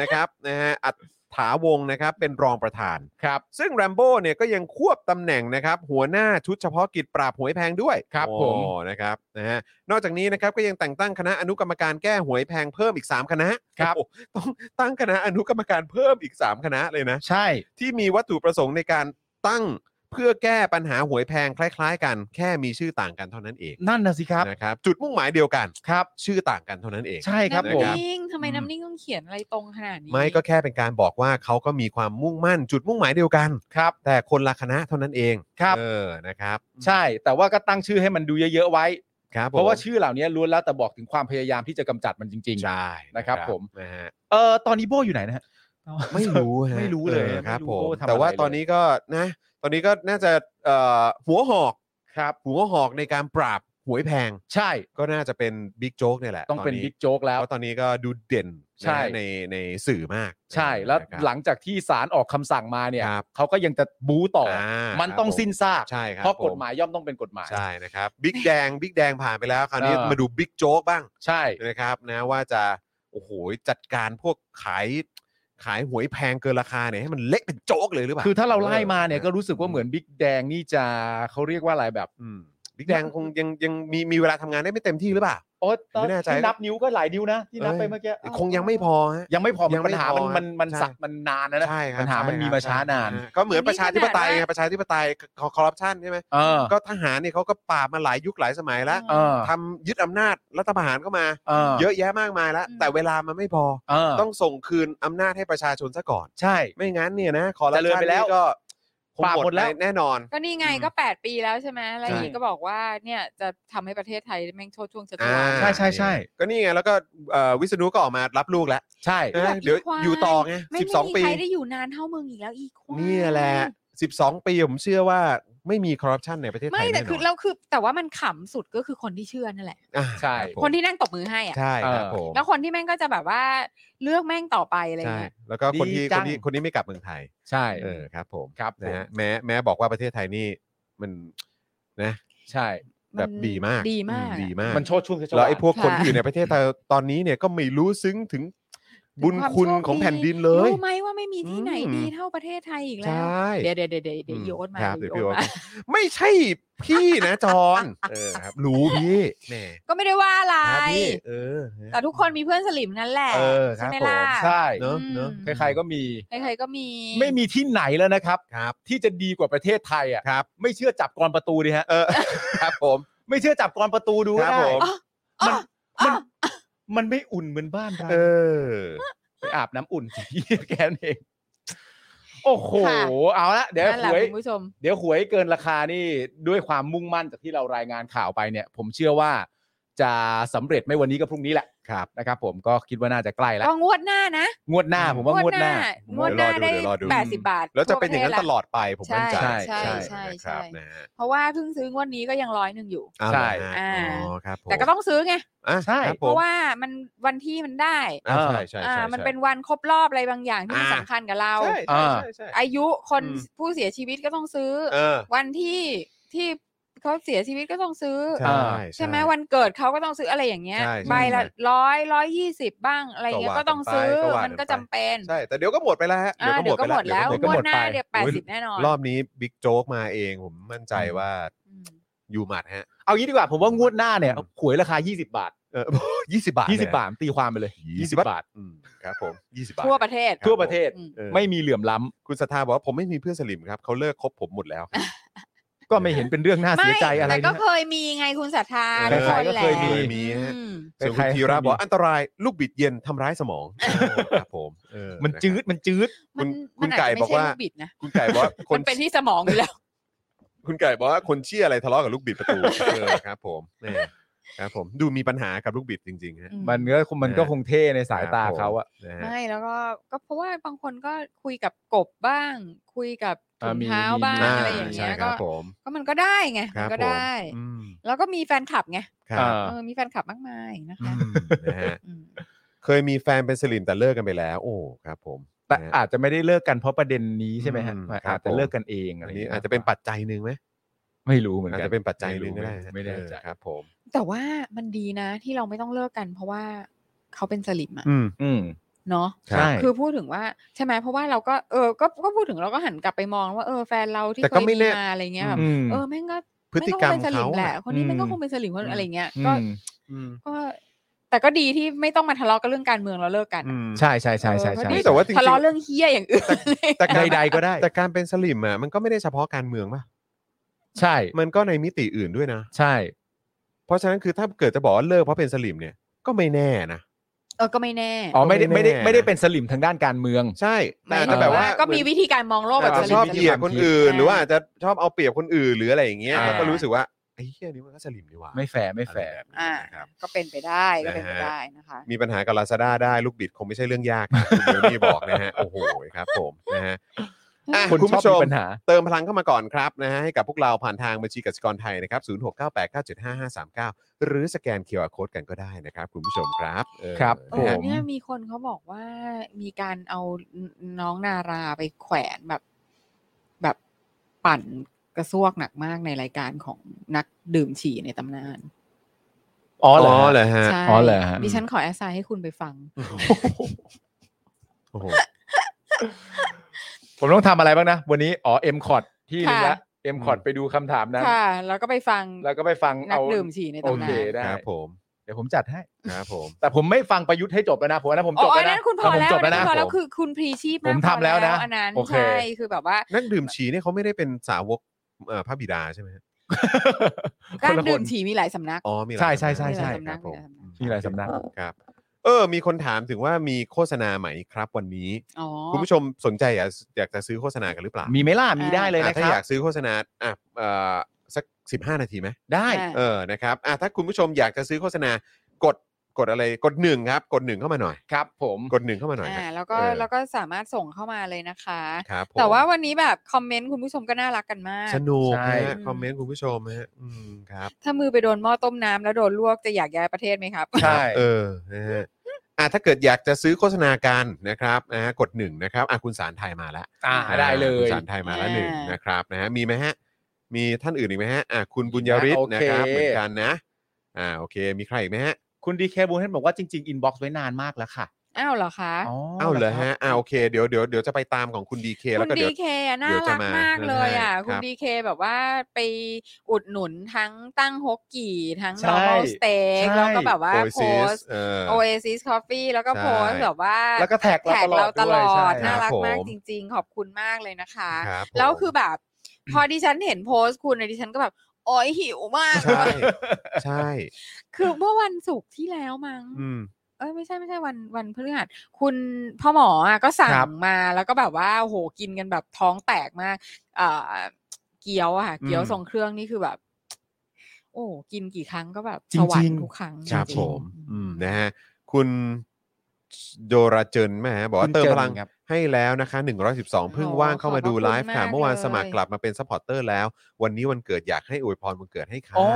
S3: นะครับนะฮะอัฐาวงศ์นะครับเป็นรองประธาน
S4: ครับ
S3: ซึ่งแรมโบ้เนี่ยก็ยังควบตำแหน่งนะครับหัวหน้าชุดเฉพาะกิจปราบหวยแพงด้วย
S4: ครับ
S3: โอ้
S4: ผม
S3: นะครับนะฮะนอกจากนี้นะครับก็ยังแต่งตั้งคณะอนุกรรมการแก้หวยแพงเพิ่มอีก 3 คณะ
S4: ครับ
S3: โอ้โหต้องตั้งคณะอนุกรรมการเพิ่มอีก 3 คณะเลยนะ
S4: ใช่
S3: ที่มีวัตถุประสงค์ในการตั้งเพื่อแก้ปัญหาหวยแพงคล้าย ๆ กัน แค่มีชื่อต่างกันเท่านั้นเอง
S4: นั่นนะสิครับ
S3: นะครับจุดมุ่งหมายเดียวกัน
S4: ครับ
S3: ชื่อต่างกันเท่านั้นเอง
S4: ใช่ครับผม
S5: น้ำนิ่งทำไม
S4: อืม
S5: น้ำนิ่งต้องเขียนอะไรตรงขนาดนี้
S3: ไม่ก็แค่เป็นการบอกว่าเขาก็มีความมุ่งมั่น จุดมุ่งหมายเดียวกัน
S4: ครับ
S3: แต่คนละคณะเท่านั้นเอง
S4: ครับ
S3: เออ นะครับ
S4: ใช่ แต่ว่าก็ตั้งชื่อให้มันดูเยอะๆไว้
S3: ครับผม
S4: เพราะว่าชื่อเหล่านี้ล้วนแล้วแต่บอกถึงความพยายามที่จะกำจัดมันจริง
S3: ใช่
S4: นะครับผม
S3: นะฮะ
S4: ๆ เออตอนนี้โบอยู่ไหนนะฮะ
S3: ไม่รู้ฮะ
S4: ไม่รู้เลย
S3: ออครับ
S4: ไม่
S3: ผ
S4: รู้
S3: ม
S4: โบ้ทำอะไรเลย
S3: แต่ว่าตอนนี้ก็นะ ตอนนี้ก็น่าจะเอ่อหัวหอก
S4: ครับ
S3: หัวหอกในการปราบหวยแพง
S4: ใช่
S3: ก็น่าจะเป็นบิ๊กโจ๊กเนี่ยแหละ
S4: ต้องเป็น
S3: ต
S4: บิ๊กโจ๊ก
S3: เพ
S4: แล้ว
S3: ราะตอนนี้ก็ดูเด่นนะ
S4: ใช่
S3: ในในสื่อมาก
S4: ใช่ แล้ว
S3: นะครับ
S4: หลังจากที่ศาลออกคำสั่งมาเนี่ย
S3: ครับ
S4: เขาก็ยังจะบู๊ต่ออา มันต้อง
S3: ครับผม
S4: สิ้นซาก
S3: ใช่ครับ
S4: เพราะกฎ
S3: ผ
S4: หมายย่อมต้องเป็นกฎหมาย
S3: ใช่นะครับบิ๊กแดงบิ๊กแดงผ่านไปแล้วคราวนี้
S4: เออ
S3: มาดูบิ๊กโจ๊กบ้าง
S4: ใช่
S3: นะครับนะว่าจะโอ้โหจัดการพวกขายขายหวยแพงเกินราคาเนี่ยให้มันเละเป็นโจ๊กเลยหรือเปล่า
S4: คือถ้าเราไล่มาเนี่ยก็รู้สึกว่า
S3: อื
S4: เหมือนบิ๊กแดงนี่จะเขาเรียกว่าอะไรแบบ
S3: อืมบิ๊กแดงคงยังยังมีมีเวลาทำงานได้ไม่เต็มที่หรือเปล่า
S4: โอ๊ย
S3: ไม่แน่ใจ
S4: ที่นับนิ้วก็หลายนิ้วนะที่นับ
S3: เอ้ย
S4: ไปเมื่อกี้
S3: คงยังไม่พอฮะ
S4: ยังไม่พอ
S3: ยังไม่
S4: ปัญหา
S3: พอ
S4: มันมันมัน
S3: ใช่
S4: สักมันนานนะนะ
S3: ใช่ครับ
S4: ปัญหามันมี
S3: ใช่
S4: มา
S3: ครับ
S4: ช้านาน
S3: ใก็เหมือนประชาธิปไตยไงประชาธิปไตยคอร์รัปชันใช่ไหม
S4: เออ
S3: ก็ทหารเนี่ยเขาก็ปราบมาหลายยุคหลายสมัยแล้ว
S4: เออ
S3: ทำยึดอำนาจรัฐประหารเข้ามา
S4: เออ
S3: เยอะแยะมากมายแล้ว แต่เวลามันไม่พอ
S4: เออ
S3: ต้องส่งคืนอำนาจให้ประชาชนซะก่อน
S4: ใช่
S3: ไม่งั้นเนี่ยนะคอร์รัป
S4: แต่เลย
S3: ชัน
S4: ไปแล้ว
S3: นี่ก็คง
S4: ปราบหมดแล้ว
S3: ไปแน่นอน
S5: ก็นี่ไง
S3: อืม
S5: ก็ 8 ปีแล้วใช่ไหมแล้ว
S3: ใช่
S5: อีกก็บอกว่าเนี่ยจะทำให้ประเทศไทยแม่งโชดช่วงชะตา
S4: ใช่ใช่ใช่
S3: ก็นี่ไง แล้วก็เอ่อวิษณุก็ออกมารับลูกแล้ว
S4: ใช่
S5: แบบ
S3: นะเดี๋ยว
S5: อีควาย
S3: อยู่ต่อไง
S5: ไม่
S3: สิบ
S5: ไม่
S3: สอง
S5: มี
S3: ปี
S5: ใครได้อยู่นานเท่ามึงอีกแล้วอีกควาย
S3: เนี่ยแหละสิบสองปีผมเชื่อว่าไม่มีคอร์รัปชันในประเทศไทย
S5: ไม่แต่
S3: น่นน
S5: คือเราคือแต่ว่ามันขำสุดก็คือคนที่เชื่อนั่นแหละ
S3: อ่า
S4: ใช่
S3: รับผม
S5: คนที่นั่งตบมือให้อ่ะ
S3: ใช่ครับ
S4: เออ
S3: ผม
S5: แล้วคนที่แม่งก็จะแบบว่าเลือกแม่งต่อไปอะไร
S3: ใช่
S5: เงี้ย
S3: แล้วก็คนที่
S4: ดี
S3: ค
S4: จั
S3: น
S4: ง
S3: ที่คนนี้ไม่กลับเมืองไทย
S4: ใช่
S3: เออครับผม
S4: ครับผ
S3: นะ
S4: ม
S3: ฮะแม้แม้บอกว่าประเทศไทยนี่มันนะ
S4: ใช่
S3: แบบ
S5: มัน
S3: ดีมาก
S5: ดีมาก
S3: อืดีมาก
S4: มันโชดช่วงชะตา
S3: แล้วไอ้พวกคน
S5: ค่ะ
S3: ที่อยู่ในประเทศไทยตอนนี้เนี่ยก็ไม่รู้ซึ้งถึงบุญ
S5: วาม
S3: คุณ
S5: โชดี
S3: ของแผ่นดินเลย
S5: รู้ไหมว่าไม่มีที่ไหน
S3: อืม
S5: ดีเท่าประเทศไทยอีก
S3: ใช
S5: แล้ว
S3: ่
S5: เดี๋ยวเดี๋ยวเดี๋ยวเดี๋ยวเดี๋ยว
S3: อืม
S5: โยนมา
S3: ครับเดี๋ยวพี่
S5: โย
S3: โอ๊
S5: น
S3: ต
S5: มา
S3: ไม่ใช่พี่นะจอนเออครับ รู้พี่แหม่
S5: ก็ไม่ได้ว่าอะไร
S3: ครับพี่เออนะ
S5: แต่ทุกคนมีเพื่อนสลิมนั่นแหละ
S3: เออครับ
S5: ใช่ไหมล่ะ
S3: ผม
S4: ใช่
S3: เนอะเนอะ
S5: อืม
S4: ใครๆก็มี
S5: ใครๆก็มี
S4: ไม่มีที่ไหนแล้วนะครับ
S3: ครับ
S4: ที่จะดีกว่าประเทศไทยอ่ะ
S3: ครับ
S4: ไม่เชื่อจับกรอนประตูดิฮะ
S3: เออ ครับผม
S4: ไม่เชื่อจับกรอนประตูดู
S3: ค
S4: ก็
S3: รับ
S4: ได้
S3: ผม
S4: มันมันมันไม่อุ่นเหมือนบ้านเรา
S3: เออ
S4: ไปอาบน้ำอุ่นที่ แกนเองโอ้โห
S5: ค่ะ
S4: เอาละเดี๋ยว
S5: นั่นแห
S4: ห
S5: ละ
S4: วย
S5: คุณผู้ชม
S4: เดี๋ยวหวยเกินราคานี่ด้วยความมุ่งมั่นจากที่เรารายงานข่าวไปเนี่ย ผมเชื่อว่าจะสำเร็จไม่วันนี้ก็พรุ่งนี้แหละ
S3: ครับ
S4: นะครับ ผมก็คิดว่าน่าจะใกล้แล้ว
S5: ก็งวดหน้านะ
S4: งวดหน้าผมว่างวดหน้า
S5: งวดหน้างวดหน้า
S3: เดี๋
S5: ได้
S3: ยวรอดูเดี๋ยวรอดู
S5: แปดสิบบาท
S3: แล้วจะเป็นอย่างนั้นต
S5: ทั่วปะทศ
S3: ลอดไปผมมั่นใจ
S5: ใช่ใช่ใช่
S3: นะค
S5: ใช่
S3: รับนะฮะ
S5: เพราะว่าเพิ่งซื้องวดนี้ก็ยังร้อยหนึ่งอยู่
S3: เอา
S4: ใช่
S3: ละฮะ
S5: อ่า
S3: อ๋อครับผม
S5: แต่ก็ต้องซื้อไง
S3: อ่ะ
S4: ใช่
S3: ครับ
S5: เพ
S3: ผม
S5: ราะว่ามันวันที่มันได้
S3: อ่าใช่ใช่
S5: อ่า
S3: ใช่
S5: มัน
S3: ใช่
S5: เป็นวันครบรอบอะไรบางอย่างที่มัน
S3: อ่า
S5: สำคัญกับเรา
S3: ใช่ใช่ใช่ใช่
S5: อายุคน
S3: อืม
S5: ผู้เสียชีวิตก็ต้องซื้อ
S3: เออ
S5: วันที่ที่เขาเสียชีวิตก็ต้องซื้อ
S3: ใช่
S5: ใช่ไหมวันเกิดเขาก็ต้องซื้ออะไรอย่างเงี้ย
S3: ใช่ใช่
S5: ใบละร้อยร้อยยี่สิบบ้างอะไรเงี้ย
S3: ก็ว่า
S5: ก็ต้องซื้อ
S3: กันไปก็ว่ากั
S5: มันน
S3: ไป
S5: ก็จำเป็น
S3: ใช่ แต่เดี๋ยวก็หมดไปแล้วฮะ
S5: อ่าเดี๋ยวก็หมดแล้ว
S3: เดี๋ย
S5: ง
S3: ก็
S5: ว
S3: หม
S5: ด
S3: ดไป
S5: หน้าเดี๋ยวแปด
S3: โอ้ย
S5: สิบแน่นอน
S3: รอบนี้บิ๊กโจ๊กมาเอง ผมมั่นใจว่า
S5: อืม
S3: อยู่หมัดฮะ
S4: เอางี้ดีกว่าผมว่างวดหน้าเนี่ยหวยราคา 20 บาท
S3: เออ ยี่สิบบาท
S4: 20 บาทตีความไปเลย
S3: ยี่สิ
S4: 20
S3: บบา
S4: บา
S3: ท
S4: ท
S3: อืมครับผมยี่สิบบาท
S5: ทั่วประเทศ
S3: ค
S4: ทั่วประเทศ
S5: อืม
S3: เออ
S4: ไม่มีเหลื่อมล้ำ
S3: คุณสทธาบอกว่าผมไม่มีเพื่อนสลิมครับเขาเลิกคบผมหมดแล้ว
S4: ก็ไม่เห็นเป็นเรื่องน่าเสียใจอะไร
S5: แต่ก็
S4: นะ
S5: เคยมีไงคุณศรัทธา
S3: เออ
S5: ทุกคน
S4: ใครๆก็
S5: แหละ
S4: เคยมี
S3: มีฮะ
S5: อืม
S3: ส่วนคุณ
S4: ใครๆ
S3: ธีระ
S4: ก็มี
S3: บอกอันตรายลูกบิดเย็นทำร้ายสมองครับผมเออ
S4: มันจืดมันจืด
S5: มัน
S3: คุณคุณ
S5: มัน
S3: ไก่
S5: จจะ
S3: บอกว่า
S5: ไม่ใช่ลูบิดนะ
S3: คุณไก่บอกว่าค
S5: มัน นเป็นที่สมองอยู่แล้ว
S3: คุณไก่บอกว่าคนเชี่ยอะไรทะเลาะกับลูกบิดประตูเออครับผมเนี่ย ครับผมดูมีปัญหากับลูกบิดจริงๆฮะ
S5: อื
S4: มันก็คงมันก็
S3: นะ
S4: คงเท่ในสายตาเขาอะ
S3: นะฮะ
S5: ไม่แล้วก็ก็เพราะว่าบางคนก็คุยกับกบบ้าง คุยกับถุงเท้าบ้าง
S3: อ่า
S5: อะไรอย่างเงี้
S3: ใช่
S5: ย
S3: ครั
S5: ก็
S3: บผม
S5: ก็มันก็ได้ไง
S3: ค
S5: มั
S3: รั
S5: น
S3: บ
S5: ก็
S3: ผม
S5: ได้
S3: อืม
S5: แล้วก็มีแฟนคลับไง
S3: ครับ
S4: อ่า
S5: เออมีแฟนคลับมากมายนะคะ
S3: อืมนะฮะ
S5: อืม
S3: เคยมีแฟนเป็นสลิมแต่เลิกกันไปแล้ว โอ้ครับผม
S4: แต่
S3: นะฮะ
S4: อาจจะไม่ได้เลิกกันเพราะประเด็นนี้ใช่ไหมฮะ
S3: อืม
S4: มัน
S3: ครับ
S4: อาจจะ
S3: ผม
S4: เลิกกันเองอะ
S3: อั
S4: ไร
S3: น
S4: ย่ง
S3: นี้
S4: งี้ย
S3: อาจจะเป็นปัจจัยหนึ่งไหม
S4: ไม่รู้เหมือนกั
S3: อาจ
S4: น
S3: จะเป็นปัจจัยหนึ่งก็ได้
S4: ไม่แน่
S3: เออ
S4: ใจ
S3: ครับผม
S5: แต่ว่ามันดีนะที่เราไม่ต้องเลิกกัน เพราะว่าเขาเป็นสลิมอะ
S3: อืม
S4: อืม
S5: เนาะ
S4: ใช่
S5: คือพูดถึงว่าใช่ไหมเพราะว่าเราก็เออก็ก็พูดถึงเราก็หันกลับไปมองว่าเออแฟนเราที่
S3: แต่
S5: เค
S3: ก็
S5: ย
S3: ไม่
S5: มี
S3: แน่
S5: มาอะไรเงี้ยแบบ
S4: อืม
S5: เออแม่งก็
S3: พฤติกรรม
S5: แงก็คงเป็นสลิ
S3: เขา
S5: มแหละ
S3: อะ
S5: คนนี้แม่งก็
S4: อืม
S5: คงเป็นสลิมคนอะไรเงี้ย
S4: อื
S5: ก็
S4: ม
S5: ก็ แต่ก็ดีที่ไม่ต้องมาทะเลาะกันเรื่องการเมืองเราเลิกกัน
S3: อืม
S4: ใช่ใช่ใช่ใช่ใช่
S5: เออ
S3: นี่
S5: ก็
S3: แต่ว่าจริงๆ
S5: ทะเลาะเรื่องเฮี้ยอย่างอื่น
S3: แต่การ
S4: ใดๆก็ได้
S3: แต่การเป็นสลิมอ่ะมันก็ไม่ได้เฉพาะการเมืองป่ะ
S4: ใช่
S3: มันก็ในมิติอื่นด้วยนะ
S4: ใช่
S3: เพราะฉะนั้นคือถ้าเกิดจะบอกว่าเลิกเพราะเป็นสลิมเนี่ยก็ไม่แน่นะ
S5: เออก็ไม่แน่
S4: อ๋อไม่ได้
S3: ไม่
S4: ไม่
S3: แน่
S4: ได้
S3: นะ
S4: ไม่ได้เป็นสลิมทางด้านการเมือง
S3: ใช่
S5: ห
S3: แต่
S5: มาย
S3: อาจ
S5: ถึ
S3: จะ
S5: ง
S3: แบบว่า
S5: ก็มีวิธีการมองโลกแบบ
S3: อาจ
S5: ส
S3: จะ
S5: ลิ
S3: ช
S5: ม
S3: อบ
S5: ส
S3: เห
S5: ลิ
S3: ยียด
S5: ม
S3: คนอื่น
S5: ใช่
S3: หรือว่าอาจจะชอบเอาเปรียบคนอื่นหรืออะไรอย่างเงี้ย
S4: อ่า
S3: แล้วก็รู้สึกว่าไอ้เหี้ยนี่มันก็สลิมนี่หว่า
S4: ไม่แฟร์ไม่แฟร์
S3: อะ
S5: อ่า
S3: ไรแบบนี้นะครับ
S5: ก็เป็นไปได้ก็เป็น
S3: นะฮะ
S5: ไปได้นะคะ
S3: มีปัญหากับ Lazada ได้ลูกบิดคงไม่ใช่เรื่องยากนะคุณเดนี่บอก นะฮะโอ้โหครับผมนะฮะอ่ะ
S4: คน
S3: คุณ
S4: ชอบ
S3: ผู้ช
S4: มี
S3: ม
S4: ปัญหา
S3: เติมพลังเข้ามาก่อนครับนะฮะให้กับพวกเราผ่านทางบัญชีกสิกรไทยนะครับ 0698975539 หรือสแกนเคอร์โคดกันก็ได้นะครับ คุณผู้ชมครับเออ
S4: ครับ
S5: เอ
S3: นะ
S5: อ
S3: ฮะ
S4: ผม
S5: เนี่ยมีคนเขาบอกว่ามีการเอาน้องนาราไปแขวนแบบแบบปั่นกระซวกหนักมากในรายการของนักดื่มฉี่ในตำนาน
S4: อ๋อ
S3: อ๋
S4: เหร
S3: อ
S4: อฮะ
S3: เหรอฮะ
S5: ใช่
S4: อ๋อเหรอฮะ
S5: ดิฉันขอแอสไซน์ให้คุณไปฟัง
S3: โอ้โห
S4: ผมต้องทำอะไรบ้างนะ วันนี้อ๋อเอ็มคอร์ดที่หนึงละ
S5: ค่ะ
S4: เอ็มคอร์ดไปดูคำถามนั้น
S5: ค่ะ แล้วก็ไปฟัง
S4: แล้วก็ไปฟัง
S5: นั
S4: เอา
S5: กดื่มฉี่ใน
S4: โอ
S5: ตำนา
S4: เค
S5: น
S4: ได้
S3: ครับผม
S4: เดี๋ยวผมจัดให้
S3: ครับผม
S4: แต่ผมไม่ฟังประยุทธ์ให้จบแล้วนะผมว่านะผม
S5: อ๋
S4: จบ
S5: ออั
S4: แล้
S5: นนั้
S4: วนะ
S5: นคุณพอ
S4: ผม
S5: แล้ว
S4: จบแล้วนะ
S5: คุณพอแล้วคือคุณพรีชีพาก
S4: ผมทำแล้วนะ
S5: พออันนั้น
S4: โอเค
S5: ใช่คือแบบว่า
S3: นักดื่มฉีเนี่ยเขาไม่ได้เป็นสาวกเอ่อพระบิดาใช่ไหม ฮะ
S5: การ
S4: คนละคน
S5: ดื่มฉี่มีหลายสำนัก
S3: อ๋อมีหลาย
S4: ใช่ใช่ใช่
S3: สำนักค
S4: ใช่
S3: รัผม
S4: มีหลายสำนัก
S3: ครับ เออ มีคนถามถึงว่ามีโฆษณาใหม่ครับวันนี้
S5: อ๋อ
S3: คุณผู้ชมสนใจอยากอยากจะซื้อโฆษณากันหรือเปล่า
S4: มีไหมล่ะมี
S5: อ่า
S4: ได้เลย
S3: อ่ะ
S4: นะค
S3: ถ้า
S4: รับ
S3: อยากซื้อโฆษณาอ่ะเอ่อสักสิบห้านาทีไหม
S4: ได้
S5: อ่า
S3: เออ นะครับอ่ะถ้าคุณผู้ชมอยากจะซื้อโฆษณากด กดอะไร กดหนึ่งครับ กดหนึ่งเข้ามาหน่อย
S4: ครับผม
S3: กดหนึ่งเข้ามาหน่อยค
S5: อ่า
S3: รับ
S5: แล้วก็
S3: เออ
S5: แล้วก็สามารถส่งเข้ามาเลยนะคะ
S3: ครับผม
S5: แต่ว่าวันนี้แบบคอมเมนต์คุณผู้ชมก็น่ารักกันมาก
S3: สนุก
S4: ใช่
S3: นะฮะ
S5: อืม
S3: คอมเมนต์คุณผู้ชมฮะ อืม ครับ
S5: ถ้ามือไปโดนหม้อต้มน้ำแล้วโดนลวกจะอยากย้ายประเทศไหมครับ
S4: ใช่
S3: เออ นะฮะอ่ะถ้าเกิดอยากจะซื้อโฆษณากันนะครับนะฮะกดหนึ่งนะครับอ่ะคุณสารไทยมาแล้ว
S4: อ่า
S5: อ่า
S4: ได้เล
S3: คุณ
S4: ย
S3: สารไทยมาแล้ว
S5: อ่า
S3: หนึ่งนะครับ นะฮะ มีไหมฮะ มีท่านอื่นอีกไหมฮะ อ่ะคุณบุญยริศ
S4: โอเค
S3: นะครับ เหมือนกันนะ อ่า โอเค มีใครอีกไหมฮะ
S4: คุณดีเคบูนท่านบอกว่าจริงๆอินบ็อกซ์ไว้นานมากแล้วค่ะ
S5: อ้าวเหรอคะ
S3: เอ้าวเหรอฮะ อ่า โอเค เดี๋ยวเดี๋ยวเดี๋ยวจะไปตามของคุณดีเค
S5: คุ
S3: แล้ว
S5: ณ
S3: ก็เดี๋ย
S5: ดี
S3: ว
S5: เคน่า
S3: เดี๋ยวจะ
S5: รัก
S3: มาม
S5: ากเลยอ่ะ
S3: นั่นให้
S5: คุณ
S3: ครับ
S5: ดีเคแบบว่าไปอุดหนุนทั้งตั้งฮกกี่ ทั้ง normal
S4: ใช่
S5: steak แล้วก็แบบว่าโพ
S3: ซิ
S5: ส
S3: สเออ
S5: Oasis Coffee แล้วก็
S3: ใช่
S5: โพสแบบว่า
S4: แล้วก็แท็กเรา
S5: แท็กเราต
S4: ตล
S5: ล
S4: อด
S5: อด
S4: ด้วยใช่
S5: น่ารัก
S3: ครับผม
S5: มากจริง ๆ ขอบคุณมากเลยนะคะ
S3: ครับผม
S5: แล้วคือแบบ พอดิฉันเห็นโพสต์คุณอะดิฉันก็แบบ โอ้ยหิวมาก
S3: ใช่ ใช่
S5: คือเมื่อวันศุกร์ที่แล้วมั้ง
S3: อืม
S5: เอ้ยไม่ใช่ไม่ใช่วันวันพฤหัสคุณพ่อหมออ่ะก็สั่
S4: ค
S5: ง
S4: รับ
S5: มาแล้วก็แบบว่าโอ้โหกินกันแบบท้องแตกมากเอ่อเกี๊ยวอะค่ะเกี๊ยว
S3: อืม
S5: ทรงเครื่องนี่คือแบบ โอ้กินกี่ครั้งก็แบบ
S4: จริ
S5: ส
S4: งๆ
S5: วรรค์ทุกครั้ง
S3: ครับ
S5: จง
S3: ผ
S5: ๆ
S3: ม อืม นะฮะ คุณโดราเจนแม่ฮะบอกว่าเติมพลัง
S4: คุณจิครับ
S3: ให้แล้วนะคะ 112 เพิ่งว่างเข้ามาดูไลฟ์ค่ะ เมื่อวานสมัครกลับมาเป็นซัพพอร์ตเตอร์แล้ว วันนี้วันเกิดอยากให้อวยพรวันเกิดให้ค่ะ
S4: โอ้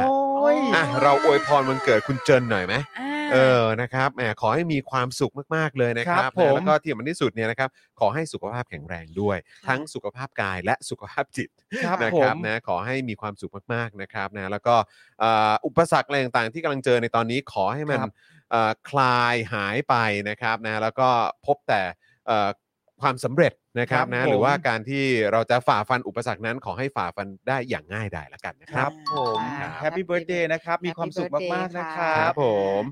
S4: ย
S3: อ่ะ เราอวยพรวันเกิดคุณเจนหน่อยไหม
S5: อ่า
S3: เออ นะครับ แหม ขอให้มีความสุขมาก ๆ เลยนะค
S4: ครั
S3: รับบ
S4: ผม
S3: แล้วก็ที่สำคัญที่สุดเนี่ยนะครับ ขอให้สุขภาพแข็งแรงด้วย
S5: ค่ะ
S3: ทั้งสุขภาพกายและสุขภาพจิต
S4: ครับ
S3: นะ
S4: ผ
S3: ครับ
S4: ม
S3: นะขอให้มีความสุขมากๆนะครับนะแล้วก็เอ่ออุปสรรคอะไรต่างๆ ที่กำลังเจอในตอนนี้ขอให้มัน
S4: ครับ
S3: เอ่อคลายหายไปนะครับนะแล้วก็พบแต่เอ่อความสำเร็จนะครับ
S4: ครับ
S3: นะ
S4: ผม
S3: หรือว่าการที่เราจะฝ่าฟันอุปสรรคนั้นขอให้ฝ่าฟันได้อย่างง่ายดายละกันนะ
S4: ค
S3: ค
S4: รั
S3: รั
S4: บบ ผม
S5: ครับ
S4: แฮปปี้เบิร์ดเดย์นะครับ มีความสุข
S5: Happy
S4: มาก
S5: birthday
S4: ๆ นะค
S5: ค่ะ
S4: รับ
S3: ผม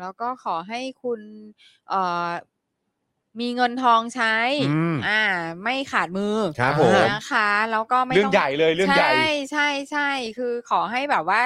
S5: แล้วก็ขอให้คุณเอ่อมีเงินทองใช้
S3: อืม
S5: อ่า ไม่ขาดมือ
S3: ครับผม
S5: นะคะ แล้วก็ไม่
S4: เรื่อ
S5: ต้
S4: งใหญ่เลยเรื่องใหญ่
S5: ใช่ใช่คือขอให้แบบว่า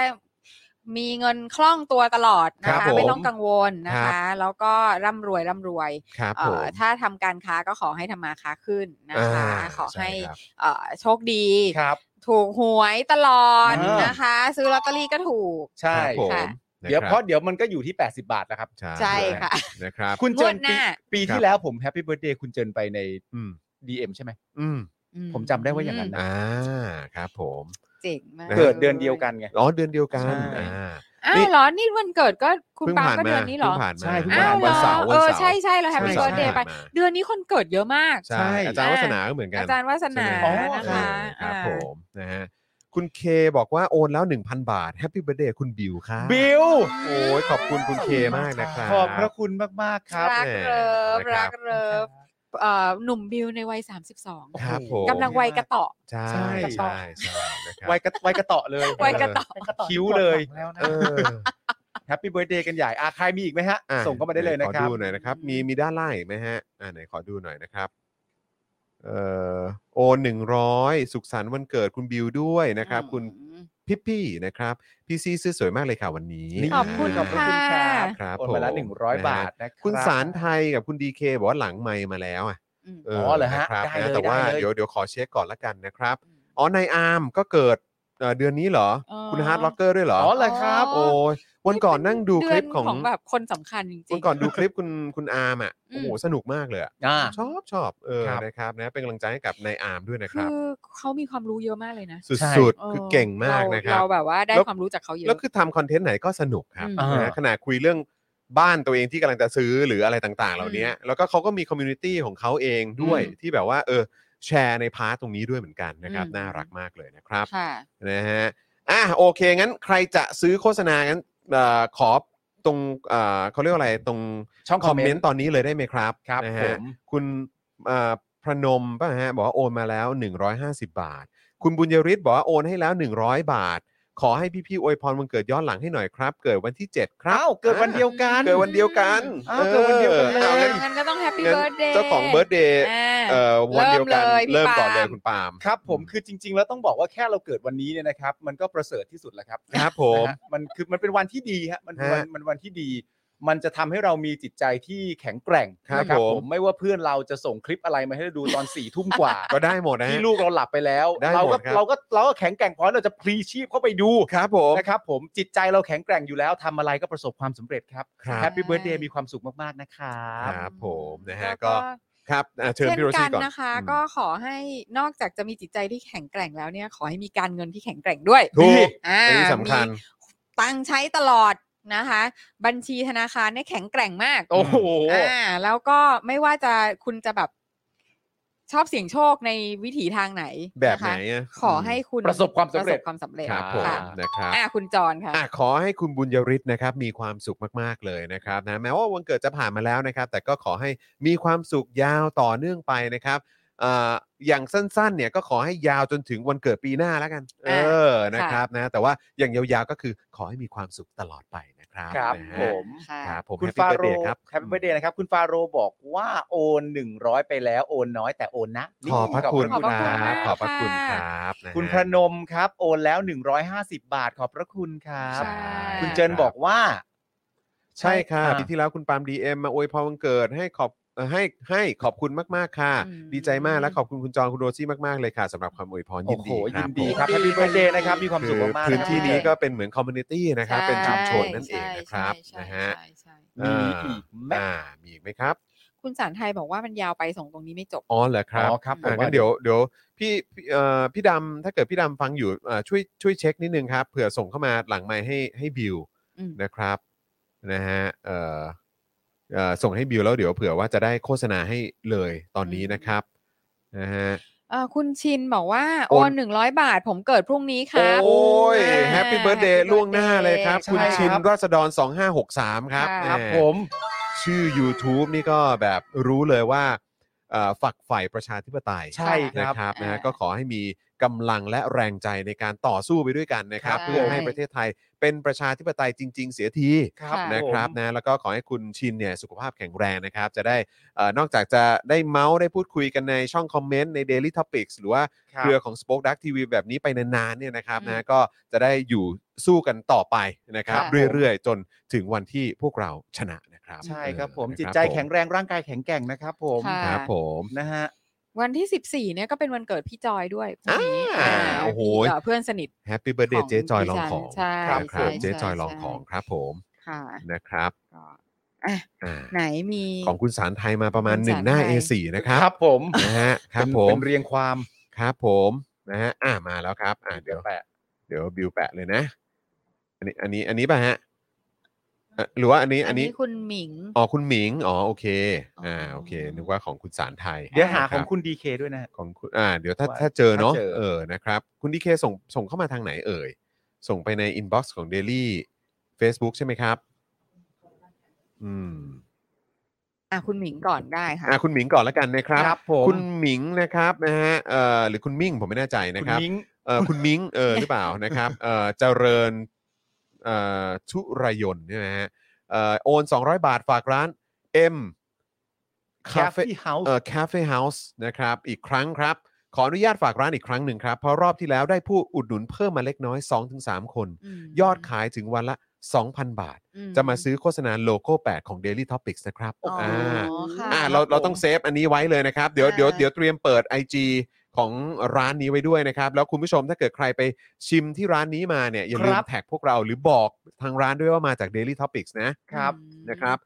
S5: มีเงินคล่องตัวตลอดนะ
S3: ครั
S5: คะ
S3: บผม
S5: ไม่ต้องกังวลนะ
S3: ครั
S5: คะ
S3: บ
S5: แล้วก็ร่ำรวยร่ำรวย
S3: ครับ
S5: เอ่
S3: ผ
S5: อ
S3: ม
S5: ถ้าทำการค้าก็ขอให้ทำมาค้าขึ้นนะคะ
S3: า
S5: ขอให้
S3: ช่ครับ
S5: เอ่อโชคดี
S4: ครับ
S5: ถูกหวยตลอด
S4: อ่าน
S5: นะคะ ซื้อลอตเตอรี่ก็ถูก
S4: ใช่
S3: ครับผ
S5: ค่ะ
S3: ม นะ
S4: เดี๋ยว
S3: คบ
S4: เพราะเดี๋ยวมันก็อยู่ที่ 80 บาทแล้วครับ
S3: ใช่
S6: ใช่ค่ะ
S3: นะครับ
S4: คุณเจิน
S5: งวดห
S4: ปี
S5: น้า
S4: ปี
S3: ครั
S4: ที่
S3: บ
S4: แล้วผมแฮปปี้เบิร์ดเดย์คุณเจินไปใน
S3: อืม
S4: DM ใช่ไหม
S3: อืม
S5: อื
S4: ผมจำได้ว่าอย่างนั้นนะ
S3: อ่าครับผม
S5: เจ๋งมาก
S3: นะ
S4: เกิดเดือนเดียวกันไง
S3: อ๋อเดือนเดียวกัน
S4: ใช่
S3: อ่า
S5: อ้าวเหรอ นี่วันเกิดก็คุณ
S3: เพิ่ง
S5: ปาล์
S3: ผ่าน
S5: มก็
S3: มา
S5: เดือนนี้เหรอ
S3: เพิ่งผ่านมา
S4: ใช่เพิ่ง
S5: อ้า
S4: ผ่
S5: วน
S3: วัน
S5: เหรอ
S4: ม
S3: เสาร์
S5: เอ
S3: วัน
S5: อ
S3: เสาร์
S5: ใช่ใช่เราแฮปปี้
S3: ใช่
S5: เบิร์ดเดย์ไป
S3: ผ่านมา
S5: เดือนนี้คนเกิดเยอะมาก
S3: ใช่อาจารย์วัฒนาก็เหมือนกัน
S5: อาจารย์วาสนา
S3: ใช่ไหม
S7: อ๋อ
S3: ใช่ค
S5: นะคะ
S3: รับ
S5: อ่า
S3: ผมนะฮะคุณเคบอกว่าโอนแล้ว 1,000 บาทแฮปปี้เบ t ร์ a เดย์คุณบิวค่ะ
S4: บิล
S3: โอ้ยขอบคุณคุณเคมากนะครับ
S4: ขอบพระคุณมาก ๆ ครับ
S5: รักเลิฟ
S3: นะครับ
S5: รักเลิฟเอ่อหนุ่มบิวในวัย 32
S3: ครับผม
S5: กำลังวัยกระเตาะ
S3: ใช่
S4: ใช่
S3: ใช่ใช่นะครับ
S4: ไวกระไวกระเตาะเลย
S5: ไวกระเตาะ
S6: เป็นกระต่อ
S4: คิ้วเลย
S6: ที่กดหงแล้วนะ
S3: เออ
S4: แฮปปี้เบิร์ดเดย์กันใหญ่อาใครมีอีกไหมฮะ
S3: อ่ะ
S4: ส่งเข้ามาได้เลยนะครับ
S3: ขอดูหน่อยนะครับ มีมีด้านล่างอีกไหมฮะอ่าไหนขอดูหน่อยนะครับเอ่อโอนหนึ่งร้อยสุขสันต์วันเกิดคุณบิวด้วยนะครับ คุณ
S5: อืม
S3: พิปปี้นะครับพี่ซีซื้อสวยมากเลยค่ะวันนี้
S4: นี่
S5: ขอบคุณ
S4: ขอบพระ
S5: ค่ะ
S4: คุณครับ
S3: ครับ
S4: โอนมาละ
S3: ผ
S4: หนึ่งร้อย
S3: นะฮะ
S4: บาทนะครับ
S3: คุณสารไทยกับคุณดีเคบอกว่าหลังไมค์มาแล้วอ่ะ
S5: อืม
S4: อ๋อเหรอฮะ
S3: นครับ
S4: ได้เลย
S3: นะแต่ว่า
S4: ได้เลย
S3: เดี๋ยวเดี๋ยวขอเช็คก่อนละกันนะครับอ๋อในอาร์มก็เกิดเอ่อเดือนนี้เหรอ
S5: อ๋อ
S3: คุณฮาร์ดล็อกเกอร์ด้วยเหรอ
S4: อ๋อเหรอครับ
S3: โอ้ยวันก่อนนั่งดูคลิป
S5: เดืน
S3: ของ
S5: แบบคนสำคัญจริงๆ
S3: วันก่อนดูคลิปคุณคุณอาร์มอ่ะ
S5: อืม
S3: โอ้โหสนุกมากเลยอะ
S4: อ่า
S3: ชอบชอบเออ
S4: ครับ
S3: นะครับนะเป็นกำลังใจให้กับนายอาร์มด้วยนะค
S5: คื
S3: รับ
S5: อเขามีความรู้เยอะมากเลยนะ
S3: สุด
S4: ใช่
S3: สุด
S5: อ
S3: คือเก่งมาก
S5: เ
S3: นะครับ
S5: เราแบบว่าได้
S3: แล้ว
S5: ความรู้จากเขาเยอะ
S3: แล้วคือทำคอนเทนต์ไหนก็สนุกครับ
S5: อืม
S3: นะขณะคุยเรื่องบ้านตัวเองที่กำลังจะซื้อหรืออะไรต่างๆ เหล่านี้แล้วก็เขาก็มีคอมมูนิตี้ของเขาเองด้วย
S5: อืม
S3: ที่แบบว่าเออแชร์ในพาร์ทตรงนี้ด้วยเหมือนกันนะครับ
S5: อืม
S3: น่ารักมากเลยนะครับ
S5: ค่ะ
S3: นะฮะ อ่ะโอเค งั้นใครจะซื้อโฆษณางั้นเอ่อขอตรงเอ่อเขาเรียกว่าอะไรตรง
S4: ช่องคอมเมนต์
S3: ตอนนี้เลยได้ไหมครับ
S4: ครับ
S3: นะ
S4: ผ
S3: ฮะ
S4: ม
S3: คุณเอ่อพระนมป่ะฮะบอกว่าโอนมาแล้ว 150 บาท คุณบุญยริศบอกว่าโอนให้แล้ว 100 บาท ขอให้พี่ๆอวยพรวันเกิดย้อนหลังให้หน่อยครับ เกิดวันที่ 7 ครับ
S4: อ้าวเกิดวันเดียวกัน
S3: เกิดวันเดียวกัน
S4: อ้าวเกิดวันเดียวกันเลย
S3: อางั้น
S5: งั้นก็ต้องแฮปปี้
S3: งั้น
S5: เบิร์ดเดย์
S3: เจ้าของเบิร์ดเดย์เอ่อวันเดียวกัน
S5: เริ่
S3: เริ่
S5: ม
S3: มก่อน
S5: เล
S3: เลย ย
S5: พี่ปาล์ม
S3: คุณปาล์ม
S4: ครับผมคือจริง ๆ แล้วต้องบอกว่าแค่เราเกิดวันนี้เนี่ยนะครับ มันก็ประเสริฐที่สุดแล้วครับ
S3: ครับผม
S4: นะฮะมันคือมันเป็นวันที่ดีฮะมันเป็นวัน
S3: ฮะ
S4: มันวันที่ดี มันจะทำให้เรามีจิตใจที่แข็งแกร่ง
S3: ครับ
S4: นะ
S3: ผม
S4: ไม่ว่าเพื่อนเราจะส่งคลิปอะไรมาให้เราดูตอนสี่ทุ่มกว่า
S3: ก็ได้หมดนะฮะ
S4: ที่ลูกเราหลับไปแล้ว
S3: ได้
S4: เรา
S3: หม
S4: ก็
S3: ดครับ
S4: เราก็เราก็แข็งแกร่งพอเราจะพลีชีพเข้าไปดู
S3: ครับผม
S4: นะครับผมจิตใจเราแข็งแกร่งอยู่แล้วทำอะไรก็ประสบความสำเร็จครับ
S3: ครับ
S4: แฮปปี้เบิร์ดเดย์มีความสุขมากๆนะครับ
S3: ครับผมนะฮะก็ ครับอ่ะเชิญ
S5: เช่น
S3: พี่โร
S5: กั
S3: ซี่
S5: น
S3: ก่อน
S5: นะคะ
S3: อืม
S5: ก็ขอให้นอกจากจะมีจิตใจที่แข็งแกร่งแล้วเนี่ย ขอให้มีการเงินที่แข็งแกร่งด้วย
S3: ถูก
S5: อ่า
S3: อันนี้สำคัญ
S5: มีตังค์ใช้ตลอดนะคะ บัญชีธนาคารเนี่ยแข็งแกร่งมาก
S4: โอ้โห
S5: อ่าแล้วก็ไม่ว่าจะคุณจะแบบชอบเสี่ยงโชคในวิถีทางไหน
S3: แบบ
S5: ะ
S3: ไหน
S5: คะ
S3: อ่ะ
S5: ขอให้คุณ
S4: ประสบความสำเร็จ
S5: ปะบความสำเร็จ
S3: ครับผม
S5: ค่ะ
S3: นะครับ
S5: อ่าคุณจรค่ะ
S3: อ่ะขอให้คุณบุญยริศนะครับ มีความสุขมากๆเลยนะครับนะแม้ว่าวันเกิดจะผ่านมาแล้วนะครับ แต่ก็ขอให้มีความสุขยาวต่อเนื่องไปนะครับอ่าอย่างสั้นๆ เนี่ยก็ขอให้ยาวจนถึงวันเกิดปีหน้าแล้วกัน เอ
S5: อ่ะ
S3: อนะครับนะแต่ว่าอย่างยาวๆก็คือขอให้มีความสุขตลอดไปนะครับ
S4: ครับ
S3: นะ
S4: ผ
S3: ฮะ
S4: ม
S5: ะ
S3: ครับผม
S4: คุณ
S3: แฮป
S4: ฟา
S3: ปี้
S4: โร
S3: เบิร์ดเดย์ครับ
S4: แฮปปี้เบิร์ดเดย์นะครับ คุณฟาโรบอกว่าโอน 100 ไปแล้วโอนน้อยแต่โอนนะนี่
S3: ขอบพระคุณ
S5: ขอบพระคุ
S3: ค
S5: ณ
S3: รั
S5: มา
S3: บ
S5: ก
S3: ขอบพระคุณ
S5: ค่ะ
S3: ครับนะฮะ
S4: คุณพระนมครับ โอนแล้ว 150 บาทขอบพระคุณครับ
S5: ใช่
S4: คุณเจินบอกว่า
S3: ใช่ค่ะ
S4: อ่า
S3: ปีที่แล้วคุณปาล์มดีเอ็มมาอวยพรวันเกิดให้ขอบเอ่อให้ให้ขอบคุณมาก ๆ ค่ะ
S5: อืม
S3: ดีใจมากและขอบคุณคุณจอนคุณโรซี่มาก ๆ เลยค่ะสำหรับความอวยพรยิน
S4: โอ้โห
S3: ดีค
S4: ยิ
S3: รับ
S4: นดี
S3: ผม
S4: ครับแฮปปี้เบิร์ดเดย์นะครับ มีความ
S3: คื
S4: สุข
S3: อ
S4: มากๆ
S3: พื้นที่
S4: ะ
S3: นี้ก็เป็นเหมือนคอมมูนิตี้นะครับ เป็นชุมชนนั่นเอง
S5: ใ
S3: นะครับ
S5: ใช่
S3: นะ
S5: ใช่
S3: ฮะ
S5: ใช่ใช่
S3: อ่า
S4: มีอีกแม่
S3: อ่ามีอีกไหมครับ
S5: คุณสารไทยบอกว่ามันยาวไปส่งตรงนี้ไม่จบ
S3: อ๋อเหรอครับ
S4: อ๋อครับผ
S3: อ่าม งั้นเดี๋ยวเดี๋ยวพี่พี่เอ่อพี่ดำถ้าเกิดพี่ดำฟังอยู่เอ่อช่วยช่วยเช็คนิดนึงครับเผื่อส่งเข้ามาหลังไมค์ให้ให้บิว
S5: อืม
S3: นะครับนะฮะเอ่อเอ่อส่งให้บิวแล้วเดี๋ยวเผื่อว่าจะได้โฆษณาให้เลยตอนนี้นะครับนะฮะ
S5: เอ่อคุณชินบอกว่า
S3: โอ
S5: โอน นหนึ่งร้อยบาทผมเกิดพรุ่งนี้ครับ
S3: โอ้ยแฮปปี้
S5: อ่า
S3: เบิร์ดเดย์
S5: Happy
S3: ล่วงหน้าเลยครับ
S5: Birthday
S3: คุณชิน
S5: ใรับ
S3: ราษฎร 2563 ครับ
S5: ค่ะ
S3: แห
S4: ครับผม
S3: ชื่อ YouTube นี่ก็แบบรู้เลยว่าเอ่อฝักใฝ่ประชาธิปไตย
S4: ใช่ค
S3: นะ
S4: รับ
S3: ครับนะฮะ
S5: อ่า
S3: ก็ขอให้มีกำลังและแรงใจในการต่อสู้ไปด้วยกันนะครับ
S5: ใช่
S3: เพื่อให้ประเทศไทยเป็นประชาธิปไตยจริง ๆ เสียที
S5: ค่ะ
S3: นะครับ
S4: ผม
S3: นะแล้วก็ขอให้คุณชินเนี่ยสุขภาพแข็งแรงนะครับ จะได้เอ่อนอกจากจะได้เมาส์ได้พูดคุยกันในช่องคอมเมนต์ใน Daily Topics หรือว่า
S4: ครั
S3: เค
S4: บ
S3: รือของ Spoke Dark TV แบบนี้ไปนานๆเนี่ยนะครับ
S5: อื
S3: นะ
S5: ม
S3: ก็จะได้อยู่สู้กันต่อไปนะครับ
S5: ค่ะ
S3: เรื่อยๆ จนถึงวันที่พวกเราชนะนะครับ
S4: ใช่ครับ
S3: เออ
S4: ผม
S3: นะ
S4: จิตใจแข็งแรงร่างกายแข็งแกร่งนะครับผม
S5: ค่ะ
S3: ครับผม
S4: นะฮะ
S5: วันที่ 14เนี่ยก็เป็นวันเกิดพี่จอยด้วยพรุ่งนี้
S3: อ่า
S5: า
S3: โอ้โห
S5: พี่เพื่อนสนิท
S3: แฮปปี้เบิร์ดเด
S5: ข
S3: ย์
S5: อง
S3: เจ๊จอยลองของ
S5: ใช่
S3: ครับค
S5: ใช่
S3: รับ
S5: ใช่
S3: เจ๊จอย
S5: ใช่
S3: ลองของครับผม
S5: ค่ะ
S3: นะครับ
S5: ก็อ่ะ
S3: อ่า
S5: ไหนมี
S3: ของคุณสารไทยมาประมาณหนึ่งหน้า
S5: คุณสารไทย
S3: A4 นะครับ
S4: ครับผม
S3: นะฮะครับ
S4: เป็น
S3: ผม
S4: เป็นเรียงความ
S3: ครับผมนะฮะอ่ามาแล้วครับอ่าเดี๋ยว
S4: แปะ
S3: เดี๋ยวบิวแปะเลยนะ อันนี้อันนี้อันนี้ป่ะฮะเอ่อหรือว่าอันนี้อันนี้
S5: คุณหมิง
S3: อ๋อคุณหมิงอ๋อโอเค อ่า
S5: อ๋อ
S3: โอเคนึกว่าของคุณสารไทย
S4: เดี๋ยวหา
S3: นะ
S4: ข
S3: รั
S4: อง
S3: บ
S4: คุณดีเคด้วยนะ
S3: ของคุณอ่าเดี๋ยวถ้า
S4: ว่า
S3: ถ้าเจอเนาะ
S4: ถ้าเจอ
S3: เออนะครับ คุณดีเคส่งส่งเข้ามาทางไหนเอ่ย ส่งไปในอินบ็อกซ์ของ Daily Facebook ใช่ไหมครับ อืม
S5: อ่ะคุณหมิงก่อนได้ค่ะ
S3: อ่าคุณหมิงก่อนละกันนะครับ
S4: ผม
S3: คุณหมิงนะครับนะฮะเอ่อหรือคุณมิ่งผมไม่แน่ใจนะ
S4: คุณ
S3: ครับ
S4: มิ้ง
S3: เอ อคุณมิ้งเออหรือเปล่านะครับเออเจริญเอ่อชุรยนต์เนี่ยนะฮะเออโอน 200 บาทฝากร้าน M
S4: คาเฟ่เฮาส์
S3: เอ่อ Cafe House นะครับอีกครั้งครับ ขออนุญาตฝากร้านอีกครั้งหนึ่งครับ เพราะรอบที่แล้วได้ผู้อุดหนุนเพิ่มมาเล็กน้อย 2-3 คน
S5: ม
S3: ยอดขายถึงวันละ 2,000 บาท
S5: ม
S3: จะมาซื้อโฆษณาโลโก้ 8 ของ Daily Topics นะครับ
S5: อ๋อ
S3: อ่า
S5: ค่ะ
S3: อ่าเรา
S5: คบ
S3: เรา
S5: ผม
S3: ต้องเซฟอันนี้ไว้เลยนะครับ เดี๋ยวเดี๋ยว
S5: อ่า
S3: เดี๋ยวเตรียมเปิด IG ของร้านนี้ไว้ด้วยนะครับ แล้วคุณผู้ชมถ้าเกิดใครไปชิมที่ร้านนี้มาเนี่ยอย่าลื
S4: ค
S3: ม
S4: รับ
S3: แท็กพวกเราหรือบอกทางร้านด้วยว่ามาจาก Daily Topics นะ
S5: อืม
S3: นะครับ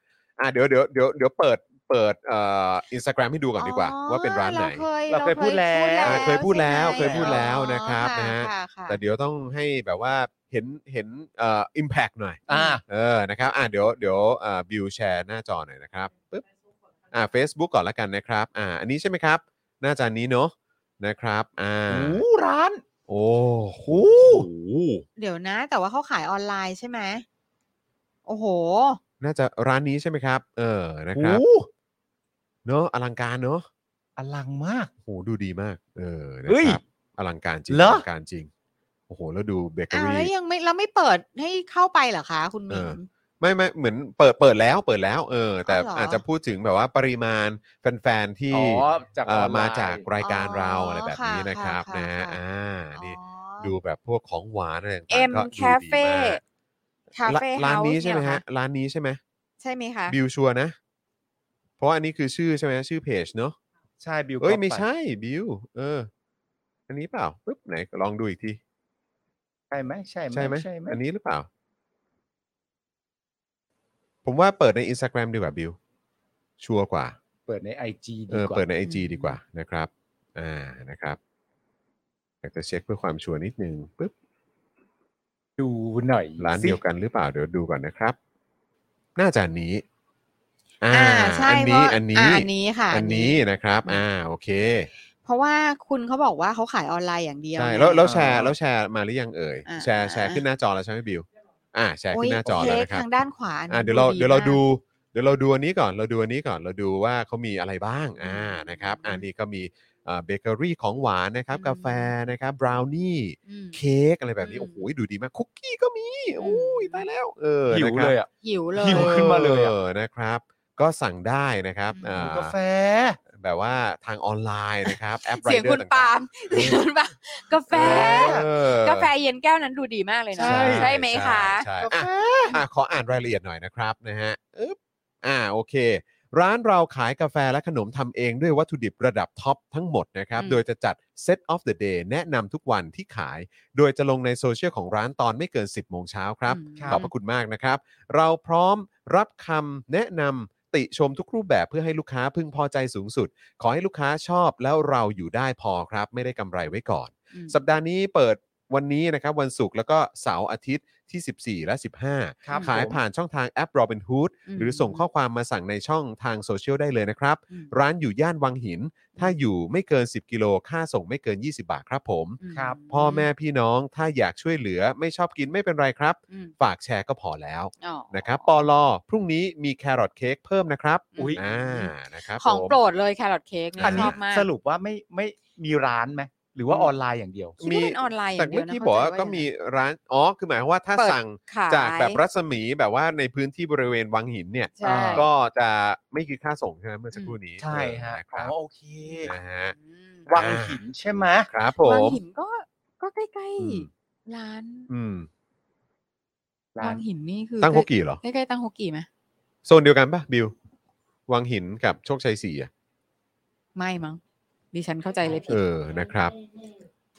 S3: อ่าเดี๋ยวเดี๋ยวเดี๋ยวเดี๋ยวเปิดเปิดเอ่ออินสตาแกรมให้ดูก่อนดีกว่า
S5: อ๋อ
S3: ว่าเป็นร้านไหน
S4: เราเคยพูดแล้ว
S5: รา
S3: เคยพูดแล้ว
S5: ใช่ไหม
S3: เคยพูดแล้วนะครับ
S5: อ๋อ
S3: นะฮะ
S5: ค่ค่
S3: แต่เดี๋ยวต้องให้แบบว่าเห็นเห็นเอ่ออิมแพหน่อย
S4: อ่า
S3: เออ นะครับ อ่าเดี๋ยว เดี๋ยวอ่าบิวแชร์หน้าจอหน่อยนะครับ ปึ๊บ อ่า Facebook ก่อนละกันนะครับ อ่า อันนี้ใช่ไหมครับ หน้าจอนี้เนอะนะครับ อ่า
S4: โอ้ร้าน
S3: โอ้โห
S5: เดี๋ยวนะ แต่ว่าเขาขายออนไลน์ใช่ไหมโอ้โห
S3: น่าจะร้านนี้ใช่ไหมครับ เออ นะครับ เนอะอลังการเนอะ
S4: อลังมาก
S3: โอ้โห ดูดีมาก เออ นะ
S4: เฮ้ย
S3: ครับ อลังการจริง
S4: เหร
S3: อ
S4: อ
S3: ลังการจริง โอ้โห แล้วดูเบเกอ
S5: อ้าว
S3: รี่
S5: แล้วยังไม่แล้วไม่เปิดให้เข้าไปเหรอคะ คุณหมิง
S3: เออ ไม่ไม่เหมือนเปิด เปิดแล้ว เปิดแล้ว เออ แต่
S5: อ๋อเหรออ
S3: อาจจะพูดถึงแบบว่าปริมาณแฟนๆ ที่
S4: อ๋อจากอ
S3: เอ่
S4: อ
S3: อน
S4: ไลน์
S3: มาจากรายการเรา
S5: อ๋ออ
S3: อะไรแบบนี้
S5: ค่ะ
S3: นะครับ
S5: ค่ะ
S3: นะฮะ
S5: ค่ะ
S3: อ่านี่
S5: อ๋อ
S3: ดูแบบพวกของหวานอะไรต่างๆก็
S5: M
S3: ดูดี
S5: Cafe
S3: มาก
S5: Cafe
S3: ร้าน
S5: House
S3: นี้ใช่ไหม
S5: เนี่ยเหรอ
S3: ฮะ
S5: คะ
S3: ร้านนี้ใช่ไหม
S5: ใช่ไหมคะ
S3: บิวชัวร์นะ เพราะอันนี้คือชื่อใช่ไหมชื่อเพจเนาะ
S4: ใช่บิว
S3: เอ้ย
S4: ก็ป
S3: ไม่ใช่บิวเออ อันนี้เปล่าปึ๊บไหนลองดูอีกที
S4: ใช่ไหมใช่ไหม
S3: ใช่ไหม
S4: ใช่ไหม
S3: อันนี้หรือเปล่า ผมว่าเปิดใน Instagram ดีกว่าบิวชัวร์กว่า
S4: เปิดในไอจี
S3: เอ
S4: ดี
S3: อก
S4: ว่า
S3: เปิดในไอจ
S5: อืม
S3: ดีกว่านะครับ อ่านะครับอยากจะเช็คเพื่อความชัวร์นิดนึงปึ๊บ
S4: ดูหน่อย
S3: ร้าน
S4: สิ
S3: เดียวกันหรือเปล่าเดี๋ยวดูก่อนนะครับ น่าจะอันนี้ อ่า
S5: อ่าใช่
S3: อัน
S5: เพ
S3: นี้
S5: ราะ
S3: อันนี้
S5: อาอันนี้ค่ะ
S3: อันนี้นะครับ อ่าโอเค
S5: เพราะว่าคุณเขาบอกว่าเขาขายออนไลน์อย่างเดียว
S3: ใช่แล้วแล้วแชร์
S4: อ่า
S3: แล้วแชร์มาหรือยังเอ่ย
S5: อ่า
S3: แชร์แชร์
S5: อ่า
S3: ขึ้นหน้าจอแล้วใช่ไหมบิวอ่า แชร์
S5: โอ้
S3: ขึ้
S5: ย
S3: นหน้าจอแล้วนะค
S5: เค้ก
S3: รับ
S5: ทางด้านขวา
S3: อ่าเดี๋ยวเราเดี๋ยวเราดู
S5: มก
S3: เดี๋ยวเราดูอันนี้ก่อนเราดูอันนี้ก่อนเราดูว่าเขามีอะไรบ้างอ่านะครับอันนี้ก็มีเบเกอรี่ของหวานนะครับ
S5: อืม
S3: กาแฟนะครับบราวนี่
S5: อืม
S3: เค้กอะไรแบบนี้
S5: อืม
S3: โอ้โหดูดีมากคุกกี้ก็มี
S5: อืม
S3: โอ้ยตายแล้วเออ
S4: หิว
S3: นะครับ
S4: เลยอ่ะ
S5: หิวเลย
S4: หิวขึ้นมาเลยอะ
S3: ออนะครับ ก็สั่งได้นะครับ
S5: อืม
S3: อ่าก
S4: าแฟ
S3: แบบว่าทางออนไลน์นะครับ แอปไร
S5: เสียง
S3: เดอ
S5: คุณ
S3: ร์
S5: ปา
S3: ต่า
S5: ล์
S3: ง
S5: มเสียงคุณปาล์มกา
S3: ๆ
S5: แฟ
S3: เออก
S5: าแฟเย็นแก้วนั้นดูดีมากเลยนะ
S4: ใช่
S5: ไหมคะ
S3: ใช่ใช่อ่ะอ่ะขออ่านรายละเอียดหน่อยนะครับนะฮะอึ๊บอ่าโอเค ร้านเราขายกาแฟและขนมทำเองด้วยวัตถุดิบระดับท็อปทั้งหมดนะครับ
S5: อืม
S3: โดยจะจัด Set of the Day แนะนำทุกวันที่ขาย โดยจะลงในโซเชียลของร้านตอนไม่เกิน 10 โมงเช้าครับ
S5: ม
S3: ขอบพระคุณมากนะครับ เราพร้อมรับคำแนะนำติชมทุกรูปแบบเพื่อให้ลูกค้าพึงพอใจสูงสุด ขอให้ลูกค้าชอบแล้วเราอยู่ได้พอครับ ไม่ได้กำไรไว้ก่อน
S5: อืม
S3: สัปดาห์นี้เปิดวันนี้นะครับ วันศุกร์แล้วก็เสาร์อาทิตย์ที่ 14 และ 15
S4: ครับ
S3: ขาย
S4: ผม
S3: ผ่านช่องทางแอป Robinhood
S5: อืม
S3: หรือส่งข้อความมาสั่งในช่องทางโซเชียลได้เลยนะครับ
S5: อืม
S3: ร้านอยู่ย่านวังหิน ถ้าอยู่ไม่เกิน 10 กิโลค่าส่งไม่เกิน 20 บาทครับผม
S5: อืม
S4: ครับ
S3: พ่อแม่พี่น้องถ้าอยากช่วยเหลือไม่ชอบกินไม่เป็นไรครับ
S5: อืม
S3: ฝากแชร์ก็พอแล้ว
S5: อ๋อ
S3: นะครับปอลอพรุ่งนี้มีแครอทเค้กเพิ่มนะครับ
S5: อุ๊ย
S3: อ่านะครับ
S5: ของ
S3: ผม
S5: โปรดเลยแครอทเค้กเนี่ย
S3: อั
S4: อัน
S5: ช
S4: นี้
S5: อบมาก
S4: สรุปว่าไม่ไม่มีร้านไหมหรือว่าออนไลน์อย่างเดียว
S5: คิดว่าเป็นออนไลน์อ
S3: แต่
S5: ย่างเดี
S3: เมื่อ
S5: ยวนะ
S3: กี้
S5: เข้
S3: บอกว่า
S5: ใจ
S3: ก็มี
S5: อย่ง
S3: ร้านอ๋อคือหมายความว่าถ้า
S5: เปิด
S3: สั่ง
S5: นั้น
S3: จากแบบ
S5: ขย
S3: รัศมีแบบว่าในพื้นที่บริเวณวังหินเนี่ย
S5: ใช่
S3: ก็จะไม่คิดค่าส่งใช่ไหมเมื่อสักครู่นี้
S4: ใช่ฮะ
S3: เออนะค
S4: อ๋อ
S3: รับ
S4: โอเค
S3: นะฮะ
S5: อืม
S4: วังหินใช่ไหม
S3: ครับผ
S5: วัง
S3: ม
S5: หินก็ก็ใกล้
S3: อืม
S5: ๆร้าน
S3: อืม
S4: ร้าน
S5: วังหินนี่คือ
S3: ตั้งฮกกี่เหรอ
S5: ใกล้ๆตั้งฮกกี่ไหม
S3: โซนเดียวกันปะบิววังหินกับโชคชัยสี่อะ
S5: ไม่มั้ง ดิฉันเข้าใจเลยผิด
S3: เออนะครับ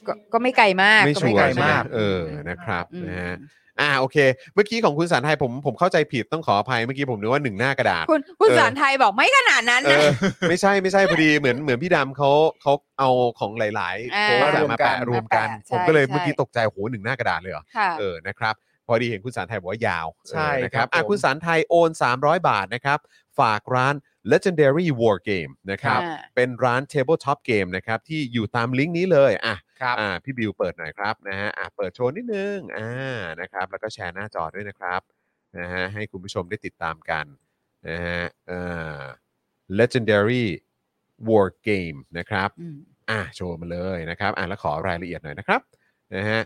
S5: ก็ก็ไม่ไกลมาก
S3: ไม่ชัว
S5: ก็
S3: ร์
S5: ล
S3: ใช่ไหม
S4: มาก
S3: เออนะครับ
S5: อืม
S3: นะฮะอ่าโอเค เมื่อกี้ของคุณสารไทยผมผมเข้าใจผิดต้องขออภัยเมื่อกี้ผมนึกว่าหนึ่งหน้ากระดาษ
S5: คุณคุณ
S3: เออ
S5: สารไทยบอกไม่ขนาดนั้น
S3: เอ
S5: นะ
S3: อ ไม่ใช่ไม่ใช่พอดีเหมือนเหมือนพี่ดำเขาเขาเอาของหลายๆ
S5: อ่า
S3: โพสต์อะมาแปะรวมกัน
S5: มาแปะใช่
S3: ผมก็เลย
S5: ใช่
S3: เมื่อกี้ตกใจโหหนึ่งหน้ากระดาษเลยเหรอ
S5: ค่ะ
S3: เออนะครับ พอดีเห็นคุณสารไทยบอกว่ายาวเอ
S4: ใช่
S3: อนะครับ
S4: ครับผม
S3: อ่ะคุณสารไทยโอน 300 บาทนะครับ ฝากร้าน Legendary War Game นะครับ
S5: อ่า
S3: เป็นร้าน Tabletop Game นะครับที่อยู่ตามลิงก์นี้เลยอ่ะ
S4: ครับ
S3: อ่าพี่บิวเปิดหน่อยครับนะฮะอ่าเปิดโชว์นิดนึงอ่านะครับ แล้วก็แชร์หน้าจอด้วยนะครับนะฮะให้คุณผู้ชมได้ติดตามกันนะฮะเอ่อ legendary war game นะครับ
S5: อืม
S3: อ่าโชว์มาเลยนะครับอ่าแล้วขอรายละเอียดหน่อยนะครับนะฮะ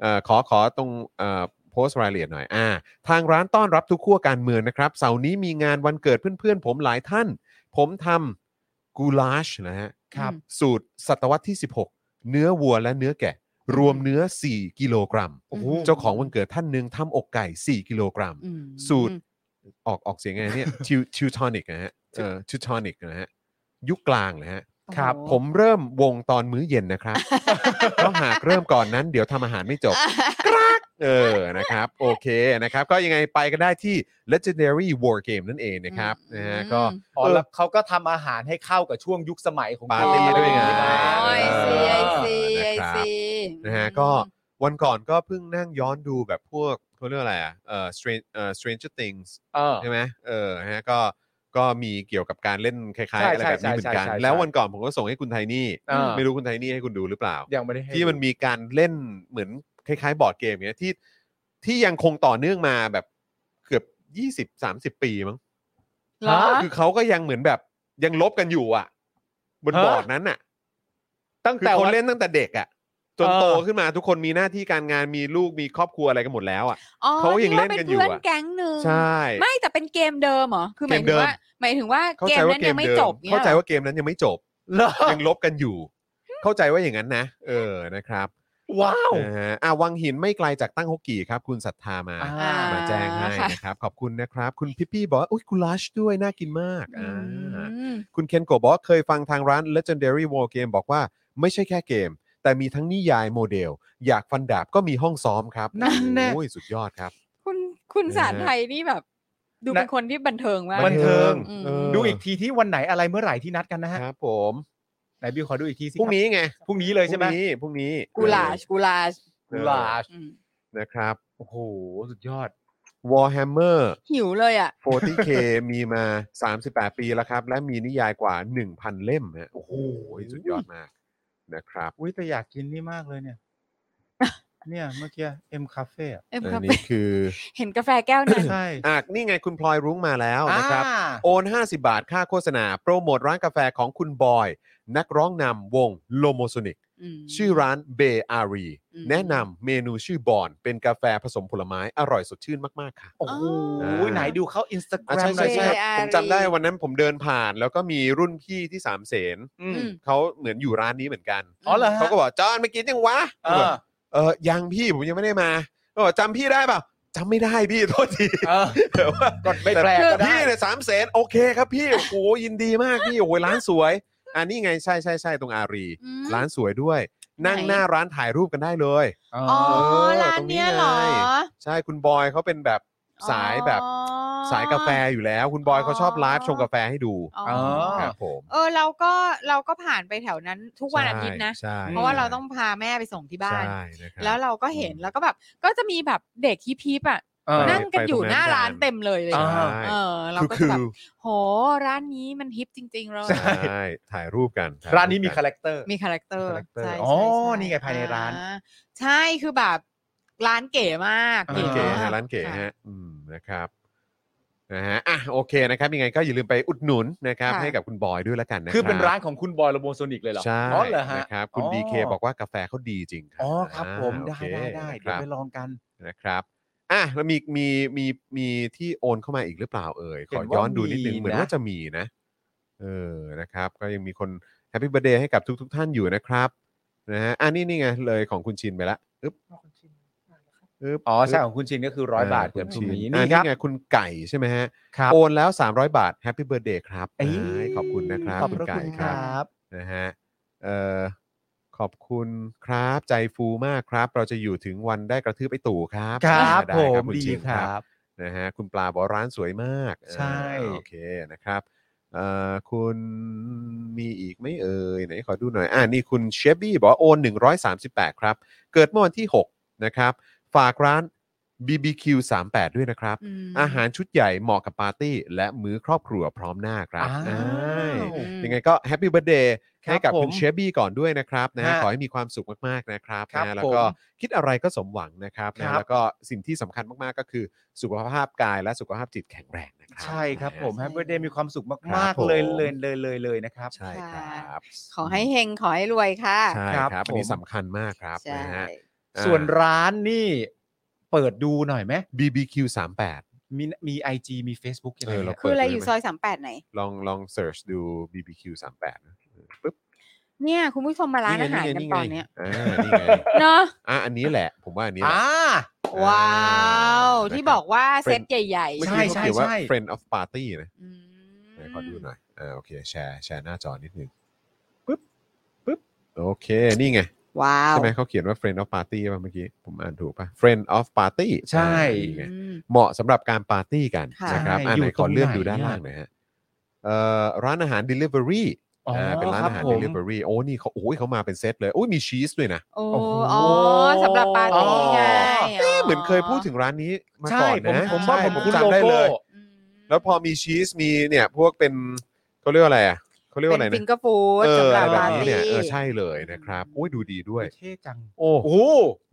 S3: เอ่อขอขอตรงเอ่อโพสต์รายละเอียดหน่อยอ่าทางร้านต้อนรับทุกขั้วการเมืองนะครับเสาร์นี้มีงานวันเกิดเพื่อนๆ ผมหลายท่าน ผมทำกูลาชนะฮะ
S5: ครับ
S3: สูตรศตวรรษที่ 16 เนื้อวัวและเนื้อแกะ รวมเนื้อ 4 กิโลกรัม
S5: โอ้โห
S3: เจ้าของวันเกิดท่านหนึ่งทำอกไก่ 4 กิโลกรัม
S5: อืม
S3: สูตร ออกออกเสียงไงเนี่ย ทิวทิวทอนิกนะฮะเอ่อทิวทอนิกนะฮะ ยุคกลางนะฮะ
S5: ครับ
S3: ผมเริ่มวงตอนมื้อเย็นนะครับ เพราะหากเริ่มก่อนนั้นเดี๋ยวทำอาหารไม่จบ เออ นะครับ โอเค นะครับ ก็ยังไงไปก็ได้ที่ legendary war game นั่นเองนะครับ
S5: อืม
S3: นะฮะก็
S4: อ๋อแล้วเขาก็ทำอาหารให้เข้ากับช่วงยุคสมัยของ
S3: ปาร์ตี้ด้วยไง
S5: โอ้ย
S4: เอ
S5: ซี
S4: อ
S5: ไอซีไอ
S3: นะครับ
S5: ซี
S3: นะฮะก็วันก่อนก็เพิ่งนั่งย้อนดูแบบพวกเขาเรียกอะไรอ่ะเอ่อ strange เอ่อ stranger things
S4: เออ
S3: ใช่ไหมเออฮะก็ก็มีเกี่ยวกับการเล่นคล้ายๆ
S4: ใช่
S3: อะไรแบบนี้เหมือนกัน
S4: ใช่ใช่ใช่
S3: แล้ววันก่อนผมก็ส่งให้คุณไทนี่
S4: เออ
S3: ไม่รู้คุณไทนี่ให้คุณดูหรือเปล่า
S4: ยังไม่ได้ให้
S3: ที่มันมีการเล่นเหมือนคล้ายๆ บอร์ดเกมเนี้ยที่ที่ยังคงต่อเนื่องมาแบบเกือบ 20 30 ปีมั้ง
S5: เหรอ
S3: คือเขาก็ยังเหมือนแบบยังลบกันอยู่อ่ะ บนบอร์ดนั้นอ่ะ
S4: ตั้ง
S3: คือ
S4: แต่
S3: เขา
S4: วัน
S3: เล่นตั้งแต่เด็กอะ่ะจน
S4: เออ
S3: โตขึ้นมาทุกคนมีหน้าที่การงานมีลูกมีครอบครัวอะไรกันหมดแล้วอ่ะ
S5: อ๋อ
S3: เขายังเล่นกั
S5: ที่ว่าเป็น น
S3: อยู่
S5: เพื่อน
S3: อะ
S5: แก๊งหนึ่ง
S3: ใช่
S5: ไม่แต่เป็นเกมเดิมเหรอคือหมา
S3: เก
S5: ย
S3: ม
S5: ถึ
S3: เดิ
S5: ง
S3: ม
S5: ว่าหมายถึงว่า
S3: เข้า
S5: เก
S3: ใจ
S5: ม
S3: ว่า
S5: นั้น
S3: เก
S5: ยั
S3: ม
S5: งไม่
S3: เดิม
S5: จบนี่ย
S3: เข้าใจ
S5: หรอ
S3: ว่าเกมนั้นยังไม่จบ
S4: เหรอ
S3: ยังลบกันอยู่ เข้าใจว่าอย่างนั้นนะ เออนะครับ
S4: ว้าว
S3: นะฮะอ่ะวังหินไม่ไกลจากตั้งฮกกี่ครับ คุณศรัทธามา
S4: อ่า
S5: อ่
S3: มาแจ้งให้
S5: ค่ะ
S3: นะครับ ขอบคุณนะครับ คุณพิปปี้บอกว่าอุ้ยกุลาชด้วยน่ากินมาก
S5: อื
S3: อ่า
S5: ม
S3: คุณเคนโกะบอกว่าเคยฟังทางร้าน Legendary War Game บอกว่าไม่ใช่แค่เกม แต่มีทั้งนิยายโมเดล อยากฟันดาบก็มีห้องซ้อมครับ
S5: นั่นแน่
S3: โอ้ยสุดยอดครับ
S5: คุณคุณสารไทยนี่แบบ ดูเป็นคนที่บันเทิงมาก
S4: บันเทิง
S5: อืม
S3: เ
S4: ดูอีกทีที่วันไหนอะไรเมื่อไหร่ที่นัดกันนะฮะ
S3: ครับ ผม
S4: ไหนบิวขอดูอีกทีสิ
S3: พรุ่งนี้ไง
S4: พรุ่งนี้เลยใช่ไหม
S3: พรุ่งนี้พรุ่งนี้
S5: กูลาชกูลาช
S4: กุหลาบ
S5: อืม
S3: นะครับ
S4: โอ้โหสุดยอด
S3: Warhammer
S5: หิวเลยอ่ะ
S3: 40k มีมา 38 ปีแล้วครับ และมีนิยายกว่า 1,000 เล่มฮะโอ้โหสุดยอดมากนะครับ
S4: อุ้ยแต่อยากกินนี่มากเลยเนี่ย เนี่ยเมื่อกี้เอ็มคาเฟ่
S5: เอ็ม
S3: อั
S5: กาน แฟ
S3: นี้คือ
S5: เห็นกาแฟแก้วนั้น
S4: ใช่
S3: อ่ะนี่ไงคุณพลอยรุ้งมาแล้วนะครับ
S4: อ่า
S3: โอน 50 บาท ค่าโฆษณา โปรโมทร้านกาแฟของคุณบอย นักร้องนำวงโลโมโซนิก ชื่อร้านเบอารี
S5: อืม
S3: แนะนำเมนูชื่อบอน เป็นกาแฟผสมผลไม้อร่อยสดชื่นมาก ๆ ค่ะ
S4: โอ้โห
S3: อ่า
S4: ไหนดูเข้าอินสตาแกร
S3: อ่ะ
S4: ม
S3: ใช่
S4: หน่
S3: ใช่
S4: อยสิ
S3: ใช่
S4: ค
S3: ครัผม
S5: Bay
S4: รับบ
S5: Area
S3: จำได้วันนั้นผมเดินผ่าน แล้วก็มีรุ่นพี่ที่สามเสน
S4: อืม
S5: อืม
S3: เขาเหมือนอยู่ร้านนี้เหมือนกัน
S4: อ๋อเหรอฮะ
S3: เขาก็บอกจอห์นเมื่อกี้ยังวะผ
S4: เอ
S3: มบ
S4: อ
S3: อกเออยังพี่ผมยังไม่ได้มาก็บอกจำพี่ได้เปล่าจำไม่ได้พี่ โทษที
S4: เออ
S3: แต่ว่า
S4: กดไม่แปลกก็ได้
S3: พี่เนี่ยสามแสนโอเคครับพี่ โอ้โหยินดีมากพี่ โอ้โหร้านสวย อันนี้ไงใช่ใช่ใช่ตรงอารี
S5: อืม
S3: ร้านสวยด้วย นั่ง
S5: ไหน
S3: หน้าร้านถ่ายรูปกันได้เลย
S4: อ๋อ
S5: อ๋อ
S3: เออ
S5: ร้านเนี้ยเหรอ
S3: ตรงนี้ไง ใช่คุณบอยเขาเป็นแบบสายแบบ
S5: อ๋อ
S3: สายกาแฟอยู่แล้ว คุณบอยเขาชอบไลฟ์ชงกาแฟให้ดู
S5: อ๋อ
S3: ครับผม
S5: เออเราก็เราก็ผ่านไปแถวนั้นทุกวันอาทิตย์นะ
S3: ใช่
S5: เพราะว่าเราต้องพาแม่ไปส่งที่บ้าน
S3: ใช่นะครับ
S5: แล้วเราก็เห็น
S3: อืม
S5: แล้วก็แบบก็จะมีแบบเด็กฮิปฮิปอ่ะ
S4: เออ
S5: นั่งกันอยู่
S3: ไปตรงนั้น
S5: หน้าร้าน
S3: กัน
S5: เต็มเลยเลย
S4: อ่า
S3: ใช่
S5: เออ เรา
S3: คือ
S5: ก็
S3: คื
S5: จะแบบ
S3: อ
S5: โหร้านนี้มันฮิปจริง ๆ เลย
S3: ใช่ถ่ายรูปกัน
S4: ร้านนี้มี
S3: ถ่ยปกั
S4: คาแรคเตอร์
S5: มีคาแรคเตอร์
S4: คาแรคเตอร์
S5: ใช่ใช่
S4: อ๋อ
S5: ใช่
S4: นี่ไงภายในร้าน
S5: อ่ใช่คือแบบร้านเก๋มาก
S4: อ่า
S3: ร้านเก๋
S5: ม
S3: ฮะร้านเก๋ฮะอืมนะครับนะฮะอ่ะโอเคนะครับยังไงก็อย่าลืมไปอุดหนุนนะครับให้กับคุณบอยด้วยละกันนะ
S4: คือเป็นร้านของคุณบอยโรโบโซนิกเลยเหรอ
S3: ใช่
S4: อ๋อเหรอฮะ
S3: นะครับคุณดีเคบอกว่ากาแฟเขาดีจริงครับ
S4: อ๋อครับผมได้
S3: อ่า
S4: ได้
S3: โอเคค
S4: ได้เดี๋ยว
S3: รับ
S4: ไปลองกัน
S3: นะครับอ่ะแล้วมีมีมีมีที่โอนเข้ามาอีกหรือเปล่าเอ่ยข
S4: เห็
S3: อน
S4: ว่า
S3: ย้อนดูนิดนึง
S4: มีนะ
S3: เหมือนว่าจะมีนะ เออนะครับ ก็ยังมีคนแฮปปี้เบ t ร์ a เดย์ให้กับทุกทท่านอยู่นะครับนะฮะอ่ะนี่นี่ไงเลยของคุณชินไปละอึ๊บอึ๊บ
S4: อ๋อใช่ของคุณชินก็คือร้อยบาทเกือบ
S3: คุณ
S4: ถู
S3: ชิ
S4: กนี้
S3: อ่านี่
S4: นี่ครับ
S3: ไงคุณไก่ใช่ไหมฮะ
S4: ครับ
S3: โอนแล้ว 300 บาทแฮปปี้เบิร์ดเดย์ครับ
S4: เอ้ย
S3: อ่าขอบคุณนะครับ
S4: ขอบ
S3: คุ
S4: พ
S3: ณ
S4: ระ
S3: ไก่
S4: คุณ
S3: ค
S4: ค
S3: รั
S4: ร
S3: บั
S4: บ
S3: นะฮะ เอ่อขอบคุณครับใจฟูมากครับ เราจะอยู่ถึงวันได้กระทืบไอตู่ครับ
S4: ครับ
S3: ได้
S4: ผม
S3: คุณ
S4: ดี
S3: จิน
S4: ครับ
S3: นะฮะคุณปลาบอกร้านสวยมาก
S4: ใช่
S3: อ่าโอเคนะครับเอ่อคุณมีอีกไหม่เอ่ยไหนขอดูหน่อยอ่านี่คุณเชฟบี้บอกว่าโอน 138 ครับ เกิดเมื่อวันที่ 6 นะครับ ฝากร้าน BBQ 38 ด้วยนะครับ
S5: ม
S3: อาหารชุดใหญ่เหมาะกับปาร์ตี้ และมื้อครอบครัวพร้อมหน้าครับ
S4: อ้าว
S3: อ้าย
S5: อืม
S3: ยังไงก็แฮปปี้เบ t ร์ a เดย์
S4: ครับ
S3: ให้กับ
S4: ผ
S3: คุ
S4: ม
S3: ณเชฟบี้ก่อนด้วยนะครับนะฮะ
S4: ฮะ
S3: ขอให้มีความสุขมาก ๆ นะครับ
S4: ครับ
S3: นะฮะแล้วก็
S4: ผม
S3: คิดอะไรก็สมหวังนะครับ
S4: ครั
S3: นะ
S4: บ
S3: แล้วก็สิ่งที่สำคัญมาก ๆ ก็คือสุขภาพกายและสุขภาพจิตแข็งแรงนะครับ
S4: ใช่ครับผมแฮปปี้เดย์มีความสุข
S3: ครั
S4: มา
S3: บ
S4: ก ๆ เลยเลยเลยเลยเลยนะครับ
S3: ใช่ครับ
S5: ขอให้เฮงขอให้รวยค่ะ
S3: ใช่
S4: ครับ
S3: ครับอันนี้
S4: ผม
S3: สำคัญมากครับ
S5: ใช่
S3: นะฮะ
S4: ส่วน
S3: อ่า
S4: ร้านนี่เปิดดูหน่อยไหม
S3: BBQ 38
S4: มีมีไอจมี Facebook ยังไง
S3: เออเรา
S4: เนี่ย
S5: คืออะไร
S3: เปิดเลย
S5: อยู่
S3: ไหม
S5: ซอยสามแปดไหน
S3: ลองลองเสิร์ชดู BBQ 38นะปึ๊บ
S5: เนี่ย คุณผู้ชมมาร้านอาหารกัน
S3: ไง
S5: ตอนเนี้ย
S3: อ่านี่ไง
S5: เนาะ
S3: อ่ะอันนี้แหละผมว่าอันนี้แหละ
S4: อ่า
S5: ว้าว
S3: นะครับ
S5: ที่บอกว่าเซตใหญ่
S3: เมื่อ
S4: ใช่
S3: กี้เขา
S4: ใช่
S3: เขียนว่า
S4: ใช่
S3: friend of party นะ
S5: ๆอื
S3: ไหนขอดู
S5: ม
S3: หน่อยอ่าโอเคแชร์แชร์หน้าจอนิดนึงปึ๊บปึ๊บโอเค นี่ไง
S5: ว้าว
S3: ใช่ไหมเขาเขียนว่า friend of party ป่ะเมื่อกี้ผมอ่านถูกป่ะ friend of party
S4: ใช่
S3: อ่านี่ไง
S5: อืม
S3: เหมาะสำหรับการปาร์ตี้กัน
S5: ค่ะ
S3: นะครับ
S4: ใช่
S3: อ่า
S4: อยู่
S3: ไหนขอเลื่อน
S4: ตรงไหน
S3: ดูด้าน
S4: เนี่ย
S3: ล่างหน่อยฮะเอ่อร้านอาหาร delivery
S4: อ๋อ
S3: อ่าเป็นร้าน
S4: คบ
S3: อาหาร
S4: ผม
S3: delivery โอ้นี่เขาโอ้ยเขามาเป็นเซตเลยโอ้ยมีชีสด้วยนะ
S5: โอ้
S4: โอ้โห
S5: อ๋อสำหรับปาร์ตี้ไง
S3: เอ๊ะเหมือนเคยพูดถึงร้านนี้มา
S4: ใช่
S3: ก่อน
S4: ผม
S3: นะ
S4: ผมว่า
S3: ใช่
S4: ผมคุ้นโล
S3: จำได้
S4: โก้
S3: เลย
S5: อืม
S3: แล้วพอมีชีสมีเนี่ยพวกเป็นเขาเรียกว่าอะไรอ่ะเขาเรียกว่าอะไร
S5: เป็น
S3: นะ
S5: ฟิงเกอร์ฟู้ด
S3: เออ
S5: สำห
S3: อะ
S5: รับ
S3: ไรแบบ
S5: ปาร์
S3: นี้
S5: ตี้
S3: เนี่ยเออใช่เลยนะครับอุ้ยดูดีด้วย
S4: เท่จัง
S3: โอ้
S4: โอ้โห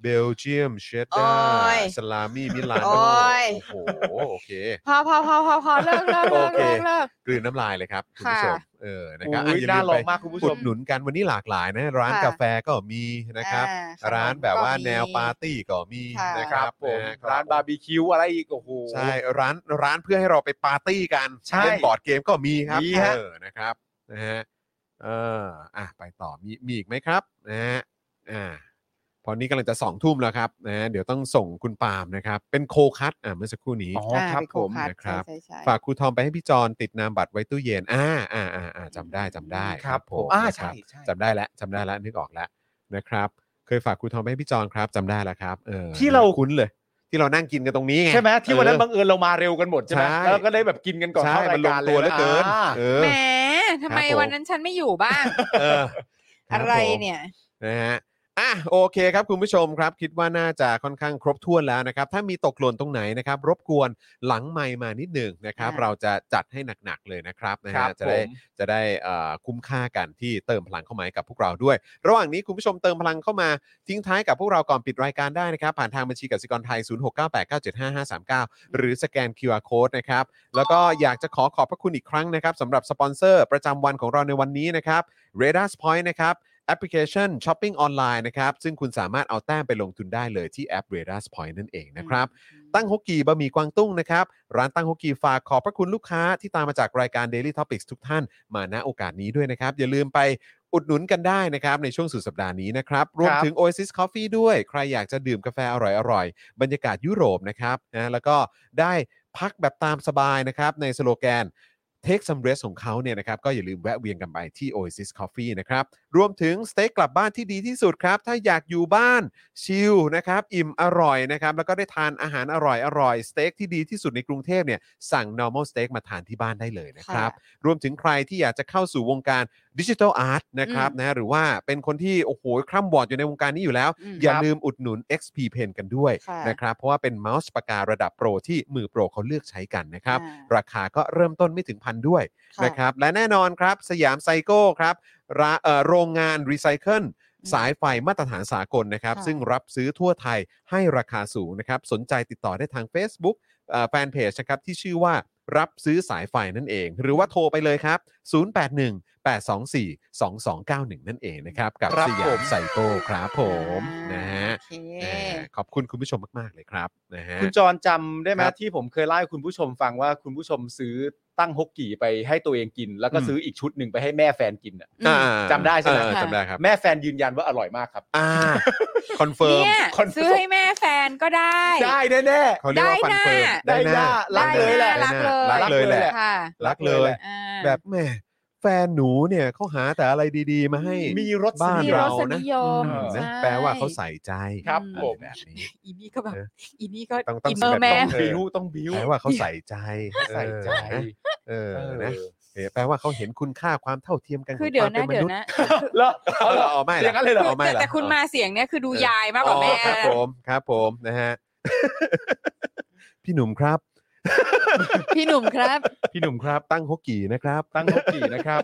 S3: เบลเจียมเชด
S5: โอ้
S3: ดาย สลามี่มิลาน
S5: โอ้
S3: โอ้
S5: ย
S3: โหโอเค
S5: พอพอพอพอพอเลิกเลิกเลิก
S3: โอเค
S5: เลิกเลิก
S3: กลืนน้ำลายเลยครับคุณผู้ชม
S5: ค่ะ
S3: เออนะครั
S4: โอ้
S3: บะ
S4: ย
S3: ย่
S4: น่า
S3: ลื
S4: ลอง
S3: ไป
S4: มากคุณผู้ช
S3: อุด
S4: ม
S3: หนุนกันวันนี้หลากหลายนะ ร้าน
S5: ค่ะ
S3: กาแฟก็มีนะครับ
S5: อ่ขม
S3: ร้านแบบว่า
S5: ก็มี
S3: แนวปาร์ตี้ก็มี
S5: ค่ะ
S3: นะครับ
S4: ผม
S3: ะค
S4: ร้านบาร์บีคิวอะไรอีก โอ้โห
S3: ใช่ร้านร้านเพื่อให้เราไปปาร์ตี้กัน
S4: ใช่
S3: เล่นบอร์ดเกมก็มีครับ
S4: มีฮะ
S3: เออนะครับนะฮะเอออ่ะไปต่อมีมีอีกไหมครับนะฮะอ่าพอนี้กำลังจะสองทุ่มแล้วครับนะฮะเดี๋ยวต้องส่งคุณปาล์มนะครับ เป็นโคคัตอ่าเมื่อสักครู่นี้
S4: อ๋อ
S5: อ่า
S4: ครับ
S5: ไปโค
S4: ผม
S5: คัส
S3: นะครับ
S5: ใช่ใช่
S3: ฝากครูทอมไปให้พี่จอนติดนามบัตรไว้ตู้เย็นอ่าอ่าอ่าอ่าจำได้จำได้
S4: ครับผม
S3: อ่า
S4: อ่าใช่ใช่
S3: จำได้แล้วจำได้แล้วนึกออกแล้วนะครับ เคยฝากครูทอมไปให้พี่จอนครับจำได้แล้วครับเออ
S4: ที่เรา
S3: คุ้นเลย ที่เรานั่งกินกันตรงนี้ไง
S4: ใช่ไหมที่วันนั้น
S3: เออ
S4: บังเอิญเรามาเร็วกันหมดใช่ไหม
S3: ใช่
S4: แล้วก็ได้แบบกินกันก่อน
S3: ใช่
S4: เข้า
S3: มัล
S4: ราน ยกาง รเลย
S3: ตัวเหลือเกิน
S4: อ่า
S3: เอ
S5: ๆ
S3: อ
S5: แหมทำไม
S3: ครับผม
S5: วันนั้นฉันไม่อยู่บ้าง
S3: เออ คบ
S5: อะไร
S3: ผม
S5: เนี่ย
S3: นะฮะอ่ะโอเคครับคุณผู้ชมครับ คิดว่าน่าจะค่อนข้างครบถ้วนแล้วนะครับ ถ้ามีตกหล่นตรงไหนนะครับ รบกวนหลังไมค์มานิดหนึ่งนะครับ
S5: ค่ะ
S3: เราจะจัดให้หนักๆเลยนะครับนะ
S4: ครั
S3: ฮะ
S4: บ
S3: จะได้
S4: ผม
S3: จะได้เอ่อคุ้มค่ากันที่เติมพลังเข้ามาให้กับพวกเราด้วย ระหว่างนี้คุณผู้ชมเติมพลังเข้ามาทิ้งท้ายกับพวกเราก่อนปิดรายการได้นะครับ ผ่านทางบัญชีกสิกรไทย 0698975539 หรือสแกน QR Code นะครับ แล้วก็อยากจะขอขอบพระคุณอีกครั้งนะครับสำหรับสปอนเซอร์ประจำวันของเราในวันนี้นะครับ r a d a r Point นะครับ แอปพลิเคชันช้อปปิ้งออนไลน์นะครับ ซึ่งคุณสามารถเอาแต้มไปลงทุนได้เลยที่แอป r a d a r Point นั่นเองนะครับ ตั้งฮกกีบะหมี่กวางตุ้งนะครับ ร้านตั้งฮกกีฝากขอบพระคุณลูกค้าที่ตามมาจากรายการ Daily Topics ทุกท่านมาณโอกาสนี้ด้วยนะครับ อย่าลืมไปอุดหนุนกันได้นะครับ ในช่วงสุดสัปดาห์นี้นะครับ รวมถึง Oasis Coffee ด้วย ใครอยากจะดื่มกาแฟอร่อยๆ บรรยากาศยุโรปนะครับนะแล้วก็ได้พักแบบตามสบายนะครับ ในสโลแกน Take some rest ของเขาเนี่ยนะครับ ก็อย่าลืมแวะเวียนกันไปที่ Oasis Coffee นะครับ รวมถึงสเต็กกลับบ้านที่ดีที่สุดครับ ถ้าอยากอยู่บ้าน ชิลนะครับ อิ่มอร่อยนะครับ แล้วก็ได้ทานอาหารอร่อยอร่อยสเต็กที่ดีที่สุดในกรุงเทพเนี่ยสั่ง normal steak มาทานที่บ้านได้เลยนะครับ รวมถึงใครที่อยากจะเข้าสู่วงการดิจิทัลอาร์ตนะครับนะหรือว่าเป็นคนที่ โอ้โห คร่ำวอดอยู่ในวงการนี้อยู่แล้ว
S5: อืม
S3: อย่า
S5: ครับ
S3: ลืมอุดหนุน XP Pen กันด้วย
S5: ค่ะ
S3: นะครับ เพราะว่าเป็นเมาส์ปากการะดับโปรที่มือโปรเขาเลือกใช้กันนะครับ
S5: อ่า
S3: ราคาก็เริ่มต้นไม่ถึงพันด้วย
S5: ค่ะ
S3: นะครับและแน่นอนครับสยามไซโก้ครับร้าเอ่อโรงงานรีไซเคิล
S5: อืม
S3: สายไฟมาตรฐานสากลนะครับ
S5: ค่ะ
S3: ซึ่งรับซื้อทั่วไทยให้ราคาสูงนะครับ สนใจติดต่อได้ทาง Facebook เอ่อแฟนเพจนะครับที่ชื่อว่ารับซื้อสายไฟนั่นเอง หรือว่าโทรไปเลยครับ 081 824 2291 นั่นเองนะครับ กับ
S4: ครับ
S3: สยา
S4: ผม ม
S3: ไซโก้ครับผมนะฮะ
S5: โอเค
S3: แหมขอบคุณคุณผู้ชมมาก ๆ เลยครับนะฮะ
S4: คุณจรจำได้ไหม
S3: ครับ
S4: ที่ผมเคยเล่าให้คุณผู้ชมฟังว่าคุณผู้ชมซื้อตั้งฮกกี่ไปให้ตัวเองกิน แล้วก็
S3: อืม
S4: ซื้ออีกชุดหนึ่งไปให้แม่แฟนกินอ่ะ
S5: อืม
S3: อ่า
S4: จำได้ใช่ไหม
S3: เออจำได้ครับ
S4: แม่แฟนยืนยันว่าอร่อยมากครับ
S3: อ่าคอนเฟิร์ม
S5: เนี่ย
S4: คอน
S5: ซื้
S4: เฟิร์ม
S5: อให้แม่แฟนก็ได้
S4: ได้แน่
S3: เขาเรียกว่าฟันเฟิร์ม
S4: ได้หน้า
S3: รักเลยแหละ
S5: ได้หน้ารักเลย
S3: รักเลยแหละ
S5: ค่ะ
S3: รักเลย
S5: อ่า
S3: แบบแหม่ แฟนหนูเนี่ยเขาหาแต่อะไรดีๆ มาให้
S4: มีรถ
S3: บ้าน
S5: มีร
S3: เรา
S5: ส
S3: นะ
S5: นิยม
S4: อืม
S3: นะ
S5: ใช่
S3: แปลว่าเขาใส่ใจ
S4: ครับ
S5: อืม
S4: ผม
S3: แบบนี้
S5: อีนี่ก็แบบ
S3: เออ
S5: อีนี่ก็
S3: ต้องต้อง
S5: อินเนอร์แมน
S3: แบบ
S4: บิวต้องบิว
S3: แปลว่าเขาใส่ใจ
S4: ใส่ใจ
S3: เออนะเออ
S4: เออ
S3: นะเออแปลว่าเขาเห็นคุณค่าความเท่าเทียมกัน
S5: คือเดี๋ยว
S3: ข
S5: นะ
S3: งคามป็
S5: เดี๋ยว
S3: มษ
S5: นะ
S4: แล้ว
S3: เอาเหรอเอาไม่
S4: อ
S3: เหรอย่าง
S4: นั้นเลยเหรอ
S3: เอาไม่
S5: แต่
S3: เหรอ
S5: แต่คุณมาเสียงเนี่ยคือดูยายมากกว่าแม่
S3: อ๋อครับผมครับผมนะ ฮะ พี่หนุ่มครับ
S5: พี่หนุ่มครับ
S4: พี่หนุ่มครับ
S3: ตั้งฮกกี่นะครับ
S4: ตั้งฮกกี่นะครับ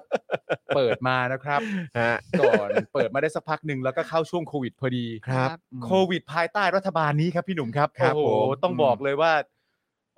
S4: เปิดมานะครับ
S3: ฮะ
S4: ก่อนเปิดมาได้สักพักหนึ่งแล้วก็เข้าช่วงโควิดพอดี
S3: ครับ
S4: โควิดภายใต้รัฐบาลนี้ครับพี่หนุ่มครับ
S3: ครับ
S4: โอ้โห
S3: ผม
S4: ต้องบอกเลยว่า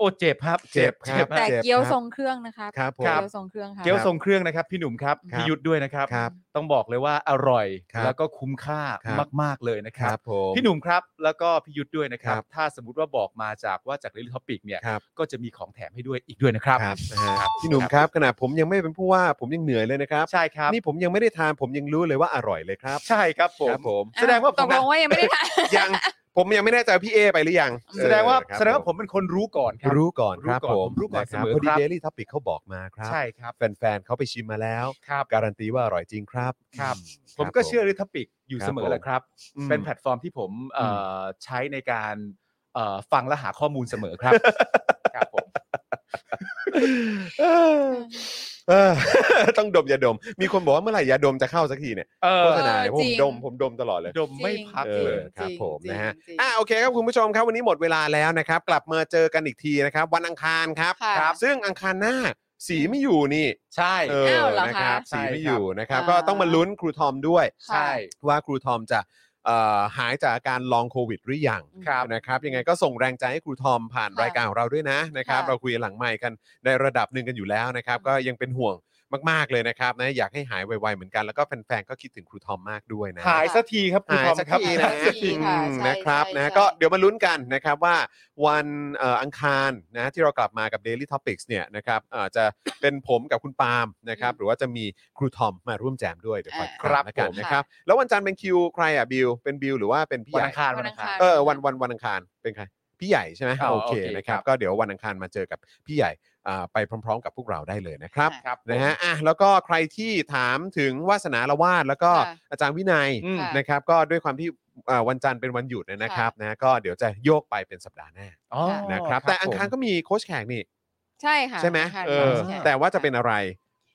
S4: โอ้เจ็บครับ
S3: เจ็บครับ
S4: ฮะ
S5: แต่
S3: เจ็บ
S5: เกี๊ยว
S3: ครับ
S5: ทรงเครื่องนะครับ
S3: ครับผม
S5: เกี๊ยวทรงเครื่องครับ
S4: เกี๊ยวทรงเครื่องนะครับ พี่หนุ่มครับ
S3: ครับ
S4: พี่ยุทธด้วยนะครับ
S3: ครับ
S4: ต้องบอกเลยว่าอร่อย
S3: ครับ
S4: แล้วก็คุ้มค่า
S3: ครับ
S4: มาก ๆ เลยนะค
S3: ค
S4: รั
S3: รับ บผม
S4: พี่หนุ่มครับ แล้วก็พี่ยุทธด้วยนะครับ
S3: ครับ
S4: ถ้าสมมติว่าบอกมาจากว่าจากเรื่องท็อปิกเนี่ย
S3: ครับ
S4: ก็จะมีของแถมให้ด้วยอีกด้วยนะครับ
S3: ครับนะฮะพี่หนุ่มครับขนาดผมยังไม่เป็นผู้ว่าผมยังเหนื่อยเลยนะครับ
S4: ใช่ครับ
S3: นี่ผมยังไม่ได้ทานผมยังรู้เลยว่าอร่อยเลยครับ
S4: ใช่ครับผม
S3: ครับผม
S4: แสดงว่าผ
S5: ต
S4: ม
S5: ก
S4: นะ
S5: ลงว่ายังไม่ได้ทาน
S3: ยังผมยังไม่แน่ใจว่าพี่เอไปหรือยัง
S4: แสดงว่า
S3: เออครับ
S4: แสดงว่าผมเป็นคนรู้ก่อนครั
S3: รู้ก่อนครับ
S4: รู้ก่
S3: ผ
S4: อน
S3: ม
S4: ผมรู้ก่อนเสมอ
S3: พอดี
S4: ครับ
S3: เดลี่ท็อปิกเขาบอกมาครับ
S4: ใช่ครับ
S3: แฟนๆเขาไปชิมมาแล้ว
S4: ครับ
S3: การันตีว่าอร่อยจริงครับ
S4: ครับ
S3: อื
S4: ผม
S3: ค
S4: ก็
S3: รับ
S4: เชื่อเรื่องท็อปิกอยู่
S3: ครับ
S4: เสมอแหละครับ
S3: อืม
S4: เป็นแพลตฟอร์มที่ผมเอ่ออใช้ในการเอ่อฟังและหาข้อมูลเสมอ ครับ ครับผม
S3: เออเออ ต้องดมยาดม มีคนบอกว่าเมื่อไหร่ยาดมจะเข้าสักทีเนี่ย
S4: เออ
S3: โฆษณาเนี่ย
S5: เออ
S3: ผ
S5: จริ
S3: ม
S5: ง
S3: ดมผมดมตลอดเลย
S4: ดมไม่พัก
S3: เอ
S4: เล
S3: อย ครับ
S5: จริง
S3: ผม
S5: จริง
S3: นะฮะ
S5: จริง
S3: อ่ะโอเคครับคุณผู้ชมครับวันนี้หมดเวลาแล้วนะครับ กลับมาเจอกันอีกทีนะครับ วันอังคารครับ
S5: ค่ะ
S3: ซึ่งอังคารหน้าสีไม่อยู่นี่
S4: ใช่
S3: เอ
S5: อ้า
S3: อ
S5: วเหรอคะ
S3: นะครับสีไม่
S4: ใช่ครับ
S3: อยู่นะครับ
S5: อ่า
S3: ก็ต้องมาลุ้นครูทอมด้วย
S4: ใช่
S3: ว่าครูทอมจะเอ่อหายจากอาการลองโควิดหรือยัง
S4: ครับ
S3: นะครับ ยังไงก็ส่งแรงใจให้ครูทอมผ่าน
S5: ค่ะ
S3: รายการของเราด้วยนะนะครับ
S5: ค่ะ
S3: เราคุยหลังไมค์กันในระดับหนึ่งกันอยู่แล้วนะครับ ก็ยังเป็นห่วงมาก ๆ เลยนะครับนะอยากให้หายไวๆเหมือนกันแล้วก็แฟนๆก็คิดถึงครูทอมมากด้วยนะ
S4: หายสักทีครับคุณ
S3: หาย
S4: ทอม
S3: สัก
S4: ครับ
S3: ที
S5: หา
S3: นะ
S5: ยสักที
S3: อื
S5: ค่ะ
S3: ม
S5: ใช่
S3: นะครับ
S5: ใช่
S3: นะ
S5: ใช่
S3: ก็เดี๋ยวมาลุ้นกันนะครับว่าวันเอ่ออังคารนะที่เรากลับมากับ Daily Topics เนี่ยนะครับเอ่อจะเป็นผมกับคุณปาล์มนะครับหรือว่าจะมีครูทอมมาร่วมแจมด้วยเดี๋ยวคอยติดตามแล้วกันนะครับแล้ววันจันทร์เป็นคิวใครอ่ะบิวเป็นบิวหรือว่าเป็นพี่
S4: วัน
S3: ใหญ่
S4: อังคาร
S5: วั
S4: วัน
S5: นอัง
S4: อังคา
S5: คาร ร
S3: เออวันวันวันอังคารเป็นใครพี่ใหญ่ใช่ไหม
S4: อ๋อ
S3: โอเค
S4: โอเค
S3: นะครับ
S4: ครับ
S3: ก็เดี๋ยววันอังคารมาเจอกับพี่ใหญ่อ่าไปพร้อม ๆ กับพวกเราได้เลยนะครับ
S4: ครับ
S3: นะฮะ อ่ะ แล้วก็ใครที่ถามถึงวาสนาละวาด แล้วก็
S5: ค่ะ
S3: อาจารย์วินัย
S4: อืม
S3: นะครับ ก็ด้วยความที่อ่าวันจันทร์เป็นวันหยุดเนี่ยนะครับ นะ ก็เดี๋ยวจะโยกไปเป็นสัปดาห์หน้า
S4: อ๋อ
S3: นะครับ แต่อังคาร
S4: ผม
S3: ก็มีโค้ชแขกนี่
S5: ใช่ค่ะ
S3: ใช่ไหม
S5: ค่ะ
S3: เออ
S5: ใช่
S3: แต่ว่าจะเป็นอะไร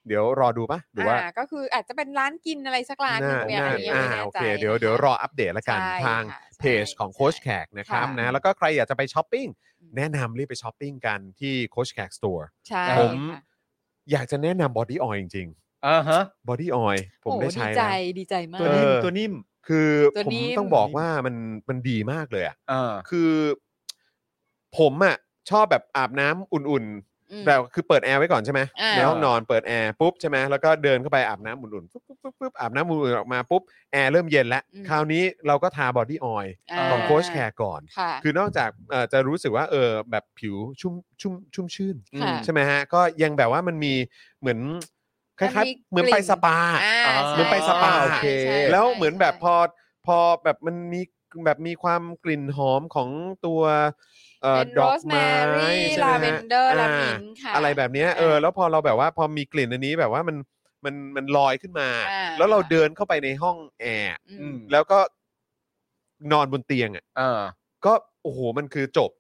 S3: เดี๋ยวรอดูปะหรือว่า
S5: อ่ก็คืออาจจะเป็นร้านกินอะไรสักร้านหนึ่งเนี่ย
S3: น่า
S5: อันนี้ยัง
S3: อ่า
S5: ไม่แน่
S3: โอ
S5: ใจ
S3: เค เดี๋ยวเดี๋ยวรออัปเดตละกัน
S5: ใช่
S3: ทาง
S5: ค่ะ
S3: เพจของโค้ช
S5: ใช่
S3: แขกนะครับ
S5: ค่ะ
S3: นะ แล้วก็ใครอยากจะไปช้อปปิ้ง
S5: อืม
S3: แนะนำรีบไปช้อปปิ้งกันที่โค้ชแขกสโตร์
S5: ใช่
S3: ผม
S5: ค่ะ
S3: อยากจะแนะนำบอดี้ออยล์จริง
S4: อ่าฮะ
S3: ๆบอดี้ออยล์ผม
S5: โอ้
S3: ได้
S5: ดี
S3: ใช้
S5: ใจ
S3: แล้ว
S5: ดีใจมา
S4: ตั
S5: ก
S4: วนิ่ม
S3: เออ
S4: ตัวนิ่ม
S3: คือ
S5: ตัว
S3: ผม
S5: นิ่ม
S3: ต้องบอกว่ามันมันดีมากเลยอ่ะ
S4: อ่า
S3: คือ ผมอ่ะชอบแบบอาบน้ำอุ่น
S5: อืม
S3: ๆแบบคือเปิดแอร์ไว้ก่อนใช่ไหม
S5: อ่า
S3: ในห้องนอนเปิดแอร์ปุ๊บใช่ไหมแล้วก็เดินเข้าไปอาบน้ำอุ่นๆปุ๊บปุ๊บปุ๊บปุ๊บอาบน้ำอุ่นๆออกมาปุ๊บแอร์เริ่มเย็นแล้ว คราวนี้เราก็ทาบอดี้ออยล์
S5: อ่า
S3: ของโค้ชแคร์ก่อน
S5: ค่ะ
S3: คือนอกจากเอ่อจะรู้สึกว่าเออแบบผิวชุ่มชุ่มชุ่มชื่น
S5: ค่ะ
S3: ใช่ไหมฮะ ก็ยังแบบว่ามันมีเหมือนคล้ายๆเหมือนไปสปา
S5: อ่า
S4: อ่า
S5: ใช่
S3: เหมือนไปสปา
S5: ใช่ใช่
S3: แล้ว
S5: ใช่
S3: เหมือนแบบพ
S5: ใช่
S3: อพอแบบมันมีแบบมีความกลิ่นหอมของตัวเอ่อ
S5: เป็น
S3: ด
S5: โร
S3: อก
S5: สแม
S3: ไม้
S5: รี่
S3: ใช่ไหม
S5: ลา
S3: ฮะ
S5: เวนเดอร์ลา
S3: า
S5: มินท์ค่ะ
S3: อะไรแบบเนี้ยเออแล้วพอเราแบบว่าพอมีกลิ่นอันนี้แบบว่ามันมันมันลอยขึ้นมา
S5: อ่า
S3: แล้วเราเดินเข้าไปในห้องแอร์
S5: อื
S4: อื
S5: ม
S4: ม
S3: แล้วก็นอนบนเตียงอ่ะ
S4: อ่า
S3: ก็โอ้โหมันคือจบ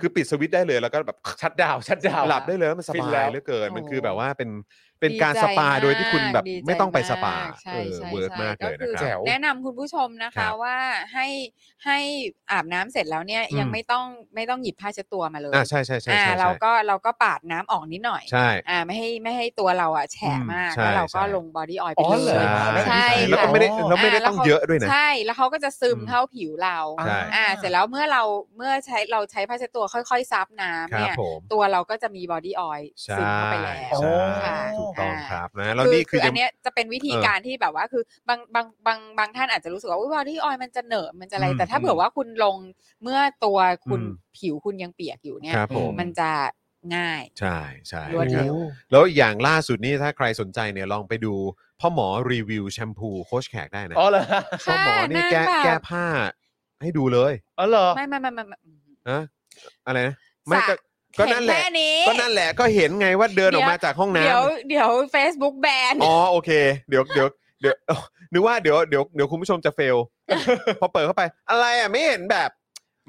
S3: คือปิดสวิตช์ได้เลยแล้วก็แบบ
S4: ชัดดาวน์ชัดดาวน์
S3: หลับได้เลยแล้วมันส
S4: ฟิน
S3: บา
S4: แล้
S3: ยว เหลือเกินมัน
S5: โอ้
S3: คือแบบว่าเป็นเป็นการ
S5: ดีใจ
S3: สปาโดยที่คุณแบบ
S5: ดีใจ
S3: ไม่ต้องไปสปา
S5: ใช่
S3: เออ
S5: ใช่
S3: เวิร์ก
S5: ใช่
S3: มากเลยนะ
S5: คือ
S3: ครับ
S4: แจ๋ว
S5: แนะนำคุณผู้ชมนะ
S3: ครั
S5: คะ
S3: บ
S5: ว่าให้ให้อาบน้ำเสร็จแล้วเนี่ย
S3: อืม
S5: ยังไม่ต้องไม่ต้องหยิบผ้าเช็ดตัวมาเลย
S3: อ่าใช่ใช่ใช่
S5: อ่า
S3: ใช่
S5: เรา
S3: ใช่
S5: ก็เราก็ปาดน้ำออกนิดหน่อย
S3: ใช่
S5: อ่าไม่ให้ไม่ให้ตัวเราอ่ะแฉะมาก
S3: อืมใช่
S5: แล้วเราก็
S3: ใช่
S5: ลงบอดี้ออยล์ไป
S4: อ๋อ
S5: เล
S4: เหรอย แบบนี้
S5: ใช่
S4: เหรอ
S3: แล้วก็ไม่ได้แล้วไม่ได้
S5: า
S3: ต้อง
S5: ขา
S3: เยอะด้วยนะ
S5: ใช่แล้วเขาก็จะซึม
S3: อืม
S5: เข้าผิวเรา
S3: ใช่
S5: อ่าเสร็จแล้วเมื่อเราเมื่อใช้เราใช้ผ้าเช็ดตัวค่อยๆซับน้ำ
S3: ครั
S5: เนี่
S3: บ
S5: ย
S3: ผม
S5: ตัวเราก็จะมีบอดี้ออยล์
S3: ใช่
S5: ซึมเข้าไปแล้ว
S3: ใช่
S5: ค่ะ
S3: ถูกต้องครับนะแล้วนี่
S5: คื
S3: คือ อ
S5: อั
S3: ยั
S5: น
S3: ง
S5: เนี้ยจะเป็นวิธี
S3: เออ
S5: การที่แบบว่าคือบางบางบางบางท่านอาจจะรู้สึกว่าอุ้ยบอดี้ออยล์มันจะเหนอะมันจะอะไร
S3: อืม
S5: แต่ถ้าเผื่อว่าคุณลงเมื่อตัวคุณ
S3: อืม
S5: ผิวคุณยังเปียกอยู่เนี่ย
S3: ครับผม
S5: มันจะง่าย
S3: ใช่ใช่
S5: รวด
S3: ค
S5: เร็
S3: รับ
S5: ว
S3: แล้วอย่างล่าสุดนี้ถ้าใครสนใจเนี่ยลองไปดูพ่อหมอรีวิวแชมพูโคชแขกได้นะ
S4: อ๋อเหรอ
S3: พ่อหมอนี่แก้
S5: ค่ะนั่งแบบ
S3: แก้ผ้าให้ดูเลย
S4: อ๋อเหรอ
S5: ไม่ไม่ไม่ไม่ไม่
S3: นะอะไรนะไม่
S5: สระ
S3: ก็ ก็นั่นแหละ
S5: เห็ค่นี้
S3: ก็นั่นแหละก็เห็นไงว่าเดินออกมาจากห้องน้
S5: เดี๋ยวเดี๋ยว Facebook แบน
S3: ำอ๋อโอเค เดี๋ยวเดี๋ยวเดี๋ยว นึกว่าเดี๋ยวเดี๋ยวเดี๋ยวคุณผู้ชมจะเฟ ล พอเปิดเข้าไป อะไรอ่ะไม่เห็นแบบ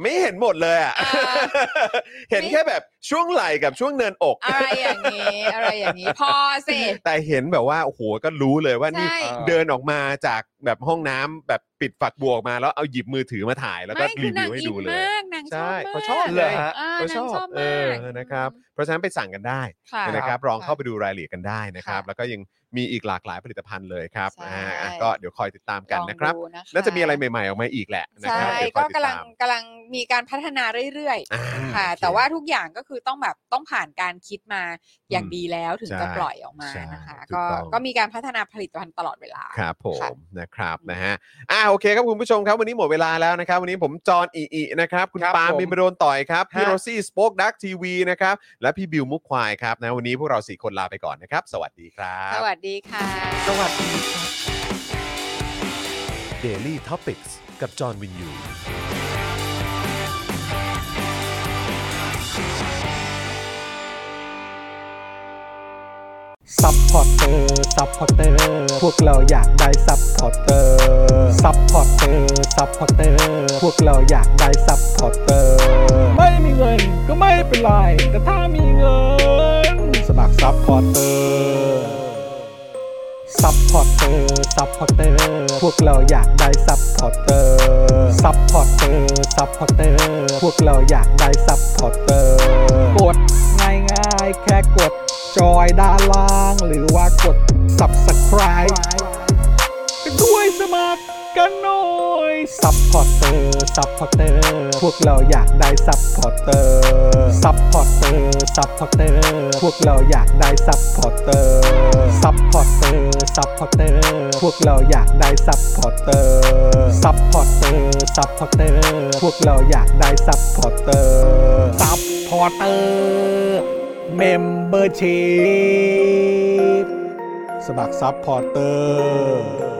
S3: ไม่เห็นหมดเลยอ่ะ
S5: อ่า
S3: เห็นแค่แบบช่วงไหล่กับช่วงเนินอก
S5: อะไรอย่างนี้ อะไรอย่างนี้ พอสิ
S3: แต่เห็นแบบว่าโอ้โหก็รู้เลยว่านี่
S5: ใช่
S3: เดินออกมาจากแบบห้องน้ำแบบปิดฝักบัวออกมาแล้วเอาหยิบมือถือมาถ่ายแล้วก็
S5: ไม่คื
S3: รี
S5: อนา
S3: วิ
S5: ง
S3: วให้
S5: อิ
S3: ดู
S5: น
S3: เลย
S5: มากนางช
S3: ใช่
S5: อบมาก
S3: เขาชอบ
S4: เล
S3: เลย ย
S4: ฮะ
S5: อ่า
S3: เขา
S5: นาง
S3: ชอบ
S5: ชอบ
S3: เอ
S5: มา
S3: อก นะครับ เพราะฉะนั้นไปสั่งกันได้
S5: ค่ะ
S3: นะครับลองเข้า
S5: ค่ะ
S3: ไปดูรายละเอียดกันได้นะครับ
S5: ค่ะ
S3: แล้วก็ยังมีอีกหลากหลายผลิตภัณฑ์เลยครับ
S5: ใช่
S3: อ่าอ่ะก็เดี๋ยวคอยติดตามกัน
S5: ลอง
S3: นะครับ
S5: ดู
S3: น่าจะมีอะไรใหม่ๆออกมาอีกแหละนะครั
S5: ใช่
S3: บเดี๋ยวค
S5: ก็
S3: อยติด
S5: กำลัง
S3: ตาม
S5: กำลังมีการพัฒนาเรื่อย
S3: อ่า
S5: ๆ ค่ะ
S3: โอเค
S5: แต่ว่าทุกอย่างก็คือต้องแบบต้องผ่านการคิดมาอย่าง
S3: อืม
S5: ดีแล้วถึง
S3: ใช่
S5: จะปล่อยออกมา
S3: ใช่
S5: นะคะ
S3: ถูก
S5: ก็
S3: ต้อง
S5: ก็มีการพัฒนาผลิตภัณฑ์ตลอดเวลา
S3: ครับผ
S5: ค่ะ
S3: มนะครับนะฮะอ่าโอเคครับคุณผู้ชมครับวันนี้หมดเวลาแล้วนะครับ วันนี้ผมจอห์นอีอีนะครับคุณ
S4: ครับ
S3: ปาล์ม
S4: ผม
S3: บินไปโดนต่อยครับพี่
S4: ฮะ
S3: โรซี่สป็อคดักทีวีนะครับและพี่บิวมุกควายครับนะวันนี้พวกเราสี่คนลาไปก่อนนะครับ สวัสดีครั
S5: ส
S3: บ
S5: วัสดีค่ะ
S2: Daily Topics กับจอห์นวินยู
S1: ซัพพอร์เตอร์ ซัพพอร์เตอร์ พวกเราอยากได้ซัพพอร์เตอร์ ซัพพอร์เตอร์ ซัพพอร์เตอร์ พวกเราอยากได้ซัพพอร์เตอร์ ไม่มีเงินก็ไม่เป็นไร แต่ถ้ามีเงิน สมัครซัพพอร์เตอร์ ซัพพอร์เตอร์ ซัพพอร์เตอร์ พวกเราอยากได้ซัพพอร์เตอร์ ซัพพอร์เตอร์ ซัพพอร์เตอร์ พวกเราอยากได้ซัพพอร์เตอร์ กดง่ายง่ายๆแค่กด จอยด้านล่าง หรือว่ากด subscribe กันด้วยสมัครกันหน่อย ซัพพอร์เตอร์ ซัพพอร์เตอร์ พวกเราอยากได้ซัพพอร์เตอร์ ซัพพอร์เตอร์ ซัพพอร์เตอร์ พวกเราอยากได้ซัพพอร์เตอร์ ซัพพอร์เตอร์ ซัพพอร์เตอร์ พวกเราอยากได้ซัพพอร์เตอร์ ซัพพอร์เตอร์ ซัพพอร์เตอร์ พวกเราอยากได้ซัพพอร์เตอร์ ซัพพอร์เตอร์ เมมเบอร์ชีพสมัครซัพพอร์เตอร์